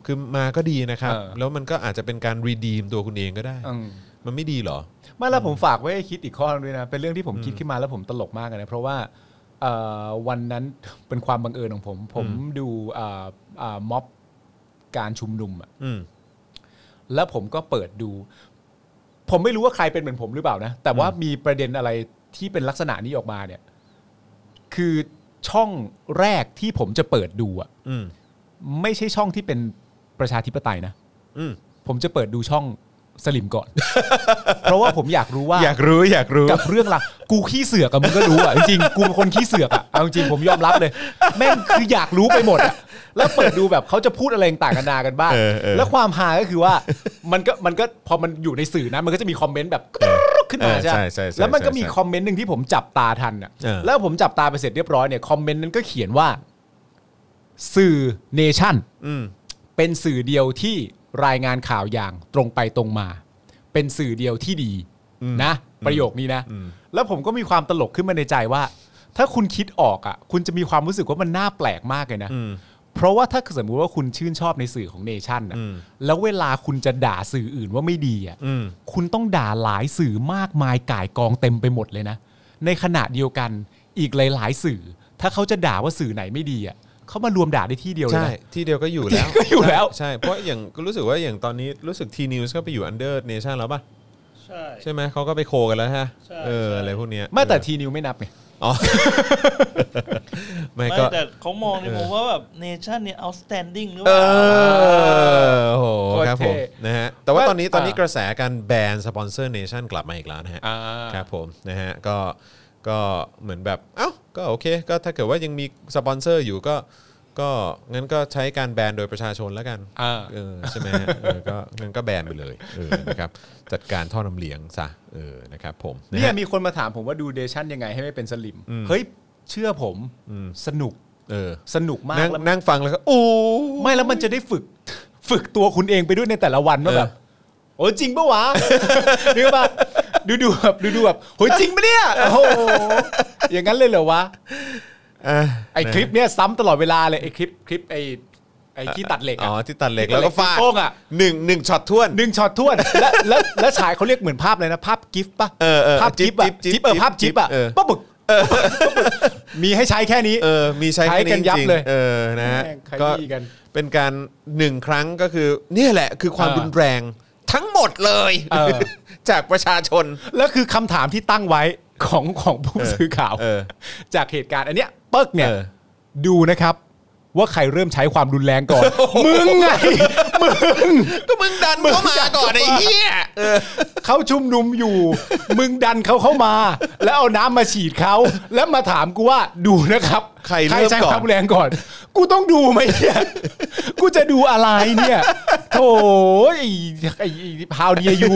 คือมาก็ดีนะครับ
เออ
แล้วมันก็อาจจะเป็นการรีดีมตัวคุณเองก็ได้
อืม
มันไม่ดีเหรอ
ไม่แล้วผมฝากไว้ให้คิดอีกข้อหนึงด้วยนะ เป็นเรื่องที่ผมคิดขึ้นมาแล้วผมตลกมากเลยนะ เพราะว่าเอ่อวันนั้น เป็นความบังเอิญของผม ผมดูเอ่อเอ่อม็อบการชุมนุมอะ
อืม
แล้วผมก็เปิดดู ผมไม่รู้ว่าใครเป็นเหมือนผมหรือเปล่านะ แต่ว่ามีประเด็นอะไรที่เป็นลักษณะนี้ออกมาเนี่ย คือช่องแรกที่ผมจะเปิดดูอะ
อืม
ไม่ใช่ช่องที่เป็นประชาธิปไตยนะ
อืม
ผมจะเปิดดูช่องสลิม ก่อน เพราะว่าผมอยากรู้ว่า
อยากรู้อยากรู้
กับเรื่องละกูขี้เสือกอะมึงก็รู้อะจริงๆกูเป็นคนขี้เสือกอะเอาจริงผมยอมรับเลย แม่งคืออยากรู้ไปหมดอะแล้วเปิดดูแบบเขาจะพูดอะไรต่างกันานากันบ้าง
เออเออ
แล้วความฮาก็คือว่ามันก็มันก็พอมันอยู่ในสื่อนะมันก็จะมีคอมเมนต์แบบขึ้นมา
เออ
ใช่
ใช่ใช่
ไหม
ใช่
แล้วมันก็มี
ใช่ใช่
คอมเมนต์หนึ่งที่ผมจับตาทันอะ
เออ
แล้วผมจับตาไปเสร็จเรียบร้อยเนี่ยคอมเมนต์นั้นก็เขียนว่า สื่อเนชั่น
อืม
เป็นสื่อเดียวที่รายงานข่าวอย่างตรงไปตรงมา เป็นสื่อเดียวที่ดีนะ ประโยคนี้นะ แล้วผมก็มีความตลกขึ้นมาในใจว่า ถ้าคุณคิดออกอ่ะ คุณจะมีความรู้สึกว่ามันน่าแปลกมากเลยนะ
อืม
เพราะว่าถ้าสมมติว่าคุณชื่นชอบในสื่อของเนชั่นน่ะ
อืม
แล้วเวลาคุณจะด่าสื่ออื่นว่าไม่ดีอ่ะ
อืม
คุณต้องด่าหลายสื่อมากมายก่ายกองเต็มไปหมดเลยนะ ในขณะเดียวกันอีกหลาย ๆ สื่อ ถ้าเขาจะด่าว่าสื่อไหนไม่ดีอ่ะเขามารวมด่าได้ที่เดียวเลย
ใช่
นะ
ที่เดียวก็อยู่แล้ว
ที่เดียวก็อยู่แล้ว
ใช่ใช่ เพราะอย่างก็รู้สึกว่าอย่างตอนนี้รู้สึกทีนิวส์ก็ไปอยู่อันเดอร์เนชั่นแล้วป่ะ
ใช่
ใช่ไหม เขาก็ไปโคกันแล้วฮะ
ใช่
เออ
ใช่
อะไรพวกเนี้ย
ไม่แต่
เออ
ทีนิวไม่นับไง
อ๋อ ไม่
ไม่
ก็
แต่เขามองในมุมว่าแบบเนชั่นเนี่ย outstanding หรือเป
เอ
ล่า
อโอ้โห
โคตร
ครับผม
เท่
นะฮะ แต่ว่าตอนนี้ตอนนี้
อ่าก ก
ระแสการแบนสปอนเซอร์เนชั่นกลับมาอีกแล้วนะฮะ ครับผมนะฮะก็ก็เหมือนแบบเอ้าก็โอเคก็ถ้าเกิดว่ายังมีสปอนเซอร์อยู่ก็ก็งั้นก็ใช้การแบนโดยประชาชนแล้วกัน
อ่า
เออใช่ไหมฮะเออก็งั้นก็แบนไปเลยเออนะครับจัดการท่อนำเลี้ยงซะเออนะครับผมนะ
เนี่ย
ฮะ
มีคนมาถามผมว่าดูเดชั่นยังไงให้ไม่เป็นสลิม เฮ้ย เชื่อผมสนุก
เออ
สนุกมาก
นั่ง
แล้ว
นั่งฟังแล้วก็โอ้
ไม่แล้วมันจะได้ฝึก ฝึกตัวคุณเองไปด้วยในแต่ละวันว่าแบบโอ้ยจริงปะวะ นึกว่าดูดูๆแบบดูดูๆแบบโอ้ยจริงปะเนี่ยโอ้โหอย่างนั้นเลยเหรอวะ
อ่ะ
ไอคลิปเนี่ยซ้ำตลอดเวลาเลยไอคลิปคลิปไอไอที่ตัดเหล็ก
อ๋อ
อะ
ที่ตัดเหล็กแล้วก็ฟาด
โป้งอะ
หนึ่งหนึ่งช็อตท้วน
หนึ่งช็อตท้วนและและและฉายเขาเรียกเหมือนภาพเลยนะ ภาพกิฟต์ปะ
เออเออ
ภาพกิฟต์อะ
จิ๊บจิ๊บ
จิ๊บเออภาพจิ๊บอะ
เออ
ป้าบึกมีให้ใช้แค่นี้
เออ มีใช้
ใช้
แค่
กันยับ
จริงๆ
เลย
เออ นะฮะ
แม่งใคร
ก็
ดีกัน
เป็นการหนึ่งครั้งก็คือเนี่ยแหละคือความ
เออ
รุนแรงทั้งหมดเลย
เออ
จากประชาชน
แล้วคือคำถามที่ตั้งไว้ของ ของผู้
เออ
สื่อข่าว
เออ
จากเหตุการณ์อันเนี้ยเปิ๊กเนี่ย
เออ
ดูนะครับ ว่าใครเริ่มใช้ความรุนแรงก่อน มึง ไงมึง
ก็มึงดันเข้ามาก่อนไอ้เหี้ยเออ
เขาชุมนุมอยู่ มึงดันเขาเข้ามา แล้วเอาน้ำมาฉีดเขา แล้วมาถามกูว่าดูนะครับ
ใครเริ่มก่อน
ใช้ความแรงก่อน กูต้องดูไหมเนี่ยกูจะดูอะไรเนี่ยโถไอ้ไอ้พาวเดีย ยู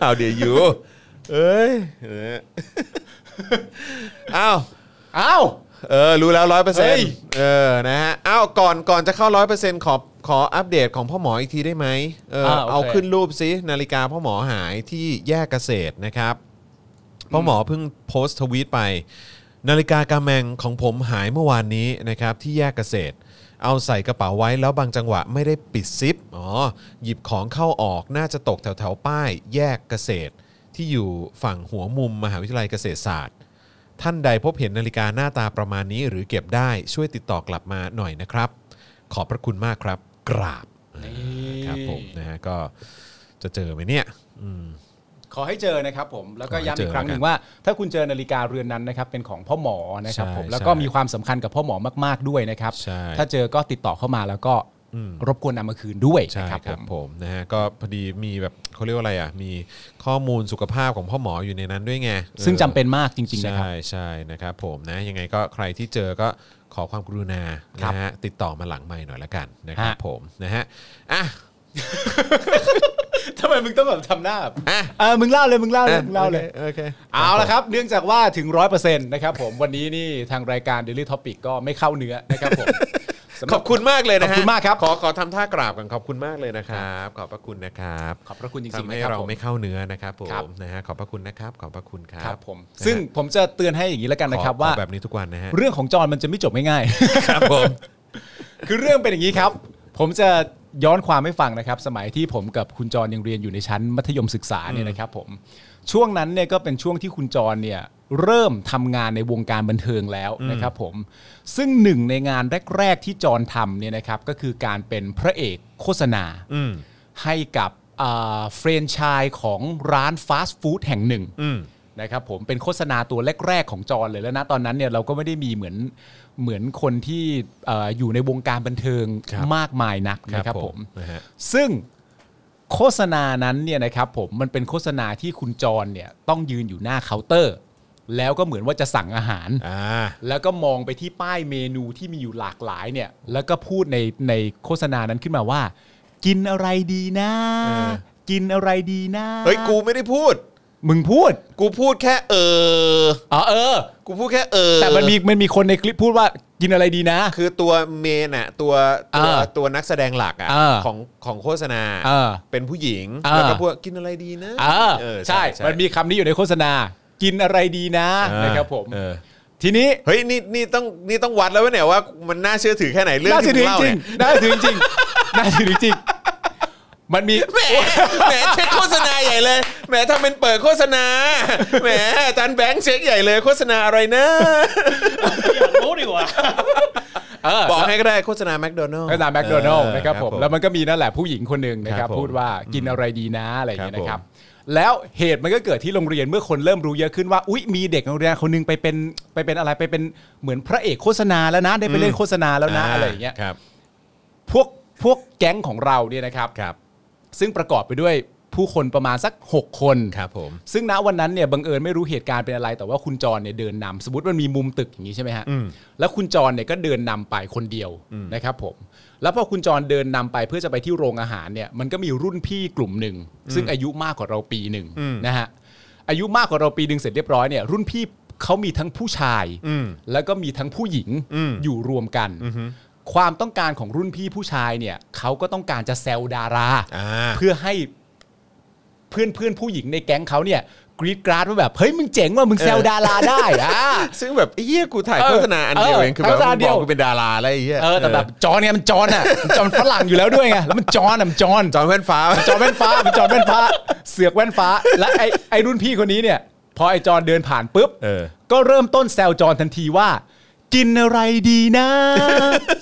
เอาเดี๋ยวอยู่เอ้ยเออ อ้าว
อ้าว
เออ รู้แล้วร้อยเปอร์
เฮ้
เซ็น
ย
ต์เออ นะฮะ อ้าว ก่อน ก่อนจะเข้าร้อยเปอร์เซ็นต์ขอ ขออัปเดตของพ่อหมออีกทีได้ไหมเออ
อ่าโอเค
เอาขึ้นรูปซินาฬิกาพ่อหมอหายที่แยกเกษตรนะครับ พ่อหมอเพิ่งโพสต์ทวีตไป นาฬิกากาแมงของผมหายเมื่อวานนี้นะครับที่แยกเกษตร เอาใส่กระเป๋าไว้แล้วบางจังหวะไม่ได้ปิดซิปอ๋อหยิบของเข้าออกน่าจะตกแถวแถวๆป้าย แยกเกษตร ที่อยู่ฝั่งหัวมุมมหาวิทยาลัยเกษตรศาสตร์ ท่านใดพบเห็นนาฬิกาหน้าตาประมาณนี้ หรือเก็บได้ช่วยติดต่อกลับมาหน่อยนะครับ ขอบพระคุณมากครับ กราบครับผมนะฮะก็จะเจอไหมเนี่ย อืม
ขอให้เจอนะครับผมแล้วก็
ขอให้
ย้ำ
เจ
อี
อก
ครั้งหนึ่งว่า ถ้าคุณเจอนาฬิกาเรือนนั้นนะครับเป็นของพ่อหมอนะครับ
ใช่
ผมแล้วก็
ใช่
มีความสำคัญกับพ่อหมอมากๆด้วยนะครับ
ใช่
ถ้าเจอก็ติดต่อเข้ามาแล้วก็รบกวนนำมาคืนด้วย
ใช่
นะ
ค
ค
รั
รับผ
บ
ม
ผมนะฮะก็พอดีมีแบบเขาเรียกว่าอะไรอ่ะมีข้อมูลสุขภาพของพ่อหมออยู่ในนั้นด้วยไงออ
ซึ่งจำเป็นมากจริงๆนะครับ
ใช่ใช่นะครับผมนะยังไงก็ใครที่เจอก็ขอความกรุณา
ครับ
นะฮะติดต่อมาหลังไม่หน่อยละกันนะครับ
ฮะ
ผมนะฮะอ่ะ
ทำไมมึงต้องแบบทำหน้าแบบ
อ่ะ
เออมึงเล่าเลยมึงเล่าเลยมึงเล่าเลย
โอคโอเค
เอาละครับ เนื่องจากว่าถึง 100%นะครับผมวันนี้นี่ทางรายการ Daily Topic ก็ไม่เข้าเนื้อนะครับ ผมสำห
ข
รั
อบคุณมากเลยนะฮะ
ขอบคุณมากครับ
ขอขอทำท่ากราบกันขอบคุณมากเลยนะครับ ขอบพระคุณนะครับ
ขอบพระคุณจริงๆ
ทำให้
นะครับ
เรา
ผม
ไม่เข้าเนื้อนะครับผ
ครับ
มนะฮะขอบพระคุณนะครับ ขอบพระคุณครับ
ครับผม
นะฮะ
ซึ่งผมจะเตือนให้อย่างนี้แล้วกัน
ขอ
นะครับว่า
ขอแบบนี้ทุกวันนะฮะ
เรื่องของจอห์นมันจะไม่จบง่าย
ครับผม
ๆ คือเรื่องเป็นอย่างนี้ครับ ผมจะย้อนความให้ฟังนะครับ สมัยที่ผมกับคุณจรยังเรียนอยู่ในชั้นมัธยมศึกษาเนี่ยนะครับผมช่วงนั้นเนี่ยก็เป็นช่วงที่คุณจรเนี่ยเริ่มทำงานในวงการบันเทิงแล้วนะครับผมซึ่งหนึ่งในงานแรก ๆ ที่จรทำเนี่ยนะครับก็คือการเป็นพระเอกโฆษณา
อืม
ให้กับอ่าเฟรนไชายของร้านฟาสต์ฟู้ดแห่งหนึ่ง
อืม
นะครับผมเป็นโฆษณาตัวแรก ๆ ของจอห์นเลยแล้วนะตอนนั้นเนี่ยเราก็ไม่ได้มีเหมือนเหมือนคนที่เอ่ออยู่ในวงการบันเทิง
ครับ
มากมายนัก
ครับ
นะครับ
ผ
ผม ม
นะฮะ
ซึ่งโฆษณานั้นเนี่ยนะครับผมมันเป็นโฆษณาที่คุณจอห์นเนี่ยต้องยืนอยู่หน้าเคาน์เตอร์ แล้วก็เหมือนว่าจะสั่งอาหาร
อ่า
แล้วก็มองไปที่ป้ายเมนูที่มีอยู่หลากหลายเนี่ย แล้วก็พูดในในโฆษณานั้นขึ้นมาว่า กินอะไรดีนะ
เออ
กินอะไรดีนะ
เฮ้ยกูไม่ได้พูด
มึงพูด
กูพูดแค่เออ
อ๋อเออ
กูพูดแค่เออ
แต่มันมีมันมีคนในคลิปพูดว่ากินอะไรดีนะ
คือตัวเมนอะตัวตัว
เออ
ตัวนักแสดงหลักอะ
เออ
ของของโฆษณา
เออ
เป็นผู้หญิง
เออ
แล้วก็พูดกินอะไรดีนะ
เออ
เออ
ใช่ มันมีคำนี้อยู่ในโฆษณา กินอะไรดีนะ
เออ
นะครับผม
เออ
ทีนี้
เฮ้ยนี่นี่ต้องนี่ต้องวัดแล้วเว้ยเนี่ยว่ามันน่าเชื่อถือแค่ไหนเรื่อง
น่าจะ
ที่
ถึ
มึง
ง
เล่า
จริ
เนี่
ง
ย
น่าจะถึงจริง น่าจะถึงจริงมันมี
แหมแหมเช็คโฆษณาใหญ่เลยแหมถ้าเป็นเปิดโฆษณาแหมอาจารย์แบงค์เช็คใหญ่เลยโฆษณาอะไรนะ
อยากรู้ดิ วะ
บอกให้ก็ได้โฆษณาแมคโดนัลล์
ก็ตามแมคโดนัลล์นะครับผมแล้วมันก็มีนั่นแหละผู้หญิงคนหนึ่งนะครั
ครับ บผม
พูดว่ากินอะไรดีนะอะไรอย่างเงี้ย
ครับผม
นะครับ แล้วเหตุมันก็เกิดที่โรงเรียนเมื่อคนเริ่มรู้เยอะขึ้นว่าอุ๊ยมีเด็กโรงเรียนคนหนึงไปเป็นไปเป็นอะไรไปเป็นเหมือนพระเอกโฆษณาแล้วนะได้ไปเล่นโฆษณาแล้วนะอะไรอย่างเงี้ย
ครับ
พวกพวกแก๊งของเราเนี่ยนะครับ
ครับ
ซึ่งประกอบไปด้วยผู้คนประมาณสัก 6 คน
ครับผม
ซึ่งณวันนั้นเนี่ยบังเอิญไม่รู้เหตุการณ์เป็นอะไร แต่ว่าคุณจรเนี่ยเดินนำสมมติมันมีมุมตึกอย่างนี้ใช่ไหมฮะ
อืม
แล้วคุณจรเนี่ยก็เดินนำไปคนเดียวนะครับผมแล้วพอคุณจรเดินนำไปเพื่อจะไปที่โรงอาหารเนี่ยมันก็มีรุ่นพี่กลุ่มหนึ่งซึ่งอายุมากกว่าเราปีหนึ่ง
อืม
นะฮะอายุมากกว่าเราปีหนึ่งเสร็จเรียบร้อยเนี่ยรุ่นพี่เขามีทั้งผู้ชาย
อืม
แล้วก็มีทั้งผู้หญิง
อืม
อยู่รวมกัน ความต้องการของรุ่นพี่ผู้ชายเนี่ยเขาก็ต้องการจะแซวดารา
อ่า
เพื่อให้เพื่อนเพื่อนๆผู้หญิงในแก๊งเขาเนี่ยกรีดกราดว่าแบบ เฮ้ยมึงเจ๋งว่ะมึงแซวดาราได้อ่ะ
ซึ่งแบบเฮียกูถ่าย
เออ
โฆษณาอันเดียว
เออ
เองคือแบบ
โฆษณา
มึง
เดี
บ
ย
อ
ว
กกูเป็นดาราอะไรเงี้ย
เออแต่แบบจอนไงมันจอนอ่ะมันจอนฝรั่งอยู่แล้วด้วยไงแล้วมันจอนอ่ะมันจอน
จอห์นแว่นฟ้า
จอนแว่นฟ้ามันจอนแว่นฟ้า เสือกแว่นฟ้า และไอ้ไอ้รุ่นพี่คนนี้เนี่ย พอไอ้จอนเดินผ่านปุ๊บ
เออ
ก็เริ่มต้นแซวจอนทันทีว่า กินอะไรดีนะ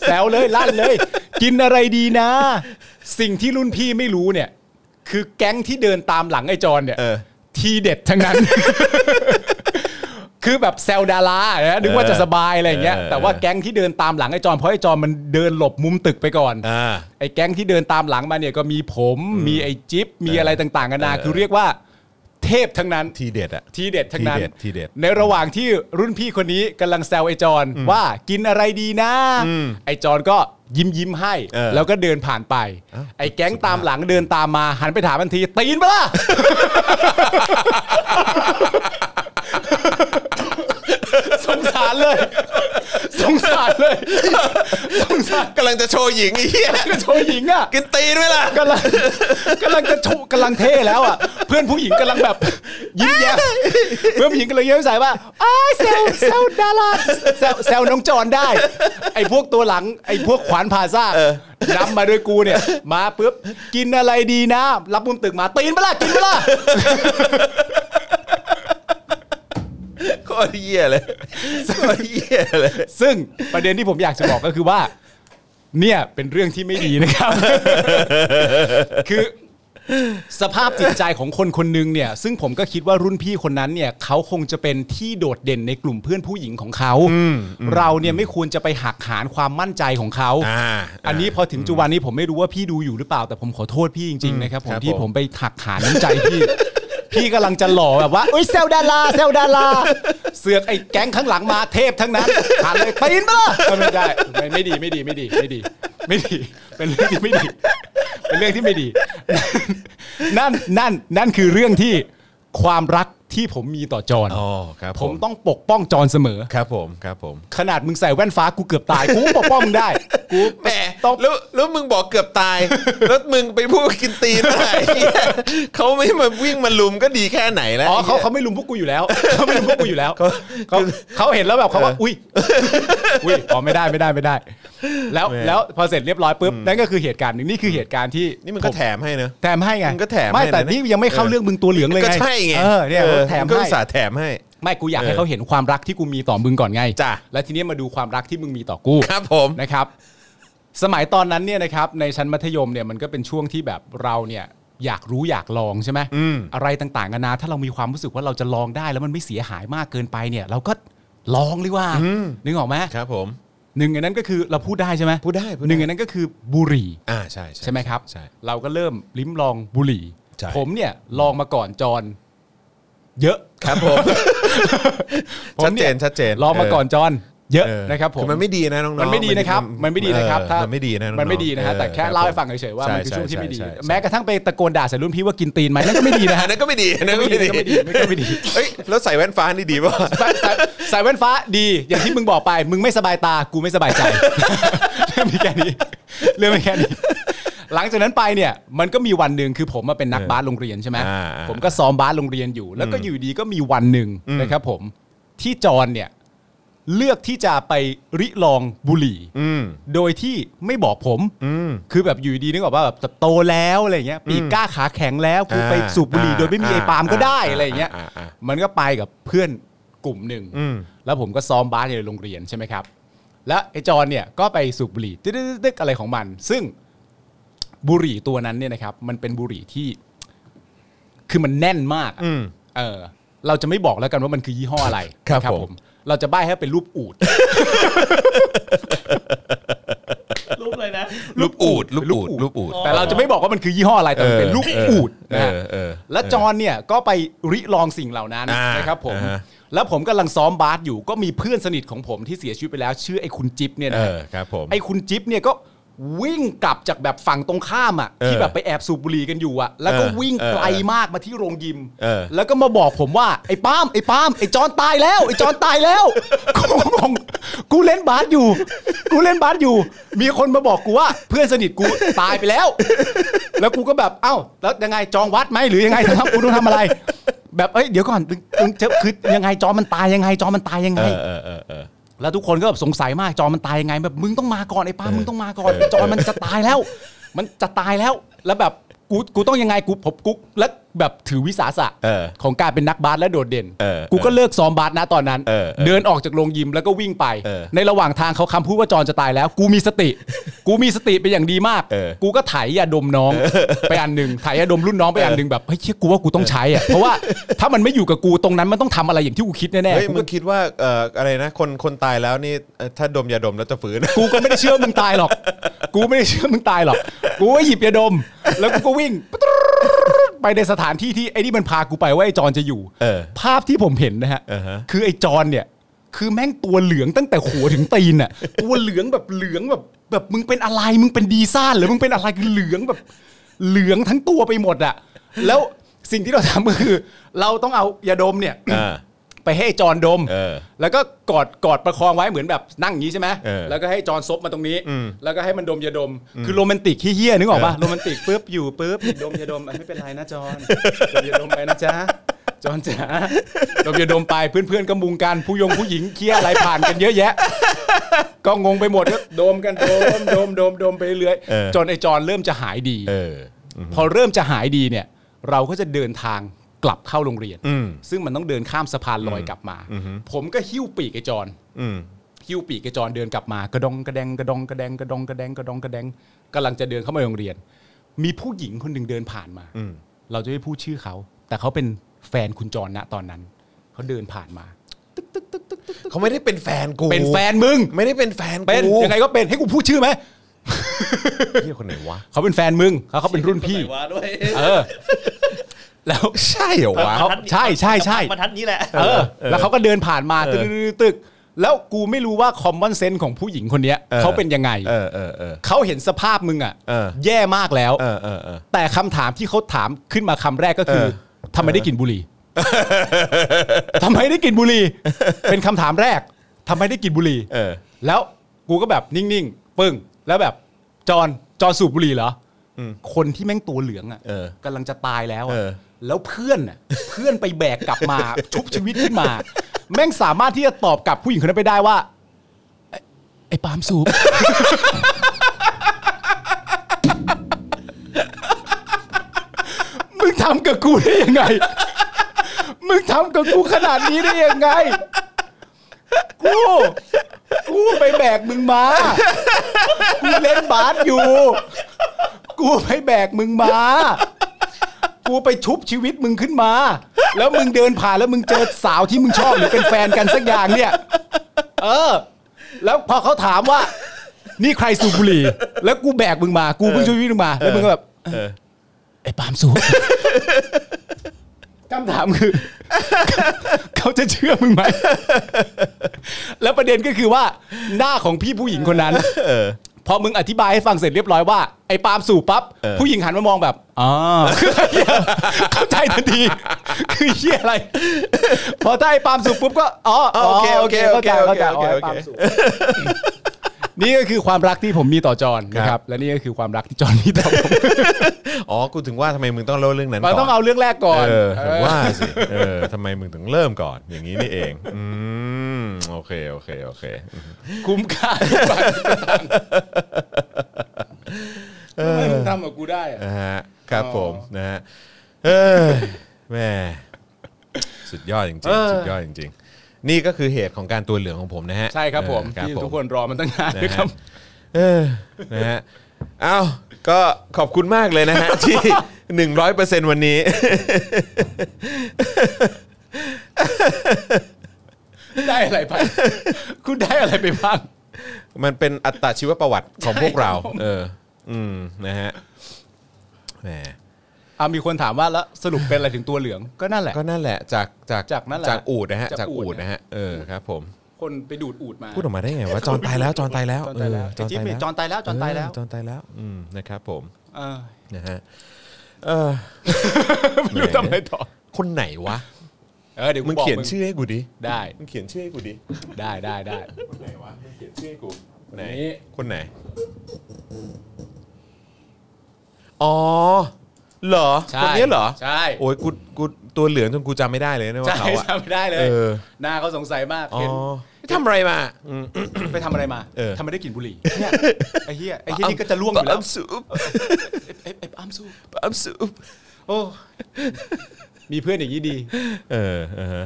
แซวเลยลั่นเลย กินอะไรดีนะ สิ่งที่รุ่นพี่ไม่รู้เนี่ย คือแก๊งที่เดินตามหลังไอ้จอนเนี่ย
เออ
ทีเด็ดทั้งนั้น คือแบบแซวดารานะนึกว่าจะสบายอะไรอย่างเงี้ย
เออ
แต่ว่าแก๊งที่เดินตามหลังไอ้จอนเพราะไอ้จอนมันเดินหลบมุมตึกไปก่อน
อ่า
ไอ้แก๊งที่เดินตามหลังมาเนี่ยก็มีผม มีไอ้จิ๊บ มีอะไรต่างๆกันานา
เออ
คือเรียกว่า เทพทั้งนั้น
ที เด็ดอะ
ทีเด็ดทั้งนั้น
ทีเด็ดทีเด็ด
ในระหว่างที่รุ่นพี่คนนี้กำลังแซวไอ้จอนว่ากินอะไรดีนะ
อืม
ไอ้จอนก็ยิ้มยิ้มๆให้
เออ
แล้วก็เดินผ่านไป
เอ้า
ไอ้แก๊งตามหลังเดินตามมาหันไปถามทันที ตีนปะ ล่ะ สงสารเลย สงสารเลย สงสาร
กำลังจะโชว์หญิงไอ้เฮีย
กระโชยหญิงอ่ะ
กินตีนไหมล่ะ
กำลังกำลังจะชุกำลังเท่แล้วอ่ะ พื่อนผู้หญิงกำลังแบบ ยิ้มแย้มเพื่อนผู้หญิงกำลังยิ้มใส่ว่าอ้ายแซวแซวดาราแซวแซวน้องจอนได้ ไอ้พวกตัวหลังไอ้พวกขวานผ่าซากนำมาด้วยกูเนี่ย มาปุ๊บกินอะไรดีนะ รับมุมตึกมาตีนเปะล่ากินเปะล่า
โคตรเหี้ยเลยโคตรเหี้ยเลย
ซึ่งประเด็นที่ผมอยากจะบอกก็คือว่า เนี่ยเป็นเรื่องที่ไม่ดีนะครับ คือ สภาพจิตใจของคนคนหนึงเนี่ย ซึ่งผมก็คิดว่ารุ่นพี่คนนั้นเนี่ยเขาคงจะเป็นที่โดดเด่นในกลุ่มเพื่อนผู้หญิงของเขาเราเนี่ยไม่ควรจะไปหักหานความมั่นใจของเขา
อ่า
อันนี้พอถึงจุดวันนี้ผมไม่รู้ว่าพี่ดูอยู่หรือเปล่าแต่ผมขอโทษพี่จริงๆนะครับผ
ค
ม
รับ
ที่
ผม
ผมไปหักหานน้ำใจพี่ พี่กำลังจะหล่อแบบว่าเอ้ยเซลดาราเซลดาราเสือกไอ้แก๊งข้างหลังมาเทพทั้งนั้นหันเลยปีนมาเลยไม่ได้ไม่ไม่ดีไม่ดีไม่ดีไม่ดี ไม่ดี เป็นเรื่องที่ไม่ดี เป็นเรื่องที่ไม่ดี นั่นนั่นนั่นคือเรื่องที่ความรักที่ผมมีต่อจอน
อ๋อครับ
ผมต้องปกป้องจอนเสมอ
ครับผมครับผม
ขนาดมึงใส่แว่นฟ้ากูเกือบตายกูก็ปกป้องมึงได้กู
แหม
ต้อง
แล้วแล้วมึงบอกเกือบ ตาย แล้วมึงไปพูดกินตีนอะไร เขาไม่มาวิ่งมาลุมก็ดีแค่ไหนแล้ว
อ๋อเขาเขาไม่ลุมพวกกูอยู่แล้วเขาไม่ลุมพวกกูอยู่แล้ว เขาเขาเห็นแล้วแบบเขาว่าอุ้ย อุ้ยอ๋อไม่ได้ไม่ได้ไม่ได้ แล้ว
แหม
แล้วพอเสร็จเรียบร้อยปุ๊บนั่นก็คือเหตุการณ์หนึ่งนี่คือเหตุการณ์ที่
นี่มันก็
ผ
แถมให้เนอะ
แถมให้ไง
มึงก็แถม
ไม่
ให้
แต่
นะ
นี่ยังไม่เข้าเรื่องมึงตัวเหลืองเลย
ก็
ไง
ใช่ไง
เออเนี่ย
ออ
แถม
ก็
ให้
อุตสาห์แถมให้
ไม่กูอยาก
เออ
ให้เขาเห็นความรักที่กูมีต่อมึงก่อนไง
จ้ะ
และทีนี้มาดูความรักที่มึงมีต่อกู
ครับผม
นะครับ สมัยตอนนั้นเนี่ยนะครับในชั้นมัธยมเนี่ยมันก็เป็นช่วงที่แบบเราเนี่ยอยากรู้อยากลองใช่ไหมอะไรต่างๆนานาถ้าเรามีความรู้สึกว่าเราจะลองได้แล้วมันไม่เสียหายมากเกินไปเนี่ย เราก็ลองเลยว่านึกออกไหม
ครับผม
หนึ่งในนั้นก็คือเราพูดได้ใช่ไหม
พูดได้พูดได้
หนึ่งในนั้นก็คือบุหรี่
อ่าใช่
ใช่ไหมครับ
ใช่
เราก็เริ่มลิ้มลองบุหรี่
ใช่
ผมเนี่ยลองมาก่อนจอนเยอะ
ครับผม
ผม
ชัด
เนี่
เจ
ย
นชัดเจน
ลองมาก่อนจอนเยอะ
เออ
นะครับผม
อมันไม่ดีนะน้องๆ
มันไม่ดีนะครับ มันไม่ดีนะครับ
เออ
ถ้า
มันไม่ดีนะองๆ
มันไม่ดีนะฮะ
ออ
แต่แค่
รับ
เล่าให้ฟัง
ผม
เฉยๆว่ามันคือ
ใช่
ช่วงที่ไม่ดี
ใช่ใช่
แม้กระทั่งไปตะโกนด่าใส่รุ่นพี่ว่ากินตีนไหมนั่นก็ไม่ดีนะ
อั
ฮะ
นนั้นก็ไม่ดีอันนั้นก็ไม่ดี
ไม่ดีไม่ดีไม่ดี
เอ้ยแล้วใส่แว่นฟ้านี่ดีป่ะ
ใส่ใส่ใส่แว่นฟ้าดีอย่างที่มึงบอกไป มึงไม่สบายตากูไม่สบายใจเรื่องมีแค่นี้เรื่องมีแค่นี้ หลังจากนั้นไปเนี่ยมันก็มีวันหนึ่งคือผมมาเป็นนักบาสโรงเรียนใช่ไหม
อ่า
ผมก็ซ้อมบาสโรงเรียนอยู่ แล้วก็อยู่ดีก็มีวันหนึ่งนะครับผมที่จอนเนี่ยเลือกที่จะไปริลองบุหรี่
อืม
โดยที่ไม่บอกผม
อืม
คือแบบอยู่ดีนึกออกว่าแบบโตแล้วอะไรเงี้ยปีกกล้าขาแข็งแล้วกู
อ่า
ไปสูบบุหรี่
อ่า
โดยไม่มีไอ้
อ่า
ปาล์มก็ได้
อ่า
อะไรเงี้ย
อ่าอ่า
มันก็ไปกับเพื่อนกลุ่มหนึ่ง
อืม
แล้วผมก็ซ้อมบาสในโรงเรียนใช่ไหมครับ แล้วไอ้จอนเนี่ยก็ไปสูบบุหรี่ตึ๊กๆๆอะไรของมัน ซึ่งบุหรี่ตัวนั้นเนี่ยนะครับ มันเป็นบุหรี่ที่ คือมันแน่นมากอะ
อืม
เออ เราจะไม่บอกแล้วกันว่ามันคือยี่ห้ออะไร
ครับ
นะ
ผม
เราจะใบ้ให้เป็นรูปอูด
รูปเลยนะ
ลูกอูดลูกอูดลูกอูด
แต่เราจะไม่บอกว่ามันคือยี่ห้ออะไรแต่มันเป็นลูกอูดนะฮะ
เออเออ
และจอนเนี่ยก็ไปริลองสิ่งเหล่านั้น
อ่าน
นะครับผม
อ่าฮะ
แล้วผมกำลังซ้อมบาสอยู่ก็มีเพื่อนสนิทของผมที่เสียชีวิตไปแล้วชื่อไอ้คุณจิ๊บเนี่ยนะ
เออครับผม
ไอ้คุณจิ๊บเนี่ยก็วิ่งกลับจากแบบฝั่งตรงข้ามอ่ะ
เออ
ที่แบบไปแอบสูบบุหรี่กันอยู่อ่ะแล้วก็
เออ
วิ่งไกล
เออ
มากมาที่โรงยิม
เออ
แล้วก็มาบอกผมว่าไอ้ป้ามไอ้ป้ามไอ้จอนตายแล้วไอ้จอนตายแล้ว กูงงกูเล่นบาสอยู่ กูเล่นบาสอยู่ มีคนมาบอกกูว่า เพื่อนสนิทกูตายไปแล้ว แล้วกูก็แบบเอ้า แล้วยังไงจองวัดไหมหรือยังไงครับกูต้องทำอะไร แบบเอ้ยเดี๋ยวก่อนมึงมึงจะคือยังไงจอมันตายยังไงจอมันตายยัง
เอ
ไง
อเออเออเออ
แล้วทุกคนก็แบบสงสัยมากจอมันตายยังไง แบบมึงต้องมาก่อนไอ้ป้ามึงต้องมาก่อนไอ้จอมันจะตายแล้ว มันจะตายแล้ว แล้วแบบกูกูต้องยังไงกูผมกูแล้วแบบถือวิสาสะ
เออ
ของการเป็นนักบาสและโดดเด่น
เออ
กูก็เลิกซ้อมบาสนะตอนนั้น
เออเออ
เดินออกจากโรงยิมแล้วก็วิ่งไป
เออ
ในระหว่างทางเขาคำพูดว่าจอนจะตายแล้ว กูมีสติ กูมีสติเป็นอย่างดีมาก
เออ
กูก็ไถยาดม น้องไปอันหนึ่งไถยาดมรุ่นน้องไปอันหนึ่งแบบเฮ้ยเชี่ยกูว่ากูต้องใช้อะเพราะว่าถ้ามันไม่อยู่กับกูตรงนั้นมันต้องทำอะไรอย่างที่กูคิดแน่
เฮ้ย
ๆกู
มึ
ก็
งคิดว่าเอ่ออะไรนะ คนคนตายแล้วนี่เอ่อถ้าดมยาดมแล้วจะฝืน
กูก็ไม่ได้เชื่อมึงตายหรอก กูไม่ได้เชื่อมึงตายหรอก กูก็หยิบยาดม แล้วกูก็วิ่ง ไปในสถานที่ที่ไอ้นี่มันพากูไปว่าไอ้จอนจะอยู่
เออ
ภาพที่ผมเห็นนะฮะ
อ่าฮะ
คือไอ้จอนเนี่ย คือแม่งตัวเหลืองตั้งแต่หัวถึงตีนอ่ะ ตัวเหลืองแบบเหลืองแบบแบบมึงเป็นอะไร มึงเป็นดีซ่านหรือมึงเป็นอะไรคือเหลืองแบบ เหลืองทั้งตัวไปหมดอ่ะ แล้วสิ่งที่เราทำก็คือ เราต้องเอายาดมเนี่ย
อ่า
ไปให้จอนดม
เออ
แล้วก็กอดกอดประคองไว้เหมือนแบบนั่งอย่างนี้ใช่ไหม
เออ
แล้วก็ให้จอนซบมาตรงนี้
อืม
แล้วก็ให้มันดมยาดม คือโรแมนติกขี้เหี้ยนึกออกป่ะ
เออ
โรแมนติกปุ๊บอยู่ปุ๊บดมยาดมอ่ะไม่เป็นไรนะจอนดมยาดมไปนะจ๊ะจอนจ๋าดมยาดมไปเพื่อนๆก็มุงกันผู้ยงผู้หญิงเคี้ยอะไรผ่านกันเยอะแยะ ก็งงไปหมดก็ดมกันดมดมดมดมไปเรื่อย
เออ
จนไอจอนเริ่มจะหายดี
เออ
พอเริ่มจะหายดีเนี่ย เราก็จะเดินทางกลับเข้าโรงเรียน
อืม
ซึ่งมันต้องเดินข้ามสะพานลอยกลับมา ผมก็หิ้วปีกไอจอน
อืม
หิ้วปีกกระจรเดินกลับมากระดองกระแดงกระดองกระแดงกระดองกระแดงกระดองกระแดงกำลังจะเดินเข้ามาโรงเรียน มีผู้หญิงคนหนึ่งเดินผ่านมา
อืม
เราจะไม่พูดชื่อเขา แต่เขาเป็นแฟนคุณจรนะตอนนั้น เขาเดินผ่านมา
เขาไม่ได้เป็นแฟนกู
เป็นแฟนมึง
ไม่ได้เป็นแฟน
เป็น
กู
ยังไงก็เป็นให้กูพูดชื่อไหม
เหี้ยคนไหนวะ
เขาเป็นแฟนมึงเขาเขาเป็นรุ่นพี่
คไหวะด้วย
เออ แล้ว
ใช่เหรอวะ
เขาใช่ใช่ใช่
บรรทัดนี้แหละ
เออแล้วเขาก็เดินผ่านมา
เอ
ตึ
อ
กตึกๆๆแล้วกูไม่รู้ว่าคอมมอนเซนส์ของผู้หญิงคนเนี้ยเขาเป็นยังไง
เออเออเออ
เขาเห็นสภาพมึงอ่ะ
เออ
แย่มากแล้ว
เออเออเออ
แต่คำถามที่เขาถามขึ้นมาคำแรกก็คือ
เออ
ทำไมได้กลินบุหรี่ ทำไมได้กลินบุหรี่ เป็นคำถามแรกทำไมได้กลินบุหรี่
เออ
แล้วกูก็แบบนิ่งๆ ปึ้ง แล้วแบบจอนจอนสูบบุหรี่เหรออคนที่แม่งตัวเหลืองอ่ะ
เออก
ำลังจะตายแล้วอะ
เออ
แล้วเพื่อนอ่ะ เพื่อนไปแบกกลับมา ชุบชีวิตขึ้นมา แม่งสามารถที่จะตอบกลับผู้หญิงคนนั้นไปได้ว่า ไอ้ไอ้ปาล์มสูบ มึงทำกับกูได้ยังไง มึงทำกับกูขนาดนี้ได้ยังไง กู กูไปแบกมึงมา กูเล่นบาสอยู่ กูไปแบกมึงมา กูไปชุบชีวิตมึงขึ้นมา แล้วมึงเดินผ่านแล้วมึงเจอสาวที่มึงชอบหรือเป็นแฟนกันสักอย่างเนี่ย เออ แล้วพอเขาถามว่า นี่ใครสูบบุหรี่ แล้วกูแบกมึงมา กูเพิ่งช่วยวิ่งมา แล้วมึงก็แบบ
เออ
ไอ้ปาล์มสูบ คำถามคือ เขาจะเชื่อมึงไหม แล้วประเด็นก็คือว่าหน้าของพี่ผู้หญิงคนนั้นพอมึงอธิบายให้ฟังเสร็จเรียบร้อยว่า ไอ้ปาล์มสูบปั๊บ ผู้หญิงหันมามองแบบอ๋อ เข้าใจทันที คือเฮียอะไร พอถ้าไอ้ปาล์มสูบปุ๊บก็อ๋อ
โอเคโอเคโอเค
เข้าใจเข้าใจ
โอเค
อ๋อไอ้
โอเค
ปาล์มสูบ นี่ก็คือความรักที่ผมมีต่อจอห์นนะครับ และนี่ก็คือความรักที่จอห์นมีต่อ ผม
อ๋อกูถึงว่าทำไมมึงต้องเล่าเรื่องนั้นก่
มั
อน น
ต้องเอาเรื่องแรกก่อน
เออถึงว่าสิเออทำไมมึงถึงเริ่มก่อน อย่างนี้นี่เองอืมโอเคโอเคโอเค
คุ้มค่าทำไมมึงทำกับกูได้อะ
นะฮะครับผมนะฮะเออแม่สุดยอดจริง
เออ
ๆสุดยอดจริงๆ นี่ก็คือเหตุของการตัวเหลืองของผมนะฮะ
ใช่ครับผม
เออครับ
ที่
ผม
ทุกคนรอมันตั้งนาน
นะ
นะค
ฮะ
รับ
เออนะฮะเอ้าก็ขอบคุณมากเลยนะ ฮะ ที่หนึ่งร้อยเปอร์เซ็นต์วันนี้
ได้อะไรไป คุณได้อะไรไปบ้าง
มันเป็นอัตชีวประวัติของพวกเรา เออ อืมนะฮะแหม
อ่ามีคนถามว่าแล้วสรุปเป็นอะไรถึงตัวเหลือง ก็นั่นแหละ
ก็นั่นแหละจากจาก
จากนั่นแหละ
จากอูดนะฮะ
จา
จาก ก
อู
อู
ฐ
ด
นะ
นะ
ฮะ
ฮะเออครับผม
คนไปดูดอูดมา
พูดออกมาได้ไงว่าจอนตายแล้วจอนตายแล้ว
จอนตายแล้ว
เออ
ไอ้จิ๊บนี่จอนตายแล้วจอนตายแล้ว
เจอนตายแล้วอืมนะครับผม
เออ
นะฮะเออ
ไม่รู้ทำไมต่อ
คนไหนวะ
เออเดี๋ยวกู
มึง
บอก
เขียนชื่อให้กูดิ
ได้
มึงเขียนชื่อให้กูดิ
ได้ได้ได้
คนไหนวะมึงเขียนชื่อให้กูไหน
นี่
คนไหนอ๋อเหรอ
ใช่
คนเนี้ยเหรอ
ใช่
โอ้ยกูกูตัวเหลืองจนกูจำไม่ได้เลยนะว่า
ใช่
เขาอะ
จำไม่ได้เลย
เออ
หน้าเขาสงสัยมาก
อ๋อ
เห็น
ทำอะไรมาอืม
ไปทำอะไรมา
เออ
ทำไมได้กลิ่นบุหรี่เนี่ยไอ้เหี้ยไอ้เหี้ยนี่ก็จะล่วงอยู่แล้ว
ปั๊มสูบ
ไอ้ไอ้ปั๊มสู้
ปั๊มสูบ
โอ้ มีเพื่อนอย่างนี้ดี
เออเออฮะ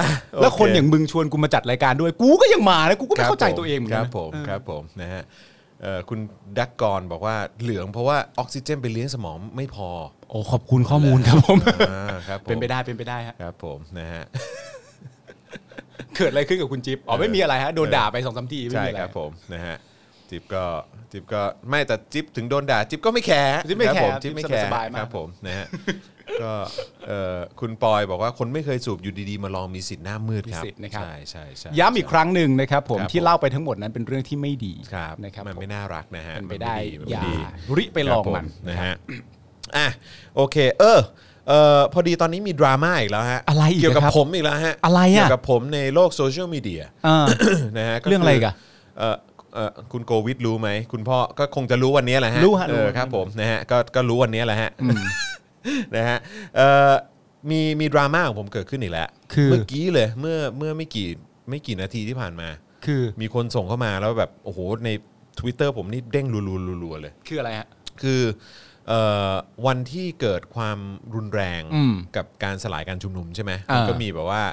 ะโ
แล้วคน
เ
อย่างมึงชวนกูมาจัดรายการด้วย กูก็ยังมานะกูก็
ค
ไม่
รับ
เข้าใจ
ผ
ตัวเองเหมือน
ค
กั
รับ
นนะ
ผมครับผมนะฮะเอ่อคุณดักกรบอกว่าเหลืองเพราะว่าออกซิเจนไปเลี้ยงสมองไม่พอ
โอ้ขอบคุณข้อมูลครับผม
อ่าครับผม
เป็นไปได้เป็นไปได้ฮะ
ครับผมนะฮะ
เกิดอะไรขึ้นกับคุณจิ๊บอ๋อไม่มีอะไรฮะโดนด่าไปสองสามทีไม่
ใช่
มีอะไร
ครับผมนะฮะจิ๊บก็จิ๊บก็ไม่แต่จิ๊บถึงโดนด่าจิ๊บก็ไม่แคร์
จิ๊บไม่แคร์
บผจิ๊บไม่แค
จิ๊บ
ร์
สบายมาก
ครับผมนะฮะ ก็เอ่อคุณปอยบอกว่าคนไม่เคยสูบอยู่ดีๆมาลองมีสิทธิ์หน้ามืด
มี
ครับ
สิทธิ์นะครับ
ใช่ใช่ใช่
ย้ำอีกครั้งหนึ่งนะครับผม
ครับ
ที่
ผม
เล่าไปทั้งหมดนั้นเป็นเรื่องที่ไม่ดี
ครับ
นะครับ
มันไม่
ผ
น่ารักนะฮะ
เป็นไป
มัน
ได้
มัน
อย่า
ดี
ริไปลองมัน
ครับผนะฮะอ่ะโอเค เออ เอ่อพอดีตอนนี้มีดราม่าอีกแล้วฮะ
อะไรอีกอะ
เกี่ยวกับ
ครับ
ผมอีกแล้วฮะ
อะไรอะ
เกี่ยวกับผมในโลกโซเชียลมีเดีย
อ่า
นะฮะ
เรื่องอะไรอีกอะ
เอ่อเอ่อคุณโกวิทรู้ไหม คุณพ่อก็คงจะรู้วันนี้แหละฮะ
รู้ฮะ
เอ
รู้
อ
ฮะ
ครับผมนะฮะก็ก็รู้วันนี้แหละฮะ นะฮะเอ่อมีมีดราม่าของผมเกิดขึ้นอีกแล้ว
คือ
เมื่อกี้เลยเมื่อเมื่อไม่กี่ไม่กี่นาทีที่ผ่านมา
คือ
มีคนส่งเข้ามาแล้วแบบ โอ้โห ใน Twitter ผมนี่เด้งรัวๆๆๆเลย
คืออะไรฮะ
คือเอ่อวันที่เกิดความรุนแรง
อืม
กับการสลายการชุมนุมใช่ไหม
อ่ามั
มันก็มีแบบว่า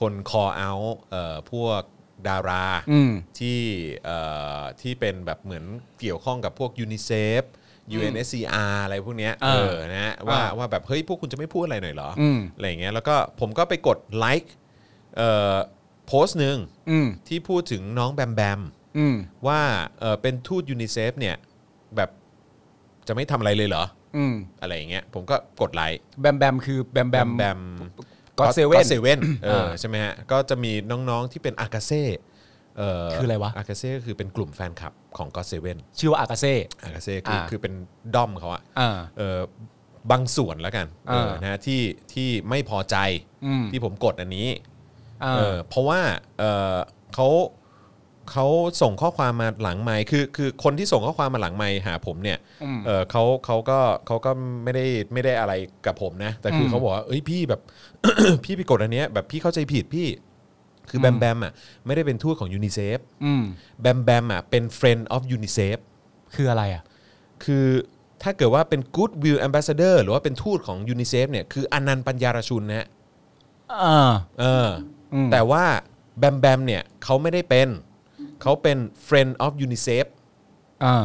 คนคอเอาพวกดารา
อืม
ที่เอ่อที่เป็นแบบเหมือนเกี่ยวข้องกับพวกยูนิเซฟ UNSCR อะไรพวกเนี้ย
อ่า
เออนะฮะว่า
อ่า
ว่าแบบ เฮ้ย พวกคุณจะไม่พูดอะไรหน่อยเหรออ
ม
อะไรอย่างเงี้ยแล้วก็ผมก็ไปกดไลค์โพสต์หนึ่ง
อืม
ที่พูดถึงน้องแบมแบม
อืม
ว่าเอ่อเป็นทูตยูนิเซฟเนี่ยแบบจะไม่ทำอะไรเลยเหรอ
อืม
อะไรอย่างเงี้ยผมก็กดไลค์
แบมแบมคือแบมแบม
แบม
God Seven
เซเว่นเออ
อ่า
ใช่ไหมฮะ ก็จะมีน้องๆที่เป็นอากาเซ่เ
คืออะไรวะ
อากาเซ่ก็คือเป็นกลุ่มแฟนคลับของ God Seven
ชื่อว่าอากาเซ่
อากาเซ่คือ
อ่า
คือเป็นด้อมเขาอะ
อ่า
เออบางส่วนแล้วกันเออ
อ่าน
นะฮะที่ที่ไม่พอใจ
อืม
ที่ผมกดอันนี้
อ่า
เออเพราะว่าเออเขาเขาส่งข้อความมาหลังไมค์คือคือคนที่ส่งข้อความมาหลังไมค์หาผมเนี่ย
อืม
เออเขาเขาก็เขาก็ไม่ได้ไม่ได้อะไรกับผมนะ แต่คืออ
ม
เขาบอกว่าเอ้ยพี่แบบ พี่ไปกดอันเนี้ยแบบพี่เข้าใจผิดพี่ คืออ
ม
แบมแบมอ่ะไม่ได้เป็นทูตของยูนิเซฟ
อืม
แบมแบมอ่ะเป็น friend of UNICEF
คืออะไรอ่ะ
คือถ้าเกิดว่าเป็น good will ambassador หรือว่าเป็นทูตของยูนิเซฟเนี่ยคืออนันต์ปัญญารชุนนะฮะ
อ่า
เอออ
ม
แต่ว่าแบมแบมเนี่ยเขาไม่ได้เป็น เขาเป็น friend of UNICEF
อ่า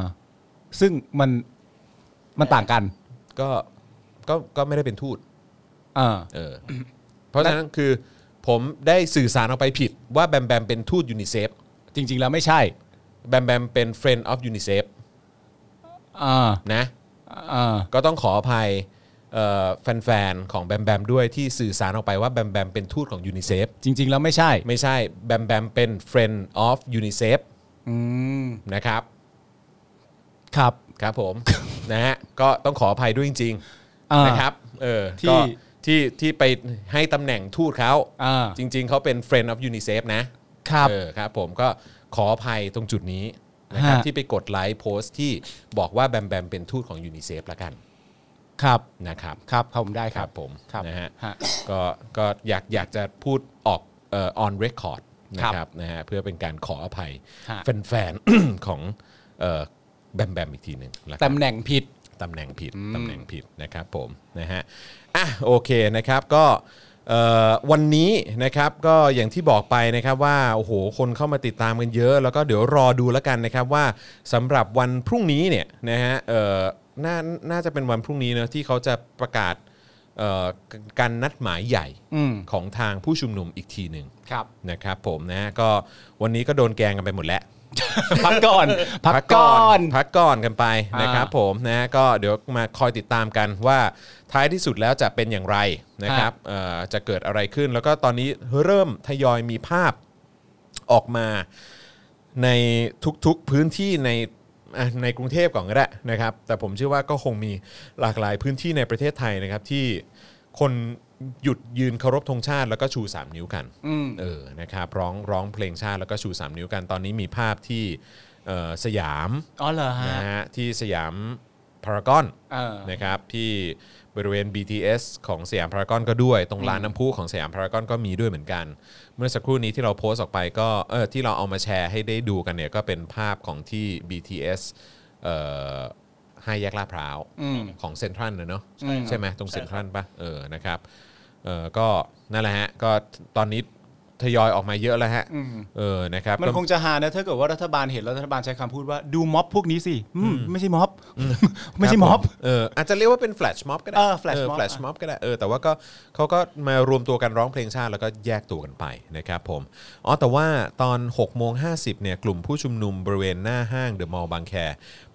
ซึ่งมันมันต่างกัน
ก็ก็ก็ไม่ได้เป็นทูต
อ่า
เออเพราะฉะนั้นคือผมได้สื่อสารออกไปผิดว่าแบมแบมเป็นทูตยูนิเซฟ
จริง ๆ แล้วไม่ใช่
แบมแบมเป็น friend of UNICEF
อ่า
นะ
อ่า
ก็ต้องขออภัยเอ่อแฟนๆ ของแบมแบมด้วยที่สื่อสารออกไปว่าแบมแบมเป็นทูตของยูนิเซฟ
จริง ๆ แล้วไม่ใช่
ไม่ใช่แบมแบมเป็น friend of UNICEF
อืม
นะครับ
ครับ
ครับผม นะฮะก็ต้องขออภัยด้วยจริง
อ่า
ๆนะครับเออ
ที่
ก็ที่ที่ไปให้ตำแหน่งทูตเขา
อ่า
จริง ๆเขาเป็น Friend of UNICEF นะครับ เออครับผมก็ขออภัยตรงจุดนี้นะครับ
ฮะ
ที่ไปกดไลค์โพสต์ที่บอกว่าแบมแบมเป็นทูตของ UNICEF ละกัน
ครับ
นะครับ
ครับผมได้ค
ค
รั
รับ บผม
ครับ
นะฮะ
ฮะ
ก็ก็อยากอยากจะพูดออกเอ่อ on record นะค
ครั
รับบ นะฮะเพื่อเป็นการขออภัย
ฮะ
แฟนๆ ของเอ่อแบมแบมอีกทีหนึ่งละกัน
ตำแหน่งผิด
ตำแหน่งผิดตำแหน่งผิดนะครับผมนะฮะอ่ะโอเคนะครับก็เอ่อวันนี้นะครับก็อย่างที่บอกไปนะครับว่าโอ้โหคนเข้ามาติดตามกันเยอะ แล้วก็เดี๋ยวรอดูแล้วกันนะครับว่าสำหรับวันพรุ่งนี้เนี่ยนะฮะเอ่อน่าน่าจะเป็นวันพรุ่งนี้เนอะที่เขาจะประกาศเอ่อการนัดหมายใหญ่
อืม
ของทางผู้ชุมนุมอีกทีหนึ่ง
ครับ
นะครับผมนะฮะก็วันนี้ก็โดนแกงกันไปหมดแล้ว
พักก่อน พักก่อน
พักก่อนกันไป
อ่าน
นะครับผมนะก็เดี๋ยวมาคอยติดตามกันว่าท้ายที่สุดแล้วจะเป็นอย่างไรนะครับเอ่อจะเกิดอะไรขึ้น แล้วก็ตอนนี้เริ่มทยอยมีภาพออกมาในทุกๆพื้นที่ในอ่ะในกรุงเทพก่อนก็ได้นะครับ แต่ผมเชื่อว่าก็คงมีหลากหลายพื้นที่ในประเทศไทยนะครับที่คนหยุดยืนเคารพธงชาติแล้วก็ชู 3 นิ้วกัน
อืม
เออนะครับร้องร้องเพลงชาติแล้วก็ชู 3 นิ้วกัน ตอนนี้มีภาพที่เอ่อสยาม
อ๋อเหรอฮะ
นะฮะที่สยามพารากอน
เออ
นะครับที่บริเวณ BTS ของสยามพารากอนก็ด้วย ตรงลานน้ำพุของสยามพารากอนก็มีด้วยเหมือนกัน เมื่อสักครู่นี้ที่เราโพสต์ออกไปก็เออที่เราเอามาแชร์ให้ได้ดูกันเนี่ยก็เป็นภาพของที่ BTS เอ่อห้าแยกลาดพร้าวของเซ็นทรัลนะเนาะ
ใช่ครับ
ใช่ไหมตรงเซ็นทรัลปะเออนะครับเออก็นั่นแหละฮะก็ตอนนี้ทยอยออกมาเยอะแล้วฮะเออนะครับ
มัน
ก็
คงจะหานะถ้าเกิดว่ารัฐบาลเห็นแล้วรัฐบาลใช้คำพูดว่าดูม็อบพวกนี้สิอืมไม่ใช่ม็อบ ไม่ใช่ม็อบ
เอออาจจะเรียกว่าเป็นแฟลชม็อบก็ได้
เออ flash mob
แฟลชม็อบก็ได้เออแต่ว่าก็เขาก็มารวมตัวกันร้องเพลงชาติแล้วก็แยกตัวกันไปนะครับผมอ๋อแต่ว่าตอน6โมง50เนี่ยกลุ่มผู้ชุมนุมบริเวณหน้าห้างเดอะมอลล์บางแค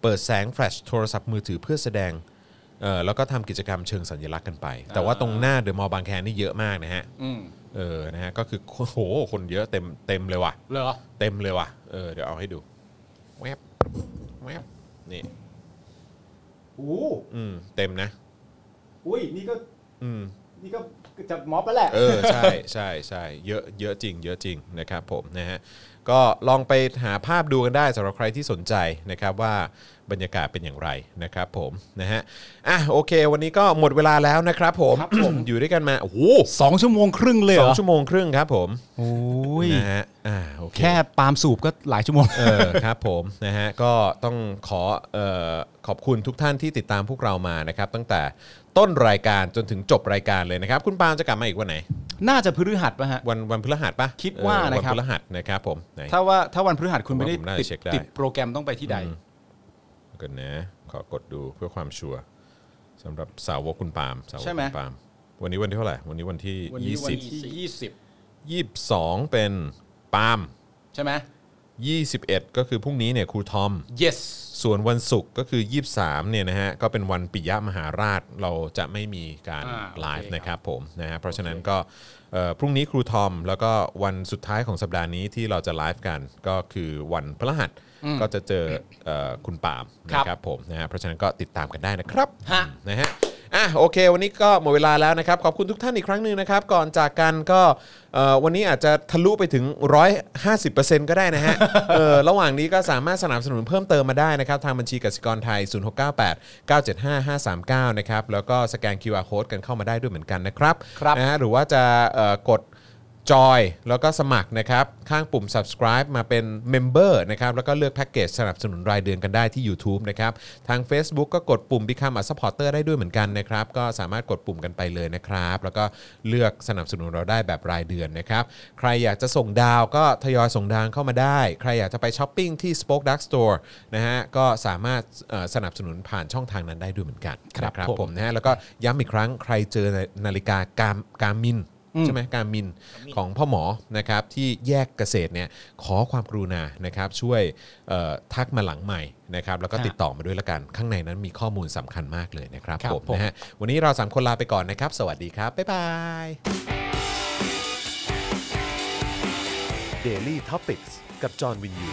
เปิดแสงแฟลชโทรศัพท์มือถือเพื่อแสดงเออแล้วก็ทำกิจกรรมเชิงสัญลักษณ์กันไป แต่ว่าตรงหน้าเดอะมอลล์บางแคนี่เยอะมากนะฮะเออนะฮะก็คือโอ้โหคนเยอะเต็มเต็มเลยว่ะ
เหรอ
เต็มเลยว่ะ เออ เดี๋ยวเอาให้ดู แวบแวบนี่
โอ้
อืม เต็มนะ
อุ้ยนี่ก็
อืม
นี่ก็จะม็อบแล้วแหละ
เออใช่ใช่ใช่เยอะเยอะจริง เยอะจริงนะครับผมนะฮะก็ลองไปหาภาพดูกันได้สำหรับใครที่สนใจนะครับว่าบรรยากาศเป็นอย่างไรนะครับผมนะฮะอ่ะโอเค วันนี้ก็หมดเวลาแล้วนะครับผม อยู่ด้วยกันมาโอ้โห
สองชั่วโมงครึ่งเลย
ส
เห
อ
รง อ
ชั่วโมงครึ่งครับผม
โอ้ย
นะฮะอ่าโอเค
แค่ปาล์มสูบก็หลายชั่วโมง
เออครับผมนะฮะก็ต้องขอเอ่อขอบคุณทุกท่านที่ติดตามพวกเรามานะครับ ตั้งแต่ต้นรายการจนถึงจบรายการเลยนะครับ คุณปาล์มจะกลับมาอีกวันไหน
น่าจะพฤหัสป่ะฮะ
วันวันพฤหัสปะ
คิดว่า
เออ
นะครับ
วันพฤหัสนะครับผมไหน
ถ้าว่าถ้าวันพฤหัสคุณไม่ได้
ผมน่าจะ
ติด
เช็คได้
ติดโปรแกรมต้องไปที่ใด
ก่อนนะขอกดดูเพื่อความชัวร์สำหรับสาวกคุณปาล์มสาวก
ใช่ไหม
คุณปาล์มวันนี้วันที่เท่าไหร่วันนี้วันที่
วันนี้
ยี่
วัน
สิบ
ที่ยี่สิบ
ยี่สิบสองเป็นปาล์ม
ใช่ไหม
ยี่สิบเอ็ดก็คือพรุ่งนี้เนี่ยครูทอม
yes
ส่วนวันศุกร์ก็คือ 23เนี่ยนะฮะก็เป็นวันปิยมหาราชเราจะไม่มีการ
อ่าโอเค
ไล
ค
ฟ์
รับ
นะครับผมนะฮะเพราะฉะนั้นก็เอ่อพรุ่งนี้ครูทอม แล้วก็วันสุดท้ายของสัปดาห์นี้ที่เราจะไลฟ์กันก็คือวันพฤหัสก็จะเจอเอ่อคุณปาล์มนะครับผมนะฮะเพราะฉะนั้นก็ติดตามกันได้นะครับนะฮะอ่ะโอเค วันนี้ก็หมดเวลาแล้วนะครับ ขอบคุณทุกท่านอีกครั้งหนึ่งนะครับ ก่อนจากกันก็เอ่อวันนี้อาจจะทะลุไปถึง 150%ก็ได้นะฮะ เออระหว่างนี้ก็สามารถสนับสนุนเพิ่มเติมมาได้นะครับ ทางบัญชีกสิกรไทย 0698 975 539 นะครับ แล้วก็สแกน QR Code กันเข้ามาได้ด้วยเหมือนกันนะครับ
ครับ
นะฮะหรือว่าจะเอ่อกดจอยแล้วก็สมัครนะครับ ข้างปุ่ม subscribe มาเป็น Member นะครับ แล้วก็เลือกแพ็กเกจสนับสนุนรายเดือนกันได้ที่ YouTube นะครับ ทาง Facebook ก็กดปุ่ม Become a supporter ได้ด้วยเหมือนกันนะครับ ก็สามารถกดปุ่มกันไปเลยนะครับ แล้วก็เลือกสนับสนุนเราได้แบบรายเดือนนะครับ ใครอยากจะส่งดาวก็ทยอยส่งดาวเข้ามาได้ ใครอยากจะไปช้อปปิ้งที่ Spoke Dark Store นะฮะ ก็สามารถเอ่อสนับสนุนผ่านช่องทางนั้นได้ด้วยเหมือนกัน
ครับ
นะ
ผม
ผมนะฮะ แล้วก็ย้ำอีกครั้งใครเจอนาฬิกากามกามิน ใช่ไหมการมินของพ่อหมอนะครับที่แยกเกษตรเนี่ยขอความกรุณานะครับช่วยเอ่อทักมาหลังใหม่นะครับแล้วก็ติดต่อมาด้วยละกัน ข้างในนั้นมีข้อมูลสำคัญมากเลยนะครับ
ครับ
ผม
ผม
นะฮะวันนี้เราสามคนลาไปก่อนนะครับ สวัสดีครับ บ๊ายบาย
Daily t o p i c กกับจอห์นวินยู